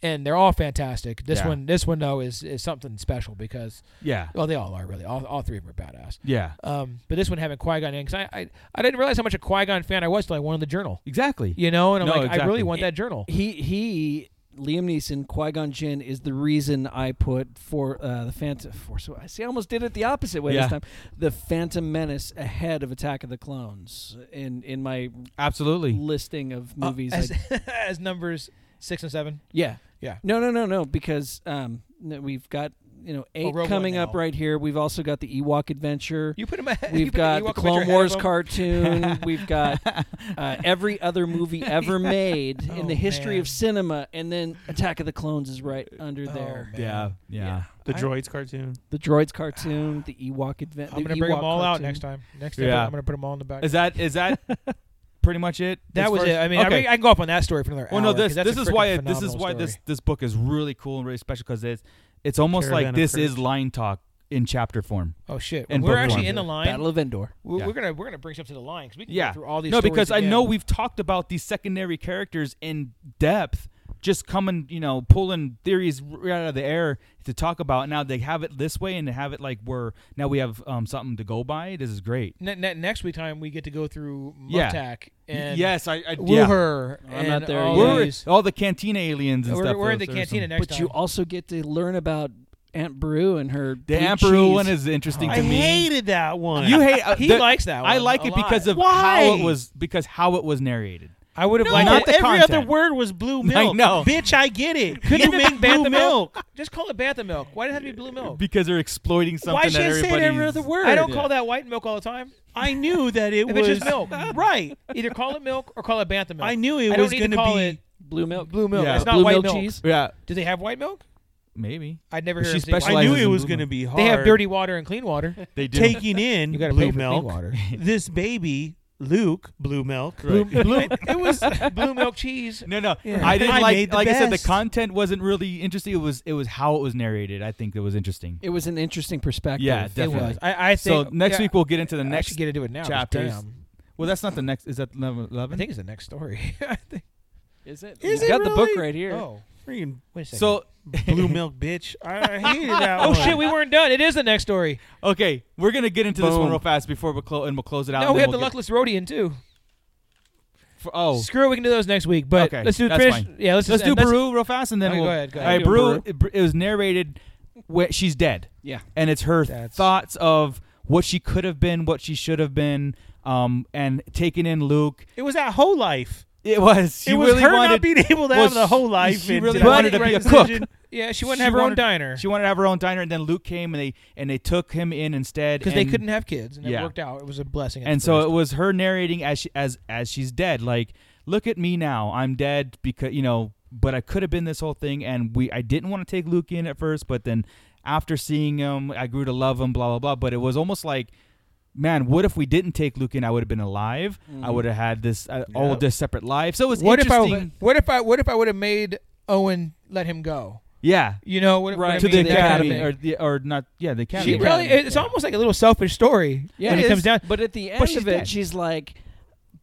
[SPEAKER 3] and they're all fantastic. This
[SPEAKER 5] Yeah.
[SPEAKER 3] one this one though is is something special because
[SPEAKER 5] Yeah.
[SPEAKER 3] well they all are really all, all three of them are badass.
[SPEAKER 5] Yeah.
[SPEAKER 3] Um, but this one having Qui Gon in because I, I I didn't realize how much a Qui Gon fan I was till I won the journal.
[SPEAKER 5] Exactly.
[SPEAKER 3] You know, and I'm
[SPEAKER 5] No,
[SPEAKER 3] like, I
[SPEAKER 5] exactly.
[SPEAKER 3] really want that journal.
[SPEAKER 7] he he Liam Neeson Qui Gon Jinn is the reason I put for uh, the Phantom Force. I see, I almost did it the opposite way
[SPEAKER 5] Yeah.
[SPEAKER 7] this time. The Phantom Menace ahead of Attack of the Clones in in my
[SPEAKER 5] Absolutely.
[SPEAKER 7] listing of
[SPEAKER 3] Uh,
[SPEAKER 7] movies.
[SPEAKER 3] as,
[SPEAKER 7] I,
[SPEAKER 3] as numbers six and seven.
[SPEAKER 7] yeah,
[SPEAKER 3] Yeah.
[SPEAKER 7] No, no, no, no. Because um, n- we've got you know eight
[SPEAKER 3] Rogue One
[SPEAKER 7] coming up
[SPEAKER 3] now.
[SPEAKER 7] right here. We've also got the Ewok Adventure.
[SPEAKER 3] You put him ahead. you
[SPEAKER 7] We've
[SPEAKER 3] put
[SPEAKER 7] got
[SPEAKER 3] Ewok
[SPEAKER 7] the
[SPEAKER 3] Adventure
[SPEAKER 7] Clone
[SPEAKER 3] ahead
[SPEAKER 7] Wars
[SPEAKER 3] of him.
[SPEAKER 7] cartoon. We've got uh, every other movie ever made in
[SPEAKER 3] Oh,
[SPEAKER 7] the history
[SPEAKER 3] man.
[SPEAKER 7] of cinema, and then Attack of the Clones is right under there.
[SPEAKER 3] Oh, man.
[SPEAKER 5] Yeah. Yeah.
[SPEAKER 7] Yeah.
[SPEAKER 6] The
[SPEAKER 3] I-
[SPEAKER 6] droids cartoon.
[SPEAKER 7] The Droids cartoon, the Ewok Adventure.
[SPEAKER 3] I'm gonna bring them all out next time. Next time,
[SPEAKER 5] Yeah.
[SPEAKER 3] I'm gonna put them all in the back.
[SPEAKER 5] Is that is that pretty much it?
[SPEAKER 3] that
[SPEAKER 5] As
[SPEAKER 3] was
[SPEAKER 5] far as-
[SPEAKER 3] it. I mean, I,
[SPEAKER 5] okay.
[SPEAKER 3] re- I can go up on that story for another
[SPEAKER 5] Well,
[SPEAKER 3] hour.
[SPEAKER 5] no, this
[SPEAKER 3] 'cause that's a
[SPEAKER 5] this is
[SPEAKER 3] freaking
[SPEAKER 5] why it, this is
[SPEAKER 3] phenomenal
[SPEAKER 5] why this
[SPEAKER 3] story.
[SPEAKER 5] this book is really cool and really special because it's it's almost like
[SPEAKER 6] Caravan of
[SPEAKER 5] this is
[SPEAKER 6] Courage.
[SPEAKER 5] line talk in chapter form.
[SPEAKER 3] Oh shit!
[SPEAKER 5] and
[SPEAKER 3] we're
[SPEAKER 5] book one.
[SPEAKER 3] actually in the line.
[SPEAKER 7] Battle of Endor.
[SPEAKER 3] we're,
[SPEAKER 5] Yeah.
[SPEAKER 3] we're gonna we're gonna bring stuff to the line because we can
[SPEAKER 5] Yeah.
[SPEAKER 3] go through all these.
[SPEAKER 5] No,
[SPEAKER 3] stories
[SPEAKER 5] because I know
[SPEAKER 3] again.
[SPEAKER 5] we've talked about these secondary characters in depth just coming, you know, pulling theories right out of the air to talk about. Now they have it this way and they have it like we're now we have um, something to go by. This is great.
[SPEAKER 3] Ne- ne- next week time we get to go through
[SPEAKER 5] Yeah.
[SPEAKER 3] Muftak and
[SPEAKER 5] yes, I, I yeah.
[SPEAKER 3] Wooher
[SPEAKER 7] I'm
[SPEAKER 3] and
[SPEAKER 7] not there
[SPEAKER 3] all
[SPEAKER 7] yet.
[SPEAKER 5] We're-
[SPEAKER 3] these.
[SPEAKER 5] all the cantina aliens and
[SPEAKER 3] We're,
[SPEAKER 5] stuff.
[SPEAKER 3] we're in the
[SPEAKER 5] There's- there's
[SPEAKER 3] cantina
[SPEAKER 5] some-
[SPEAKER 3] next
[SPEAKER 7] But
[SPEAKER 3] time.
[SPEAKER 7] you also get to learn about Aunt Brew and her.
[SPEAKER 5] The
[SPEAKER 7] blue
[SPEAKER 5] Emperor
[SPEAKER 7] cheese.
[SPEAKER 5] one is interesting
[SPEAKER 6] I
[SPEAKER 5] to me.
[SPEAKER 6] hated that one.
[SPEAKER 5] you hate uh,
[SPEAKER 3] He
[SPEAKER 5] the-
[SPEAKER 3] likes that
[SPEAKER 5] I
[SPEAKER 3] one
[SPEAKER 5] like
[SPEAKER 3] a
[SPEAKER 5] it because
[SPEAKER 3] lot.
[SPEAKER 5] of how
[SPEAKER 6] Why?
[SPEAKER 5] it was because how it was narrated.
[SPEAKER 3] I would have
[SPEAKER 6] no,
[SPEAKER 3] liked
[SPEAKER 5] not
[SPEAKER 3] it.
[SPEAKER 5] the
[SPEAKER 6] every other
[SPEAKER 5] content.
[SPEAKER 6] word was blue milk.
[SPEAKER 5] I know.
[SPEAKER 6] bitch. I get it.
[SPEAKER 3] Couldn't
[SPEAKER 6] you
[SPEAKER 3] it have been
[SPEAKER 6] make blue
[SPEAKER 3] Bantha
[SPEAKER 6] milk.
[SPEAKER 3] Just call it Bantha milk. Why does it have to be blue milk?
[SPEAKER 5] Because they're exploiting something
[SPEAKER 6] Why
[SPEAKER 5] that
[SPEAKER 6] should I say it
[SPEAKER 5] everybody's
[SPEAKER 6] every other word?
[SPEAKER 3] I don't
[SPEAKER 5] Yeah.
[SPEAKER 3] call that white milk all the time.
[SPEAKER 6] I knew that it
[SPEAKER 3] If
[SPEAKER 6] was
[SPEAKER 3] it's just milk.
[SPEAKER 6] Right.
[SPEAKER 3] Either call it milk or call it Bantha milk.
[SPEAKER 6] I knew it
[SPEAKER 3] I don't
[SPEAKER 6] was
[SPEAKER 3] need
[SPEAKER 6] going
[SPEAKER 3] to
[SPEAKER 6] to
[SPEAKER 3] call
[SPEAKER 6] be.
[SPEAKER 3] it
[SPEAKER 7] blue milk.
[SPEAKER 3] blue milk.
[SPEAKER 5] Yeah.
[SPEAKER 3] It's not
[SPEAKER 7] blue
[SPEAKER 3] white
[SPEAKER 7] milk,
[SPEAKER 3] milk.
[SPEAKER 7] cheese.
[SPEAKER 5] Yeah,
[SPEAKER 3] Do they have white milk?
[SPEAKER 5] maybe
[SPEAKER 3] I'd never
[SPEAKER 5] She
[SPEAKER 3] hear
[SPEAKER 5] specializes-
[SPEAKER 6] I knew
[SPEAKER 5] Specializes
[SPEAKER 6] it
[SPEAKER 5] in
[SPEAKER 6] was
[SPEAKER 5] blue
[SPEAKER 6] going to
[SPEAKER 5] milk.
[SPEAKER 6] be hard.
[SPEAKER 3] They have dirty water and clean water.
[SPEAKER 5] they do.
[SPEAKER 6] taking in
[SPEAKER 3] You got to
[SPEAKER 6] blue
[SPEAKER 3] pay for
[SPEAKER 6] milk.
[SPEAKER 3] clean water.
[SPEAKER 6] This baby Luke, blue milk.
[SPEAKER 5] Right.
[SPEAKER 3] Blue, blue, it was blue milk cheese.
[SPEAKER 5] No, no,
[SPEAKER 6] Yeah.
[SPEAKER 5] I didn't
[SPEAKER 6] I
[SPEAKER 5] like.
[SPEAKER 6] made the
[SPEAKER 5] like I said, the
[SPEAKER 6] best.
[SPEAKER 5] content wasn't really interesting. It was it was how it was narrated. I think that was interesting.
[SPEAKER 7] It was an interesting perspective.
[SPEAKER 5] Yeah, definitely.
[SPEAKER 3] It was. I, I
[SPEAKER 5] so
[SPEAKER 3] think
[SPEAKER 5] next
[SPEAKER 3] yeah,
[SPEAKER 5] week we'll get into the
[SPEAKER 3] I
[SPEAKER 5] next.
[SPEAKER 3] should get into it now. 'cause
[SPEAKER 5] chapters.
[SPEAKER 3] damn.
[SPEAKER 5] well, that's not the next. Is that level eleven?
[SPEAKER 3] I think it's the next story. I think.
[SPEAKER 7] Is it?
[SPEAKER 6] Is
[SPEAKER 7] You've
[SPEAKER 6] it
[SPEAKER 7] got the book
[SPEAKER 6] really?
[SPEAKER 7] right here.
[SPEAKER 3] Oh,
[SPEAKER 6] Freaking
[SPEAKER 3] wait a second.
[SPEAKER 5] so.
[SPEAKER 6] blue milk bitch. I I hated that
[SPEAKER 3] oh
[SPEAKER 6] one.
[SPEAKER 3] shit, we weren't done. It is the next story.
[SPEAKER 5] Okay, we're gonna get into this one
[SPEAKER 6] Boom.
[SPEAKER 5] real fast before we close and we'll close it out.
[SPEAKER 3] No,
[SPEAKER 5] and
[SPEAKER 3] we
[SPEAKER 5] then
[SPEAKER 3] have the
[SPEAKER 5] we'll
[SPEAKER 3] luckless Rhodian too.
[SPEAKER 5] get- for- oh,
[SPEAKER 3] Screw, it, we can do those next week. But
[SPEAKER 5] Okay,
[SPEAKER 3] let's do
[SPEAKER 5] that's
[SPEAKER 3] finish.
[SPEAKER 5] fine.
[SPEAKER 3] Yeah, let's,
[SPEAKER 5] let's
[SPEAKER 3] just,
[SPEAKER 5] do
[SPEAKER 3] and that's-
[SPEAKER 5] Brew real fast, and then
[SPEAKER 3] Okay,
[SPEAKER 5] we'll
[SPEAKER 3] go ahead, go
[SPEAKER 5] All right,
[SPEAKER 3] ahead.
[SPEAKER 5] Brew. It, it was narrated. wh- She's dead.
[SPEAKER 7] Yeah.
[SPEAKER 5] and it's her
[SPEAKER 3] That's-
[SPEAKER 5] thoughts of what she could have been, what she should have been, um, and taking in Luke.
[SPEAKER 6] It was that whole life.
[SPEAKER 5] It was. She
[SPEAKER 6] it was
[SPEAKER 5] really
[SPEAKER 6] her
[SPEAKER 5] wanted,
[SPEAKER 6] not being able to
[SPEAKER 5] well,
[SPEAKER 6] have the whole
[SPEAKER 5] she-
[SPEAKER 6] life.
[SPEAKER 5] she
[SPEAKER 6] and
[SPEAKER 5] really
[SPEAKER 6] did I make
[SPEAKER 5] wanted to
[SPEAKER 6] the
[SPEAKER 5] be
[SPEAKER 6] right
[SPEAKER 5] a cook.
[SPEAKER 6] decision?
[SPEAKER 3] Yeah, she wouldn't
[SPEAKER 5] She
[SPEAKER 3] have her own
[SPEAKER 5] wanted-
[SPEAKER 3] diner
[SPEAKER 5] She wanted to have her own diner, and then Luke came and they and they took him in instead
[SPEAKER 3] because they
[SPEAKER 5] and-
[SPEAKER 3] couldn't have kids, and
[SPEAKER 5] Yeah.
[SPEAKER 3] it worked out. It was a blessing. at
[SPEAKER 5] And
[SPEAKER 3] the
[SPEAKER 5] so
[SPEAKER 3] first.
[SPEAKER 5] it was her narrating as she, as as she's dead. Like, look at me now. I'm dead because you know, but I could have been this whole thing, and we I didn't want to take Luke in at first, but then after seeing him, I grew to love him. Blah blah blah. But it was almost like. Man, what if we didn't take Luke in? I would have been alive. I would have had this uh, all this separate life. So it was
[SPEAKER 3] Mm-hmm. what if
[SPEAKER 5] interesting.
[SPEAKER 3] I what if I what if I would have made Owen let him go?
[SPEAKER 5] yeah,
[SPEAKER 3] You know, what,
[SPEAKER 7] Right.
[SPEAKER 3] what
[SPEAKER 5] to
[SPEAKER 3] I
[SPEAKER 5] the
[SPEAKER 3] mean?
[SPEAKER 7] the
[SPEAKER 3] That kind of
[SPEAKER 5] academy
[SPEAKER 3] thing.
[SPEAKER 5] or the, or not? Yeah, the academy.
[SPEAKER 3] She really,
[SPEAKER 7] academy,
[SPEAKER 3] it's
[SPEAKER 7] yeah.
[SPEAKER 3] almost like a little selfish story
[SPEAKER 7] Yeah,
[SPEAKER 3] when it,
[SPEAKER 7] it
[SPEAKER 3] comes
[SPEAKER 7] is,
[SPEAKER 3] down.
[SPEAKER 7] But at the end
[SPEAKER 5] she's
[SPEAKER 7] of it,
[SPEAKER 5] dead.
[SPEAKER 7] she's like,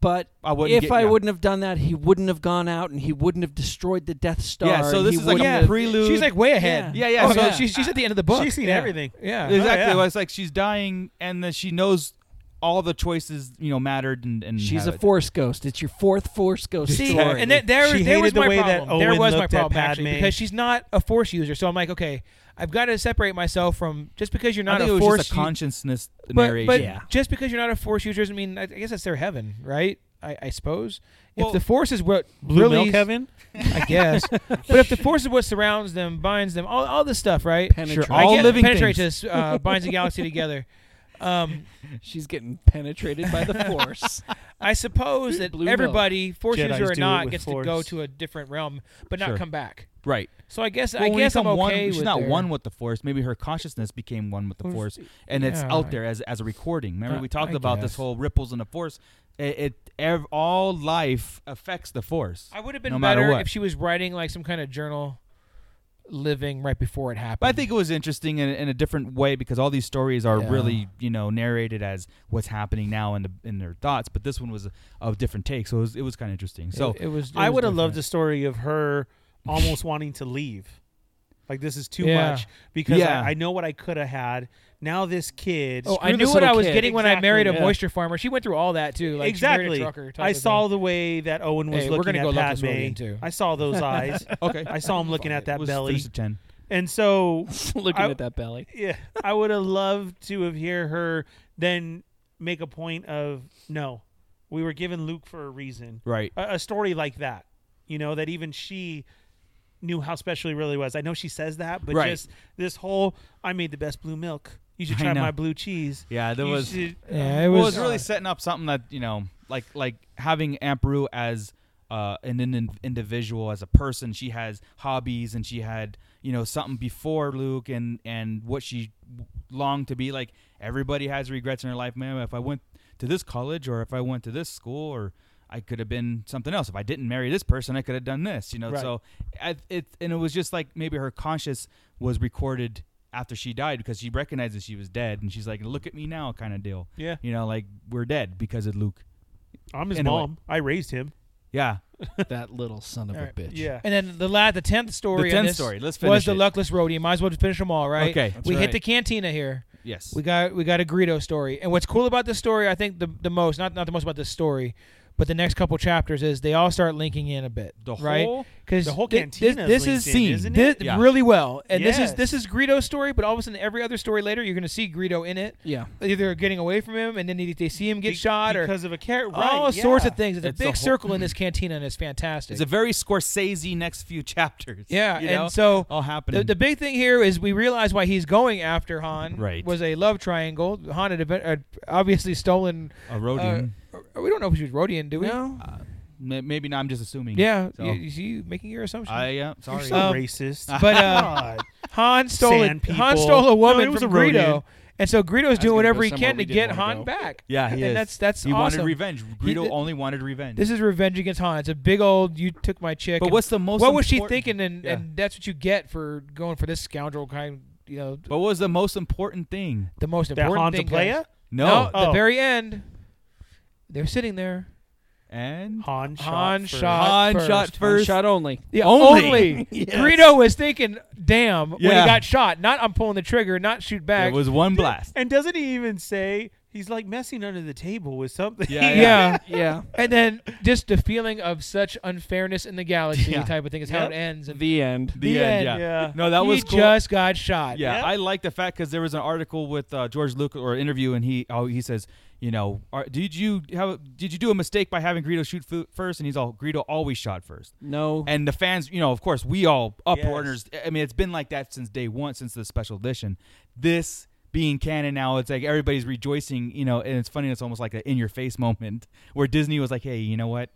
[SPEAKER 7] "But
[SPEAKER 5] I wouldn't
[SPEAKER 7] if
[SPEAKER 5] get-
[SPEAKER 7] I
[SPEAKER 5] yeah.
[SPEAKER 7] wouldn't have done that, he wouldn't have gone out, and he wouldn't have destroyed the Death Star."
[SPEAKER 5] Yeah, so
[SPEAKER 7] and
[SPEAKER 5] this
[SPEAKER 7] he
[SPEAKER 5] is like
[SPEAKER 7] wouldn't
[SPEAKER 5] a
[SPEAKER 7] have-
[SPEAKER 5] prelude.
[SPEAKER 3] She's like way ahead.
[SPEAKER 7] Yeah.
[SPEAKER 5] Yeah, yeah,
[SPEAKER 3] Oh,
[SPEAKER 5] so-
[SPEAKER 3] so she's, she's at the end of the book.
[SPEAKER 6] She's seen
[SPEAKER 3] Yeah.
[SPEAKER 6] everything.
[SPEAKER 3] Oh, Yeah.
[SPEAKER 5] Exactly.
[SPEAKER 6] yeah.
[SPEAKER 5] Well, it's like she's dying, and then she knows all the choices you know mattered, and, and
[SPEAKER 7] She's
[SPEAKER 5] have
[SPEAKER 7] a
[SPEAKER 5] it.
[SPEAKER 7] force ghost. It's your fourth force ghost
[SPEAKER 3] See,
[SPEAKER 7] story.
[SPEAKER 3] and that, there,
[SPEAKER 6] She
[SPEAKER 3] there was
[SPEAKER 6] hated the
[SPEAKER 3] my
[SPEAKER 6] way that
[SPEAKER 3] problem. there
[SPEAKER 6] Owen
[SPEAKER 3] was my
[SPEAKER 6] looked at
[SPEAKER 3] problem actually
[SPEAKER 6] Padme.
[SPEAKER 3] because she's not a force user. So I'm like, okay, I've got to separate myself from just because you're
[SPEAKER 5] I
[SPEAKER 3] not
[SPEAKER 5] think
[SPEAKER 3] a
[SPEAKER 5] it was
[SPEAKER 3] force.
[SPEAKER 5] just a
[SPEAKER 3] u-
[SPEAKER 5] consciousness
[SPEAKER 3] but
[SPEAKER 5] narration.
[SPEAKER 3] but
[SPEAKER 7] Yeah.
[SPEAKER 3] just because you're not a force user doesn't mean I, I guess that's their heaven, right? I, I suppose
[SPEAKER 5] Well-
[SPEAKER 3] if the force is what
[SPEAKER 6] Blue
[SPEAKER 3] really,
[SPEAKER 6] milk heaven.
[SPEAKER 3] I guess. but if the force is what surrounds them, binds them, all, all this stuff, right?
[SPEAKER 7] Penetrate.
[SPEAKER 5] Sure, all
[SPEAKER 3] I get,
[SPEAKER 5] living
[SPEAKER 3] penetrates
[SPEAKER 5] things.
[SPEAKER 3] us, uh, binds the galaxy together. Um,
[SPEAKER 7] She's getting penetrated by the force.
[SPEAKER 3] I suppose that
[SPEAKER 7] Blue milk.
[SPEAKER 3] everybody, force
[SPEAKER 6] Jedis
[SPEAKER 3] user or
[SPEAKER 6] do it
[SPEAKER 3] not,
[SPEAKER 6] with
[SPEAKER 3] gets
[SPEAKER 6] force.
[SPEAKER 3] to go to a different realm, but not
[SPEAKER 5] Sure.
[SPEAKER 3] come back.
[SPEAKER 5] right.
[SPEAKER 3] So I guess
[SPEAKER 5] Well,
[SPEAKER 3] I
[SPEAKER 5] when you
[SPEAKER 3] guess I'm
[SPEAKER 5] become
[SPEAKER 3] okay
[SPEAKER 5] one,
[SPEAKER 3] with
[SPEAKER 5] she's not
[SPEAKER 3] their-
[SPEAKER 5] one with the force. Maybe her consciousness became one with the force, and it's
[SPEAKER 3] yeah.
[SPEAKER 5] out there as as a recording. Remember,
[SPEAKER 3] Uh,
[SPEAKER 5] we talked
[SPEAKER 3] I
[SPEAKER 5] about this
[SPEAKER 3] guess.
[SPEAKER 5] whole ripples in the force. It, it ev- all life affects the force.
[SPEAKER 3] I would have been
[SPEAKER 5] no matter
[SPEAKER 3] better
[SPEAKER 5] what.
[SPEAKER 3] if she was writing like some kind of journal, living right before it happened.
[SPEAKER 5] But I think it was interesting in, in a different way because all these stories are
[SPEAKER 3] Yeah.
[SPEAKER 5] really, you know, narrated as what's happening now in the, in their thoughts. But this one was a, a different take, so it was, it was kind of interesting. So
[SPEAKER 3] it, it was. it
[SPEAKER 6] I
[SPEAKER 3] was
[SPEAKER 6] would have loved the
[SPEAKER 3] different.
[SPEAKER 6] story of her almost wanting to leave. Like this is too
[SPEAKER 3] Yeah.
[SPEAKER 6] much because
[SPEAKER 5] Yeah.
[SPEAKER 6] I, I know what I could have had. Now this kid.
[SPEAKER 3] Oh, I knew
[SPEAKER 7] Screw this
[SPEAKER 3] what I
[SPEAKER 7] little
[SPEAKER 3] was
[SPEAKER 7] kid.
[SPEAKER 3] getting when I married a
[SPEAKER 6] Exactly, yeah.
[SPEAKER 3] moisture farmer. She went through all that too. Like she married a
[SPEAKER 6] exactly.
[SPEAKER 3] trucker type
[SPEAKER 6] I
[SPEAKER 3] of
[SPEAKER 6] saw
[SPEAKER 3] thing.
[SPEAKER 6] the way that Owen was
[SPEAKER 3] Hey, we're
[SPEAKER 6] looking
[SPEAKER 3] gonna go
[SPEAKER 6] at
[SPEAKER 3] Lucas
[SPEAKER 6] Padme.
[SPEAKER 3] Rodian, too.
[SPEAKER 6] I saw those eyes.
[SPEAKER 5] okay,
[SPEAKER 6] I saw him looking at that
[SPEAKER 5] was
[SPEAKER 6] belly.
[SPEAKER 5] There's a ten.
[SPEAKER 6] And so
[SPEAKER 7] Looking
[SPEAKER 6] I-
[SPEAKER 7] at that belly.
[SPEAKER 6] yeah, I would have loved to have hear her then make a point of no, we were given Luke for a reason.
[SPEAKER 5] Right.
[SPEAKER 6] A, a story like that, you know, that even she knew how special he really was. I know she says that, but
[SPEAKER 5] Right.
[SPEAKER 6] just this whole I made the best blue milk. You should
[SPEAKER 5] I
[SPEAKER 6] try
[SPEAKER 5] know.
[SPEAKER 6] my blue cheese.
[SPEAKER 5] Yeah, there
[SPEAKER 6] You
[SPEAKER 5] was.
[SPEAKER 6] should- um,
[SPEAKER 3] Yeah, it was,
[SPEAKER 5] well, it was really setting up something that you know, like like having Aunt Beru as uh, an, in- individual, as a person. She has hobbies, and she had you know something before Luke, and and what she longed to be. Like everybody has regrets in her life, man. If I went to this college, or if I went to this school, or I could have been something else. If I didn't marry this person, I could have done this. You know,
[SPEAKER 6] Right.
[SPEAKER 5] so I, it and it was just like maybe her conscious was recorded after she died because she recognized that she was dead, and she's like, "Look at me now," kind of deal.
[SPEAKER 6] Yeah.
[SPEAKER 5] You know, like we're dead because of Luke.
[SPEAKER 6] I'm his
[SPEAKER 5] In a way.
[SPEAKER 6] mom. I raised him.
[SPEAKER 5] Yeah.
[SPEAKER 7] that little son of
[SPEAKER 6] All
[SPEAKER 7] a
[SPEAKER 6] right,
[SPEAKER 7] bitch.
[SPEAKER 6] Yeah.
[SPEAKER 3] And then the la- the tenth story.
[SPEAKER 5] The
[SPEAKER 3] on
[SPEAKER 5] 10th
[SPEAKER 3] this
[SPEAKER 5] story. Let's
[SPEAKER 3] Was
[SPEAKER 5] finish
[SPEAKER 3] the
[SPEAKER 5] it.
[SPEAKER 3] luckless roadie? Might as well just finish them all, right?
[SPEAKER 5] Okay, that's
[SPEAKER 3] we
[SPEAKER 5] right.
[SPEAKER 3] hit the cantina here.
[SPEAKER 5] Yes.
[SPEAKER 3] We got we got a Greedo story, and what's cool about this story, I think the the most not not the most about this story, but the next couple chapters is they all start linking in a bit,
[SPEAKER 5] The
[SPEAKER 3] right?
[SPEAKER 5] whole-
[SPEAKER 3] Because
[SPEAKER 6] the whole
[SPEAKER 3] this,
[SPEAKER 6] cantina
[SPEAKER 3] this
[SPEAKER 6] is
[SPEAKER 3] is
[SPEAKER 6] linked in,
[SPEAKER 3] seen
[SPEAKER 6] isn't
[SPEAKER 3] thi-
[SPEAKER 5] it? Yeah.
[SPEAKER 3] really well, and this is
[SPEAKER 6] Yes.
[SPEAKER 3] this is Greedo's story, but all of a sudden every other story later you're going to see Greedo in it,
[SPEAKER 7] Yeah.
[SPEAKER 3] either getting away from him, and then they, they see him get
[SPEAKER 6] Be-
[SPEAKER 3] shot, or
[SPEAKER 6] because of a carrot.
[SPEAKER 3] all
[SPEAKER 6] right,
[SPEAKER 3] sorts
[SPEAKER 6] yeah.
[SPEAKER 3] of things. It's,
[SPEAKER 5] It's
[SPEAKER 3] a
[SPEAKER 5] the
[SPEAKER 3] big
[SPEAKER 5] whole-
[SPEAKER 3] circle in this cantina, and it's fantastic.
[SPEAKER 5] It's a very Scorsese next few chapters.
[SPEAKER 3] Yeah,
[SPEAKER 5] you
[SPEAKER 3] and
[SPEAKER 5] know?
[SPEAKER 3] so
[SPEAKER 5] all happening.
[SPEAKER 3] the, the big thing here is we realize why he's going after Han.
[SPEAKER 5] Right.
[SPEAKER 3] Was a love triangle. Han had event- had obviously stolen.
[SPEAKER 5] a Rodian.
[SPEAKER 3] Uh, or- we don't know if she was Rodian, do we?
[SPEAKER 7] No.
[SPEAKER 5] M- maybe not. I'm just assuming.
[SPEAKER 3] Yeah.
[SPEAKER 5] So,
[SPEAKER 3] You, you see, you making your assumption.
[SPEAKER 5] I yeah.
[SPEAKER 6] You're
[SPEAKER 5] Sorry.
[SPEAKER 6] so
[SPEAKER 3] Um,
[SPEAKER 6] racist.
[SPEAKER 3] but, uh, Han stole.
[SPEAKER 6] Sand
[SPEAKER 3] A,
[SPEAKER 6] people.
[SPEAKER 3] Han stole
[SPEAKER 6] No,
[SPEAKER 3] a woman
[SPEAKER 6] it was
[SPEAKER 3] from
[SPEAKER 6] a Rodian.
[SPEAKER 3] Greedo, and so Greedo's doing
[SPEAKER 7] gonna
[SPEAKER 3] whatever
[SPEAKER 7] go
[SPEAKER 3] he
[SPEAKER 7] somewhere
[SPEAKER 3] can
[SPEAKER 7] we
[SPEAKER 3] to
[SPEAKER 7] didn't
[SPEAKER 3] get
[SPEAKER 7] wanna
[SPEAKER 3] Han
[SPEAKER 7] go.
[SPEAKER 3] back.
[SPEAKER 5] yeah, he
[SPEAKER 3] and
[SPEAKER 5] is.
[SPEAKER 3] that's that's
[SPEAKER 5] he
[SPEAKER 3] awesome.
[SPEAKER 5] wanted revenge.
[SPEAKER 3] He-
[SPEAKER 5] Greedo
[SPEAKER 3] th-
[SPEAKER 5] only wanted revenge.
[SPEAKER 3] This is revenge against Han. It's a big old you took my chick.
[SPEAKER 5] but
[SPEAKER 3] and-
[SPEAKER 5] what's the most?
[SPEAKER 3] what was she
[SPEAKER 5] important-
[SPEAKER 3] thinking? And,
[SPEAKER 5] Yeah.
[SPEAKER 3] and that's what you get for going for this scoundrel kind. You know,
[SPEAKER 5] But what was the most important thing?
[SPEAKER 3] the most
[SPEAKER 6] that
[SPEAKER 3] important
[SPEAKER 6] Han's a
[SPEAKER 3] thing.
[SPEAKER 6] player.
[SPEAKER 3] guys-
[SPEAKER 5] No.
[SPEAKER 3] at the
[SPEAKER 6] Oh.
[SPEAKER 3] very end, they're sitting there.
[SPEAKER 5] And
[SPEAKER 6] Han shot.
[SPEAKER 3] Han
[SPEAKER 6] first.
[SPEAKER 3] shot.
[SPEAKER 5] Han
[SPEAKER 3] first.
[SPEAKER 5] shot first.
[SPEAKER 7] Shot only.
[SPEAKER 3] Yeah,
[SPEAKER 5] Only.
[SPEAKER 7] Yes.
[SPEAKER 3] Greedo was thinking, "Damn!" when
[SPEAKER 5] Yeah.
[SPEAKER 3] he got shot. Not I'm pulling the trigger. Not shoot back.
[SPEAKER 5] It was one blast.
[SPEAKER 6] And doesn't he even say he's like messing under the table with something?
[SPEAKER 5] Yeah,
[SPEAKER 3] yeah.
[SPEAKER 7] Yeah.
[SPEAKER 3] and then just the feeling of such unfairness in the galaxy
[SPEAKER 5] Yeah.
[SPEAKER 3] type of thing is how
[SPEAKER 6] Yep.
[SPEAKER 3] it ends. And
[SPEAKER 7] The end.
[SPEAKER 5] The,
[SPEAKER 3] The
[SPEAKER 5] end.
[SPEAKER 3] end,
[SPEAKER 5] yeah.
[SPEAKER 6] yeah.
[SPEAKER 5] No, that
[SPEAKER 3] he
[SPEAKER 5] was cool.
[SPEAKER 3] just got shot.
[SPEAKER 5] Yeah,
[SPEAKER 6] Yep.
[SPEAKER 5] I like the fact because there was an article with uh, George Lucas or an interview, and he oh he says, you know, are, did you have did you do a mistake by having Greedo shoot fu- first? And he's all Greedo always shot first,
[SPEAKER 7] No.
[SPEAKER 5] and the fans, you know, of course, we all uproars.
[SPEAKER 6] Yes.
[SPEAKER 5] I mean, it's been like that since day one, since the special edition. This being canon now, it's like everybody's rejoicing, you know, and it's funny. It's almost like an in your face moment where Disney was like, hey, you know what?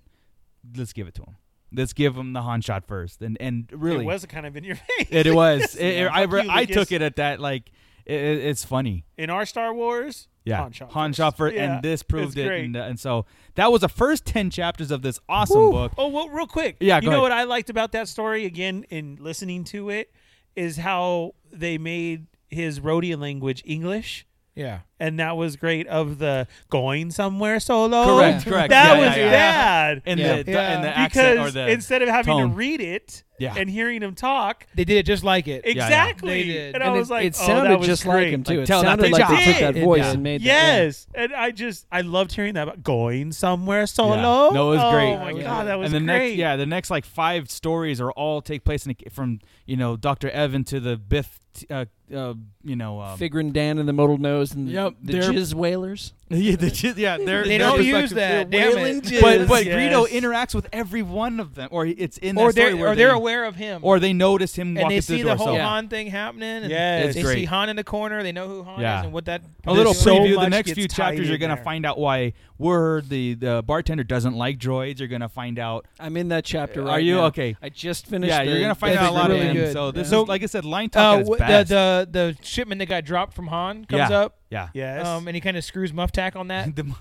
[SPEAKER 5] Let's give it to him. Let's give him the Han shot first, and and really
[SPEAKER 6] It was kind of in your face.
[SPEAKER 5] it, it was. It- it-
[SPEAKER 6] Yeah,
[SPEAKER 5] I,
[SPEAKER 6] fuck
[SPEAKER 5] re-
[SPEAKER 6] you,
[SPEAKER 5] I
[SPEAKER 6] Lucas.
[SPEAKER 5] took it at that. Like it, it- it's funny.
[SPEAKER 6] in our Star Wars.
[SPEAKER 5] Yeah,
[SPEAKER 6] Han shot.
[SPEAKER 5] Han
[SPEAKER 6] first.
[SPEAKER 5] Schaffer,
[SPEAKER 6] Yeah,
[SPEAKER 5] and this proved
[SPEAKER 6] it's
[SPEAKER 5] it,
[SPEAKER 6] great.
[SPEAKER 5] and, uh, and so that was the first ten chapters of this awesome book.
[SPEAKER 6] Oh, well, real quick.
[SPEAKER 5] Yeah,
[SPEAKER 6] You
[SPEAKER 5] go
[SPEAKER 6] know
[SPEAKER 5] ahead.
[SPEAKER 6] what I liked about that story again in listening to it is how they made his Rhodian language English.
[SPEAKER 3] yeah.
[SPEAKER 6] And that was great of the going somewhere solo.
[SPEAKER 5] Correct, correct.
[SPEAKER 6] That
[SPEAKER 5] Yeah,
[SPEAKER 6] was
[SPEAKER 5] yeah, yeah.
[SPEAKER 6] bad.
[SPEAKER 5] And
[SPEAKER 3] Yeah.
[SPEAKER 5] the, the
[SPEAKER 3] Yeah.
[SPEAKER 5] and the accent or
[SPEAKER 6] because
[SPEAKER 5] the
[SPEAKER 6] instead of having
[SPEAKER 5] tone.
[SPEAKER 6] to read it
[SPEAKER 5] Yeah.
[SPEAKER 6] and hearing him talk,
[SPEAKER 3] They did it just like it.
[SPEAKER 5] yeah.
[SPEAKER 6] exactly.
[SPEAKER 3] They did.
[SPEAKER 6] And, I
[SPEAKER 7] And
[SPEAKER 6] was
[SPEAKER 7] it,
[SPEAKER 6] like,
[SPEAKER 7] it
[SPEAKER 6] oh,
[SPEAKER 7] sounded
[SPEAKER 6] that was
[SPEAKER 7] just
[SPEAKER 6] great.
[SPEAKER 7] like him too.
[SPEAKER 5] Like,
[SPEAKER 7] it
[SPEAKER 5] tell that
[SPEAKER 7] sounded
[SPEAKER 5] they
[SPEAKER 7] like they
[SPEAKER 5] did.
[SPEAKER 7] took that
[SPEAKER 3] It
[SPEAKER 7] voice
[SPEAKER 3] did.
[SPEAKER 7] and made that- yeah.
[SPEAKER 6] Yes, and I just I loved hearing that about going somewhere solo.
[SPEAKER 5] No, it was
[SPEAKER 6] oh
[SPEAKER 5] great.
[SPEAKER 6] my
[SPEAKER 3] Yeah.
[SPEAKER 6] god, that was
[SPEAKER 5] and the
[SPEAKER 6] great.
[SPEAKER 5] next yeah the next like five stories are all take place in a, from you know Doctor Evan to the Biff t- uh, uh, you know um,
[SPEAKER 7] Figurin Dan and the Mottled Nose and
[SPEAKER 5] Yep,
[SPEAKER 7] the
[SPEAKER 5] they're-
[SPEAKER 7] Jizz Whalers.
[SPEAKER 5] yeah the, chi- yeah their-
[SPEAKER 3] They
[SPEAKER 5] their
[SPEAKER 3] don't use
[SPEAKER 5] perspective-
[SPEAKER 3] that. Damn
[SPEAKER 7] wailing
[SPEAKER 3] it.
[SPEAKER 7] jizz.
[SPEAKER 5] but but
[SPEAKER 6] Yes.
[SPEAKER 5] Greedo interacts with every one of them or it's in
[SPEAKER 3] Or
[SPEAKER 5] that story
[SPEAKER 3] they're
[SPEAKER 5] where
[SPEAKER 3] or they're
[SPEAKER 5] they-
[SPEAKER 3] aware of him.
[SPEAKER 5] or they notice him
[SPEAKER 3] and
[SPEAKER 5] walking
[SPEAKER 3] they
[SPEAKER 5] through
[SPEAKER 3] see
[SPEAKER 5] the
[SPEAKER 3] the
[SPEAKER 5] door. so,
[SPEAKER 3] whole
[SPEAKER 7] Yeah.
[SPEAKER 3] Han thing happening. And
[SPEAKER 6] Yes. It's
[SPEAKER 3] they see
[SPEAKER 5] great.
[SPEAKER 3] Han in the corner. They know who Han
[SPEAKER 5] Yeah.
[SPEAKER 3] is and what that.
[SPEAKER 5] a little
[SPEAKER 6] So
[SPEAKER 5] preview. the
[SPEAKER 6] much
[SPEAKER 5] next
[SPEAKER 6] gets
[SPEAKER 5] few chapters,
[SPEAKER 6] tied
[SPEAKER 5] you're
[SPEAKER 6] in
[SPEAKER 5] gonna
[SPEAKER 6] there.
[SPEAKER 5] find out why Word the the bartender doesn't like droids. You're gonna find out.
[SPEAKER 7] I'm in that chapter.
[SPEAKER 5] Are
[SPEAKER 7] right
[SPEAKER 5] you?
[SPEAKER 7] now.
[SPEAKER 5] Okay.
[SPEAKER 7] I just finished.
[SPEAKER 5] Yeah, you're
[SPEAKER 7] the-
[SPEAKER 5] gonna find
[SPEAKER 7] the
[SPEAKER 5] out a lot
[SPEAKER 3] really
[SPEAKER 5] of
[SPEAKER 7] Figurin
[SPEAKER 5] them.
[SPEAKER 3] good.
[SPEAKER 5] So this
[SPEAKER 3] Yeah.
[SPEAKER 5] is like I said, line talk
[SPEAKER 3] Uh,
[SPEAKER 5] is
[SPEAKER 3] wh-
[SPEAKER 5] best.
[SPEAKER 3] the, the the shipment that got dropped from Han comes
[SPEAKER 5] yeah.
[SPEAKER 3] up.
[SPEAKER 5] Yeah.
[SPEAKER 6] yes,
[SPEAKER 3] Um, and he kind of screws Muftak on that.
[SPEAKER 5] the mu-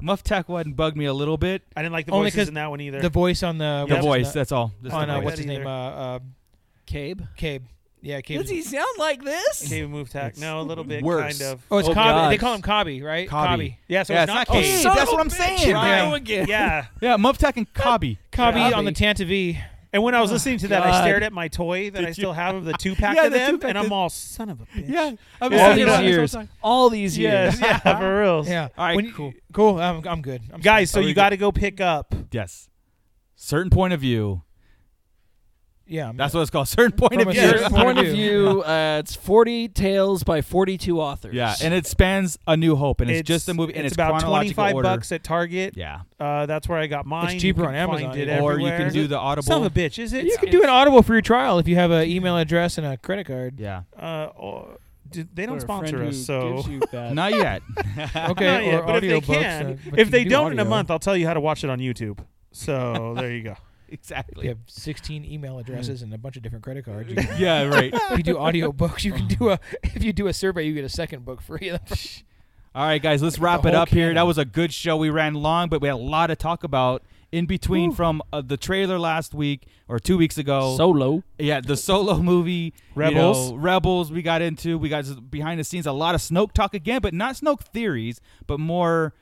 [SPEAKER 5] Muff Tack one bugged me a little bit.
[SPEAKER 6] I didn't like the
[SPEAKER 3] only
[SPEAKER 6] voices
[SPEAKER 3] 'cause
[SPEAKER 6] in that one either.
[SPEAKER 3] The voice on the
[SPEAKER 5] The
[SPEAKER 6] Yeah.
[SPEAKER 5] voice, that's all. That's
[SPEAKER 3] on
[SPEAKER 5] the
[SPEAKER 3] uh,
[SPEAKER 5] voice.
[SPEAKER 3] what's his
[SPEAKER 6] Either.
[SPEAKER 3] name? Uh, uh,
[SPEAKER 7] Cabe.
[SPEAKER 3] Cabe. Yeah, Cabe. is-
[SPEAKER 7] sound like this?
[SPEAKER 6] Cave move tack. No, a little bit,
[SPEAKER 5] worse.
[SPEAKER 6] kind of. Oh,
[SPEAKER 3] Oh, it's
[SPEAKER 5] Oh,
[SPEAKER 3] Cobby.
[SPEAKER 5] God.
[SPEAKER 3] They call him Cobby, right?
[SPEAKER 5] Cobby.
[SPEAKER 6] Yeah, so
[SPEAKER 5] Yeah,
[SPEAKER 6] it's, not
[SPEAKER 5] it's not
[SPEAKER 6] Cave.
[SPEAKER 5] Cave. that's what I'm saying.
[SPEAKER 3] Yeah.
[SPEAKER 7] again.
[SPEAKER 6] Yeah,
[SPEAKER 5] Yeah, Muff Tack and Cobby.
[SPEAKER 3] Cobby
[SPEAKER 7] Cobby.
[SPEAKER 3] on the Tantive.
[SPEAKER 6] and when I was listening to that,
[SPEAKER 5] Oh, God.
[SPEAKER 6] I stared at my toy that I still have of the two pack
[SPEAKER 5] Yeah,
[SPEAKER 6] of
[SPEAKER 5] the
[SPEAKER 6] them,
[SPEAKER 5] two-pack
[SPEAKER 6] and I'm
[SPEAKER 5] that-
[SPEAKER 6] all son of a bitch.
[SPEAKER 5] Yeah. I've
[SPEAKER 6] Yeah,
[SPEAKER 7] All
[SPEAKER 6] you know,
[SPEAKER 7] these
[SPEAKER 6] that's
[SPEAKER 7] years. All these years.
[SPEAKER 6] Yes, yeah, for real.
[SPEAKER 3] Yeah.
[SPEAKER 5] All right,
[SPEAKER 3] When you-
[SPEAKER 5] cool.
[SPEAKER 3] Cool. I'm, I'm good. I'm
[SPEAKER 6] Guys, so
[SPEAKER 5] Are we
[SPEAKER 6] you
[SPEAKER 5] good?
[SPEAKER 6] got to go pick up.
[SPEAKER 5] Yes. Certain point of view.
[SPEAKER 3] Yeah. I'm
[SPEAKER 5] That's what it's called. Certain point
[SPEAKER 3] From
[SPEAKER 5] of
[SPEAKER 3] a
[SPEAKER 5] view.
[SPEAKER 3] certain
[SPEAKER 7] Your point of view. Uh, it's 40 tales by 42 authors.
[SPEAKER 5] Yeah, and it spans A New Hope, and it's, just a movie, and
[SPEAKER 6] It's,
[SPEAKER 5] it's,
[SPEAKER 6] about
[SPEAKER 5] chronological
[SPEAKER 6] twenty-five
[SPEAKER 5] order.
[SPEAKER 6] bucks at Target.
[SPEAKER 5] Yeah,
[SPEAKER 6] Uh, that's where I got mine. You
[SPEAKER 3] cheaper
[SPEAKER 6] can
[SPEAKER 3] on Amazon,
[SPEAKER 6] find it
[SPEAKER 3] yeah.
[SPEAKER 5] or you
[SPEAKER 6] everywhere.
[SPEAKER 5] can do the Audible.
[SPEAKER 6] Son of a bitch, is it?
[SPEAKER 3] You can do an Audible free trial if you have an email address and a credit card.
[SPEAKER 5] yeah,
[SPEAKER 6] Uh, or, do, they don't
[SPEAKER 7] For a
[SPEAKER 6] sponsor
[SPEAKER 7] friend
[SPEAKER 6] us,
[SPEAKER 7] who
[SPEAKER 6] so
[SPEAKER 7] gives you that.
[SPEAKER 5] not yet.
[SPEAKER 3] Okay,
[SPEAKER 6] Not
[SPEAKER 3] or
[SPEAKER 6] yet, but if they
[SPEAKER 3] audiobooks,
[SPEAKER 6] can,
[SPEAKER 3] uh, but
[SPEAKER 6] if
[SPEAKER 3] you
[SPEAKER 6] they
[SPEAKER 3] do
[SPEAKER 6] not in a
[SPEAKER 3] audio.
[SPEAKER 6] month, I'll tell you how to watch it on YouTube. So there you go.
[SPEAKER 3] You
[SPEAKER 5] exactly.
[SPEAKER 3] have 16 email addresses and a bunch of different credit cards. You can-
[SPEAKER 5] Yeah, right.
[SPEAKER 3] if you do audiobooks, you can do a. If you do a survey, you get a second book free.
[SPEAKER 5] All right, guys, let's wrap
[SPEAKER 3] The
[SPEAKER 5] it
[SPEAKER 3] whole
[SPEAKER 5] up here.
[SPEAKER 3] canon.
[SPEAKER 5] That was a good show. We ran long, but we had a lot to talk about in between from uh, the trailer last week or two weeks ago.
[SPEAKER 7] Solo.
[SPEAKER 5] yeah, the solo movie, you
[SPEAKER 6] Rebels.
[SPEAKER 5] know, Rebels. We got into. We got s- behind the scenes a lot of Snoke talk again, but not Snoke theories, but more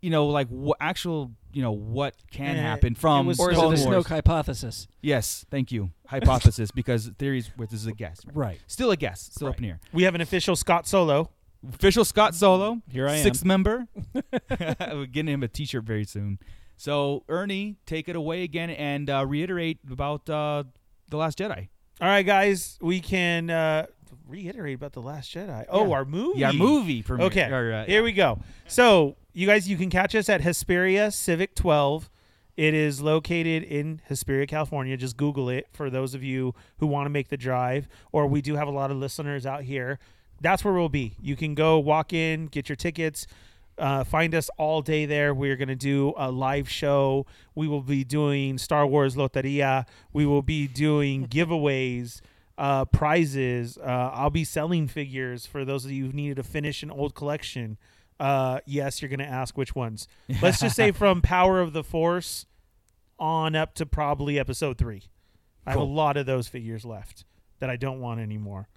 [SPEAKER 5] you know, like wh- actual, you know, what can
[SPEAKER 6] Eh,
[SPEAKER 5] happen
[SPEAKER 6] it
[SPEAKER 5] from
[SPEAKER 6] was
[SPEAKER 7] Or is
[SPEAKER 5] Clone
[SPEAKER 7] it a
[SPEAKER 5] Wars.
[SPEAKER 7] Snoke hypothesis?
[SPEAKER 5] Yes, thank you. Hypothesis, because theories, which is a guess. Right. Still a guess. Still up in the air.
[SPEAKER 6] We have an official Scott Solo.
[SPEAKER 5] Official Scott Solo.
[SPEAKER 7] Here I am.
[SPEAKER 5] Sixth member. We're getting him a t shirt very soon. So, Ernie, take it away again and uh, reiterate about uh, The Last Jedi.
[SPEAKER 6] All right, guys, we can uh, reiterate about the Last Jedi. Oh, our movie.
[SPEAKER 5] Yeah, movie premiere.
[SPEAKER 6] Okay.
[SPEAKER 5] Or, uh,
[SPEAKER 6] Here we go. So, you guys, you can catch us at Hesperia Civic 12. It is located in Hesperia, California. Just Google it for those of you who want to make the drive, or we do have a lot of listeners out here. That's where we'll be. You can go walk in, get your tickets. Uh, find us all day there. We are going to do a live show. We will be doing Star Wars Loteria. We will be doing giveaways uh, prizes. Uh, I'll be selling figures for those of you who needed to finish an old collection. Uh, yes, you're going to ask which ones. Let's just say from Power of the Force on up to probably episode three. I have a lot of those figures left that I don't want anymore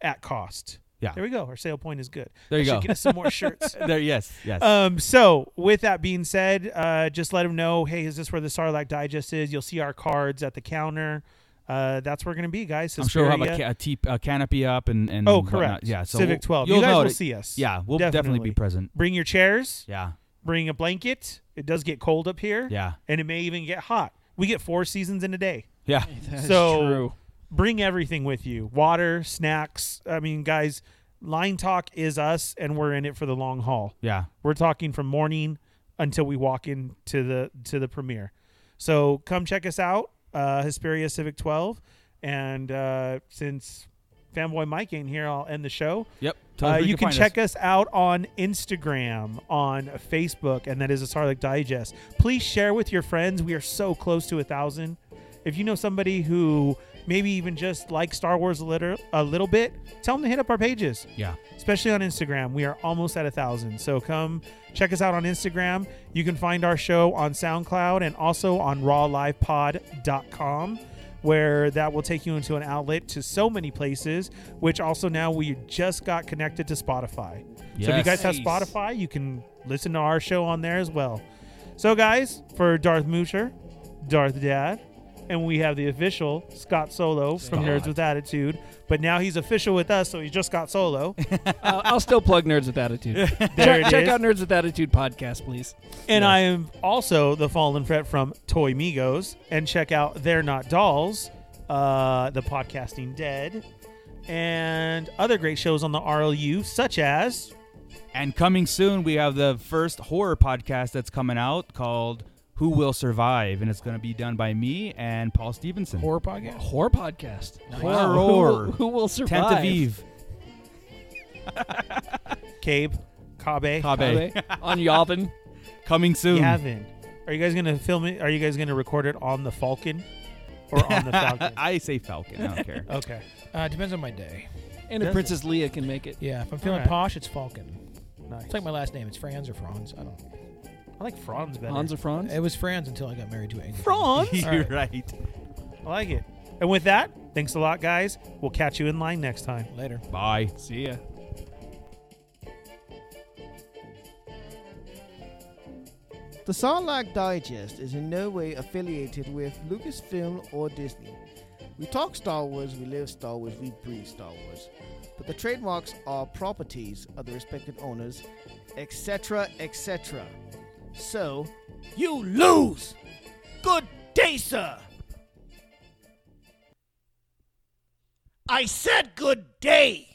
[SPEAKER 6] at cost.
[SPEAKER 5] Yeah.
[SPEAKER 6] There we go. Our sale point is good. I
[SPEAKER 5] There you
[SPEAKER 6] should
[SPEAKER 5] go.
[SPEAKER 6] Get us some more shirts.
[SPEAKER 5] There, yes, yes.
[SPEAKER 6] Um, so with that being said, uh, just let them know, hey, is this where the Sarlacc Digest is? You'll see our cards at the counter. Uh, that's where we're gonna be, guys.
[SPEAKER 5] I'm sure we'll have a,
[SPEAKER 6] Hesperia.
[SPEAKER 5] ca- a, te- a canopy up and, and
[SPEAKER 6] Oh,
[SPEAKER 5] whatnot.
[SPEAKER 6] correct.
[SPEAKER 5] Mm, Yeah, so
[SPEAKER 6] Civic
[SPEAKER 5] we'll-
[SPEAKER 6] 12.
[SPEAKER 5] You'll
[SPEAKER 6] You guys
[SPEAKER 5] know
[SPEAKER 6] will
[SPEAKER 5] it.
[SPEAKER 6] see us.
[SPEAKER 5] Yeah, we'll definitely.
[SPEAKER 6] Definitely.
[SPEAKER 5] be present.
[SPEAKER 6] Bring your chairs.
[SPEAKER 5] Yeah,
[SPEAKER 6] Bring a blanket. It does get cold up here.
[SPEAKER 5] yeah,
[SPEAKER 6] and it may even get hot. We get four seasons in a day.
[SPEAKER 5] yeah.
[SPEAKER 7] That's
[SPEAKER 6] So-
[SPEAKER 7] true.
[SPEAKER 6] Bring everything with you: water, snacks. I mean, guys, Line Talk is us, and we're in it for the long haul.
[SPEAKER 5] Yeah.
[SPEAKER 6] We're talking from morning until we walk into the to the premiere. So come check us out, uh, Hesperia Civic 12. And uh, since Fanboy Mike ain't here, I'll end the show.
[SPEAKER 5] Yep. Tell us
[SPEAKER 6] Uh,
[SPEAKER 5] where
[SPEAKER 6] you can
[SPEAKER 5] find
[SPEAKER 6] check us. out on Instagram, on Facebook, and that is a Sarlacc Digest. Please share with your friends. We are so close to a thousand. If you know somebody who maybe even just likes Star Wars a little, a little bit, tell them to hit up our pages
[SPEAKER 5] Yeah.
[SPEAKER 6] especially on Instagram. We are almost at a thousand. So come check us out on Instagram. You can find our show on SoundCloud and also on rawlivepod.com where that will take you into an outlet to so many places, which also now we just got connected to Spotify. So if you
[SPEAKER 5] Yes.
[SPEAKER 6] guys have
[SPEAKER 5] Nice.
[SPEAKER 6] Spotify, you can listen to our show on there as well. So guys, for Darth Moocher, Darth Dad, and we have the official Scott Solo from Nerds with Attitude. But now he's official with us, so he's just Scott Solo.
[SPEAKER 7] I'll, uh, I'll still plug Nerds with Attitude.
[SPEAKER 6] There
[SPEAKER 7] check
[SPEAKER 6] it
[SPEAKER 7] check
[SPEAKER 6] is.
[SPEAKER 7] out Nerds with Attitude podcast, please.
[SPEAKER 6] And I am also the Fallen Fret from Toy Migos. And check out They're Not Dolls, uh, The Podcasting Dead, and other great shows on the RLU, such as
[SPEAKER 5] And coming soon, we have the first horror podcast that's coming out called Who Will Survive, and it's going to be done by me and Paul Stevenson.
[SPEAKER 3] Horror podcast.
[SPEAKER 7] Horror podcast.
[SPEAKER 5] Horror.
[SPEAKER 7] Who will- Who, will
[SPEAKER 5] Tenth
[SPEAKER 7] survive?
[SPEAKER 5] of Eve.
[SPEAKER 6] Cabe, Kabe,
[SPEAKER 5] Kabe.
[SPEAKER 7] Kabe. on Yavin.
[SPEAKER 5] Coming soon.
[SPEAKER 6] Yavin. Are you guys going to film it? Are you guys going to record it on the Falcon or on the Falcon?
[SPEAKER 5] I say Falcon. I don't care.
[SPEAKER 6] okay.
[SPEAKER 3] Uh, depends on my day.
[SPEAKER 7] And if Princess Leia can make it.
[SPEAKER 3] Yeah, if I'm feeling
[SPEAKER 6] Alright.
[SPEAKER 3] posh, it's Falcon.
[SPEAKER 6] Nice.
[SPEAKER 3] It's like my last name. It's Franz or Franz. I don't.
[SPEAKER 6] I like Franz better.
[SPEAKER 7] Hans or Franz?
[SPEAKER 3] It was Franz until I got married to England.
[SPEAKER 6] Franz?
[SPEAKER 5] You're right.
[SPEAKER 6] I like it. And with that, thanks a lot, guys. We'll catch you in line next time.
[SPEAKER 3] Later.
[SPEAKER 5] Bye.
[SPEAKER 7] See ya.
[SPEAKER 8] The Sarlacc Digest is in no way affiliated with Lucasfilm or Disney. We talk Star Wars, we live Star Wars, we breathe Star Wars. But the trademarks are properties of the respective owners, etc., etc. So, you lose! Good day, sir! I said good day!